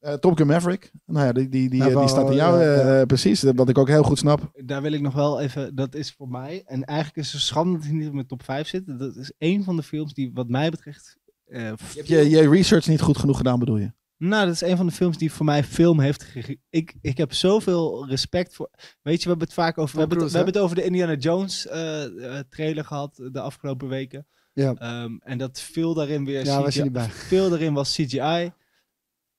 S1: Eh, Top Gun Maverick. Nou ja, die, die, die,
S2: Nou,
S1: die staat in
S2: wel,
S1: jou.
S2: ja,
S1: eh, Precies, wat ik ook heel goed snap.
S4: Daar wil ik nog wel even, dat is voor mij, en eigenlijk is het schande dat hij niet in mijn top 5 zit. Dat is één van de films die wat mij betreft... eh,
S1: Heb je je research niet goed genoeg gedaan, bedoel je?
S4: Nou, dat is een van de films die voor mij film heeft gege- ik, ik heb zoveel respect voor... Weet je, we hebben het vaak over... We hebben het,
S2: Cruise,
S4: we hebben het over de Indiana Jones eh, eh, trailer gehad de afgelopen weken.
S2: Ja.
S4: Ehm, en dat veel daarin weer...
S2: Ja, was je
S4: CGI
S2: niet bij.
S4: Veel daarin was CGI.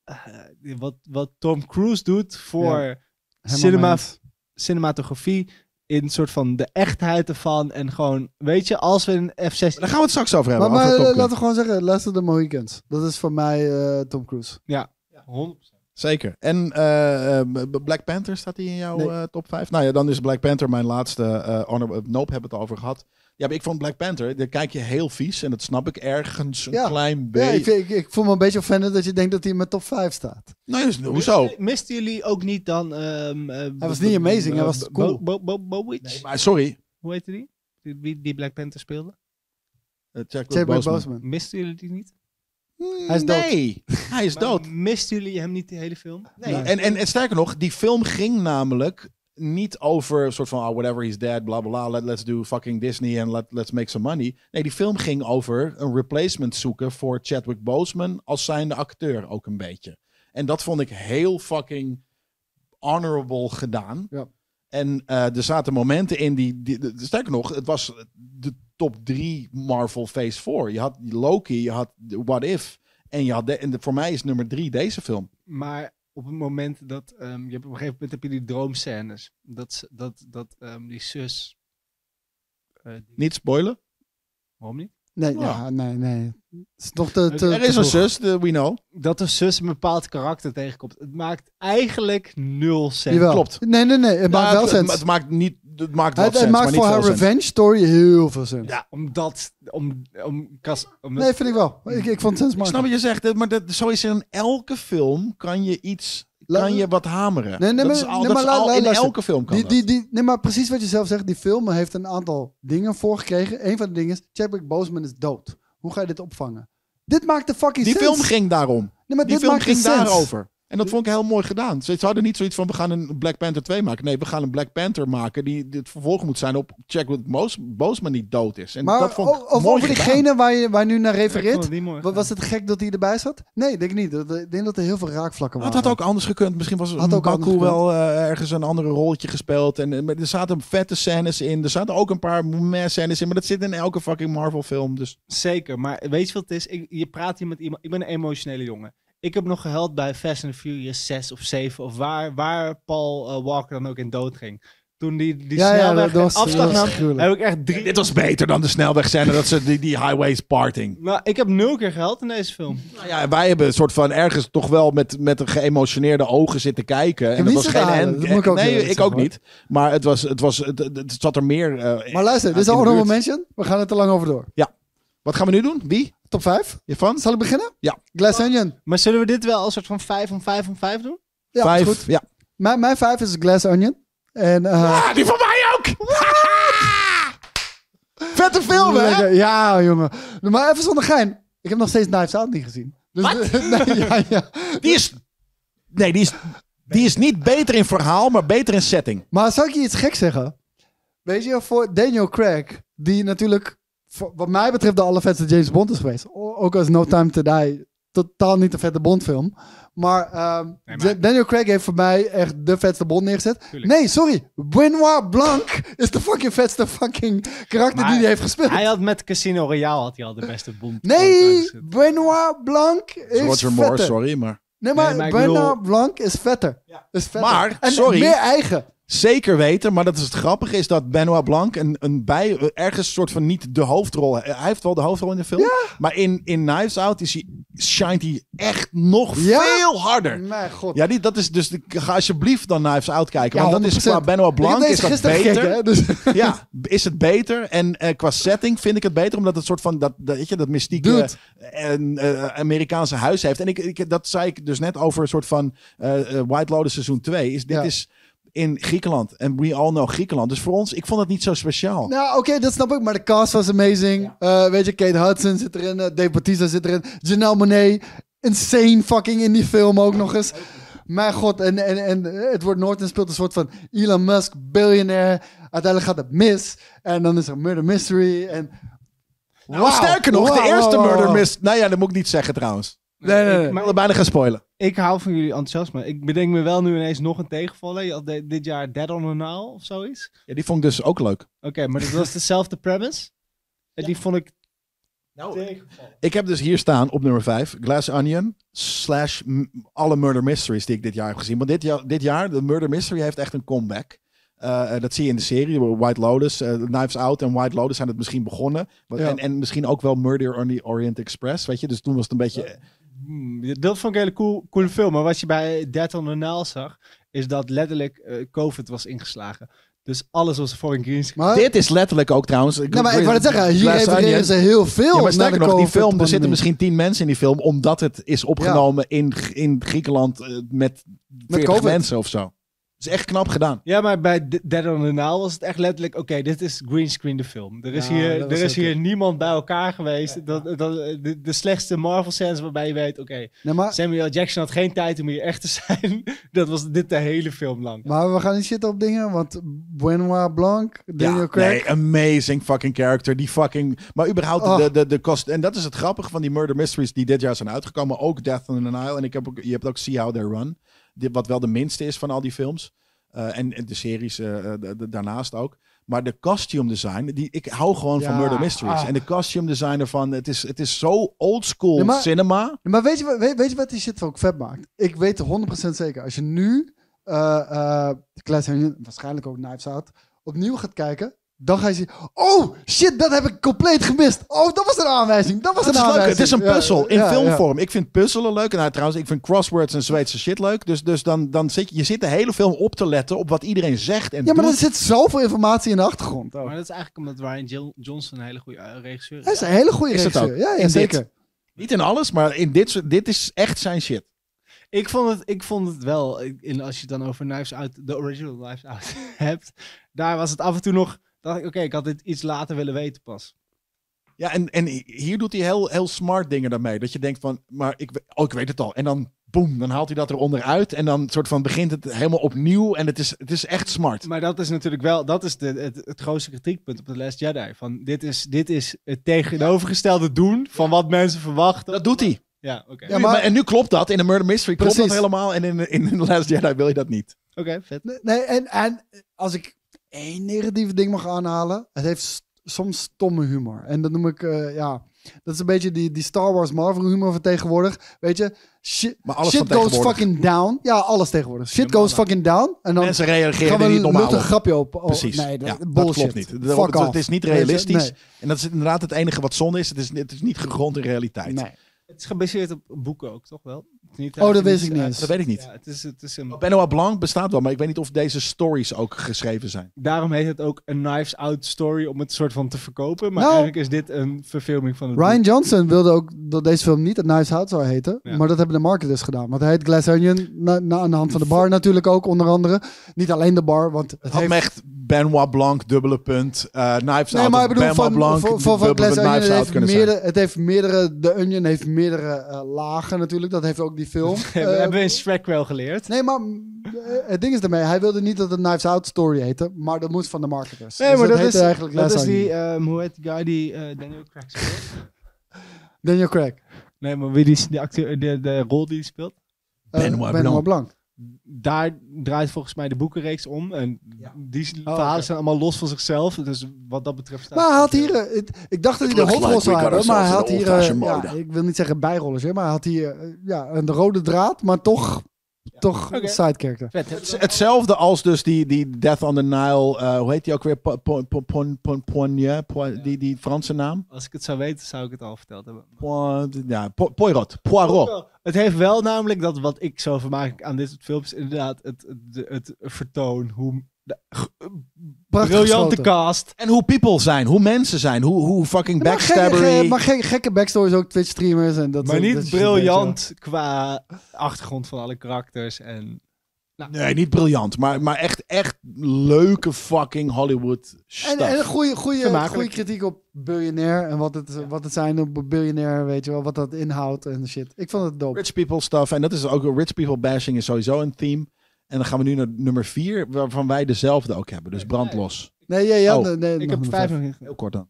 S4: Eh, wat, wat Tom Cruise doet voor cinema,
S2: mee eens.
S4: cinematografie... In een soort van de echtheid ervan. En gewoon, weet je, als we een F-16...
S1: Daar gaan we het straks over
S2: Maar,
S1: hebben.
S2: maar
S1: over Top
S2: eh,
S1: Gun.
S2: laten we gewoon zeggen, luister de Mohicans. Dat is voor mij eh, Tom Cruise.
S4: 100%.
S1: Zeker. En eh, eh, B- B- Black Panther staat die in jouw
S2: Nee.
S1: eh, top 5? Nou ja, dan is Black Panther mijn laatste. eh honorable, nope, hebben we het over gehad. Ja, maar ik vond Black Panther, daar kijk je heel vies. En dat snap ik ergens een
S2: Ja.
S1: klein
S2: Ja, ik,
S1: beetje.
S2: vind- ik, ik voel me een beetje offended dat je denkt dat hij in mijn top 5 staat.
S1: Nee, dus, hoezo?
S4: Misten- Misten jullie ook niet dan... ehm, eh,
S2: Hij was
S4: b-
S2: niet
S4: b-
S2: amazing, hij
S4: eh,
S2: was
S4: b-
S2: cool.
S4: Bo- Bo- Bo- Bowitch?
S1: Nee, maar sorry.
S4: Hoe heette die? die? die- die Black Panther speelde?
S1: Eh, Chadwick
S2: Chadwick
S1: Boseman.
S2: Boseman.
S4: Misten jullie die niet?
S2: Hij is dood.
S1: Nee, hij is
S4: Maar
S1: dood.
S4: Misten jullie hem niet de hele film?
S1: Nee, en, en, en sterker nog, die film ging namelijk niet over een soort van oh, whatever he's dead, bla bla bla, let, let's do fucking Disney and let, let's make some money. Nee, die film ging over een replacement zoeken voor Chadwick Boseman als zijnde acteur ook een beetje. En dat vond ik heel fucking honorable gedaan.
S2: Ja.
S1: En eh, er zaten momenten in die, die, de- Sterker nog, het was de top drie Marvel Phase 4. Je had Loki, je had What If. En, je had de, en de- voor mij is nummer drie deze film.
S4: Maar op het moment dat... ehm, je hebt, op een gegeven moment heb je die droomscènes. Dat, ze- dat, dat ehm, die zus... eh, die-
S1: Niet spoilen.
S4: waarom niet?
S2: Nee,
S1: Ja.
S2: ja. nee, nee. Het is nog te, te,
S1: Er is
S2: te
S1: een
S2: vroeg.
S1: zus, de, we know.
S4: Dat de zus een bepaald karakter tegenkomt. Het maakt eigenlijk nul sens.
S2: Jawel.
S1: klopt.
S2: Nee, nee, nee. Het maakt
S1: Ja,
S2: wel
S1: het,
S2: sens.
S1: Het maakt, niet, het maakt wel
S2: Het, het
S1: sens,
S2: maakt
S1: maar niet
S2: voor haar
S1: veel sens.
S2: revenge story heel veel zin.
S4: Ja, omdat... Om, om, kas, om
S2: Nee, vind ik wel. Ik, ik vond het
S1: Ik
S2: sens
S1: snap wat je zegt, hè, maar dat, zo is er in elke film kan je iets,
S2: La-
S1: kan je wat hameren.
S2: Nee, nee,
S1: dat
S2: maar-
S1: is al,
S2: nee,
S1: dat
S2: maar
S1: is
S2: la-
S1: al
S2: la-
S1: in
S2: luister.
S1: elke film kan
S2: Die,
S1: dat.
S2: die, die, nee, maar precies wat je zelf zegt. Die film heeft een aantal dingen voorgekregen. Een van de dingen is, Chadwick Boseman is dood. Hoe ga je dit opvangen? Dit maakt de fucking
S1: Die
S2: sens.
S1: film ging daarom.
S2: Nee, maar
S1: Die
S2: dit
S1: film
S2: maakt de
S1: ging
S2: sens.
S1: daarover. En dat vond ik heel mooi gedaan. Ze ze hadden niet zoiets van, we gaan een Black Panther 2 maken. Nee, we gaan een Black Panther maken die het vervolg moet zijn op Chadwick Bos- Boseman die dood is. En
S2: Maar
S1: dat vond ik
S2: o- over,
S1: mooi
S2: over
S1: gedaan.
S2: diegene waar je waar je nu naar refereert, wa-
S4: Wat
S2: was het gek dat hij erbij zat? Nee, denk ik niet. Dat- Ik denk dat er heel veel raakvlakken
S1: Het
S2: waren.
S1: had ook anders gekund. Misschien was
S2: Had ook
S1: Baku
S2: anders
S1: wel eh, ergens een andere rolletje gespeeld. En, eh, maar er zaten vette scènes in. Er zaten ook een paar meh scènes in. Maar dat zit in elke fucking Marvel film. Dus
S4: Zeker, maar weet je wat het is? Ik, je praat hier met iemand. Ik ben een emotionele jongen. Ik heb nog gehuild bij Fast and Furious 6 of 7 of waar, waar Paul eh, Walker dan ook in dood ging. Toen die, die
S2: Ja, ja,
S4: snelweg
S2: dat was, dat
S4: afslag
S2: was
S4: nam,
S2: gruwelijk.
S4: heb ik echt drie...
S1: dit was beter dan de snelwegscène dat ze die, die highways parting.
S4: Nou, ik heb nul keer gehuild in deze film.
S1: Nou ja, wij hebben een soort van ergens toch wel met, met een geëmotioneerde ogen zitten kijken. En
S2: heb
S1: dat
S2: niet
S1: was geen
S2: zitten huilen,
S1: hand-
S2: dat moet ik ook
S1: Nee,
S2: eerlijk
S1: ik
S2: zeggen,
S1: ook
S2: hoor.
S1: niet. Maar het, was, het, was, het, het- het zat er meer. eh,
S2: Maar luister, dit is
S1: in
S2: een
S1: de
S2: honorable
S1: buurt.
S2: mention. We gaan er te lang over door.
S1: Wat gaan we nu doen? Wie?
S2: Top 5?
S1: Hiervan?
S2: Zal ik beginnen?
S1: Ja.
S2: Glass Onion.
S4: Maar zullen we dit wel als soort van 5 om 5 om 5 doen?
S2: Ja,
S1: vijf.
S2: is goed.
S1: Ja.
S2: Mijn, mijn vijf is Glass Onion. En, eh,
S1: Ah, die van mij ook! Ah! Vette film, hè?
S2: lekker. Ja, jongen. Maar even zonder gein. Ik heb nog steeds Knives Out niet gezien. Dus nee, ja, ja.
S1: Die is. Nee, die is. Die is niet beter in verhaal, maar beter in setting.
S2: Maar zou ik je iets gek zeggen? Weet je, voor Daniel Craig, die natuurlijk voor- wat mij betreft de allervetste James Bond is geweest. O- Ook als No Time To Die totaal niet de vette Bond film. Maar, ehm, Da- Daniel Craig heeft voor mij echt de vetste Bond neergezet. Nee, sorry. Benoit Blanc is de fucking vetste fucking karakter die
S4: Maar
S2: hij heeft gespeeld.
S4: Hij had met Casino Royale had hij al de beste bond.
S2: Nee,
S4: ooit aangezet.
S2: Benoit Blanc is
S1: Roger
S2: vetter.
S1: Moore, sorry, maar.
S2: Nee, maar,
S4: Nee, maar ik
S2: Benoit
S4: bedoel-
S2: Blanc is vetter. Is vetter.
S1: Maar,
S2: en
S1: sorry.
S2: meer eigen.
S1: Zeker weten, maar dat is het grappige, is dat Benoit Blanc een, een bij, ergens een soort van niet de hoofdrol. Hij heeft wel de hoofdrol in de film, maar in, in Knives Out is hij, shined hij echt nog
S2: Ja? Nou.
S1: veel harder.
S2: Mijn god.
S1: Ja, die, dat is dus, de- ga alsjeblieft dan Knives Out kijken,
S2: Ja,
S1: want dat is
S2: 100%.
S1: qua Benoit
S2: Ik
S1: Blanc
S2: heb
S1: is
S2: deze
S1: dat
S2: gisteren
S1: beter.
S2: gekeken, hè, dus-
S1: Ja, is het beter? En eh, qua setting vind ik het beter, omdat het soort van dat, dat, weet je, dat mystieke
S2: Dude.
S1: eh, en, eh, Amerikaanse huis heeft. En ik, ik, dat zei ik dus net over een soort van eh, eh, White Lotus seizoen 2. Is, dit
S2: Ja.
S1: is in Griekenland. En we all know Griekenland. Dus voor ons, ik vond het niet zo speciaal.
S2: Nou, oké, dat snap ik. Maar de cast was amazing. Eh, weet je, Kate Hudson zit erin. eh, Dave Bautista zit erin. Janelle Monet. insane fucking in die film ook nog eens. Mijn god, en, en, en Edward Norton speelt een soort van Elon Musk, biljonair. Uiteindelijk gaat het mis. En dan is er murder mystery. En...
S1: Nou, sterker nog, de
S2: Wauw,
S1: eerste
S2: wauw,
S1: Murder
S2: wauw.
S1: Mystery... Nou ja, dat moet ik niet zeggen trouwens.
S2: Nee, nee, nee.
S1: Ik wil bijna gaan spoilen.
S4: Ik hou van jullie enthousiasme. Ik bedenk me wel nu ineens nog een tegenvaller. Je had de- dit jaar Dead on a Nile of zoiets.
S1: Ja, die vond ik dus ook leuk.
S4: Oké, maar dat was dezelfde premise. En die vond ik tegenvallen.
S1: Ik heb dus hier staan op nummer 5, Glass Onion, slash m- alle murder mysteries die ik dit jaar heb gezien. Want dit jaar, dit jaar de murder mystery heeft echt een comeback. Eh, eh, dat zie je in de serie, White Lotus, eh, Knives Out en White Lotus zijn het misschien begonnen. Maar-
S2: Ja.
S1: En, en misschien ook wel Murder on the Orient Express, weet je. Dus toen was het een beetje...
S4: Hmm, dat vond ik een hele cool, coole film. Maar wat je bij Dead on a Nile zag, is dat letterlijk eh, COVID was ingeslagen. Dus alles was voor een green screen.
S2: Maar,
S1: Dit is letterlijk ook trouwens...
S2: nou, maar ik wou het zeggen, hier
S1: Glass Onion.
S2: refereren ze heel veel
S1: Ja, maar
S2: naar de
S1: sterker nog, die film, er
S2: COVID-pandemie.
S1: zitten misschien tien mensen in die film, omdat het is opgenomen in, G- in Griekenland eh, met 40
S2: COVID.
S1: mensen of zo. Het is echt knap gedaan.
S4: Ja, maar bij D- Dead on a Nile was het echt letterlijk... Oké, dit is green screen de film. Er is,
S2: Ja,
S4: hier,
S2: dat
S4: er
S2: was
S4: is
S2: ook-
S4: hier niemand bij elkaar geweest. Dat, dat, de, de slechtste Marvel-scènes waarbij je weet... Oké,
S2: Nee, maar,
S4: Samuel Jackson had geen tijd om hier echt te zijn. Dat was dit de hele film lang.
S2: maar we gaan niet zitten op dingen, want Benoit Blanc, Daniel
S1: Ja,
S2: Craig...
S1: nee, amazing fucking character. Die fucking. Maar überhaupt
S2: Oh.
S1: de, de, de kost. En dat is het grappige van die murder mysteries die dit jaar zijn uitgekomen. Ook Death on the Nile. En ik heb ook, je hebt ook See How They Run. Dit, wat wel de minste is van al die films. Eh, en, en de series eh, eh, de- de- daarnaast ook. Maar de costume design, die, ik hou gewoon van
S2: Ja,
S1: murder mysteries.
S2: ah.
S1: En de costume design ervan, het is, het is zo old school
S2: Ja, maar-
S1: cinema.
S2: Ja, Maar weet je, wat- weet, weet je wat die shit ook vet maakt? Ik weet 100% zeker, als je nu eh eh Glass Onion, waarschijnlijk ook Knives Out, opnieuw gaat kijken, dan ga je zien, oh shit, dat heb ik compleet gemist. Oh, dat was een aanwijzing, dat was
S1: Dat
S2: een
S1: is leuk.
S2: aanwijzing.
S1: Het is een
S2: Ja,
S1: puzzel in
S2: ja, ja.
S1: filmvorm. Ik vind puzzelen leuk. Nou, trouwens, ik vind crosswords en Zweedse shit leuk. Dus, dus dan, dan zit je, je zit de hele film op te letten op wat iedereen zegt en
S2: Ja, maar
S1: doet.
S2: er zit zoveel informatie in de achtergrond.
S1: Oh.
S2: ook.
S4: Maar dat is eigenlijk omdat Ryan Gil- Johnson een hele goede eh, regisseur is.
S2: Hij is een hele goede
S1: Is dat
S2: regisseur.
S1: ook?
S2: Ja, ja
S1: In
S2: zeker.
S1: Niet in alles, maar in dit, soort- dit is echt zijn shit.
S4: Ik vond het, ik vond het wel, ik- in, als je het dan over Knives Out, de original Knives Out hebt, daar was het af en toe nog, dacht ik, oké, ik had dit iets later willen weten pas.
S1: Ja, en, en hier doet hij heel, heel smart dingen daarmee. Dat je denkt van, maar ik, we- oh, ik weet het al. En dan, boem, dan haalt hij dat eronder uit. En dan soort van begint het helemaal opnieuw. En het is, het is echt smart.
S4: Maar dat is natuurlijk wel, dat is de, het, het grootste kritiekpunt op The Last Jedi. Van, dit, is, dit is het tegenovergestelde doen van wat mensen verwachten.
S1: Dat doet hij.
S4: Ja, oké. Oké,
S2: Ja,
S1: Nu-
S2: maar-
S1: maar- en nu klopt dat. In de Murder Mystery klopt
S2: Precies.
S1: dat helemaal. En in, in The Last Jedi wil je dat niet.
S4: vet.
S2: Nee, Nee, en, en als ik één negatieve ding mag aanhalen, het heeft st- soms stomme humor. En dat noem ik, eh, ja, dat is een beetje die, die Star Wars Marvel humor van tegenwoordig. Weet je, shit,
S1: Maar alles van
S2: shit goes
S1: tegenwoordig.
S2: fucking down. Ja, alles tegenwoordig. Shit
S4: Ja, maar-
S2: goes fucking down. En dan
S1: Mensen reageren
S2: gaan we
S1: er niet
S2: een
S1: normaal
S2: nuttig
S1: op.
S2: grapje op. Oh,
S1: Precies.
S2: Nee, dat,
S1: Ja, dat
S2: bullshit.
S1: klopt niet. Dat-
S2: Fuck
S1: het- het
S2: off.
S1: is niet
S2: Weet je,
S1: realistisch. En dat is inderdaad het enige wat zonde is. Het is, het is niet gegrond in realiteit.
S2: Nee, nee.
S4: Het is gebaseerd op boeken ook, toch wel? Het is Niet
S2: Oh, dat
S4: het is
S2: wist ik niet
S4: uit-
S2: eens.
S1: Dat weet ik niet. Oh,
S4: Ja, het is, het is een...
S1: Benoit Blanc bestaat wel, maar ik weet niet of deze stories ook geschreven zijn.
S4: Daarom heet het ook een Knives Out story om het soort van te verkopen. Maar
S2: Nou.
S4: eigenlijk is dit een verfilming van het boek.
S2: Ryan Johnson wilde ook dat deze film niet het Knives Out zou heten.
S4: Ja.
S2: Maar dat hebben de marketers gedaan. Want hij heet Glass Onion na, na- aan de hand van de bar natuurlijk ook onder andere. Niet alleen de bar, want het
S1: Het had
S2: heeft...
S1: me echt Benoit Blanc, dubbele punt, eh Knives
S2: Nee,
S1: Out
S2: maar
S1: of
S2: ik bedoel,
S1: Benoit
S2: van,
S1: Blanc,
S2: van, van, van
S1: dubbele
S2: Glass Onion,
S1: Knives
S2: het
S1: Out
S2: heeft,
S1: kunnen zijn.
S2: meerdere, het heeft meerdere... De Onion heeft meerdere eh, lagen natuurlijk. Dat heeft ook die film.
S4: We
S2: Eh,
S4: hebben in Shrek wel geleerd.
S2: nee, maar mm, eh, het ding is daarmee. Hij wilde niet dat het Knives Out story heette. Maar dat moest van de marketers.
S4: Nee,
S2: Dus
S4: maar dat,
S2: heette
S4: is,
S2: eigenlijk
S4: dat
S2: Glass
S4: is
S2: Onion.
S4: die, ehm, hoe heet die guy die eh, Daniel Craig speelt?
S2: Daniel Craig.
S4: nee, maar wie die, die acteur, de, de rol die hij speelt.
S2: Eh,
S1: Benoit Blanc.
S4: Daar draait volgens mij de boekenreeks om. En die s- verhalen
S2: oké.
S4: zijn allemaal los van zichzelf. Dus wat dat betreft... staat
S2: Maar hij had
S4: het-
S2: hier, eh, het- ik dacht dat hij de
S1: looks
S2: hoofdrol
S1: like
S2: zou
S1: we got
S2: hebben, maar hij had
S1: ourselves
S2: hier,
S1: an
S2: eh,
S1: old-fashioned
S2: ja, ik wil niet zeggen bijrollers, hè, maar hij had hier eh, ja, een rode draad, maar toch, toch
S4: Oké.
S2: side character.
S4: Vet, hè?
S1: Het- Hetzelfde als dus die, die Death on the Nile, eh, hoe heet die ook weer? Po- po- po- pon- pon- Poignot, Poi- die, die Franse naam?
S4: Als ik het zou weten, zou ik het al verteld hebben.
S1: Poi- ja, Po- Poirot, Poirot.
S4: Het heeft wel namelijk dat wat ik zo vermaak aan dit soort films, inderdaad, het, het, het vertoon, hoe de- g-
S2: Prachtig
S4: briljante
S2: gesloten.
S4: cast.
S1: En hoe people zijn, hoe mensen zijn, hoe, hoe fucking
S2: Maar gekke-
S1: backstabbery.
S2: ge- Maar gekke, gekke backstories ook, Twitch streamers en dat
S4: Maar
S2: soort-
S4: niet
S2: dat soort shit, weet je wel.
S4: briljant qua achtergrond van alle karakters. En
S1: Nee, niet briljant, maar, maar echt, echt leuke fucking Hollywood stuff.
S2: En, en een goede, goede,
S1: Vermakelijk.
S2: goede kritiek op Billionaire en wat het, wat het zijn op Billionaire, weet je wel, wat dat inhoudt en shit. Ik vond het dope.
S1: Rich people stuff. En dat is ook, rich people bashing is sowieso een theme. En dan gaan we nu naar nummer vier, waarvan wij dezelfde ook hebben. Dus brandlos.
S2: Nee, ja, ja,
S1: Oh,
S2: nee, nee,
S4: Ik
S2: nog
S4: heb
S2: een
S4: vijf.
S2: vijf.
S1: Heel kort dan.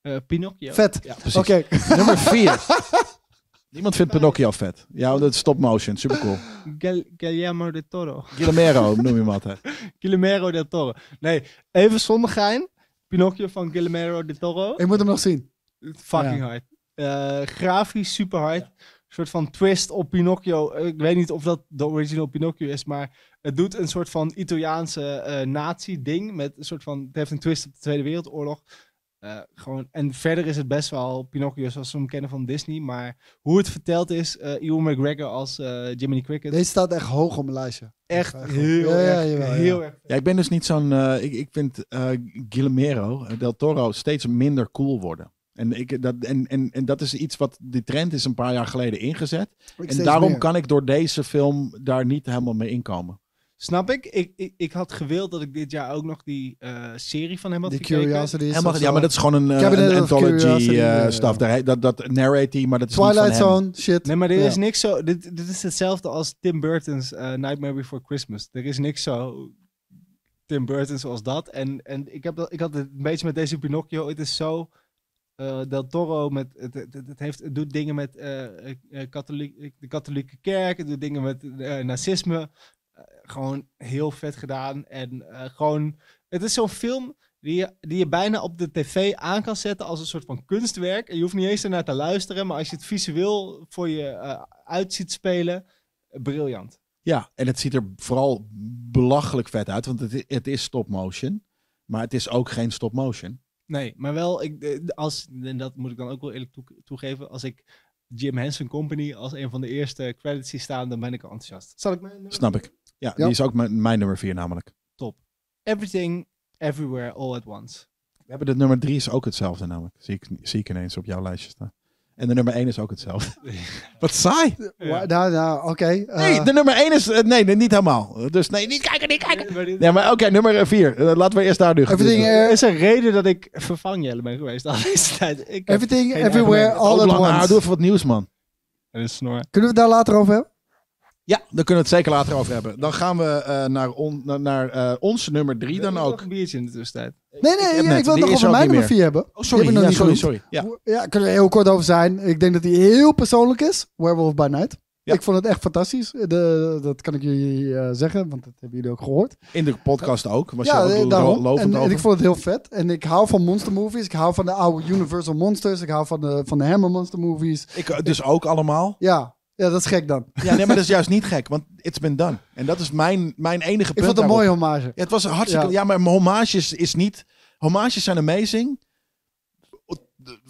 S4: eh, Pinocchio.
S2: Vet.
S1: Ja, precies.
S2: Oké,
S1: Nummer vier. Niemand vindt Pinocchio vet. Ja, dat is stop motion. Super cool.
S4: Gal- Guillermo de Toro.
S1: Guillermo noem je hem altijd.
S4: Guillermo del Toro. Nee, even zonder gein. Pinocchio van Guillermo del Toro.
S2: ik moet hem nog zien.
S4: Fucking
S2: Ja.
S4: hard. Eh, grafisch super hard. Een soort van twist op Pinocchio. Eh, Ik weet niet of dat de original Pinocchio is, maar het doet een soort van Italiaanse eh nazi-ding. Met een soort van, het heeft een twist op de Tweede Wereldoorlog. Eh, gewoon, en verder is het best wel Pinocchio zoals we hem kennen van Disney. Maar hoe het verteld is, eh Ewan McGregor als eh Jiminy Cricket.
S2: Deze staat echt hoog op mijn lijstje.
S4: echt
S2: Ja,
S4: heel
S2: ja,
S4: erg,
S2: jawel, ja.
S4: heel erg.
S1: Ja, ik ben dus niet zo'n. eh, ik, ik vind eh Guillermo del Toro steeds minder cool worden. En, ik, dat, en, en, en dat is iets wat. Die trend is een paar jaar geleden ingezet.
S2: Ik
S1: en
S2: steeds
S1: daarom
S2: meer.
S1: kan ik door deze film daar niet helemaal mee inkomen.
S4: Snap ik? Ik, ik? ik had gewild dat ik dit jaar ook nog die eh, serie van hem had
S2: Die
S4: gekeken.
S2: Curiosity is
S1: Helemaal,
S2: of
S1: ja,
S2: zo.
S1: maar dat is gewoon een, eh,
S2: Cabinet
S1: een
S2: of
S1: anthology
S2: Curiosity,
S1: eh
S2: eh,
S1: stuff. Daar, dat, dat narrate hij, maar dat is
S2: Twilight
S1: niet van hem.
S2: Zone, shit.
S4: Nee, maar er
S2: Ja.
S4: is niks zo. Dit, dit is hetzelfde als Tim Burton's eh, Nightmare Before Christmas. Er is niks zo. Tim Burton zoals dat. En, en ik, heb dat, ik had het een beetje met deze Pinocchio. Het is zo. eh, Del Toro met, het, het, het heeft, het doet dingen met eh, eh, katholiek, de katholieke kerk. Het doet dingen met eh, nazisme. Eh, gewoon heel vet gedaan. En eh, gewoon. Het is zo'n film. Die je, die je bijna op de tv aan kan zetten als een soort van kunstwerk. En je hoeft niet eens ernaar te luisteren. Maar als je het visueel voor je eh, uit ziet spelen, eh, briljant.
S1: Ja, en het ziet er vooral belachelijk vet uit. Want het, i- het is stop motion. Maar het is ook geen stop motion.
S4: Nee, maar wel, ik, eh, als, en dat moet ik dan ook wel eerlijk toe- toegeven, als ik Jim Henson Company als een van de eerste credits zie staan, dan ben ik al enthousiast. Zal ik mijn...
S1: Snap ik. Ja,
S2: Ja.
S1: die is ook mijn, mijn nummer vier namelijk.
S4: Everything, everywhere, all at once.
S1: We hebben de nummer drie is ook hetzelfde namelijk. Zie ik, zie ik ineens op jouw lijstje staan. En de nummer één is ook hetzelfde. Wat saai.
S2: Wa- Nou, nou, oké. eh,
S1: Nee, de nummer één is... eh, Nee, nee, niet helemaal. Dus nee, niet kijken, niet kijken.
S4: Maar dit-
S1: Nee, maar oké, nummer eh, vier. Eh, laten we eerst daar nu gaan.
S2: Everything,
S4: Er
S2: eh,
S4: is een reden dat ik vervang Jelle ben geweest al deze tijd. Ik heb
S2: everything
S4: geen
S2: Everywhere,
S4: argument.
S2: All
S1: Ook
S2: at
S1: lang- nou,
S2: Once.
S1: doe even wat nieuws, man.
S4: een snor.
S2: Kunnen we het daar later over hebben?
S1: Ja, daar kunnen we het zeker later over hebben. Dan gaan we eh, naar, on, naar, naar eh, onze nummer drie dan
S4: Ik wil nog
S1: ook.
S4: Een biertje in de tussentijd.
S2: Nee, nee,
S1: heb
S2: ik,
S1: net,
S2: ik wil
S1: die
S2: het nog
S1: is
S2: over
S1: ook
S2: mijn
S1: niet
S2: nummer
S1: meer.
S2: 4 hebben.
S1: Oh,
S2: Die heb
S1: sorry.
S2: ik nog
S1: Ja,
S2: niet
S1: sorry,
S2: genoemd.
S1: sorry. Ja.
S2: Ja. kunnen we heel kort over zijn. Ik denk dat hij heel persoonlijk is. Werewolf by Night.
S1: Ja.
S2: Ik vond het echt fantastisch. De, dat kan ik jullie eh, zeggen, want dat hebben jullie ook gehoord.
S1: In de podcast ook. Was
S2: ja,
S1: je
S2: eh,
S1: ook
S2: daarom.
S1: lo- lovend
S2: en, en
S1: over.
S2: ik vond het heel vet. En ik hou van monster movies. Ik hou van de oude Universal Monsters. Ik hou van de, van de Hammer monster movies.
S1: Ik, eh, dus ook allemaal.
S2: Ja, ja dat is gek dan.
S1: Ja, nee, maar dat is juist niet gek, want it's been done. En dat is mijn, mijn enige punt
S2: Ik vond het een
S1: daarop.
S2: mooie hommage.
S1: Ja, het was een hartstikke... Ja,
S2: Ja.
S1: maar homages is niet... Homages zijn amazing.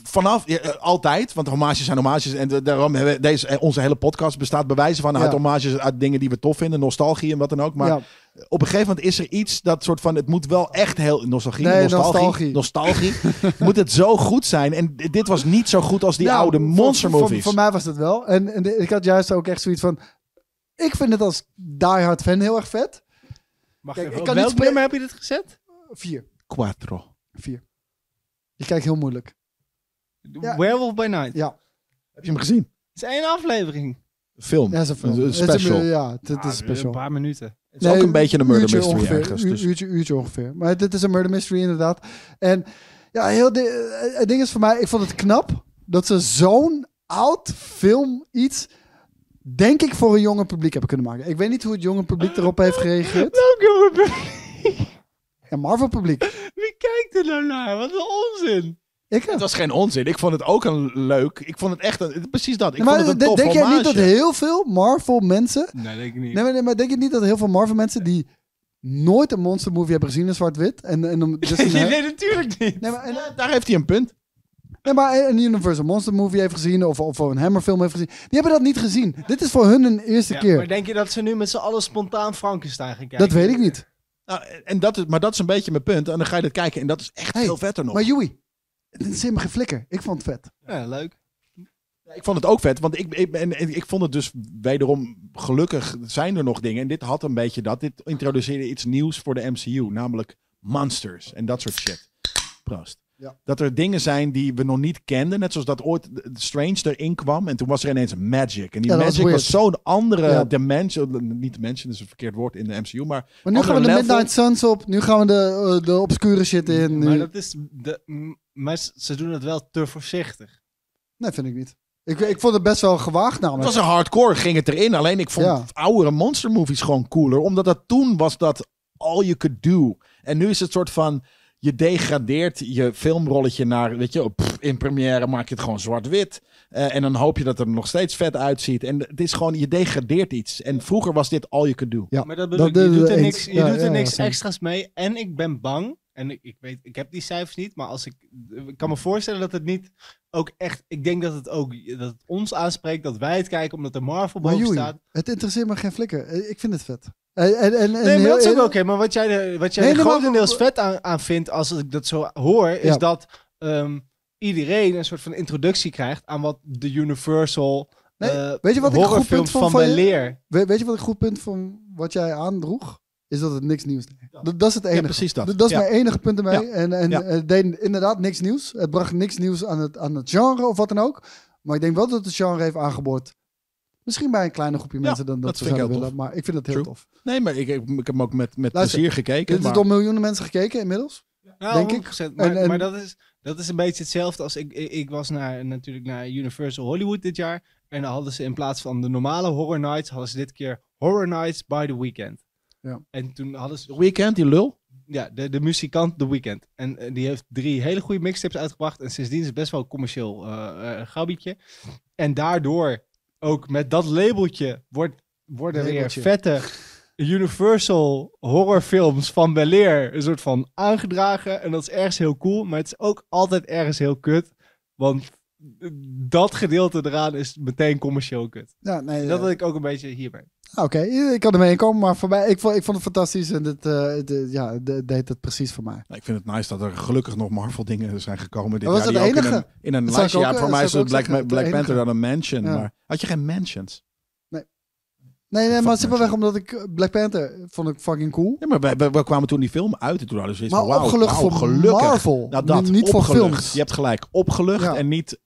S1: Vanaf, ja, eh, altijd, want homages zijn homages. En de- daarom hebben we deze, eh, onze hele podcast bestaat bij wijze van
S2: Ja.
S1: uit homages, uit dingen die we tof vinden, nostalgie en wat dan ook. Maar
S2: ja.
S1: op een gegeven moment is er iets dat soort van, het moet wel echt heel, nostalgie,
S2: Nee,
S1: nostalgie, nostalgie, moet het zo goed zijn. En d- dit was niet zo goed als die
S2: Nou,
S1: oude
S2: voor-
S1: monster movies.
S2: Voor, voor mij was dat wel. En, en de- ik had juist ook echt zoiets van... Ik vind het als diehard fan heel erg vet.
S4: Mag
S2: Kijk,
S4: ik
S2: ik kan
S4: even,
S2: niet
S4: welk
S2: spelen-
S4: nummer heb je dit gezet?
S2: Vier.
S1: Quattro.
S2: Vier. Je kijkt heel moeilijk. Ja.
S4: Werewolf by Night.
S2: Ja,
S1: Heb je hem gezien?
S4: Het is één aflevering.
S1: Film.
S2: dat is een film.
S1: Een- een
S2: Het is
S1: special.
S2: ja, het, het
S4: Ah,
S2: is special.
S4: Een paar minuten.
S1: Het is ook een beetje een murder
S2: uurtje
S1: mystery
S2: ongeveer,
S1: ergens.
S2: uur-
S1: Dus.
S2: uurtje, uurtje ongeveer. Maar dit is een murder mystery inderdaad. En ja, heel de, eh, het ding is voor mij, ik vond het knap dat ze zo'n oud film iets, denk ik, voor een jonger publiek hebben kunnen maken. Ik weet niet hoe het jonge publiek erop heeft gereageerd.
S4: Welk jonge publiek?
S2: En Marvel publiek.
S4: Wie kijkt er nou naar? Wat een onzin.
S2: Ik
S1: Het was geen onzin. Ik vond het ook een leuk. Ik vond het echt een, precies dat. Ik
S2: maar
S1: vond het
S2: de-
S1: een tof
S2: denk jij niet dat
S1: hommage.
S2: heel veel Marvel mensen.
S4: Nee, denk ik niet.
S2: Nee, maar, nee, maar denk je niet dat heel veel Marvel mensen die nooit een monster movie hebben gezien in zwart-wit. En, en, om- dus een-
S4: nee, natuurlijk niet.
S2: nee, maar, en,
S1: Ja, Daar heeft hij een punt.
S2: nee, maar een Universal Monster movie heeft gezien. Of, of een Hammer film heeft gezien. Die hebben dat niet gezien. Dit is voor hun een eerste keer.
S4: maar denk je dat ze nu met z'n allen spontaan Frankenstein gaan kijken?
S2: dat weet ik niet.
S1: Nou, en dat is, maar dat is een beetje mijn punt. En dan ga je dat kijken. En dat is echt
S2: Hey,
S1: veel vetter nog.
S2: Maar Joey, het is helemaal geen flikker. Ik vond het vet.
S4: Ja, leuk.
S1: Ik vond het ook vet, want ik, ik, en, en ik vond het dus wederom gelukkig zijn er nog dingen. En dit had een beetje dat. Dit introduceerde iets nieuws voor de MCU, namelijk monsters en dat soort shit. Proost.
S2: Ja.
S1: Dat er dingen zijn die we nog niet kenden. Net zoals dat ooit Strange erin kwam. En toen was er ineens magic. En die
S2: Ja, dat was
S1: magic was,
S2: weird.
S1: zo'n andere
S2: Ja.
S1: dimensie. Niet dimension, dat is een verkeerd woord in de MCU. Maar
S2: Maar nu gaan we de
S1: Andere level.
S2: Midnight Suns op. Nu gaan we de, eh, de obscure shit in. Nu-
S4: Maar, dat is de, m- maar ze- ze doen het wel te voorzichtig.
S2: Nee, vind ik niet. Ik, ik vond het best wel gewaagd
S1: Het
S2: namelijk.
S1: was een hardcore, ging het erin. Alleen ik vond
S2: Ja.
S1: oudere monster movies gewoon cooler. Omdat dat toen was dat all you could do. En nu is het soort van, je degradeert je filmrolletje naar, weet je, pff, in première maak je het gewoon zwart-wit. Eh, en dan hoop je dat het er nog steeds vet uitziet. En het is gewoon, je degradeert iets. En vroeger was dit all you could do.
S2: Ja,
S4: Maar dat bedoel
S2: dat
S4: ik, je
S2: deden
S4: doet
S2: we
S4: er
S2: eens.
S4: niks, je
S2: Ja,
S4: doet er
S2: ja,
S4: niks
S2: ja, zo.
S4: extra's mee. En ik ben bang, en ik, ik weet, ik heb die cijfers niet, maar als ik, ik kan me voorstellen dat het niet ook echt, ik denk dat het ook dat het ons aanspreekt dat wij het kijken omdat er Marvel
S2: Maar
S4: boven
S2: joei,
S4: staat.
S2: het interesseert me geen flikker. Eh, Ik vind het vet. En, en, en, en
S4: Nee, maar
S2: heel-
S4: dat is ook
S2: en-
S4: oké. Maar wat jij, de- wat jij
S2: Nee,
S4: er
S2: nee, maar-
S4: grotendeels vet aan, aan vindt, als ik dat zo hoor, is
S2: Ja.
S4: dat ehm, iedereen een soort van introductie krijgt aan wat de Universal
S2: Nee,
S4: eh,
S2: weet je wat ik een goed
S4: horrorfilm
S2: punt vond
S4: van,
S2: van je?
S4: Bel-Air.
S2: We- weet je wat ik goed punt van wat jij aandroeg? Is dat het niks nieuws deed. Dat, dat is het
S1: Ja,
S2: enige.
S1: precies dat.
S2: Dat, dat is
S1: Ja.
S2: mijn enige punt ermee.
S1: Ja.
S2: En, en
S1: Ja.
S2: het deed inderdaad niks nieuws. Het bracht niks nieuws aan het, aan het genre of wat dan ook. Maar ik denk wel dat het genre heeft aangeboord. Misschien bij een kleiner groepje mensen dan dat,
S1: dat
S2: we
S1: vind ik
S2: zouden willen.
S1: heel
S2: Maar ik vind het heel
S1: True.
S2: tof.
S1: Nee, maar ik, ik, ik heb hem ook met, met
S2: Luister,
S1: plezier gekeken.
S2: Dit is
S1: maar-
S2: door miljoenen mensen gekeken inmiddels.
S4: Ja,
S2: Denk ik.
S4: 100%. Nou, Maar,
S2: En- en-
S4: maar dat, is, dat is een beetje hetzelfde als ik, ik, ik was naar, natuurlijk naar Universal Hollywood dit jaar. En dan hadden ze in plaats van de normale Horror Nights, hadden ze dit keer Horror Nights by the Weekend.
S2: Ja.
S4: En toen hadden ze
S1: Weekend, die lul.
S4: ja, de, de muzikant The Weeknd. En eh, die heeft drie hele goede mixtapes uitgebracht. En sindsdien is het best wel een commercieel eh eh, gauwbietje. En daardoor, ook met dat labeltje, wordt, worden
S2: Labeltje.
S4: weer vette Universal horrorfilms van Bel-Air een soort van aangedragen. En dat is ergens heel cool, maar het is ook altijd ergens heel kut. Want eh, dat gedeelte eraan is meteen commercieel kut. Dus
S2: Ja, nee,
S4: Dat
S2: eh,
S4: had ik ook een beetje hierbij.
S2: Ah, Oké, ik kan ermee komen, maar voor mij, ik, vond, ik vond het fantastisch en dit, eh, dit- ja, dit deed het precies voor mij.
S1: Nou, ik vind het nice dat er gelukkig nog Marvel dingen zijn gekomen dit
S2: Dat
S1: jaar.
S2: was het
S1: die ook in
S2: enige.
S1: een, in een
S2: Dat zou
S1: lijstje.
S2: ik ook,
S1: Ja,
S2: eh,
S1: voor mij
S2: zou
S1: is
S2: ik ook
S1: het Black,
S2: zeggen,
S1: Ma-
S2: het
S1: Black
S2: enige.
S1: Panther dan een mansion.
S2: Ja.
S1: Maar had je geen mansions?
S2: Nee, nee
S1: Fuck
S2: maar simpelweg
S1: Marvel.
S2: omdat ik eh, Black Panther vond ik fucking cool.
S1: Ja, maar we, we, we kwamen toen die film uit en toen hadden ze iets
S2: Maar
S1: van, wauw,
S2: opgelucht
S1: wauw,
S2: voor
S1: gelukkig.
S2: Marvel,
S1: Nou, dat,
S2: niet- niet voor
S1: opgelucht.
S2: films.
S1: Je hebt gelijk, opgelucht
S2: Ja.
S1: en niet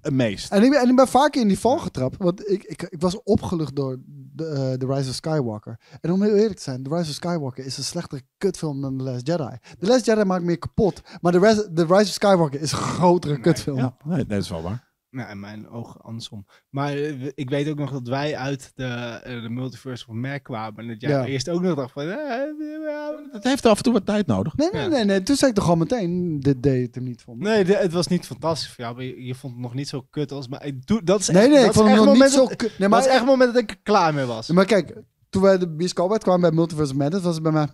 S1: amazed.
S2: En ik, ben, en ik ben vaker in die val getrapt, want ik, ik, ik was opgelucht door de, eh, The Rise of Skywalker. En om heel eerlijk te zijn, The Rise of Skywalker is een slechtere kutfilm dan The Last Jedi. The Last Jedi maakt meer kapot, maar The, Rise- The Rise of Skywalker is een grotere kutfilm.
S1: Ja, nee, nee, dat is wel waar.
S4: Nou, in mijn ogen andersom. Maar eh, we- ik weet ook nog dat wij uit de, eh, de Multiverse of Mac kwamen. En dat jij
S2: Ja.
S4: eerst ook nog dacht van... eh, eh, eh.
S1: Het heeft af en toe wat tijd nodig.
S2: Nee, nee,
S4: Ja.
S2: nee, nee, toen zei ik toch al meteen, dit deed het hem niet voor me.
S4: Nee, de- het was niet fantastisch voor jou. Maar je, je vond het nog niet zo kut als... Maar ik doe, dat is
S2: Nee,
S4: echt,
S2: nee,
S4: dat
S2: ik
S4: is
S2: vond hem
S4: echt
S2: nog niet
S4: moment
S2: zo...
S4: dat-
S2: kut. Nee,
S4: Dat is
S2: maar
S4: echt het moment dat ik er klaar mee was.
S2: Ja, Maar kijk, toen wij de bioscoop uitkwamen bij Multiverse Madness, was het bij mij...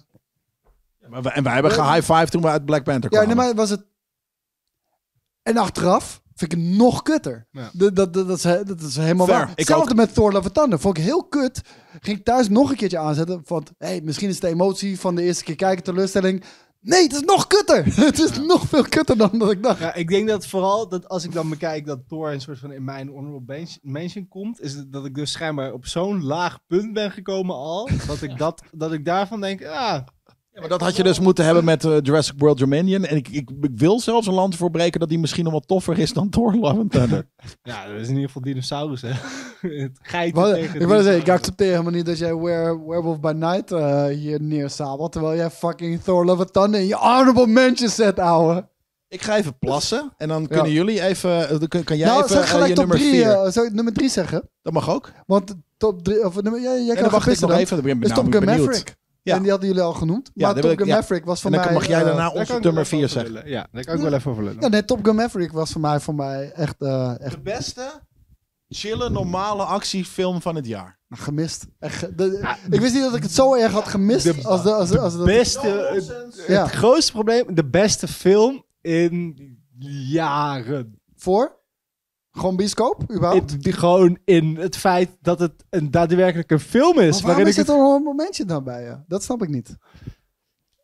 S1: Maar we- en wij hebben gehighfived toen we uit Black Panther
S2: Ja,
S1: kwamen.
S2: nee, maar was het... En achteraf vind ik het nog kutter.
S4: Ja.
S2: Dat, dat, dat, dat is, he- dat is helemaal
S1: Fair,
S2: waar.
S1: ik
S2: Hetzelfde met Thor Love and Thunder. Vond ik heel kut. Ging ik thuis nog een keertje aanzetten. Van, hey, misschien is het de emotie van de eerste keer kijken teleurstelling. Nee, het is nog kutter. het is nog veel kutter dan dat ik dacht.
S4: Ja, ik denk dat vooral dat als ik dan bekijk dat Thor een soort van in mijn honorable men- mention komt, is het dat ik dus schijnbaar op zo'n laag punt ben gekomen al, dat ik, dat, dat ik daarvan denk, ah,
S1: Ja, maar dat had je dus moeten hebben met eh, Jurassic World Dominion. En ik, ik, ik wil zelfs een land voorbreken dat die misschien nog wat toffer is dan Thor Love and Thunder.
S4: ja, dat is in ieder geval dinosaurus, hè. het geit
S2: Wat-
S4: tegen
S2: ik wil zeggen, ik
S4: dinosaurus.
S2: accepteer helemaal niet dat jij Were- Werewolf by Night eh, hier neersabelt. Terwijl jij fucking Thor Love and Thunder in je honorable mention zet, ouwe.
S1: Ik ga even plassen en dan kunnen jullie even, eh, dan kun, kan jij
S2: nou,
S1: even
S2: zeg
S1: eh,
S2: gelijk
S1: je
S2: top
S1: nummer
S2: 3.
S1: vier.
S2: zou ik nummer 3 zeggen?
S1: dat mag ook. En
S2: Want top 3. Of nummer. Ja, jij kan
S1: dan
S2: gaan
S1: wacht ik
S2: pissen
S1: nog
S2: dan.
S1: even. Dan ben ik
S2: Is Top
S1: namelijk
S2: Gun
S1: benieuwd.
S2: Maverick.
S1: Ja.
S2: En die hadden jullie al genoemd.
S1: Ja, daar
S2: maar Top
S1: wil
S2: Gun
S1: ik- ja.
S2: Maverick was voor
S1: En dan
S2: mij.
S1: mag jij
S2: eh,
S1: daarna
S4: Daar kan
S1: onze
S4: ik wel
S1: nummer
S4: even
S1: 4
S4: over
S1: zeggen.
S4: lullen. Ja, daar kan ik wel even over lullen.
S2: ja, nee, Top Gun Maverick was voor mij, voor mij echt, eh, echt
S1: De beste chille normale actiefilm van het jaar.
S2: gemist. Echt, ge- de- ik wist niet dat ik het zo erg had gemist.
S4: De-
S2: als de, als, als dat-
S4: beste, het,
S2: Ja.
S4: het grootste probleem, de beste film in jaren.
S2: voor? Gewoon bioscoop, überhaupt?
S4: Het- die gewoon in het feit dat het een daadwerkelijk een film
S2: Maar
S4: is.
S2: waarom
S4: ik
S2: is het er een momentje dan bij je? Dat snap ik niet.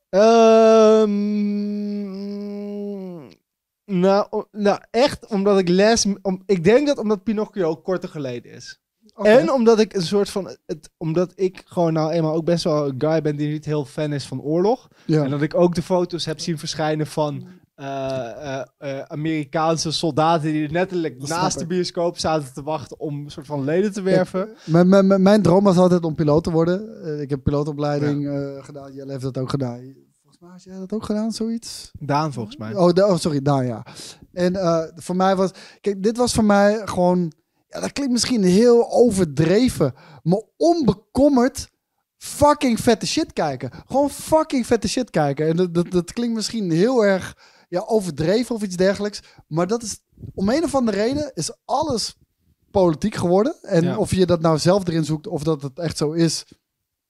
S4: Ehm, Nou, o- nou, echt omdat ik les. Om, ik denk dat omdat Pinocchio ook korter geleden is.
S2: Oké.
S4: En omdat ik een soort van. Het, omdat ik gewoon nou eenmaal ook best wel een guy ben die niet heel fan is van oorlog.
S2: Ja.
S4: En dat ik ook de foto's heb zien verschijnen van. eh, eh, eh, Amerikaanse soldaten die er letterlijk
S2: Dat snap
S4: naast de
S2: ik.
S4: bioscoop zaten te wachten om een soort van leden te werven.
S2: Mijn, mijn, mijn, mijn droom was altijd om piloot te worden. Eh, ik heb pilootopleiding eh, gedaan. Jelle heeft dat ook gedaan. Volgens mij had jij dat ook gedaan, zoiets.
S4: Daan volgens mij.
S2: Oh, da- oh, sorry, daar ja. En eh, voor mij was... Kijk, dit was voor mij gewoon... Ja, dat klinkt misschien heel overdreven. Maar onbekommerd fucking vette shit kijken. Gewoon fucking vette shit kijken. En dat, dat, dat klinkt misschien heel erg ja, overdreven of iets dergelijks. Maar dat is... Om een of andere reden is alles politiek geworden. En
S4: Ja.
S2: of je dat nou zelf erin zoekt of dat het echt zo is...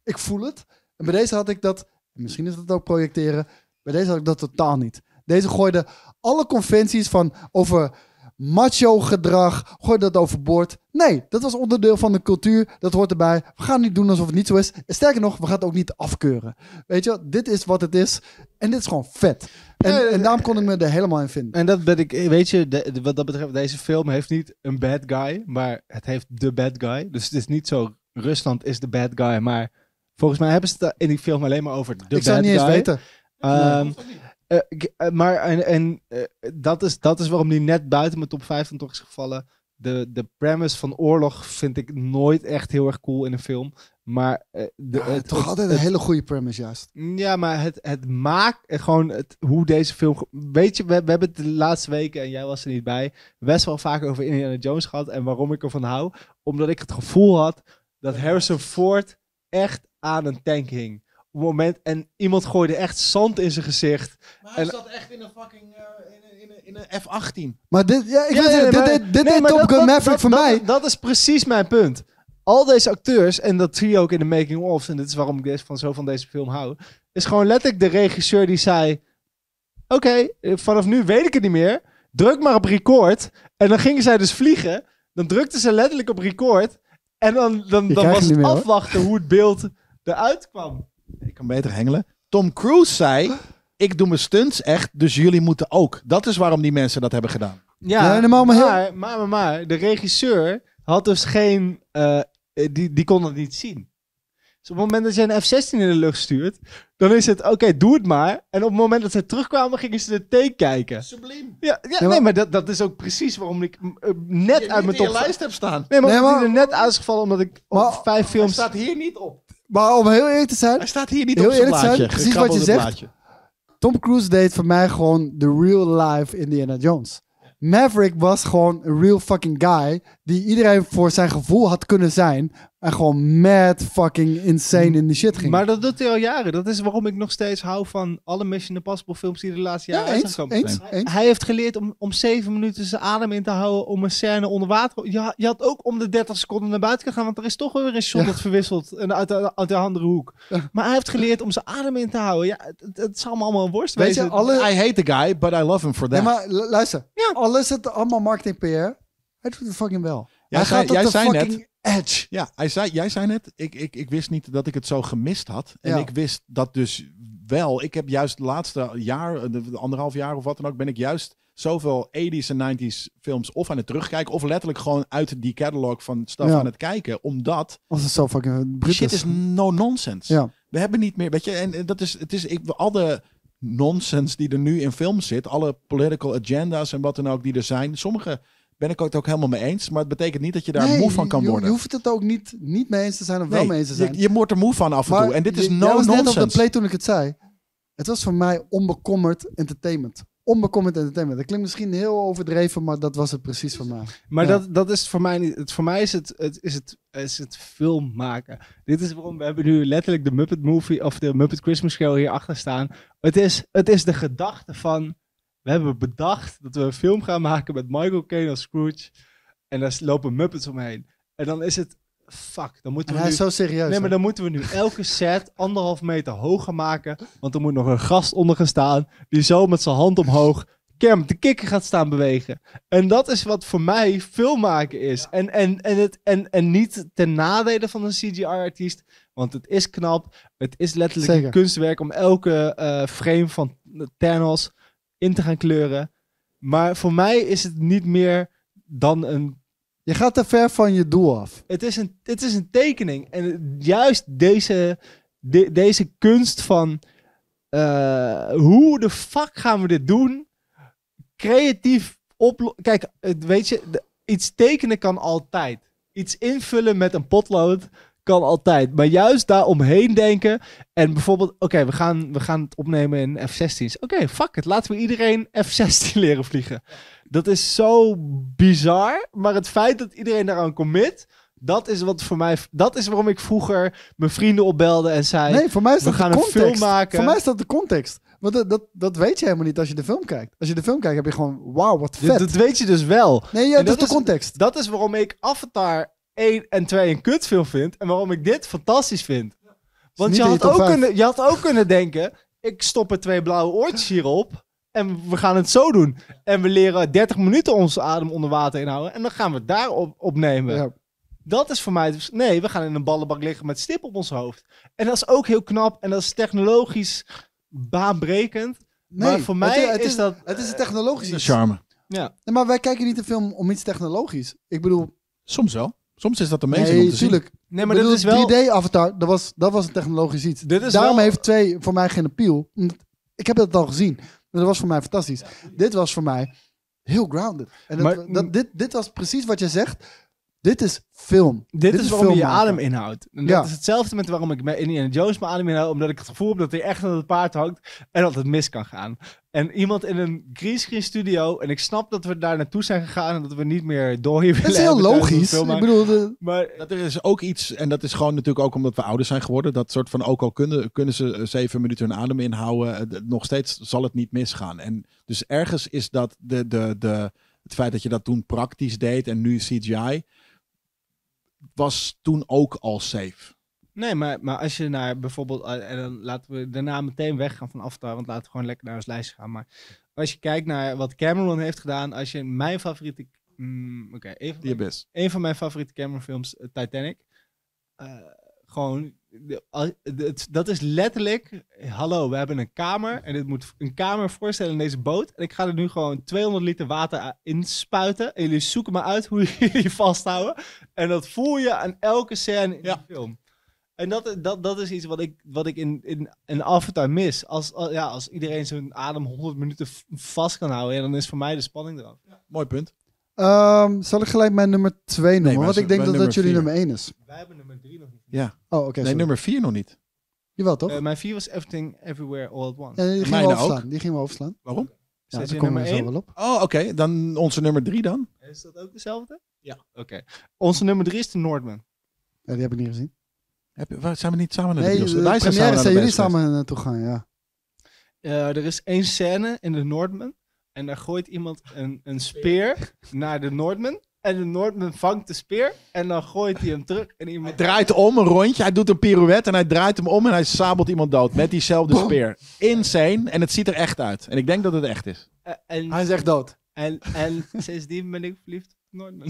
S2: Ik voel het. En bij deze had ik dat... Misschien is dat ook projecteren. Bij deze had ik dat totaal niet. Deze gooide alle conventies van over macho gedrag, gooi dat overboord. Nee, dat was onderdeel van de cultuur, dat hoort erbij. We gaan niet doen alsof het niet zo is. En sterker nog, we gaan het ook niet afkeuren. Weet je, wel, dit is wat het is en dit is gewoon vet. En,
S4: Nee,
S2: en daarom kon ik me er helemaal in vinden.
S4: En dat ben ik, weet je, de- de- wat dat betreft, deze film heeft niet een bad guy, maar het heeft de bad guy. Dus het is niet zo, Rusland is de bad guy, maar volgens mij hebben ze het in die film alleen maar over de bad guy.
S2: ik zou het niet eens weten.
S4: Ehm, eh, ik- eh, maar en, en eh, dat, is, dat is waarom die net buiten mijn top 5 dan toch is gevallen. De, de premise van oorlog vind ik nooit echt heel erg cool in een film. Maar eh, de,
S2: Ja,
S4: het,
S2: toch
S4: het-
S2: altijd een
S4: het-
S2: hele goede premise juist.
S4: ja, maar het, het maakt het gewoon het, hoe deze film. ge- Weet je, we, we hebben het de laatste weken, en jij was er niet bij, best wel vaak over Indiana Jones gehad en waarom ik ervan hou. Omdat ik het gevoel had dat Harrison Ford echt aan een tank hing. Op het moment, en iemand gooide echt zand in zijn gezicht.
S7: Maar hij
S4: En-
S7: zat echt in een fucking... eh, in, een- in, een- in een F-18.
S2: Maar dit, ja, ik
S4: Ja,
S2: wil zeggen,
S4: nee,
S2: dit,
S4: maar-
S2: deed- dit
S4: nee,
S2: deed
S4: maar
S2: Top
S4: dat-
S2: Gun
S4: dat-
S2: Maverick
S4: dat-
S2: voor
S4: dat-
S2: mij.
S4: Dat is precies mijn punt. Al deze acteurs, en dat zie je ook in de making-ofs, en dit is waarom ik deze- van zo van deze film hou, is gewoon letterlijk de regisseur die zei: Oké, eh, vanaf nu weet ik het niet meer. Druk maar op record. En dan gingen zij dus vliegen. Dan drukten ze letterlijk op record. En dan, dan, dan
S2: krijgt
S4: was
S2: het
S4: het
S2: niet meer, hoor.
S4: afwachten hoe het beeld eruit kwam.
S5: Ik kan beter hengelen. Tom Cruise zei: Ik doe mijn stunts echt, dus jullie moeten ook. Dat is waarom die mensen dat hebben gedaan.
S2: Ja, helemaal maar
S4: maar,
S2: heel-
S4: maar, maar, maar, de regisseur had dus geen. eh, eh, die, die kon dat niet zien. Dus op het moment dat je een F-16 in de lucht stuurt, dan is het oké, doe het maar. En op het moment dat ze terugkwamen, gingen ze de take kijken.
S7: Subliem.
S4: Ja, ja,
S2: maar-
S4: nee, maar dat, dat is ook precies waarom ik mm, eh, net
S7: Je
S4: uit
S7: niet
S4: mijn
S7: in je
S4: top.
S7: lijst hebt staan.
S4: Nee, maar,
S2: Nee,
S4: omdat
S2: maar-
S4: die er net uitgevallen omdat ik op
S2: Maar-
S4: vijf
S7: Hij
S4: films.
S7: staat hier niet op.
S2: Maar om heel eerlijk te zijn,
S7: Hij staat hier niet
S2: Heel
S7: op zijn
S2: eerlijk
S7: plaatje.
S2: zijn, precies wat je
S7: Gekrabbelde
S2: zegt.
S7: plaatje.
S2: Tom Cruise deed voor mij gewoon de real life Indiana Jones. Maverick was gewoon een real fucking guy die iedereen voor zijn gevoel had kunnen zijn en gewoon mad fucking insane in die shit ging.
S4: Maar dat doet hij al jaren. Dat is waarom ik nog steeds hou van alle Mission Impossible films die de laatste jaren
S2: ja,
S4: zijn
S2: eens,
S4: gekomen.
S2: eens, eens.
S4: Hij heeft geleerd om, om zeven minuten zijn adem in te houden om een scène onder water. Je, ha- je had ook om de 30 seconden naar buiten kunnen gaan, want er is toch weer een shot
S2: Ja.
S4: dat verwisselt en uit, de- uit de andere hoek.
S2: Ja.
S4: Maar hij heeft geleerd om zijn adem in te houden. Ja, het, het, het zal me allemaal een worst
S2: Weet
S4: wezen.
S2: je, alle...
S5: I hate the guy, but I love him for that.
S2: Nee, maar lu- luister.
S4: Ja.
S2: Al is het allemaal marketing PR, hij doet het fucking wel.
S5: Jij
S2: hij
S5: zei-
S2: gaat op
S5: jij
S2: de
S5: zei net-
S2: fucking edge.
S5: Ja, hij zei, jij zei net, ik, ik, ik wist niet dat ik het zo gemist had. En
S2: Ja.
S5: ik wist dat dus wel. Ik heb juist het laatste jaar, eh, de- de anderhalf jaar of wat dan ook, ben ik juist zoveel 80s en 90s films of aan het terugkijken, of letterlijk gewoon uit die catalog van stuff
S2: Ja.
S5: aan het kijken. Omdat
S2: Als het zo fucking brut
S5: shit is no nonsense.
S2: Ja.
S5: We hebben niet meer, weet je, en eh, dat is, het is, ik, al de nonsense die er nu in film zit, alle political agenda's en wat dan ook die er zijn, sommige ben ik het ook helemaal mee eens, maar het betekent niet dat je daar
S2: Nee,
S5: moe van kan
S2: je-
S5: worden.
S2: Je hoeft het ook niet, niet mee eens te zijn of wel mee eens te
S5: je-
S2: zijn.
S5: Je, wordt er moe van af en toe. En dit is
S2: je-
S5: no
S2: jij was net op de
S5: nonsense.
S2: play toen ik het zei. Het was voor mij onbekommerd entertainment. Onbekommerd entertainment. Dat klinkt misschien heel overdreven, maar dat was het precies voor mij.
S4: Maar
S2: Ja.
S4: dat, dat is voor mij niet. Het, voor mij is het, het, is het, is het film maken. Dit is waarom we hebben nu letterlijk de Muppet Movie of de Muppet Christmas Show hierachter staan. Het is, het is de gedachte van. We hebben bedacht dat we een film gaan maken met Michael Caine als Scrooge. En daar lopen Muppets omheen. En dan is het. Fuck, dan moeten
S2: En
S4: we
S2: hij
S4: nu
S2: is zo serieus.
S4: Nee, maar
S2: hè?
S4: dan moeten we nu elke set anderhalf meter hoger maken. Want er moet nog een gast onder gaan staan. Die zo met zijn hand omhoog. Cam, de kikker gaat staan bewegen. En dat is wat voor mij filmmaken is. En, en, en, het, en, en niet ten nadele van een CGI-artiest. Want het is knap. Het is letterlijk
S2: Zeker.
S4: een kunstwerk om elke eh, frame van Thanos in te gaan kleuren. Maar voor mij is het niet meer dan een...
S2: Je gaat te ver van je doel af.
S4: Het is een, het is een tekening. En het- juist deze, de- deze kunst van... eh, hoe de fuck gaan we dit doen? Creatief oplossen. Kijk, het, weet je, de- iets tekenen kan altijd. Iets invullen met een potlood kan altijd. Maar juist daar omheen denken. En bijvoorbeeld, oké, we, gaan, we gaan het opnemen in F-16's. Oké, fuck it. Laten we iedereen F-16 leren vliegen. Dat is zo bizar. Maar het feit dat iedereen daaraan commit. Dat is wat voor mij. Dat is waarom ik vroeger mijn vrienden opbelde en zei.
S2: Nee, voor mij is
S4: we
S2: dat
S4: gaan
S2: de
S4: een
S2: context.
S4: film maken.
S2: Voor mij is dat de context. Want dat, dat, dat weet je helemaal niet als je de film kijkt. Als je de film kijkt, heb je gewoon, wauw, wat
S4: dit-
S2: vet.
S4: dat weet je dus wel.
S2: nee, ja,
S4: en
S2: dat,
S4: dat
S2: is de
S4: is-
S2: context.
S4: Dat is waarom ik Avatar 1 en 2 een kutfilm vind. En waarom ik dit fantastisch vind. Want
S2: niet
S4: je
S2: in je
S4: had,
S2: top
S4: ook
S2: vijf.
S4: kunnen, je had ook kunnen denken... ik stop er twee blauwe oortjes hierop... en we gaan het zo doen. En we leren 30 minuten onze adem onder water inhouden... en dan gaan we het daarop opnemen.
S2: Ja.
S4: Dat is voor mij... het vers- Nee, we gaan in een ballenbak liggen met stip op ons hoofd. En dat is ook heel knap. En dat is technologisch baanbrekend.
S2: Nee,
S4: maar voor mij
S2: het, het
S4: is, dat...
S2: Het is een technologisch
S1: De
S2: iets.
S1: charme.
S2: Nee, maar wij kijken niet de film om iets technologisch. Ik bedoel,
S1: Soms wel. Soms is dat amazing
S2: nee,
S1: om te
S2: natuurlijk.
S4: Nee,
S2: Maar
S4: maar dat is wel...
S2: 3D-avatar, dat was, dat was een technologisch iets.
S4: Dit is
S2: Daarom
S4: wel-
S2: heeft twee voor mij geen appeal. Omdat- Ik heb dat al gezien. En dat was voor mij fantastisch. Dit was voor mij heel grounded. En dat,
S4: Maar-
S2: dat, dit, dit was precies wat je zegt. Dit is film.
S4: Dit, is, waarom je je
S2: filmmaken.
S4: adem inhoudt. En
S2: Ja.
S4: dat is hetzelfde met waarom ik met Indiana Jones mijn adem inhoud. Omdat ik het gevoel heb dat hij echt aan het paard hangt. En dat het mis kan gaan. En iemand in een greenscreen studio. En ik snap dat we daar naartoe zijn gegaan. En dat we niet meer door hier
S2: Dat is heel logisch. Ik bedoel, de-
S4: Maar
S1: Dat er is ook iets, en dat is gewoon natuurlijk ook omdat we ouder zijn geworden, dat soort van ook al kunnen, kunnen ze eh, zeven minuten hun adem inhouden, eh, d- nog steeds zal het niet misgaan. En dus ergens is dat de, de, de, het feit dat je dat toen praktisch deed en nu CGI, was toen ook al safe.
S4: Nee, maar, maar als je naar bijvoorbeeld, eh, en dan laten we daarna meteen weggaan van Avatar, want laten we gewoon lekker naar ons lijstje gaan. Maar als je kijkt naar wat Cameron heeft gedaan, als je mijn favoriete, mm, oké, een van mijn-
S1: Diabetes.
S4: een van mijn favoriete Cameron films, eh, Titanic, eh, gewoon, de- al- het- dat is letterlijk, hallo, we hebben een kamer en dit moet een kamer voorstellen in deze boot. En ik ga er nu gewoon 200 liter water a- in spuiten en jullie zoeken maar uit hoe jullie je vasthouden. En dat voel je aan elke scène in
S1: Ja.
S4: de film. En dat, eh, dat, dat is iets wat ik, wat ik in, in, in Avatar mis. Als, al- ja, als iedereen zijn adem 100 minuten v- vast kan houden, ja, dan is voor mij de spanning eraf.
S1: Mooi punt.
S2: Ehm, zal ik gelijk mijn nummer 2 noemen?
S1: maar
S2: want
S1: ze-
S2: ik denk
S1: mijn
S2: dat dat
S1: nummer
S2: jullie
S1: vier.
S2: nummer 1 is.
S4: Wij hebben nummer drie nog niet.
S2: Oh, oké.
S1: Nee,
S2: sorry.
S1: nummer vier nog niet.
S2: Jawel, toch?
S4: Eh, mijn vier was Everything Everywhere All at Once.
S2: Ja, die gingen
S1: mijne
S2: we
S1: ook.
S2: overslaan. Die gingen we overslaan.
S1: Waarom?
S2: Ja,
S4: Zet
S2: daar
S4: je
S2: komen
S4: nummer
S2: we zo
S4: één?
S2: wel op.
S1: Oh, oké. Dan onze nummer drie dan.
S4: Is dat ook dezelfde? Ja. Oké. Onze nummer drie is de Noordman.
S2: Ja, die heb ik niet gezien.
S1: Heb, je- waar- zijn we niet samen naar de
S2: Nee,
S1: bios?
S2: de
S1: Wij eh, zijn samen
S2: première
S1: naar
S2: zijn
S1: de
S2: jullie
S1: bios
S2: samen naartoe gaan, ja.
S4: Eh, er is één scène in de Noordman. En daar gooit iemand een, een speer naar de Noordman. En de Noordman vangt de speer. En dan gooit hij hem terug. En iemand
S1: Hij draait om een rondje. Hij doet een pirouette en hij draait hem om en hij sabelt iemand dood met diezelfde speer. Insane. En het ziet er echt uit. En ik denk dat het echt is.
S4: Eh, en,
S2: Hij is echt dood.
S4: en, en sindsdien ben ik verliefd op Noordman.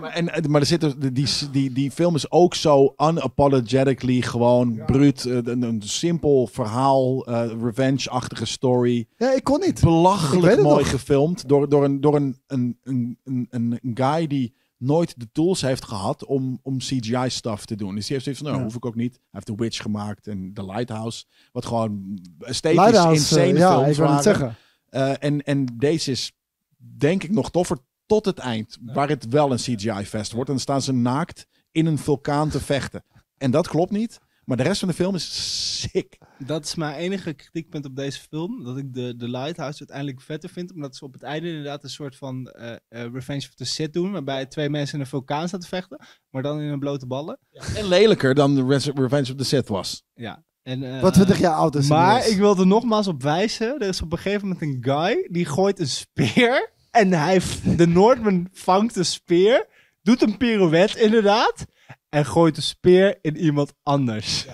S1: maar, en, eh, maar er zit er- die, die, die film is ook zo unapologetically gewoon bruut. eh, Een, een simpel verhaal, eh, revenge-achtige story.
S2: Ja, ik kon niet. Ik weet
S1: Belachelijk
S2: het
S1: mooi
S2: nog.
S1: gefilmd door, door, een, door een, een, een, een, een guy die nooit de tools heeft gehad om, om CGI-stuff te doen. Dus die heeft zoiets van, nou,
S2: Ja.
S1: hoef ik ook niet. Hij heeft The Witch gemaakt en The Lighthouse, wat gewoon esthetisch
S2: Lighthouse,
S1: insane
S2: eh, ja, ik
S1: films
S2: wil
S1: waren.
S2: het zeggen.
S1: Eh, en, en deze is, denk ik, nog toffer tot het eind, waar het wel een CGI-fest wordt. En dan staan ze naakt in een vulkaan te vechten. En dat klopt niet, maar de rest van de film is sick.
S4: Dat is mijn enige kritiekpunt op deze film. Dat ik de, de Lighthouse uiteindelijk vetter vind. Omdat ze op het einde inderdaad een soort van eh, eh, Revenge of the Sith doen. Waarbij twee mensen in een vulkaan staan te vechten. Maar dan in een blote ballen.
S1: En lelijker dan de Res- Revenge of the Sith was.
S4: Ja. En, eh,
S2: Wat 20 jaar oud is.
S4: Maar
S2: inmiddels.
S4: ik wil er nogmaals op wijzen. Er is op een gegeven moment een guy die gooit een speer. En hij, v- de Noordman vangt de speer. Doet een pirouette inderdaad. En gooit de speer in iemand anders.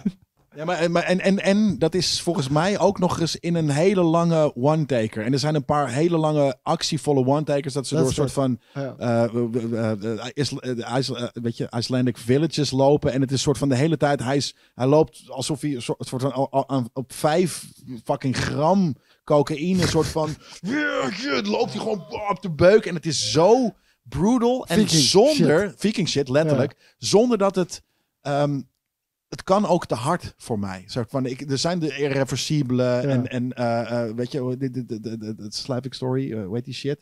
S1: Ja, maar, maar, en, en, en dat is volgens mij ook nog eens in een hele lange one-taker. En er zijn een paar hele lange actievolle one-takers. Dat ze
S2: Dat
S1: door een soort
S2: is
S1: van
S2: Ja.
S1: eh, eh, eh, eh, Isla- eh, IJs- eh, weet je, Icelandic villages lopen. En het is soort van de hele tijd. Hij, is, hij loopt alsof hij een soort, soort van al- al- aan- op vijf fucking gram cocaïne. Een soort van. loopt hij gewoon op de beuk. En het is zo brutal. En
S2: Viking
S1: zonder. Viking shit, letterlijk. Zonder dat het. ehm, het kan ook te hard voor mij. Zo van, ik, er zijn de irreversibele en, en eh, eh, weet je, hoe- dit- dit- dit- dit- dit- dit Slavic story, eh, hoe heet die shit?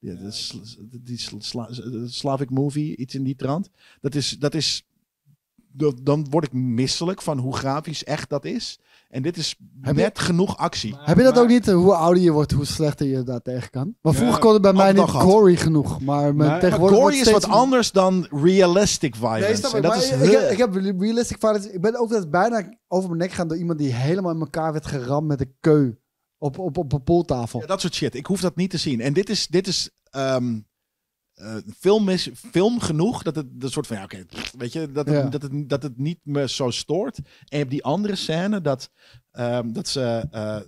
S1: Die, die, sl- die sl- sla- eh, Slavic movie, iets in die trant. Dat is, dat is, dat- dan word ik misselijk van hoe grafisch echt dat is. En dit is
S2: Heb je-
S1: net genoeg actie.
S2: Heb je dat
S4: Maar-
S2: ook niet? eh, Hoe ouder je wordt, hoe slechter je daar tegen kan. Maar
S4: Ja,
S2: vroeger kon het bij mij
S1: ook
S2: niet
S1: nog gehad.
S2: gory genoeg. Maar, mijn
S4: Maar
S1: Maar
S2: tegenwoordig
S1: gory
S2: wordt
S1: is
S2: het
S1: wat
S2: steeds-
S1: anders dan realistic violence.
S2: Nee, snap
S1: En
S2: ik.
S1: dat
S2: maar
S1: is,
S2: ik, heb, ik heb realistic violence. Ik ben ook dat bijna over mijn nek gaan door iemand die helemaal in elkaar werd geramd met een keu. Op, op, op een pooltafel.
S1: Ja, dat soort shit. Ik hoef dat niet te zien. En dit is, dit is ehm, eh, film, is film genoeg dat het een soort van, ja, oké, weet je, dat, het-
S2: Ja.
S1: dat, het, dat het niet me zo stoort. En je hebt die andere scène dat, ehm, dat ze eh, eh,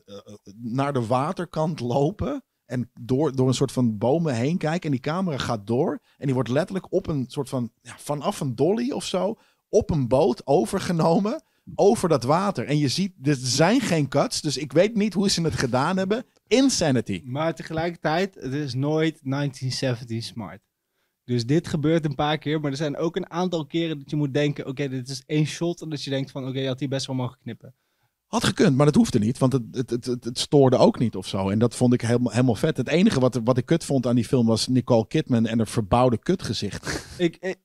S1: naar de waterkant lopen. En door, door een soort van bomen heen kijken. En die camera gaat door. En die wordt letterlijk op een soort van. Ja, vanaf een dolly of zo. Op een boot overgenomen. Over dat water. En je ziet. Er zijn geen cuts. Dus ik weet niet hoe ze het gedaan hebben. Insanity.
S4: Maar tegelijkertijd, het is nooit 1970 smart. Dus dit gebeurt een paar keer, maar er zijn ook een aantal keren dat je moet denken: oké, dit is één shot. En dat je denkt: van oké, je had die best wel mogen knippen.
S1: Had gekund, maar dat hoefde niet, want het, het, het, het, het stoorde ook niet of zo. En dat vond ik helemaal, helemaal vet. Het enige wat, wat ik kut vond aan die film was Nicole Kidman en haar verbouwde kutgezicht.
S4: Ik, ik-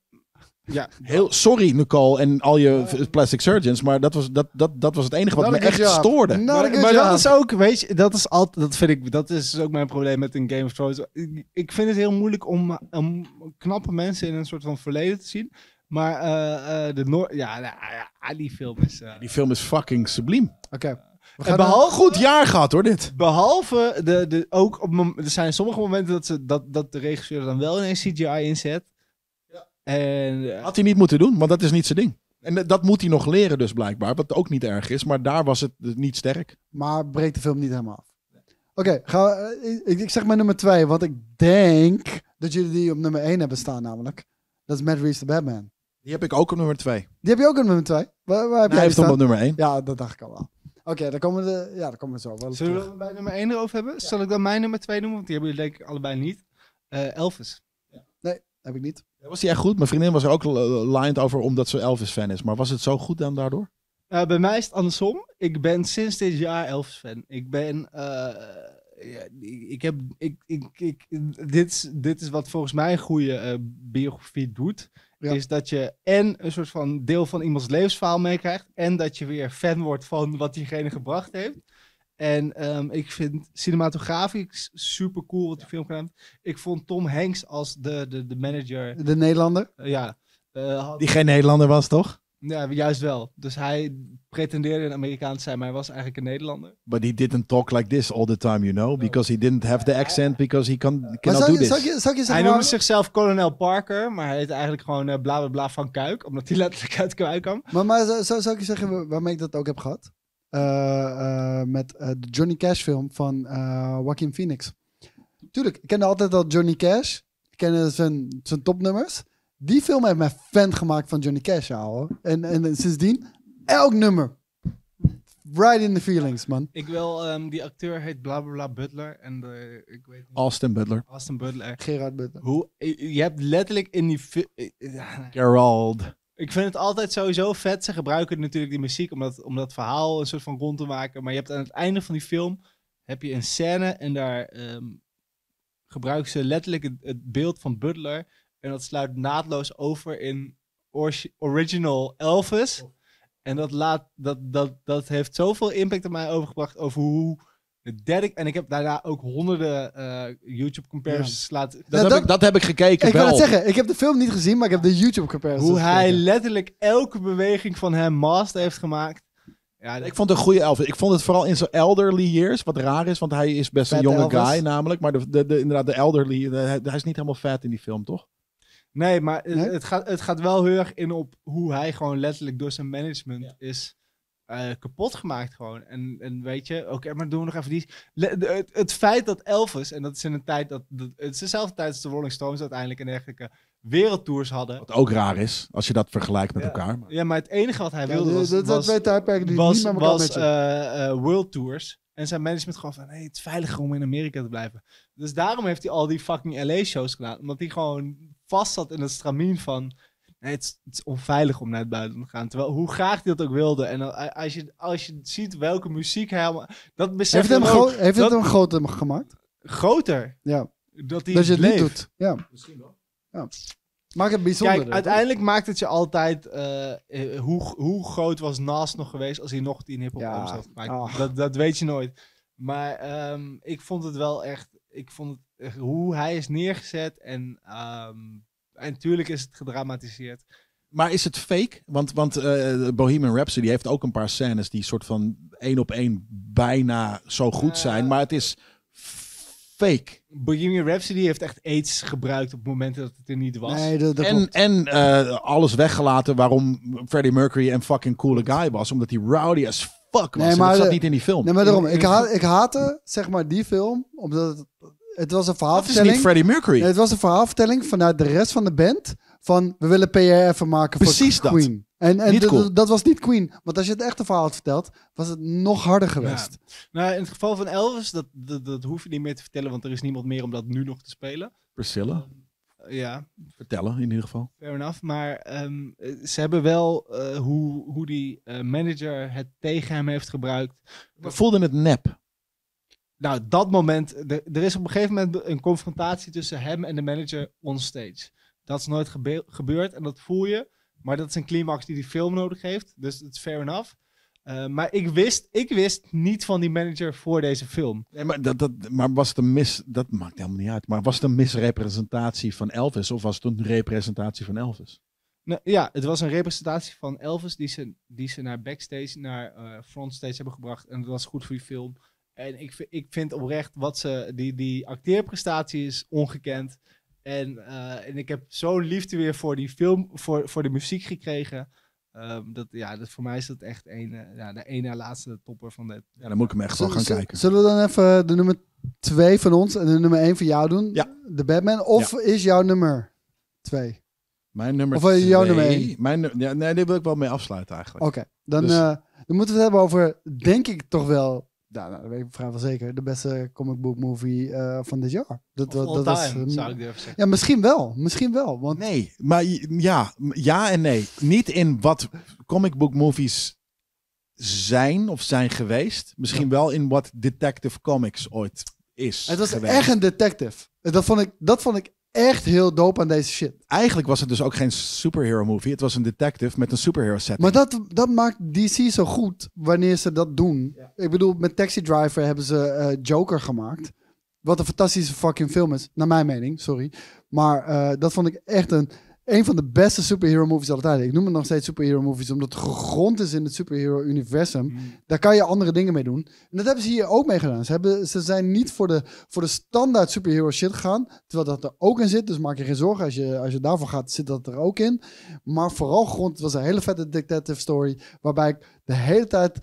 S4: ja,
S1: Heel, sorry Nicole en al je v- plastic surgeons, maar dat was, dat, dat, dat was het enige wat
S2: Nou,
S1: me
S2: dat
S1: echt
S2: is ja.
S1: stoorde.
S2: Nou,
S4: maar,
S2: dat
S4: maar
S2: ja.
S4: dat is ook, weet je, dat is altijd, dat vind ik, dat is ook mijn probleem met een Game of Thrones. Ik, ik vind het heel moeilijk om, om knappe mensen in een soort van verleden te zien. Maar eh, eh, de Noor, ja, nou, ja, die film is. eh,
S1: Die film is fucking subliem.
S2: Oké. We
S4: en
S2: gaan naar-
S4: behalve,
S1: Goed jaar gehad hoor, dit.
S4: behalve de, de, ook op, mom- er zijn sommige momenten dat, ze, dat, dat de regisseur er dan wel ineens CGI inzet. En, eh,
S1: Had hij niet moeten doen, want dat is niet zijn ding. En eh, dat moet hij nog leren dus blijkbaar, wat ook niet erg is. Maar daar was het eh, niet sterk.
S2: Maar breekt de film niet helemaal af. Oké, gaan we- eh, ik, ik zeg mijn nummer twee, want ik denk dat jullie die op nummer één hebben staan namelijk. Dat is Matt Reeves de Batman.
S1: Die heb ik ook op nummer 2.
S2: Die heb je ook op nummer twee. Waar, waar heb
S1: Hij
S2: jij
S1: heeft
S2: die
S1: hem op
S2: staan?
S1: nummer 1.
S2: Ja, dat dacht ik al wel. Oké, daar komen we, ja, daar komen we zo wel op
S4: zullen
S2: Ah, terug.
S4: we het bij nummer 1 erover hebben? Zal ik dan mijn nummer 2 noemen? Want die hebben jullie denk ik allebei niet. Eh, Elvis.
S2: Heb ik niet.
S1: Was hij echt goed? Mijn vriendin was er ook eh, lined over omdat ze Elvis-fan is. Maar was het zo goed dan daardoor?
S4: Eh, bij mij is het andersom. Ik ben sinds dit jaar Elvis fan. Ik ben. eh, ja, ik, ik heb. Ik, ik, ik, dit, is, dit is wat volgens mij een goede eh, biografie doet.
S2: Ja.
S4: Is dat je en een soort van deel van iemands levensverhaal meekrijgt. En dat je weer fan wordt van wat diegene gebracht heeft. En ehm, ik vind cinematografisch super cool wat die film gedaan heeft. Ik vond Tom Hanks als de, de, de manager.
S2: De Nederlander.
S4: eh, ja, eh, had-
S1: Die geen Nederlander was, toch?
S4: ja, juist wel. Dus hij pretendeerde een Amerikaan te zijn, maar hij was eigenlijk een Nederlander.
S1: But he didn't talk like this all the time, you know? Because he didn't have the accent, because he can,
S2: Maar
S1: cannot
S2: zou
S1: do
S2: je, zou,
S1: this.
S2: je, zou je
S4: hij
S2: zeggen...
S4: noemde
S2: waar-
S4: zichzelf kolonel Parker, maar hij heette eigenlijk gewoon eh, bla bla bla van Kuik, omdat hij letterlijk uit Kuik kwam.
S2: Maar, maar zou, zou, zou ik je zeggen waar- waarmee ik dat ook heb gehad? Eh, eh, met eh, de Johnny Cash film van eh Joaquin Phoenix. Tuurlijk, ik kende altijd al Johnny Cash. Ik kende zijn, zijn topnummers. Die film heeft mij fan gemaakt van Johnny Cash, ouwe. En, en, sindsdien, elk nummer. Right in the feelings, man.
S4: Ik wil, ehm, die acteur heet bla bla bla Butler en de, ik weet niet,
S1: Austin Butler.
S4: Austin Butler.
S2: Gerard Butler.
S4: Hoe, je hebt letterlijk in die fi- eh,
S1: Gerald.
S4: Ik vind het altijd sowieso vet. Ze gebruiken natuurlijk die muziek om dat, om dat verhaal een soort van rond te maken. Maar je hebt aan het einde van die film heb je een scène en daar ehm, gebruiken ze letterlijk het, het beeld van Butler. En dat sluit naadloos over in orgi- original Elvis. En dat, laat, dat, dat, dat heeft zoveel impact op mij overgebracht over hoe... de derde- En ik heb daarna ook honderden eh, YouTube comparisons laten...
S1: Dat,
S2: Nou,
S1: heb
S2: dat-
S1: ik, dat heb ik gekeken,
S2: Ik
S1: wel.
S2: wil het zeggen, ik heb de film niet gezien, maar ik heb de YouTube comparison.
S4: Hoe hij letterlijk elke beweging van hem master heeft gemaakt. Ja,
S1: Ik vond het een goede Elvis. Ik vond het vooral in zijn elderly years, wat raar is, want hij is best een
S2: Fat
S1: jonge
S2: Elvis.
S1: guy namelijk. Maar de, de, de- inderdaad, de elderly, de- hij hij is niet helemaal vet in die film, toch?
S4: Nee, maar het-
S2: Nee?
S4: Het, gaat, het gaat wel heel erg in op hoe hij gewoon letterlijk door zijn management is eh, eh, kapot gemaakt gewoon. En, en weet je, oké, maar doen we nog even die... Le- de- het, het feit dat Elvis, en dat is in een tijd dat... dat het is dezelfde tijd als de Rolling Stones uiteindelijk en dergelijke wereldtours hadden.
S1: Wat ook raar is, als je dat vergelijkt met
S4: Ja.
S1: elkaar. Maar-
S4: Ja, maar het enige wat hij
S2: Ja,
S4: wilde
S2: dat-
S4: was...
S2: dat zijn
S4: was-
S2: twee tijdperken die
S4: was,
S2: niet met elkaar
S4: was,
S2: matchen.
S4: eh, eh, World Tours. En zijn management gewoon van, nee, het is veiliger om in Amerika te blijven. Dus daarom heeft hij al die fucking LA-shows gedaan. Omdat hij gewoon vast zat in het stramien van, nee, het is, het is onveilig om naar het buitenland te gaan. Terwijl, hoe graag hij dat ook wilde. En dan, eh, als je, als je ziet welke muziek hij allemaal... Dat beseft
S2: heeft
S4: hij
S2: hem,
S4: ook
S2: gro- heeft
S4: dat-
S2: het hem groter gemaakt?
S4: groter.
S2: Ja.
S4: Dat hij
S2: Dat je het niet
S4: bleef.
S2: doet. Ja.
S7: Misschien wel.
S2: Maak het bijzonder.
S4: Kijk, uiteindelijk maakt het je altijd... eh, eh, hoe, hoe groot was Nas nog geweest als hij nog die hip-hop
S2: Ja, Ah.
S4: albums had gemaakt?
S2: ach.
S4: Dat, dat weet je nooit. Maar ehm, ik vond het wel echt... Ik vond het, echt- hoe hij is neergezet en... ehm, en natuurlijk is het gedramatiseerd.
S1: Maar is het fake? Want, want eh, Bohemian Rhapsody heeft ook een paar scènes die soort van één op één bijna zo goed
S4: Eh.
S1: zijn. Maar het is fake.
S4: Bohemian Rhapsody heeft echt aids gebruikt op momenten dat het er niet was.
S2: Nee, dat, dat
S1: en
S2: klopt.
S1: en eh, alles weggelaten waarom Freddie Mercury een fucking coole guy was. Omdat hij rowdy as fuck was.
S2: Nee,
S1: En
S2: maar
S1: dat zat
S2: de-
S1: niet in die film.
S2: Nee, maar daarom.
S4: in-
S2: Ik,
S4: in-
S2: haat, ik haatte, zeg maar, die film. Omdat het, het
S1: dat
S2: was een
S1: is niet
S2: verhaalvertelling.
S1: Freddie Mercury.
S2: Nee, het was een verhaalvertelling vanuit de rest van de band. Van, we willen PR even maken
S1: Precies
S2: voor
S1: dat.
S2: Queen. En, en
S1: Niet
S2: dat-
S1: cool.
S2: dat, dat was niet Queen. Want als je het echte verhaal had verteld, was het nog harder geweest.
S4: Nou, in het geval van Elvis, dat, dat, dat hoef je niet meer te vertellen, want er is niemand meer om dat nu nog te spelen.
S1: Priscilla,
S4: Eh, ja,
S1: vertellen in ieder geval.
S4: Fair enough, maar ehm, eh, ze hebben wel eh, hoe, hoe die eh, manager het tegen hem heeft gebruikt.
S1: We voelden het nep.
S4: Nou, dat moment, er- er is op een gegeven moment een confrontatie tussen hem en de manager onstage. Dat is nooit gebe- gebeurd en dat voel je, maar dat is een climax die die film nodig heeft, dus het is fair enough. Eh, maar ik wist, ik wist niet van die manager voor deze film.
S1: Nee, maar, dat, dat, maar was het een mis... Dat maakt helemaal niet uit. Maar was het een misrepresentatie van Elvis? Of was het een representatie van Elvis?
S4: Nou, ja, het was een representatie van Elvis die ze, die ze naar backstage, naar eh, frontstage hebben gebracht. En dat was goed voor die film. En ik, vi- ik vind oprecht wat ze, die, die acteerprestatie is ongekend. En, eh, en ik heb zo'n liefde weer voor die film, voor, voor de muziek gekregen. Ehm, dat, ja, dat, voor mij is dat echt een, eh, ja, de ene laatste topper van dit.
S1: Ja, dan moet ik hem echt wel
S2: Zullen-
S1: gaan
S2: zullen-
S1: kijken.
S2: Zullen we dan even de nummer 2 van ons en de nummer 1 van jou doen?
S1: Ja.
S2: De Batman. Of is jouw nummer 2?
S1: Mijn nummer
S2: Of wil je jouw
S1: twee-
S2: nummer één?
S1: Mijn, nu- ja, nee, daar wil ik wel mee afsluiten
S2: Oké,
S1: eigenlijk.
S2: dan,
S1: Dus-
S2: eh, dan moeten we het hebben over, denk ik toch wel, nou, nou, dat weet ik vrijwel zeker, de beste comic book movie eh, van dit jaar. Dat,
S4: Of
S2: dat,
S4: all
S2: dat was,
S4: time,
S2: eh,
S4: zou ik durven zeggen.
S2: Ja, misschien wel. Misschien wel. Want
S1: Nee, maar j- ja, m- ja en nee. Niet in wat comic book movies zijn of zijn geweest. Misschien wel in wat Detective Comics ooit is
S2: het was
S1: geweest.
S2: echt een detective. Dat vond, ik, dat vond ik echt heel dope aan deze shit.
S1: Eigenlijk was het dus ook geen superhero movie. Het was een detective met een superhero setting.
S2: Maar dat, dat maakt DC zo goed wanneer ze dat doen. Ik bedoel, met Taxi Driver hebben ze eh, Joker gemaakt. Wat een fantastische fucking film is. Naar mijn mening, sorry. Maar eh, dat vond ik echt een, een van de beste superhero movies aller tijden. Ik noem het nog steeds superhero movies, omdat het gegrond is in het superhero universum. Daar kan je andere dingen mee doen. En dat hebben ze hier ook mee gedaan. Ze, hebben, ze zijn niet voor de, voor de standaard superhero shit gegaan. Terwijl dat er ook in zit. Dus maak je geen zorgen. Als je, als je daarvoor gaat, zit dat er ook in. Maar vooral grond. Het was een hele vette detective story. Waarbij ik de hele tijd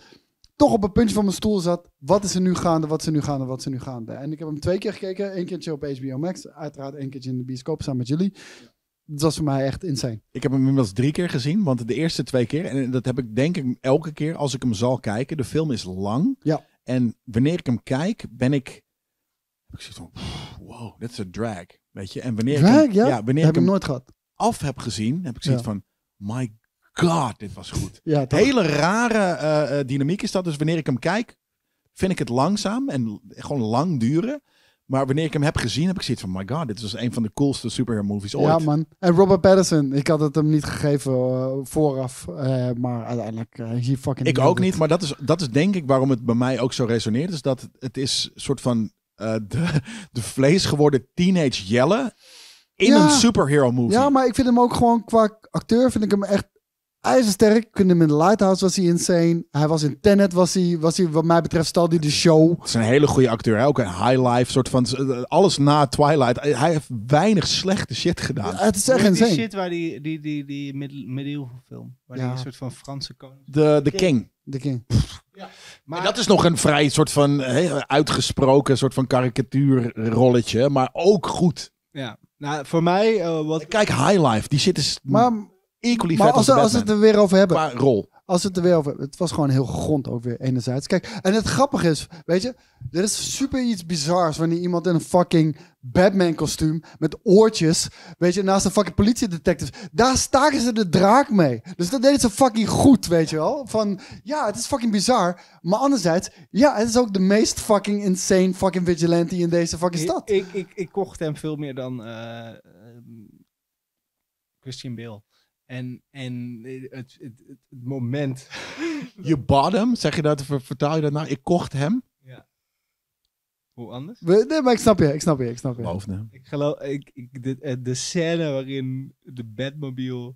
S2: toch op een puntje van mijn stoel zat. Wat is er nu gaande? Wat is er nu gaande? Wat is er nu gaande? En ik heb hem twee keer gekeken. Eén keertje op HBO Max. Uiteraard één keertje in de bioscoop samen met jullie. Dat was voor mij echt insane.
S1: Ik heb hem inmiddels drie keer gezien, want de eerste twee keer, en dat heb ik denk ik elke keer als ik hem zal kijken, de film is lang.
S2: Ja.
S1: En wanneer ik hem kijk, ben ik, heb ik zoiets van, "Pff, wow, dit is een drag, weet je. En wanneer
S2: Drag,
S1: ik hem,
S2: ja? Dat
S1: wanneer
S2: heb
S1: ik hem
S2: ik nooit gehad.
S1: af heb gezien, heb ik zoiets van, my god, dit was goed.
S2: Ja, toch?
S1: Hele rare eh, eh, dynamiek is dat. Dus wanneer ik hem kijk, vind ik het langzaam en l- gewoon lang duren. Maar wanneer ik hem heb gezien, heb ik zoiets van, my god, dit was een van de coolste superhero movies ooit.
S2: Ja, man. En Robert Pattinson. Ik had het hem niet gegeven eh, vooraf. eh, maar uiteindelijk, eh, he fucking...
S1: Ik
S2: nailed
S1: ook
S2: it.
S1: niet, maar dat is, dat is denk ik waarom het bij mij ook zo resoneert. Is dat het is een soort van eh, de, de vlees geworden teenage jelle in
S2: Ja.
S1: een superhero movie.
S2: Ja, maar ik vind hem ook gewoon qua acteur vind ik hem echt ijzersterk. Kunnen hem in The Lighthouse was hij insane. Hij was in Tenet, was hij, was hij wat mij betreft, stal die de show.
S1: Het is een hele goede acteur. Hè? Ook een high life soort van. Alles na Twilight. Hij heeft weinig slechte shit gedaan.
S2: Het is
S4: Hoe
S2: echt
S4: heet die
S2: insane.
S4: shit waar die, die, die, die middel- medieval film. Waar
S2: Ja.
S4: die een soort van Franse koning.
S1: De, de King.
S2: De King.
S1: En dat is nog een vrij soort van hè, uitgesproken soort van karikatuurrolletje. Maar ook goed.
S4: Ja. Nou, voor mij, eh, wat
S1: Kijk, high life. Die shit is
S2: Maar,
S1: equally
S2: maar
S1: vet als,
S2: als,
S1: de
S2: we- als we het
S1: Batman.
S2: er weer over hebben.
S1: Qua rol.
S2: Als we het er weer over Het was gewoon heel grond ook weer enerzijds. Kijk, en het grappige is, weet je, er is super iets bizars wanneer iemand in een fucking Batman kostuum met oortjes, weet je, naast een fucking politiedetective, daar staken ze de draak mee. Dus dat deden ze fucking goed, weet je wel. Van, ja, het is fucking bizar, maar anderzijds, ja, het is ook de meest fucking insane fucking vigilante in deze fucking stad.
S4: Ik, ik, ik, ik kocht hem veel meer dan eh, ehm, Christian Bale. En, en het, het, het, het moment.
S1: Je bottom, zeg je dat? ver- Vertaal je dat nou? Ik kocht hem.
S4: Hoe anders?
S2: We- Nee, maar ik snap je, ik snap je, ik snap je.
S1: Boven hem.
S4: Ik geloof, ik, ik, de, eh, de scène waarin de Batmobile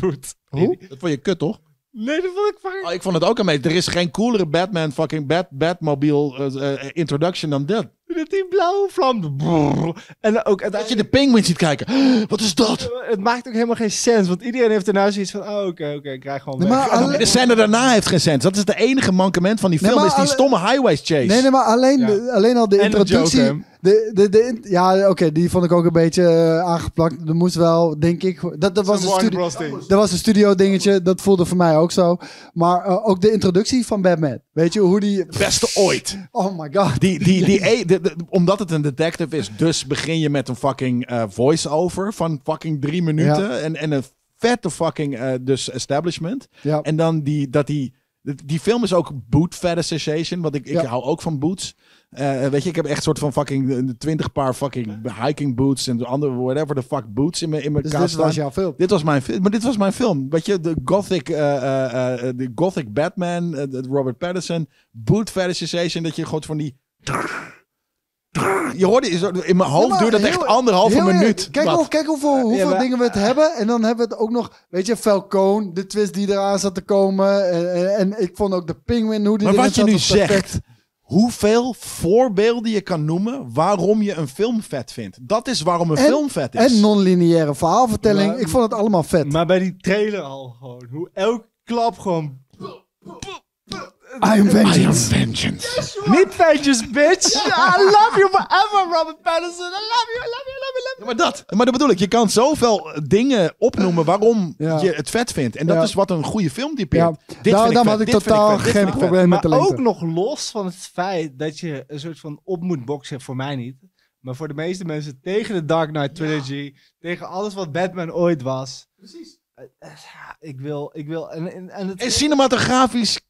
S4: doet.
S2: Hoe?
S1: Dat vond je kut, toch?
S4: Nee, dat vond ik fucking...
S1: Oh, ik vond het ook een beetje. Er is geen coolere Batman fucking Bat, Batmobile eh, eh, introduction dan dit.
S2: Oh.
S4: Dat die blauwe vlam... Brrr. En
S1: Dat
S4: dan ook
S1: je
S4: uiteindelijk...
S1: de penguin ziet kijken. Wat is dat?
S4: Het maakt ook helemaal geen sens, want iedereen heeft daarna zoiets van... Oh, oké, oké, ik krijg gewoon
S2: Nee,
S4: weg.
S2: maar
S1: En Ah, De scène daarna heeft geen sens. Dat is de enige mankement van die
S2: Nee,
S1: film.
S2: maar
S1: is die
S2: alle-
S1: stomme highways chase.
S2: Nee, nee, maar alleen,
S4: Ja.
S2: de- alleen al de
S4: En de
S2: introductie.
S4: Joker.
S2: de, de, de in- ja, oké, die vond ik ook een beetje eh, aangeplakt. Er moest wel, denk ik. Dat, dat, was een
S4: Warner
S2: studio,
S4: Bros. ding.
S2: dat was een studio dingetje. Dat voelde voor mij ook zo. Maar eh, ook de introductie van Batman. Weet je hoe die.
S1: Beste ooit.
S2: Oh my god.
S1: Die, die, die, e- de- de- omdat het een detective is, dus begin je met een fucking eh, voice-over van fucking drie minuten.
S2: Ja.
S1: En, en een vette fucking eh, dus establishment.
S2: Ja.
S1: En dan die, dat die, die film is ook boot fetishization, want ik, ik
S2: Ja.
S1: hou ook van boots. Eh, weet je, ik heb echt soort van fucking eh, twintig paar fucking hiking boots en andere whatever the fuck boots in mijn in mijn
S2: dus
S1: kast
S2: dit
S1: staan.
S2: was jouw film.
S1: Dit was mijn film. Maar dit was mijn film. Weet je, de Gothic, eh, eh, eh, de Gothic Batman, eh, de Robert Pattinson, Boot Fetishization, dat je gewoon van die... Je hoorde, zo- in mijn hoofd
S2: Ja, maar
S1: duurde dat
S2: heel-
S1: echt anderhalve
S2: heel erg.
S1: minuut.
S2: Kijk,
S1: Wat?
S2: hoe, kijk hoeveel, hoeveel
S4: maar-
S2: dingen we het hebben. En dan hebben we het ook nog, weet je, Falcone, de twist die eraan zat te komen. En, en, en ik vond ook de Penguin, hoe die
S1: maar
S2: erin
S1: wat je
S2: zat,
S1: nu
S2: was perfect.
S1: zegt, hoeveel voorbeelden je kan noemen waarom je een film vet vindt. Dat is waarom een
S2: En-
S1: film vet is.
S2: En non-lineaire verhaalvertelling.
S4: Maar-
S2: ik vond het allemaal vet.
S4: Maar bij die trailer al gewoon. Hoe elk klap gewoon...
S2: I am vengeance.
S1: I am vengeance.
S4: Niet feitjes, bitch! I love you forever, Robert Pattinson! I love you, I love you, I love you, I love you!
S1: Ja, maar dat, maar dat bedoel ik. Je kan zoveel eh, dingen opnoemen waarom
S2: Ja.
S1: je het vet vindt. En dat
S2: Ja.
S1: is wat een goede film typeert.
S2: Ja.
S1: Dit
S2: Daar-
S1: vind ik
S2: daarom
S1: vet,
S2: had ik
S1: dit vind
S2: totaal
S1: vet, dit
S2: geen
S1: vind ik vet.
S2: probleem. En met de
S4: maar
S2: lengte.
S4: ook nog los van het feit dat je een soort van op moet boksen, voor mij niet. Maar voor de meeste mensen tegen de Dark Knight Trilogy, tegen alles wat Batman ooit was. Precies. Ik wil, ik wil, en, en, en het
S1: En cinematografisch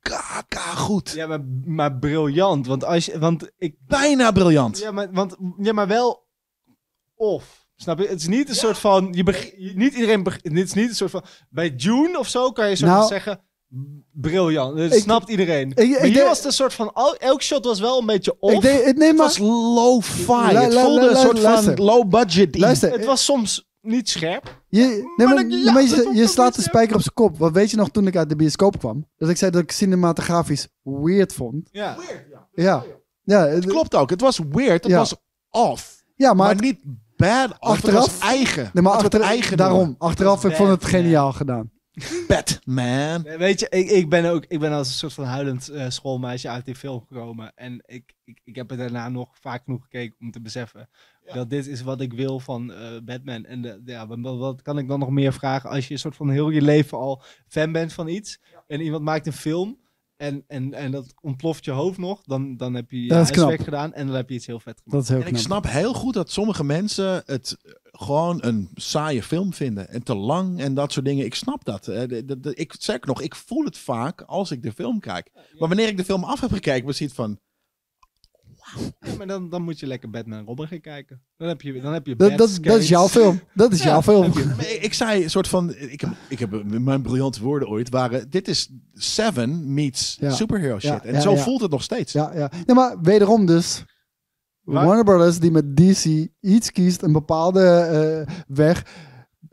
S1: kaka goed.
S4: ja, maar, maar briljant, want als je, want ik,
S1: Bijna briljant.
S4: ja, maar, want, ja, maar wel of. Snap je? Het is niet een soort van, je beg- je- niet iedereen, beg- het is niet een soort van, bij June of zo kan je soort
S2: Nou.
S4: van zeggen, briljant, dat
S2: Ik-
S4: snapt iedereen.
S2: ik
S4: maar hier
S2: denk-
S4: was het een soort van, al- elk shot was wel een beetje of.
S2: Ik deed, het, nee,
S1: Het
S2: maar,
S1: was low-fi.
S2: lu-
S1: het
S2: lu-
S1: voelde
S2: lu-
S1: een soort
S2: luister.
S1: van low-budget.
S2: luister,
S4: Het was soms niet scherp.
S2: je, nee,
S4: Maar
S2: maar,
S4: dat- ja,
S2: maar
S4: dat
S2: je,
S4: vond
S2: je
S4: ik ook
S2: slaat de
S4: niet, hè.
S2: spijker op zijn kop. Want weet je nog toen ik uit de bioscoop kwam? Dat ik zei dat ik cinematografisch weird vond.
S4: Ja.
S2: Ja, ja, het-
S1: Klopt ook. Het was weird. Het
S2: Ja.
S1: was off.
S2: ja maar,
S1: Maar,
S2: het-
S1: niet bad. Off.
S2: Achteraf-
S1: Het was eigen.
S2: nee, maar
S1: Laten we het
S2: achter,
S1: eigen
S2: daarom.
S1: noemen.
S2: Achteraf, ik vond het
S4: Batman.
S2: geniaal gedaan.
S1: Batman.
S4: Weet je, ik, ik ben ook ik ben als een soort van huilend eh, schoolmeisje uit die film gekomen. En ik, ik, ik heb het daarna nog vaak genoeg gekeken om te beseffen dat dit is wat ik wil van eh, Batman. En de, ja, wa- wa- wat kan ik dan nog meer vragen als je een soort van heel je leven al fan bent van iets. En iemand maakt een film en, en, en dat ontploft je hoofd nog. Dan, dan heb je je
S2: Dat is knap.
S4: huiswerk gedaan en dan heb je iets heel vet gemaakt.
S2: Dat is heel
S1: En ik
S2: knap.
S1: snap heel goed dat sommige mensen het gewoon een saaie film vinden. En te lang en dat soort dingen. Ik snap dat. Eh, de- de- de- Ik, zeg nog, ik voel het vaak als ik de film kijk. Maar wanneer ik de film af heb gekeken, was het van...
S4: Ja, maar dan, dan moet je lekker Batman en Robin gaan kijken. Dan heb je, dan heb je
S2: Dat, dat, dat
S4: Batscape.
S2: is jouw film. Dat is
S4: Ja,
S2: jouw film.
S4: heb je-
S1: Maar Ik, ik zei een soort van... Ik heb, ik heb, mijn briljante woorden ooit waren... Dit is Seven meets
S2: Ja.
S1: superhero shit.
S2: Ja,
S1: en
S2: ja,
S1: zo
S2: ja.
S1: voelt het nog steeds.
S2: Ja, ja. Nee, maar wederom dus.
S4: Maar-
S2: Warner Brothers die met DC iets kiest, een bepaalde eh, weg.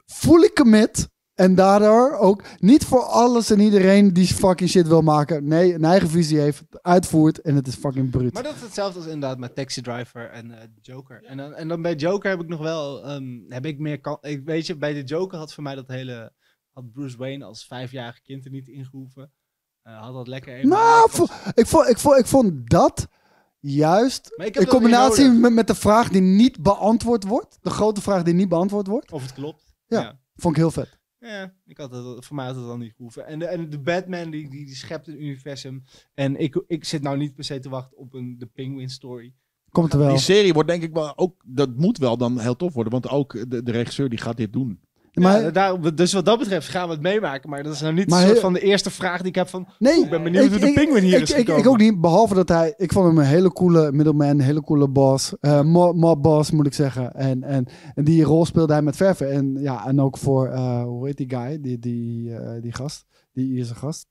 S2: Fully commit. En daardoor ook niet voor alles en iedereen die fucking shit wil maken. Nee, een eigen visie heeft, het uitvoert en het is fucking bruut.
S4: Maar dat is hetzelfde als inderdaad met Taxi Driver en eh, Joker. En, dan, en dan bij Joker heb ik nog wel, ehm, heb ik meer kan, ik, weet je, bij de Joker had voor mij dat hele, had Bruce Wayne als vijfjarig kind er niet ingehoeven. Eh, had dat lekker even.
S2: Nou, vo- ik, vond, ik, vond, ik vond dat juist
S4: Maar ik heb
S2: in
S4: dat niet
S2: combinatie
S4: nodig.
S2: met, met de vraag die niet beantwoord wordt. De grote vraag die niet beantwoord wordt.
S4: Of het klopt.
S2: Ja.
S4: ja.
S2: Vond ik heel vet.
S4: Ja, ik had het, voor mij had het dan niet hoeven. En de, en de Batman, die, die, die schept een universum. En ik, ik zit nou niet per se te wachten op een de Penguin story.
S2: Komt er wel.
S1: Die serie wordt denk ik wel ook, dat moet wel dan heel tof worden, want ook de, de regisseur die gaat dit doen.
S2: Maar,
S4: Ja, daar, dus wat dat betreft gaan we het meemaken. Maar dat is nou niet
S2: Maar
S4: een soort
S2: heel-
S4: van de eerste vraag die ik heb van...
S2: nee,
S4: Ik ben benieuwd hoe de Penguin hier
S2: ik,
S4: is
S2: ik, ik
S4: gekomen.
S2: ook niet, behalve dat hij... Ik vond hem een hele coole middleman, een hele coole boss. eh mob, mob boss, moet ik zeggen. En, en, en die rol speelde hij met verven. En, ja, en ook voor, eh, hoe heet die guy? Die, die, eh, die gast. Die Ierse gast.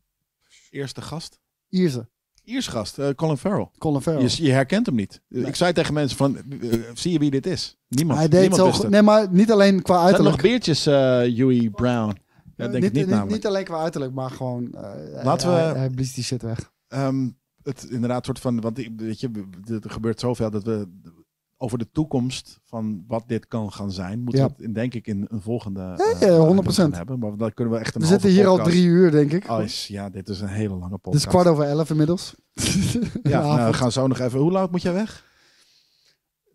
S1: Eerste gast.
S2: Ierse.
S1: Iers gast, eh, Colin Farrell.
S2: Colin Farrell.
S1: Je, je herkent hem niet. Ik zei tegen mensen van, eh, eh, zie je wie dit is? Niemand.
S2: Hij deed
S1: Niemand
S2: zo
S1: wist
S2: goed.
S1: het.
S2: Nee, maar niet alleen qua
S1: Zijn er
S2: uiterlijk.
S1: nog beertjes, eh Huey Brown? Ja,
S2: Eh,
S1: denk ik niet namelijk.
S2: niet alleen qua uiterlijk, maar gewoon... eh,
S1: Laten
S2: hij,
S1: we-
S2: hij blies die shit weg.
S1: Ehm, het inderdaad soort van, want ik- weet je, er gebeurt zoveel dat we over de toekomst van wat dit kan gaan zijn, moeten
S2: Ja.
S1: we het in, denk ik in een volgende eh,
S2: ja,
S1: uitzending
S2: 100%.
S1: gaan hebben. Maar daar kunnen we echt een
S2: We zitten hier al drie uur, denk ik.
S1: Oh, is- ja, dit is een hele lange
S2: Het is
S1: podcast.
S2: kwart over elf inmiddels.
S1: ja, nou, we
S2: avond.
S1: gaan zo nog even. Hoe laat moet jij weg?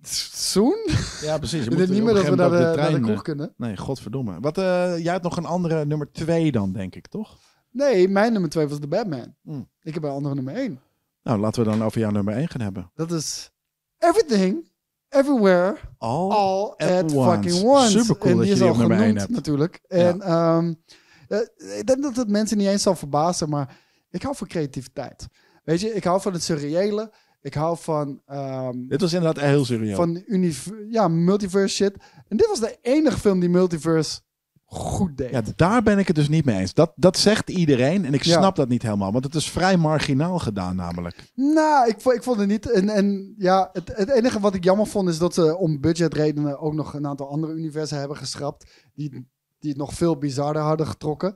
S2: Soon?
S1: Ja, precies.
S2: Ik denk niet meer dat we naar de, naar de
S1: eh.
S2: kroeg kunnen.
S1: Nee, godverdomme. Wat, eh, jij had nog een andere nummer twee dan, denk ik, toch?
S2: Nee, mijn nummer twee was de Batman.
S1: Hmm.
S2: Ik heb een andere nummer één.
S1: Nou, laten we dan over jouw nummer één gaan hebben.
S2: Dat is Everything, Everywhere,
S1: Al.
S2: All
S1: Oh, at
S2: at
S1: once.
S2: fucking once.
S1: Supercool
S2: en
S1: dat
S2: die
S1: je
S2: is
S1: die
S2: al
S1: op nummer één
S2: genoemd
S1: hebt.
S2: natuurlijk. En ehm, eh, ik denk dat het mensen niet eens zal verbazen, maar ik hou van creativiteit. Weet je, ik hou van het surreële. Ik hou van... ehm,
S1: Dit was inderdaad heel serieus.
S2: van univ- ja, multiverse shit. En dit was de enige film die multiverse goed deed.
S1: Ja, daar ben ik het dus niet mee eens. Dat, dat zegt iedereen en ik
S2: Ja.
S1: snap dat niet helemaal. Want het is vrij marginaal gedaan namelijk.
S2: Nou, ik, vo- ik vond het niet. En, en ja, het, het enige wat ik jammer vond is dat ze om budgetredenen ook nog een aantal andere universen hebben geschrapt. Die, die het nog veel bizarder hadden getrokken.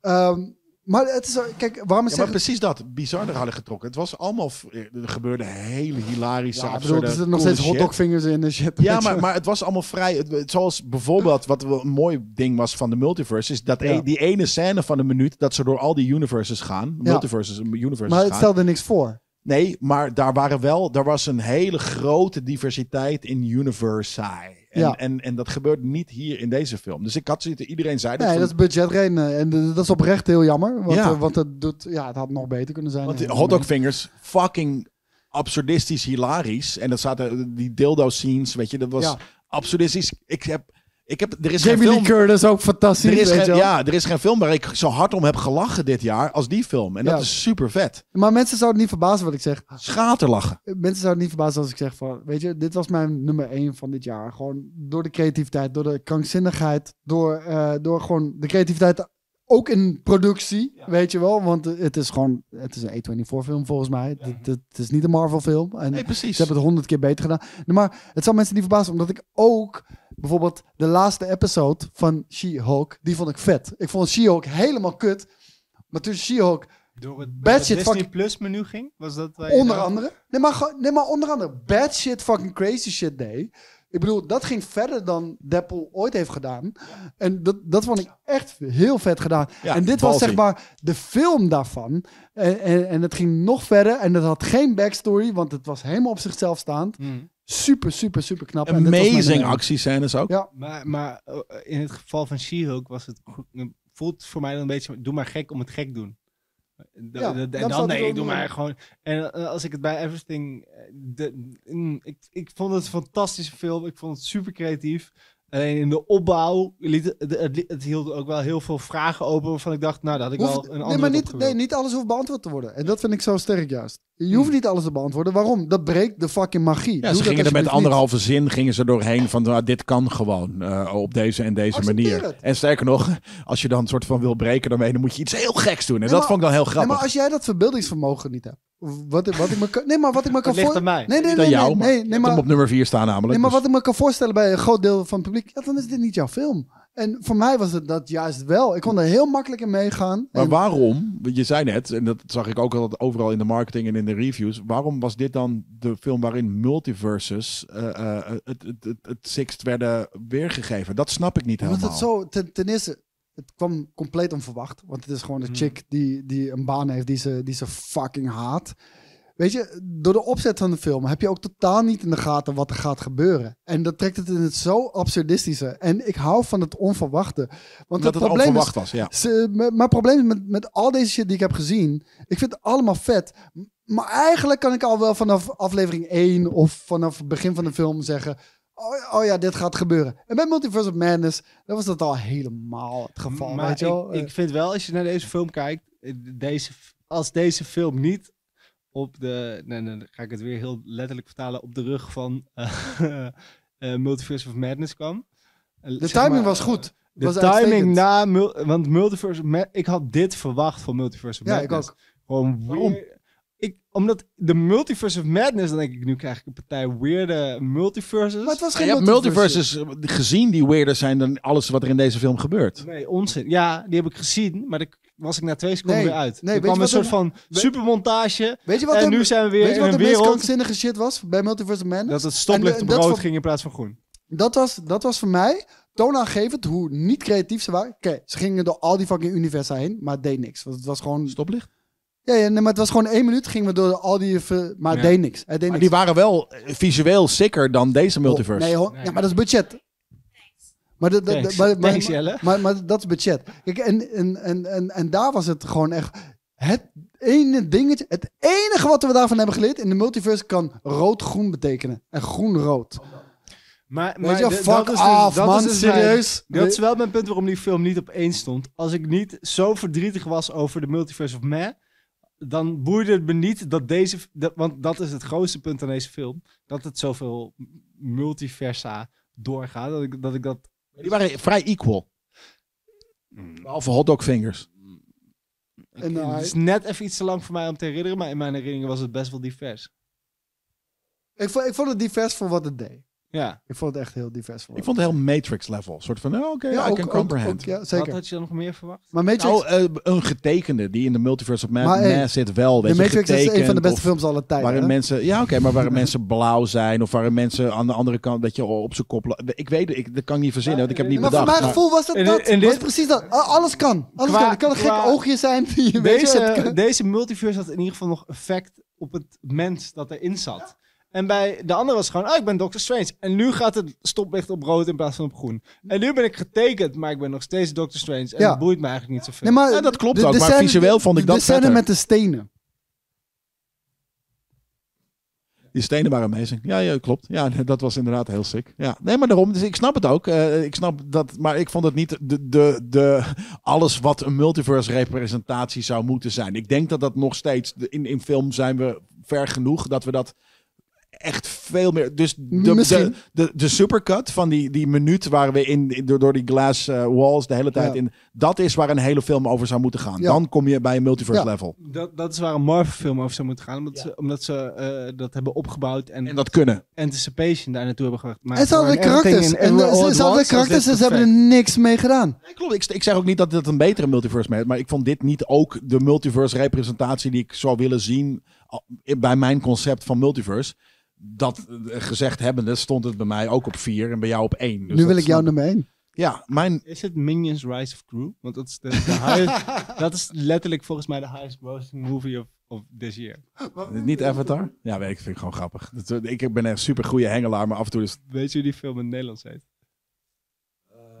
S2: Ehm, maar het is, kijk, waarom
S1: Ja,
S2: zeg
S1: maar precies dat. Bizarder hadden getrokken. Het was allemaal... f- Er gebeurde hele hilarische,
S2: ja, ik bedoel,
S1: absurde,
S2: er zitten nog
S1: coole
S2: steeds
S1: shit.
S2: hotdogvingers in en shit.
S1: Ja,
S2: weet je.
S1: maar, maar het was allemaal vrij. het- het- zoals bijvoorbeeld wat wel een mooi ding was van de multiverse, is dat
S2: Ja.
S1: e- die ene scène van een minuut dat ze door al die universes gaan, multiverses, eh, universes
S2: maar het
S1: gaan.
S2: stelde niks voor.
S1: Nee, maar daar waren wel, daar was een hele grote diversiteit in universi. En,
S2: Ja.
S1: en, en dat gebeurt niet hier in deze film. Dus ik had zitten, iedereen zei dat.
S2: Nee,
S1: van-
S2: dat is budgetredenen. En eh, dat is oprecht heel jammer. Want,
S1: Ja.
S2: eh, want het, doet, ja, het had nog beter kunnen zijn.
S1: Want
S2: Ja,
S1: die Hotdog Fingers, fucking absurdistisch hilarisch. En dat zaten eh, die dildo scenes, weet je, dat was
S2: Ja.
S1: absurdistisch. Ik heb, ik heb, er is geen
S2: Jamie
S1: film...
S2: Lee Curtis ook fantastisch.
S1: Er is,
S2: weet
S1: geen,
S2: je wel.
S1: ja, er is geen film waar ik zo hard om heb gelachen dit jaar als die film. En dat
S2: Ja.
S1: is super vet.
S2: Maar mensen zouden niet verbazen wat ik zeg.
S1: Schaterlachen.
S2: Mensen zouden niet verbazen als ik zeg van... Weet je, dit was mijn nummer één van dit jaar. Gewoon door de creativiteit, door de krankzinnigheid. Door, eh, door gewoon de creativiteit ook in productie, weet je wel. Want eh, het is gewoon... Het is een A24 film volgens mij. Het, het- het is niet een Marvel film. En
S1: Nee, precies.
S2: ze hebben het honderd keer beter gedaan. Nee, Maar het zal mensen niet verbazen, omdat ik ook... Bijvoorbeeld de laatste episode van She-Hulk, die vond ik vet. Ik vond She-Hulk helemaal kut. Maar toen She-Hulk
S4: Door het,
S2: Bad
S4: door het
S2: shit,
S4: Disney
S2: fuck.
S4: Plus menu ging, was dat... waar je
S2: Onder
S4: daar-
S2: andere. Nee maar, gewoon- nee, maar onder andere. Bad shit, fucking crazy shit day. Ik bedoel, dat ging verder dan Deadpool ooit heeft gedaan. En dat, dat vond ik echt heel vet gedaan.
S1: Ja,
S2: en dit was
S1: ballsy.
S2: zeg maar de film daarvan. En, en, en het ging nog verder. En het had geen backstory, want het was helemaal op zichzelf staand.
S4: Hmm.
S2: Super, super, super knap. En dit was mijn
S1: Amazing
S2: nummer.
S1: actiescènes ook.
S2: Ja.
S4: Maar, maar eh, in het geval van She-Hulk was het... go- Voelt voor mij dan een beetje... Doe maar gek om het gek doen. Da-
S2: Ja,
S4: da-
S2: dat zou
S4: en dan
S2: ik
S4: nee,
S2: ook
S4: doe
S2: doen.
S4: maar gewoon... En eh, als ik het bij Everything... eh, de- mm, ik, ik vond het een fantastische film. Ik vond het super creatief. Alleen in de opbouw... Liet, het- het, het, het hield ook wel heel veel vragen open... waarvan ik dacht, nou, dat had ik
S2: Hoeft-
S4: wel een
S2: nee,
S4: andere
S2: maar niet, nee, niet alles hoeft beantwoord te worden. En dat vind ik zo sterk juist. Je hoeft niet alles te beantwoorden. Waarom? Dat breekt de fucking magie.
S1: Hmm. Ja, ze
S2: Doe dat
S1: gingen er met
S2: alsjeblieft niet.
S1: anderhalve zin gingen ze doorheen van nou, dit kan gewoon eh, op deze en deze
S2: Accepteer
S1: manier.
S2: het.
S1: En sterker nog, als je dan een soort van wil breken daarmee, dan moet je iets heel geks doen. En dat
S2: maar-
S1: vond ik dan heel grappig.
S2: Nee, maar als jij dat verbeeldingsvermogen niet hebt. Wat, ik- wat ik me kan, nee, maar wat ik me kan
S4: ligt
S2: voor-
S4: aan mij.
S2: Nee, nee,
S1: Niet
S2: nee,
S1: aan jou,
S2: nee,
S1: maar,
S2: nee,
S1: je
S2: nee,
S1: hebt hem
S2: maar,
S1: op nummer 4 staan namelijk.
S2: nee, maar
S1: dus-
S2: wat ik me kan voorstellen bij een groot deel van het publiek, ja, dan is dit niet jouw film. En voor mij was het dat juist wel. Ik kon er heel makkelijk in meegaan.
S1: Maar
S2: En-
S1: waarom, want je zei net, en dat zag ik ook altijd overal in de marketing en in de reviews, waarom was dit dan de film waarin multiverses eh, eh, het, het, het, het Sixt werden weergegeven? Dat snap ik niet helemaal.
S2: Omdat het zo, ten, ten eerste, het kwam compleet onverwacht. Want het is gewoon
S1: Hmm.
S2: een chick die, die een baan heeft die ze, die ze fucking haat. Weet je, door de opzet van de film heb je ook totaal niet in de gaten wat er gaat gebeuren. En dat trekt het in het zo absurdistische. En ik hou van het onverwachte. Want
S1: dat
S2: het
S1: het
S2: probleem is,
S1: onverwacht was, ja.
S2: ze- m- mijn probleem is met, met al deze shit die ik heb gezien. Ik vind het allemaal vet. M- Maar eigenlijk kan ik al wel vanaf aflevering 1 of vanaf het begin van de film zeggen. Oh, oh ja, dit gaat gebeuren. En bij Multiverse of Madness, dan was dat al helemaal het geval.
S4: maar
S2: weet je
S4: ik,
S2: wel? eh,
S4: ik vind wel, als je naar deze film kijkt, eh, deze, als deze film niet op de, nee, nee, dan ga ik het weer heel letterlijk vertalen, op de rug van eh, eh, Multiverse of Madness kwam. Eh,
S2: de
S4: zeg
S2: timing
S4: maar,
S2: was
S4: eh,
S2: goed.
S4: De
S2: was
S4: timing
S2: uitstekend.
S4: na, mul- want Multiverse, of Ma- ik had dit verwacht van Multiverse of
S2: Ja, ik
S4: Madness.
S2: ook. Oh,
S4: Gewoon
S2: Waarom?
S4: weer- Ik, omdat de Multiverse of Madness, dan denk ik, nu krijg ik een partij weirde multiverses.
S2: Maar het was
S1: Je
S2: geen
S1: hebt
S2: multiverse.
S1: multiverses gezien die weirder zijn dan alles wat er in deze film gebeurt.
S4: Nee, onzin. Ja, die heb ik gezien, maar daar was ik na twee seconden
S2: Nee,
S4: weer
S2: nee,
S4: uit. er
S2: weet je
S4: kwam een
S2: wat
S4: soort
S2: er-
S4: van supermontage
S2: Weet je wat,
S4: en
S2: de,
S4: nu zijn we
S2: weet
S4: weer
S2: je
S4: in
S2: wat de
S4: een
S2: meest
S4: wereld
S2: krankzinnige shit was bij Multiverse of Madness?
S4: dat het stoplicht
S2: en
S4: op
S2: dat
S4: rood
S2: voor-
S4: ging in plaats van groen.
S2: Dat was, dat was voor mij toonaangevend hoe niet creatief ze waren. Oké, ze gingen door al die fucking universa heen, maar het deed niks. Want het was gewoon...
S1: Stoplicht?
S2: Ja, ja nee, maar het was gewoon één minuut, gingen we door al die... ver- Maar het
S4: Ja.
S2: deed niks. Het deed
S1: Maar
S2: niks.
S1: die waren wel eh, visueel sicker dan deze multiverse.
S2: Nee, hoor. Ja, maar dat is budget. Maar, dat- dat-
S4: Thanks.
S2: maar, maar,
S4: Thanks, Jelle.
S2: maar, maar dat is budget. Kijk, en, en, en, en, en daar was het gewoon echt het ene dingetje. Het enige wat we daarvan hebben geleerd in de multiverse kan rood-groen betekenen. En groen-rood.
S4: Maar,
S2: Weet
S4: maar
S2: je, wel,
S4: de-
S2: fuck
S4: dat is dus-
S2: off,
S4: dat is
S2: man.
S4: dus mijn-
S2: serieus.
S4: dat is wel mijn punt waarom die film niet op één stond. Als ik niet zo verdrietig was over de Multiverse of Meh, dan boeide het me niet dat deze... dat- want dat is het grootste punt aan deze film. Dat het zoveel multiversa doorgaat. Dat ik dat... Ik dat
S1: Die waren vrij equal.
S2: Hmm.
S1: Behalve hotdog fingers.
S2: En,
S4: Ik-
S2: eh,
S4: het is net even iets te lang voor mij om te herinneren, maar in mijn herinneringen was het best wel divers.
S2: Ik vond, ik vond het divers voor wat het deed.
S4: Ja,
S2: Ik vond het echt heel divers voor
S1: Ik
S2: wat
S1: vond het heel Matrix level. Een soort van, oh, oké, I
S2: ook-
S1: can
S2: ook-
S1: comprehend.
S2: ook, ja,
S4: wat
S2: zeker.
S4: had je dan nog meer verwacht?
S2: Maar Matrix,
S1: Nou, eh, een getekende die in de Multiverse of
S2: Maar,
S1: Madness
S2: hey,
S1: zit wel.
S2: de
S1: Weet je,
S2: Matrix is een van de
S1: getekend
S2: beste
S1: of
S2: films aller tijden.
S1: Waarin
S2: hè?
S1: mensen, ja oké, maar waarin mensen blauw zijn of waarin mensen aan de andere kant dat je op ze koppelen. Ik weet het, ik, dat kan ik niet verzinnen, want ik heb het niet
S2: maar
S1: bedacht.
S2: voor mijn
S1: maar-
S2: gevoel was dat,
S4: En-
S2: dat
S4: en
S2: was
S4: dit-
S2: precies dat. A- Alles kan. Alles
S4: Qua-
S2: kan. Het kan een gek
S4: qua-
S2: oogje zijn. Die, je weet eh, je, het
S4: Deze,
S2: kan-
S4: deze multiverse had in ieder geval nog effect op het mens dat erin zat. En bij de andere was het gewoon, oh, ik ben Doctor Strange. En nu gaat het stoplicht op rood in plaats van op groen. En nu ben ik getekend, maar ik ben nog steeds Doctor Strange. En
S2: Ja.
S4: dat boeit me eigenlijk niet zoveel.
S2: Nee, maar
S1: Ja, dat klopt
S2: de-
S1: ook,
S2: de
S1: maar
S2: scène-
S1: visueel vond ik
S2: de
S1: dat
S2: scène
S1: vetter.
S2: met de stenen.
S1: Die stenen waren amazing. Ja, ja, klopt. Ja, dat was inderdaad heel sick. Ja. Nee, maar daarom, dus ik snap het ook. Eh, ik snap dat, maar ik vond het niet de, de, de, alles wat een multiverse representatie zou moeten zijn. Ik denk dat dat nog steeds, in, in film zijn we ver genoeg dat we dat echt veel meer... Dus de, de,
S2: Misschien.
S1: de, de supercut van die, die minuut waar we in, in- door, door die glass eh, walls de hele tijd
S2: Ja.
S1: in... Dat is waar een hele film over zou moeten gaan.
S2: Ja.
S1: Dan kom je bij een multiverse
S2: Ja.
S1: level.
S4: dat, dat is waar een Marvel-film over zou moeten gaan. Omdat ze, omdat ze eh, dat hebben opgebouwd en,
S1: En dat kunnen.
S4: anticipation daar naartoe hebben gebracht. Maar
S2: En ze
S4: voor
S2: hadden de
S4: een Everything
S2: karakters.
S4: in
S2: En
S4: Everywhere All
S2: ze-
S4: at
S2: ze hadden de
S4: Once was dit
S2: karakters en ze hebben
S4: perfect.
S2: er niks mee gedaan.
S1: Nee, klopt. Ik, ik zeg ook niet dat het een betere multiverse is, maar ik vond dit niet ook de multiverse representatie die ik zou willen zien al- bij mijn concept van multiverse. Dat eh, gezegd hebbende stond het bij mij ook op vier en bij jou op één. Dus
S2: nu
S1: dat
S2: wil ik
S1: snap
S2: jou nummer één.
S1: Ja, mijn...
S4: Is het Minions Rise of Crew? Want dat is, de, de highest- dat is letterlijk volgens mij de highest grossing movie of, of this year.
S1: Niet Avatar? Ja, weet ik. Vind ik gewoon grappig. Dat- eh, Ik ben een super goede hengelaar, maar af en toe is het...
S4: Weet je hoe die film in het Nederlands heet?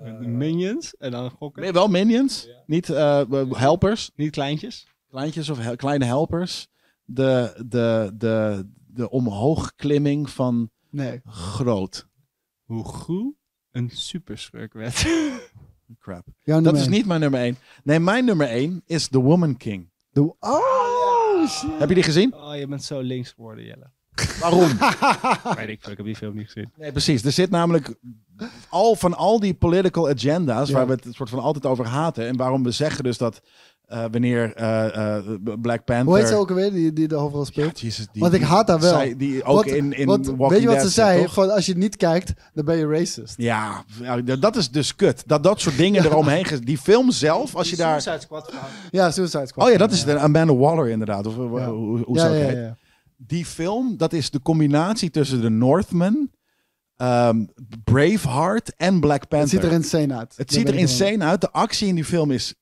S4: De Minions en dan gokken.
S1: Nee, wel Eh, minions. Niet eh, helpers.
S4: Niet kleintjes.
S1: Kleintjes of he- kleine helpers. De, de, de, de omhoogklimming van
S2: Nee.
S1: groot.
S4: Hoe goed een superschurk werd.
S1: Crap.
S2: Jouw
S1: Dat
S2: nummer
S1: is
S2: één.
S1: niet mijn nummer 1. Nee, mijn nummer 1 is The Woman King.
S2: De- Ah!
S1: Ah!
S2: Oh, shit.
S1: Heb je die gezien?
S4: Oh, je bent zo links geworden, Jelle.
S1: Waarom?
S4: Weet ik veel, ik heb die film niet gezien.
S1: Nee, precies. Er zit namelijk al van al die political agenda's waar we het soort van altijd over haten en waarom we zeggen dus dat eh, wanneer eh, eh, Black Panther...
S2: Hoe heet ze ook alweer, die, die de overal
S1: Ja,
S2: speelt?
S1: jezus, die-
S2: Want ik haat haar wel.
S1: zij- die ook
S2: Wat-
S1: in, in
S2: want
S1: Walking
S2: weet je wat
S1: Dead
S2: ze
S1: zit,
S2: zei?
S1: toch?
S2: Van, als je het niet kijkt, dan ben je racist.
S1: Ja, ja, d- dat is dus kut. Dat dat soort dingen eromheen... ge- Die film zelf, als je daar...
S4: Suicide Squad verhaal.
S2: Ja, Suicide Squad.
S1: Oh ja, dat is de Amanda Waller inderdaad. Of eh, hoe, hoe, hoe
S2: Ja,
S1: zou het
S2: ja,
S1: heten?
S2: ja.
S1: Die film, dat is de combinatie tussen de Northman, ehm, Braveheart en Black Panther.
S2: Het ziet er insane uit.
S1: Het
S2: Daar
S1: ziet
S2: ben
S1: er
S2: ik helemaal-
S1: insane uit. De actie in die film is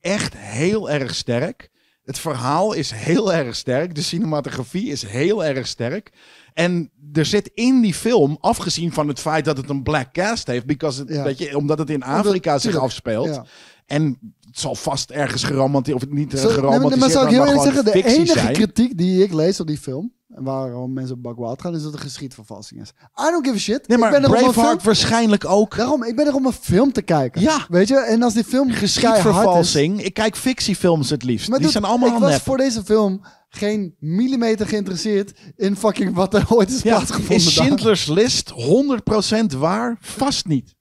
S1: echt heel erg sterk. Het verhaal is heel erg sterk. De cinematografie is heel erg sterk. En er zit in die film, afgezien van het feit dat het een black cast heeft, because het,
S2: Ja.
S1: weet je, omdat het in Afrika zich
S2: tuurlijk,
S1: afspeelt.
S2: ja.
S1: En het zal vast ergens geromantiseerd, of niet eh,
S2: Zo- nee, maar-
S1: geromantiseerd,
S2: maar zou ik heel eerlijk zeggen, de
S1: fictie
S2: enige
S1: zijn.
S2: kritiek die ik lees op die film, en waarom mensen op bak wild gaan, is dat er geschiedvervalsing is. I don't give a shit.
S1: Nee,
S2: ik ben
S1: maar
S2: er om een film,
S1: Braveheart waarschijnlijk ook.
S2: daarom, ik ben er om een film te kijken.
S1: Ja.
S2: Weet je, en als die film keihard is,
S1: Geschiedvervalsing. Ik kijk fictiefilms het liefst.
S2: Maar
S1: die
S2: dude,
S1: zijn allemaal
S2: ik was
S1: nep.
S2: voor deze film geen millimeter geïnteresseerd in fucking wat er ooit is plaatsgevonden.
S1: is
S2: daar.
S1: Schindler's List 100% waar? Vast niet.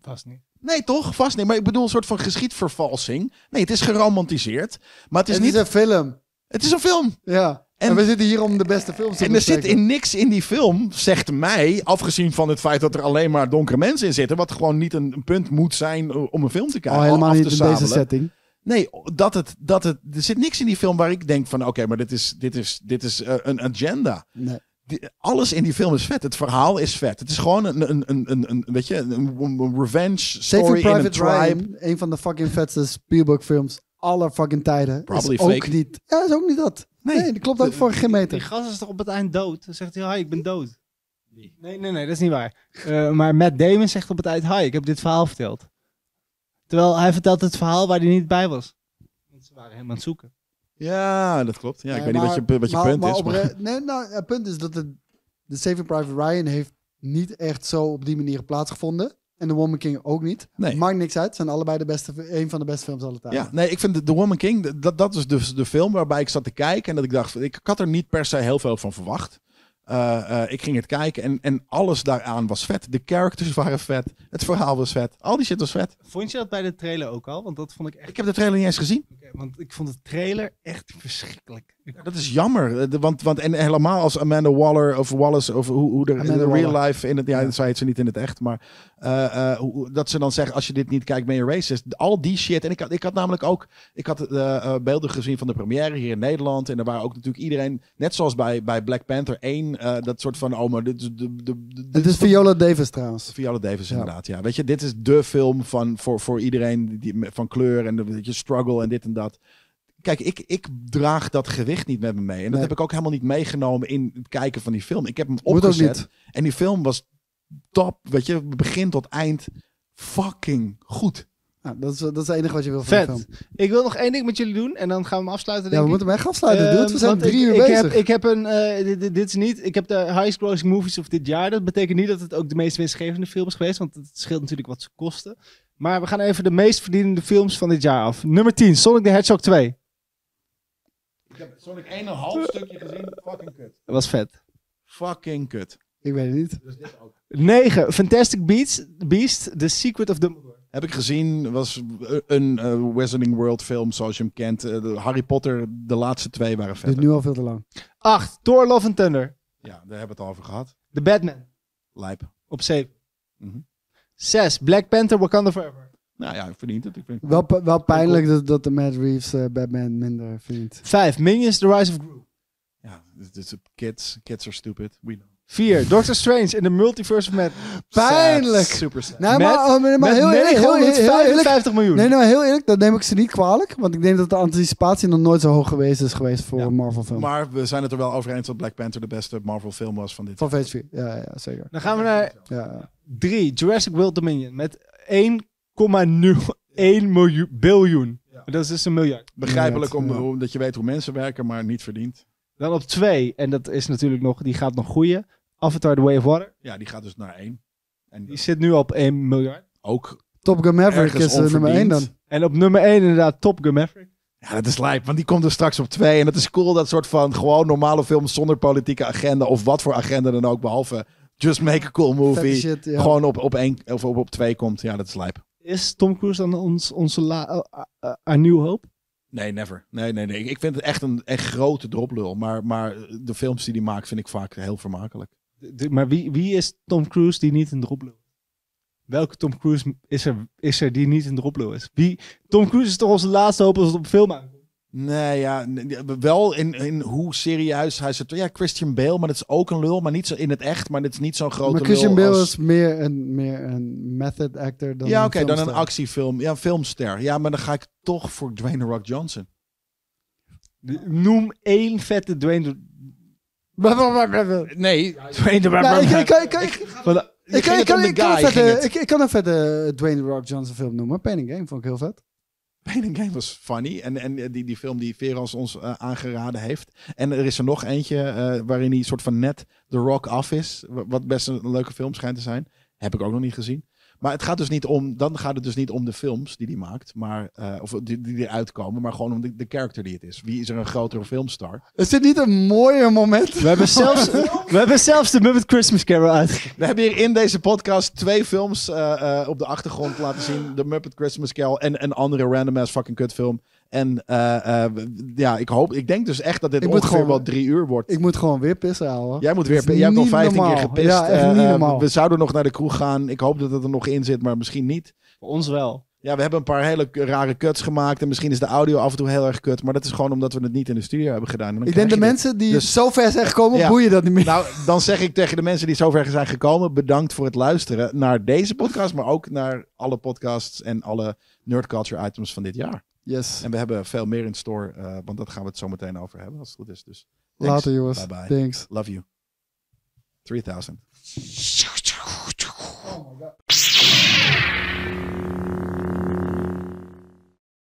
S4: Vast niet.
S1: Nee, toch? Vast niet. Maar ik bedoel een soort van geschiedvervalsing. Nee, het is geromantiseerd. Maar het is
S2: Het
S1: niet...
S2: is een film.
S1: Het is een film.
S2: Ja. En,
S1: En-
S2: we zitten hier om de beste films te
S1: En er zit
S2: bespreken.
S1: in niks in die film, zegt mij, afgezien van het feit dat er alleen maar donkere mensen in zitten, wat gewoon niet een, een punt moet zijn eh, om een film te kijken.
S2: Oh, helemaal
S1: af
S2: niet
S1: te
S2: in deze
S1: sabelen.
S2: setting.
S1: Nee, dat het, dat het, er zit niks in die film waar ik denk van, oké, maar dit is, dit is, dit is eh, een agenda.
S2: Nee.
S1: Die- alles in die film is vet. Het verhaal is vet. Het is gewoon een, een, een, een, een weet je, een, een- een revenge story
S2: Saving
S1: in een
S2: Private
S1: tribe.
S2: Ryan, een van de fucking vetste Spielberg films aller fucking tijden.
S1: Probably
S2: is ook
S1: fake.
S2: niet. Ja, is ook niet dat. Nee, dat klopt ook voor geen
S4: Die
S2: meter.
S4: gast is toch op het eind dood? Dan zegt hij, hi, ik ben dood. Nee, nee, nee, dat is niet waar. Eh, maar Matt Damon zegt op het eind, hi, ik heb dit verhaal verteld. Terwijl hij vertelt het verhaal waar hij niet bij was. Want ze waren hem aan het zoeken.
S1: Ja, dat klopt. Ja, ik
S2: Nee,
S1: weet niet
S2: maar-
S1: wat je, wat je
S2: maar-
S1: punt
S2: maar
S1: is. Maar,
S2: opre- Nee, nou, het punt is dat het, de Saving Private Ryan heeft niet echt zo op die manier plaatsgevonden. En The Woman King ook niet.
S1: Nee.
S2: Maakt niks uit. Zijn allebei de beste, een van de beste films aller tijden.
S1: ja, nee, ik vind The- The Woman King, d- dat, dat is dus de film waarbij ik zat te kijken en dat ik dacht, ik had er niet per se heel veel van verwacht. Eh, eh, ik ging het kijken en, en alles daaraan was vet. De characters waren vet. Het verhaal was vet. Al die shit was vet.
S4: Vond je dat bij de trailer ook al? Want dat vond ik echt...
S1: Ik heb de trailer niet eens gezien.
S4: Oké, Want ik vond de trailer echt verschrikkelijk. Ik-
S1: Dat is jammer. eh, de- Want, want en helemaal als Amanda Waller of Wallace of hoe, hoe er in
S2: Amanda
S1: de real
S2: Waller.
S1: life in het ja, zij heet ze niet in het echt, maar eh, eh, hoe- hoe- dat ze dan zeggen als je dit niet kijkt ben je racist. Al die shit. En ik had, ik had namelijk ook ik had eh, eh, beelden gezien van de première hier in Nederland en er waren ook natuurlijk iedereen net zoals bij, bij Black Panther 1 eh, dat soort van oh maar dit is de, de, de,
S2: Het is Viola Davis trouwens.
S1: Viola Davis
S2: Ja.
S1: inderdaad, ja. Weet je, dit is de film van, voor, voor iedereen die, van kleur en de weet je, struggle en dit en dat. Kijk, ik, ik draag dat gewicht niet met me mee. En dat
S2: Nee.
S1: heb ik ook helemaal niet meegenomen in het kijken van die film. Ik heb hem
S2: ook
S1: opgezet
S2: niet.
S1: en die film was top, weet je, begin tot eind fucking goed.
S2: Ja, dat, is, dat is het enige wat je wil van de film.
S4: Vet. Ik wil nog één ding met jullie doen en dan gaan we hem afsluiten.
S2: Ja,
S4: Denk
S2: we
S4: ik.
S2: moeten hem echt afsluiten. dude.
S4: Ehm,
S2: Ah, we zijn
S4: want
S2: drie
S4: ik,
S2: uur
S4: ik
S2: bezig.
S4: Heb, ik heb een, eh, dit, dit- dit is niet, ik heb de highest grossing movies of dit jaar. Dat betekent niet dat het ook de meest winstgevende film is geweest, want het scheelt natuurlijk wat ze kosten. Maar we gaan even de meest verdienende films van dit jaar af. Nummer 10, Sonic the Hedgehog 2.
S1: Ik heb Sonic 1 een half stukje gezien, fucking kut.
S4: Dat was vet.
S1: Fucking kut.
S2: ik weet het niet.
S4: 9, Fantastic Beasts, Beast, The Secret of the...
S1: Heb ik gezien, was eh, een eh, Wizarding World film zoals je hem kent. Eh, de Harry Potter, de laatste twee waren
S2: Het is
S1: vet.
S2: nu al veel te lang.
S4: 8, Thor Love and Thunder.
S1: Ja, daar hebben we het al over gehad.
S4: The Batman,
S1: Lijp.
S4: op 7.
S1: Mhm.
S4: 6, Black Panther, Wakanda Forever.
S1: Nou ja, verdient het. Ik vind...
S2: Wel, p- wel pijnlijk dat, dat de Matt Reeves eh, Batman minder vindt.
S4: 5, Minions, The Rise of Gru.
S1: Ja, dit is kids. Kids are stupid. We know.
S4: 4, Doctor Strange and the Multiverse of Madness.
S2: Pijnlijk!
S1: Super sad.
S2: Nee,
S4: Met-
S2: maar, oh, maar, maar
S4: Met
S2: heel, eerlijk, heel, heel, heel eerlijk.
S4: 955 miljoen.
S2: Nee, nou heel eerlijk, dat neem ik ze niet kwalijk. Want ik denk dat de anticipatie nog nooit zo hoog geweest is geweest voor
S1: Ja.
S2: een Marvel film.
S1: Maar we zijn het er wel over eens dat Black Panther de beste Marvel film was van dit.
S2: Van Phase 4, ja, ja zeker.
S4: Dan gaan we naar
S2: Ja, ja.
S4: 3. Jurassic World Dominion met 1,01 miljoen, biljoen. Dat is dus een miljard.
S1: Begrijpelijk om,
S2: Inderdaad, ja.
S1: omdat je weet hoe mensen werken, maar niet verdiend.
S4: Dan op 2, en dat is natuurlijk nog, die gaat nog groeien. Avatar The Way of Water.
S1: Ja, die gaat dus naar één. En
S4: Die
S1: die is
S4: zit nu op 1 miljard.
S1: ook
S2: Top Gun Maverick
S1: ergens
S2: is eh, nummer 1 dan.
S4: En op nummer 1 inderdaad Top Gun Maverick.
S1: Ja, dat is lijp, want die komt er straks op twee. En dat is cool, dat soort van gewoon normale films zonder politieke agenda. Of wat voor agenda dan ook, behalve just make a cool
S2: Vette
S1: movie.
S2: shit, ja.
S1: Gewoon op, op, één, of op, op twee komt. Ja, dat is lijp.
S4: Is Tom Cruise dan ons, onze la, eh, eh, Our New Hope?
S1: Nee, never. Nee, nee, nee. Ik vind het echt een echt grote droplul. Maar, maar de films die hij maakt vind ik vaak heel vermakelijk.
S4: De- de- maar wie, wie is Tom Cruise die niet een droplul is? Welke Tom Cruise is er, is er die niet een droplul is? Wie, Tom Cruise is toch onze laatste hoop als het op film aankomt?
S1: Nee, ja, nee, wel in, in hoe serieus hij zit. Ja, Christian Bale, maar dat is ook een lul. Maar niet zo in het echt, maar dit is niet zo'n grote
S2: Maar Christian
S1: lul
S2: Bale
S1: als-
S2: is meer een, meer een method actor dan
S1: ja,
S2: een
S1: oké, dan een
S2: filmster.
S1: actiefilm. Ja, een filmster. Ja, maar dan ga ik toch voor Dwayne The Rock Johnson.
S4: De- Noem één vette Dwayne... de-
S1: Nee,
S4: Dwayne de-
S2: Nou, ik, ik, ik, ik,
S4: Van de-
S2: ik,
S1: ging
S2: ik,
S1: het
S2: kan,
S1: om de
S2: ik, kan een
S1: guy,
S2: vette-
S1: ging het.
S2: ik, ik kan een vette eh, Dwayne The Rock Johnson film noemen. Pain and Game vond ik heel vet.
S1: Pain and Gain was funny. En, en eh, die, die film die Veras ons eh, aangeraden heeft. En er is er nog eentje eh, waarin hij soort van net The Rock af is. wa- Wat best een leuke film schijnt te zijn. Heb ik ook nog niet gezien. Maar het gaat dus niet om, dan gaat het dus niet om de films die hij maakt. Maar, eh, of die, die eruit komen. Maar gewoon om de, de character die het is. Wie is er een grotere filmstar?
S2: Is dit niet een mooier moment?
S4: We hebben, zelfs, we hebben zelfs de Muppet Christmas Carol uitgegeven.
S1: We hebben hier in deze podcast twee films eh, eh, op de achtergrond laten zien. The Muppet Christmas Carol en een andere random ass fucking kutfilm. En eh, eh, w- ja, ik hoop, ik denk dus echt dat dit
S2: Ik moet
S1: ongeveer
S2: gewoon-
S1: wel drie uur wordt.
S2: Ik moet gewoon weer pissen, ouwe.
S1: Jij moet weer.
S2: Dat is
S1: Jij hebt al
S2: niet
S1: 15 keer
S2: normaal.
S1: gepist.
S2: Ja, echt
S1: Eh,
S2: niet
S1: eh,
S2: normaal.
S1: we zouden nog naar de kroeg gaan. Ik hoop dat het er nog in zit, maar misschien niet.
S4: Voor ons wel.
S1: Ja, we hebben een paar hele k- rare cuts gemaakt. En misschien is de audio af en toe heel erg kut. Maar dat is gewoon omdat we het niet in de studio hebben gedaan. En dan
S2: Ik
S1: krijg
S2: denk de
S1: je dit.
S2: mensen die
S1: Dus-
S2: zo ver zijn gekomen,
S1: Ja.
S2: boeien dat niet meer.
S1: Nou, dan zeg ik tegen de mensen die zover zijn gekomen: bedankt voor het luisteren naar deze podcast, maar ook naar alle podcasts en alle nerd culture items van dit jaar.
S2: yes.
S1: En we hebben veel meer in store, eh, want dat gaan we het zo meteen over hebben als het goed is. Dus thanks.
S2: Later, jongens.
S1: Bye bye.
S2: Thanks.
S1: Love you. 3000.